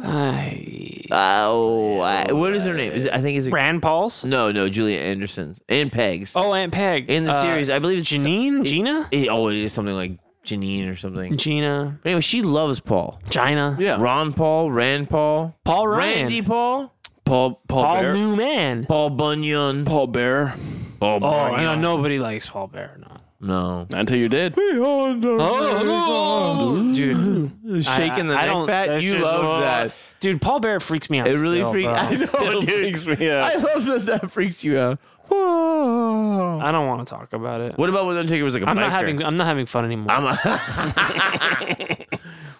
Speaker 3: Oh, I, what is her name? Is it, I think it's
Speaker 5: Rand Paul's.
Speaker 3: No, no, Julia Anderson's and Peg's.
Speaker 5: Oh, Aunt Peg
Speaker 3: in the
Speaker 5: Uh,
Speaker 3: series, I believe it's
Speaker 5: Janine, Gina,
Speaker 3: It, oh, it is something like Janine or something.
Speaker 5: Gina,
Speaker 3: But anyway, she loves Paul.
Speaker 5: Gina.
Speaker 4: Yeah.
Speaker 3: Ron Paul, Rand Paul,
Speaker 5: Paul Ryan,
Speaker 3: Randy Paul,
Speaker 4: Paul Paul
Speaker 5: Paul
Speaker 4: Bear.
Speaker 5: Newman,
Speaker 3: Paul Bunyan,
Speaker 4: Paul Bear.
Speaker 1: Oh,
Speaker 5: Oh, I know nobody likes Paul Bear. No.
Speaker 1: no.
Speaker 4: Not until you're dead.
Speaker 5: Oh, dude,
Speaker 1: Shaking the
Speaker 5: I- I
Speaker 1: neck
Speaker 5: don't-
Speaker 1: fat.
Speaker 5: that's
Speaker 1: You
Speaker 5: just-
Speaker 1: loved
Speaker 5: oh.
Speaker 1: that.
Speaker 5: dude, Paul Bear freaks me out.
Speaker 1: It really
Speaker 5: still,
Speaker 1: freaked.
Speaker 5: bro.
Speaker 1: I know,
Speaker 4: Still
Speaker 1: dude.
Speaker 4: freaks me
Speaker 1: I
Speaker 4: out.
Speaker 1: love that that freaks you out. Whoa.
Speaker 5: I don't want to talk about it.
Speaker 1: What about when Undertaker was like a
Speaker 5: I'm
Speaker 1: biker?
Speaker 5: not having. I'm not having fun anymore.
Speaker 1: I'm a-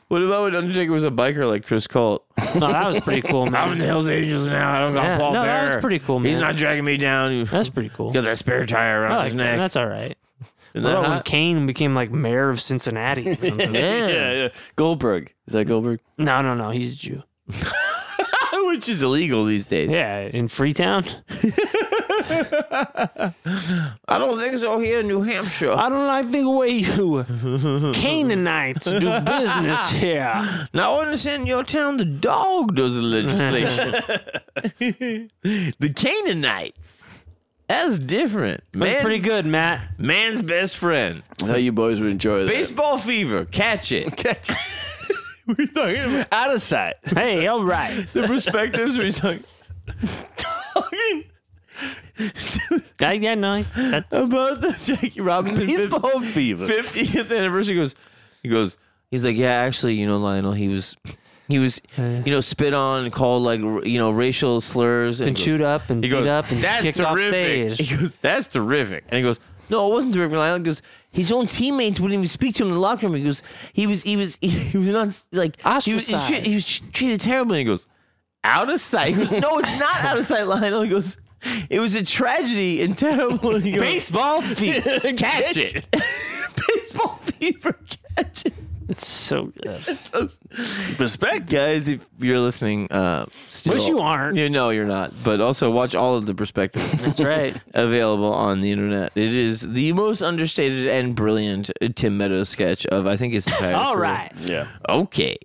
Speaker 1: what about when Undertaker was a biker like Chris Colt?
Speaker 5: no, that was pretty cool, man.
Speaker 1: I'm in the Hells Angels now. I don't got
Speaker 5: Yeah,
Speaker 1: Paul
Speaker 5: no, that was
Speaker 1: Bearer.
Speaker 5: pretty cool,
Speaker 1: He's
Speaker 5: man.
Speaker 1: not dragging me down. He's
Speaker 5: That's pretty cool.
Speaker 1: got that spare tire around
Speaker 5: I like
Speaker 1: his
Speaker 5: that.
Speaker 1: neck.
Speaker 5: That's all right. What
Speaker 1: Isn't that
Speaker 5: about when
Speaker 1: hot?
Speaker 5: Kane became like mayor of Cincinnati? or something?
Speaker 1: Yeah.
Speaker 4: Yeah, yeah. Goldberg. Is that Goldberg?
Speaker 5: no, no, no. He's a Jew.
Speaker 1: Which is illegal these days.
Speaker 5: Yeah, in Freetown.
Speaker 1: I don't think so here in New Hampshire.
Speaker 5: I don't like the way you Canaanites do business here.
Speaker 1: Now, I understand your town, the dog does the legislation. the Canaanites. That's different.
Speaker 5: That's
Speaker 1: Man's,
Speaker 5: pretty good, Matt.
Speaker 1: man's best friend.
Speaker 4: I thought you boys would enjoy that.
Speaker 1: Baseball fever. Catch it. Catch it. we're talking about
Speaker 4: Out of sight.
Speaker 5: Hey, all right.
Speaker 1: the perspectives. We're talking, talking
Speaker 5: I, yeah, no, that's
Speaker 1: about the Jackie Robinson
Speaker 4: Baseball fever.
Speaker 1: 50th anniversary. He goes, he goes, he's like, yeah, actually, you know, Lionel, he was, he was, you know, spit on and called like, r- you know, racial slurs
Speaker 5: been
Speaker 1: and
Speaker 5: chewed up and beat up and
Speaker 1: that's
Speaker 5: kicked
Speaker 1: terrific.
Speaker 5: off stage.
Speaker 1: He goes, that's terrific. And he goes, no, it wasn't terrific. Lionel He goes, his own teammates wouldn't even speak to him in the locker room. He goes, he was, he was, he, was not like, he was, he was, tre-
Speaker 5: Ostracized.
Speaker 1: he was tre- treated terribly. And he goes, out of sight. He goes, no, it's not out of sight, Lionel. He goes, it was a tragedy and terrible. And he goes,
Speaker 5: Baseball feet.
Speaker 1: catch it. Baseball fever, catch it.
Speaker 5: It's so good.
Speaker 4: Respect.
Speaker 1: Guys, if you're listening, uh, still,
Speaker 5: Wish you aren't.
Speaker 1: You know you're not, but also watch all of the perspectives
Speaker 5: That's right.
Speaker 1: available on the internet. It is the most understated and brilliant Tim Meadows sketch of I think his entire.
Speaker 5: All
Speaker 1: career.
Speaker 5: right.
Speaker 4: Yeah.
Speaker 1: okay.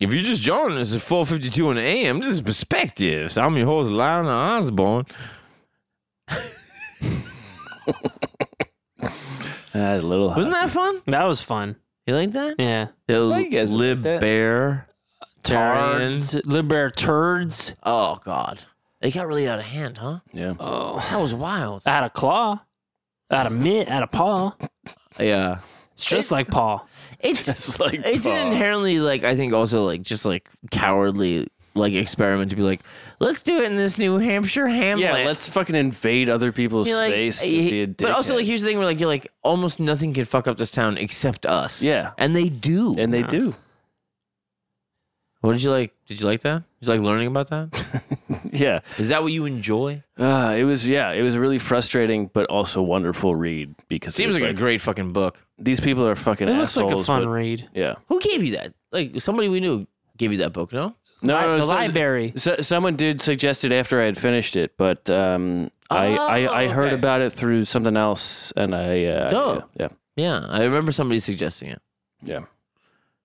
Speaker 1: If you're just joining us at 4:52 in the a.m., this is Perspectives. I'm your host, Lionel Osborne.
Speaker 4: That's a little hot.
Speaker 1: Wasn't that fun?
Speaker 5: That was fun.
Speaker 1: You like that?
Speaker 5: Yeah.
Speaker 1: The
Speaker 4: you guys would like that.
Speaker 1: Liber.
Speaker 5: Tards, libertards.
Speaker 1: Oh God, they got really out of hand, huh?
Speaker 4: Yeah.
Speaker 5: Oh,
Speaker 1: That was wild.
Speaker 5: out of claw, out of mitt, out of paw.
Speaker 1: Yeah,
Speaker 5: It's just like paw.
Speaker 1: it's
Speaker 4: Just like
Speaker 1: it's an
Speaker 4: Paul.
Speaker 1: inherently like I think also like just like cowardly like experiment to be like let's do it in this New Hampshire hamlet.
Speaker 4: Yeah, let's fucking invade other people's
Speaker 1: You're like,
Speaker 4: space. to
Speaker 1: eh,
Speaker 4: be a
Speaker 1: but also
Speaker 4: dickhead.
Speaker 1: like here's the thing where like you're like almost nothing can fuck up this town except us.
Speaker 4: Yeah.
Speaker 1: and they do.
Speaker 4: and they do.
Speaker 1: what did you like? Did you like that? Did you like learning about that?
Speaker 4: Yeah.
Speaker 1: Is that what you enjoy?
Speaker 4: Uh, it was yeah, it was a really frustrating but also wonderful read because it
Speaker 1: Seems
Speaker 4: was
Speaker 1: like, a great fucking book.
Speaker 4: these people are fucking
Speaker 5: It looks
Speaker 4: assholes.
Speaker 5: like a fun
Speaker 4: but-
Speaker 5: read.
Speaker 4: yeah.
Speaker 1: Who gave you that? Like somebody we knew gave you that book? No.
Speaker 4: No,
Speaker 5: Li-
Speaker 4: no, no,
Speaker 5: the
Speaker 4: so-
Speaker 5: library.
Speaker 4: So, someone did suggest it after I had finished it, but um, I,
Speaker 1: Oh,
Speaker 4: I I heard
Speaker 1: okay.
Speaker 4: about it through something else, and I uh,
Speaker 1: Oh.
Speaker 4: yeah,
Speaker 1: Yeah, I remember somebody suggesting it.
Speaker 4: yeah,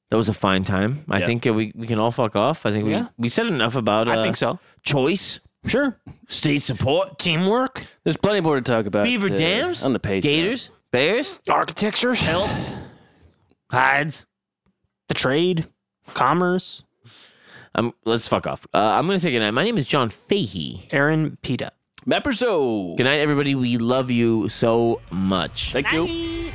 Speaker 1: That was a fine time. I
Speaker 4: Yeah.
Speaker 1: think uh, we, we can all fuck off. I think
Speaker 5: Yeah.
Speaker 1: we, we said enough about uh,
Speaker 5: I think so.
Speaker 1: choice,
Speaker 5: Sure.
Speaker 1: state support,
Speaker 5: Teamwork,
Speaker 4: There's plenty more to talk about.
Speaker 1: beaver
Speaker 4: uh,
Speaker 1: dams,
Speaker 4: on the page.
Speaker 1: gators, bears,
Speaker 5: architecture,
Speaker 1: pelts, hides.
Speaker 5: the trade, commerce.
Speaker 1: Um, let's fuck off. Uh, I'm gonna say goodnight. My name is John Fahey.
Speaker 5: Aaron Pita.
Speaker 4: Mapperso.
Speaker 1: Good night, everybody. We love you so much.
Speaker 4: Thank you.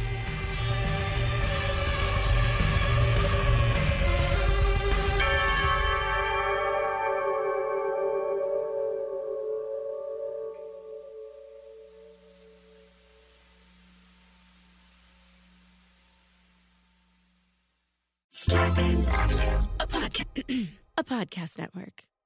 Speaker 6: Star Bands Audio, a podcast, a podcast network.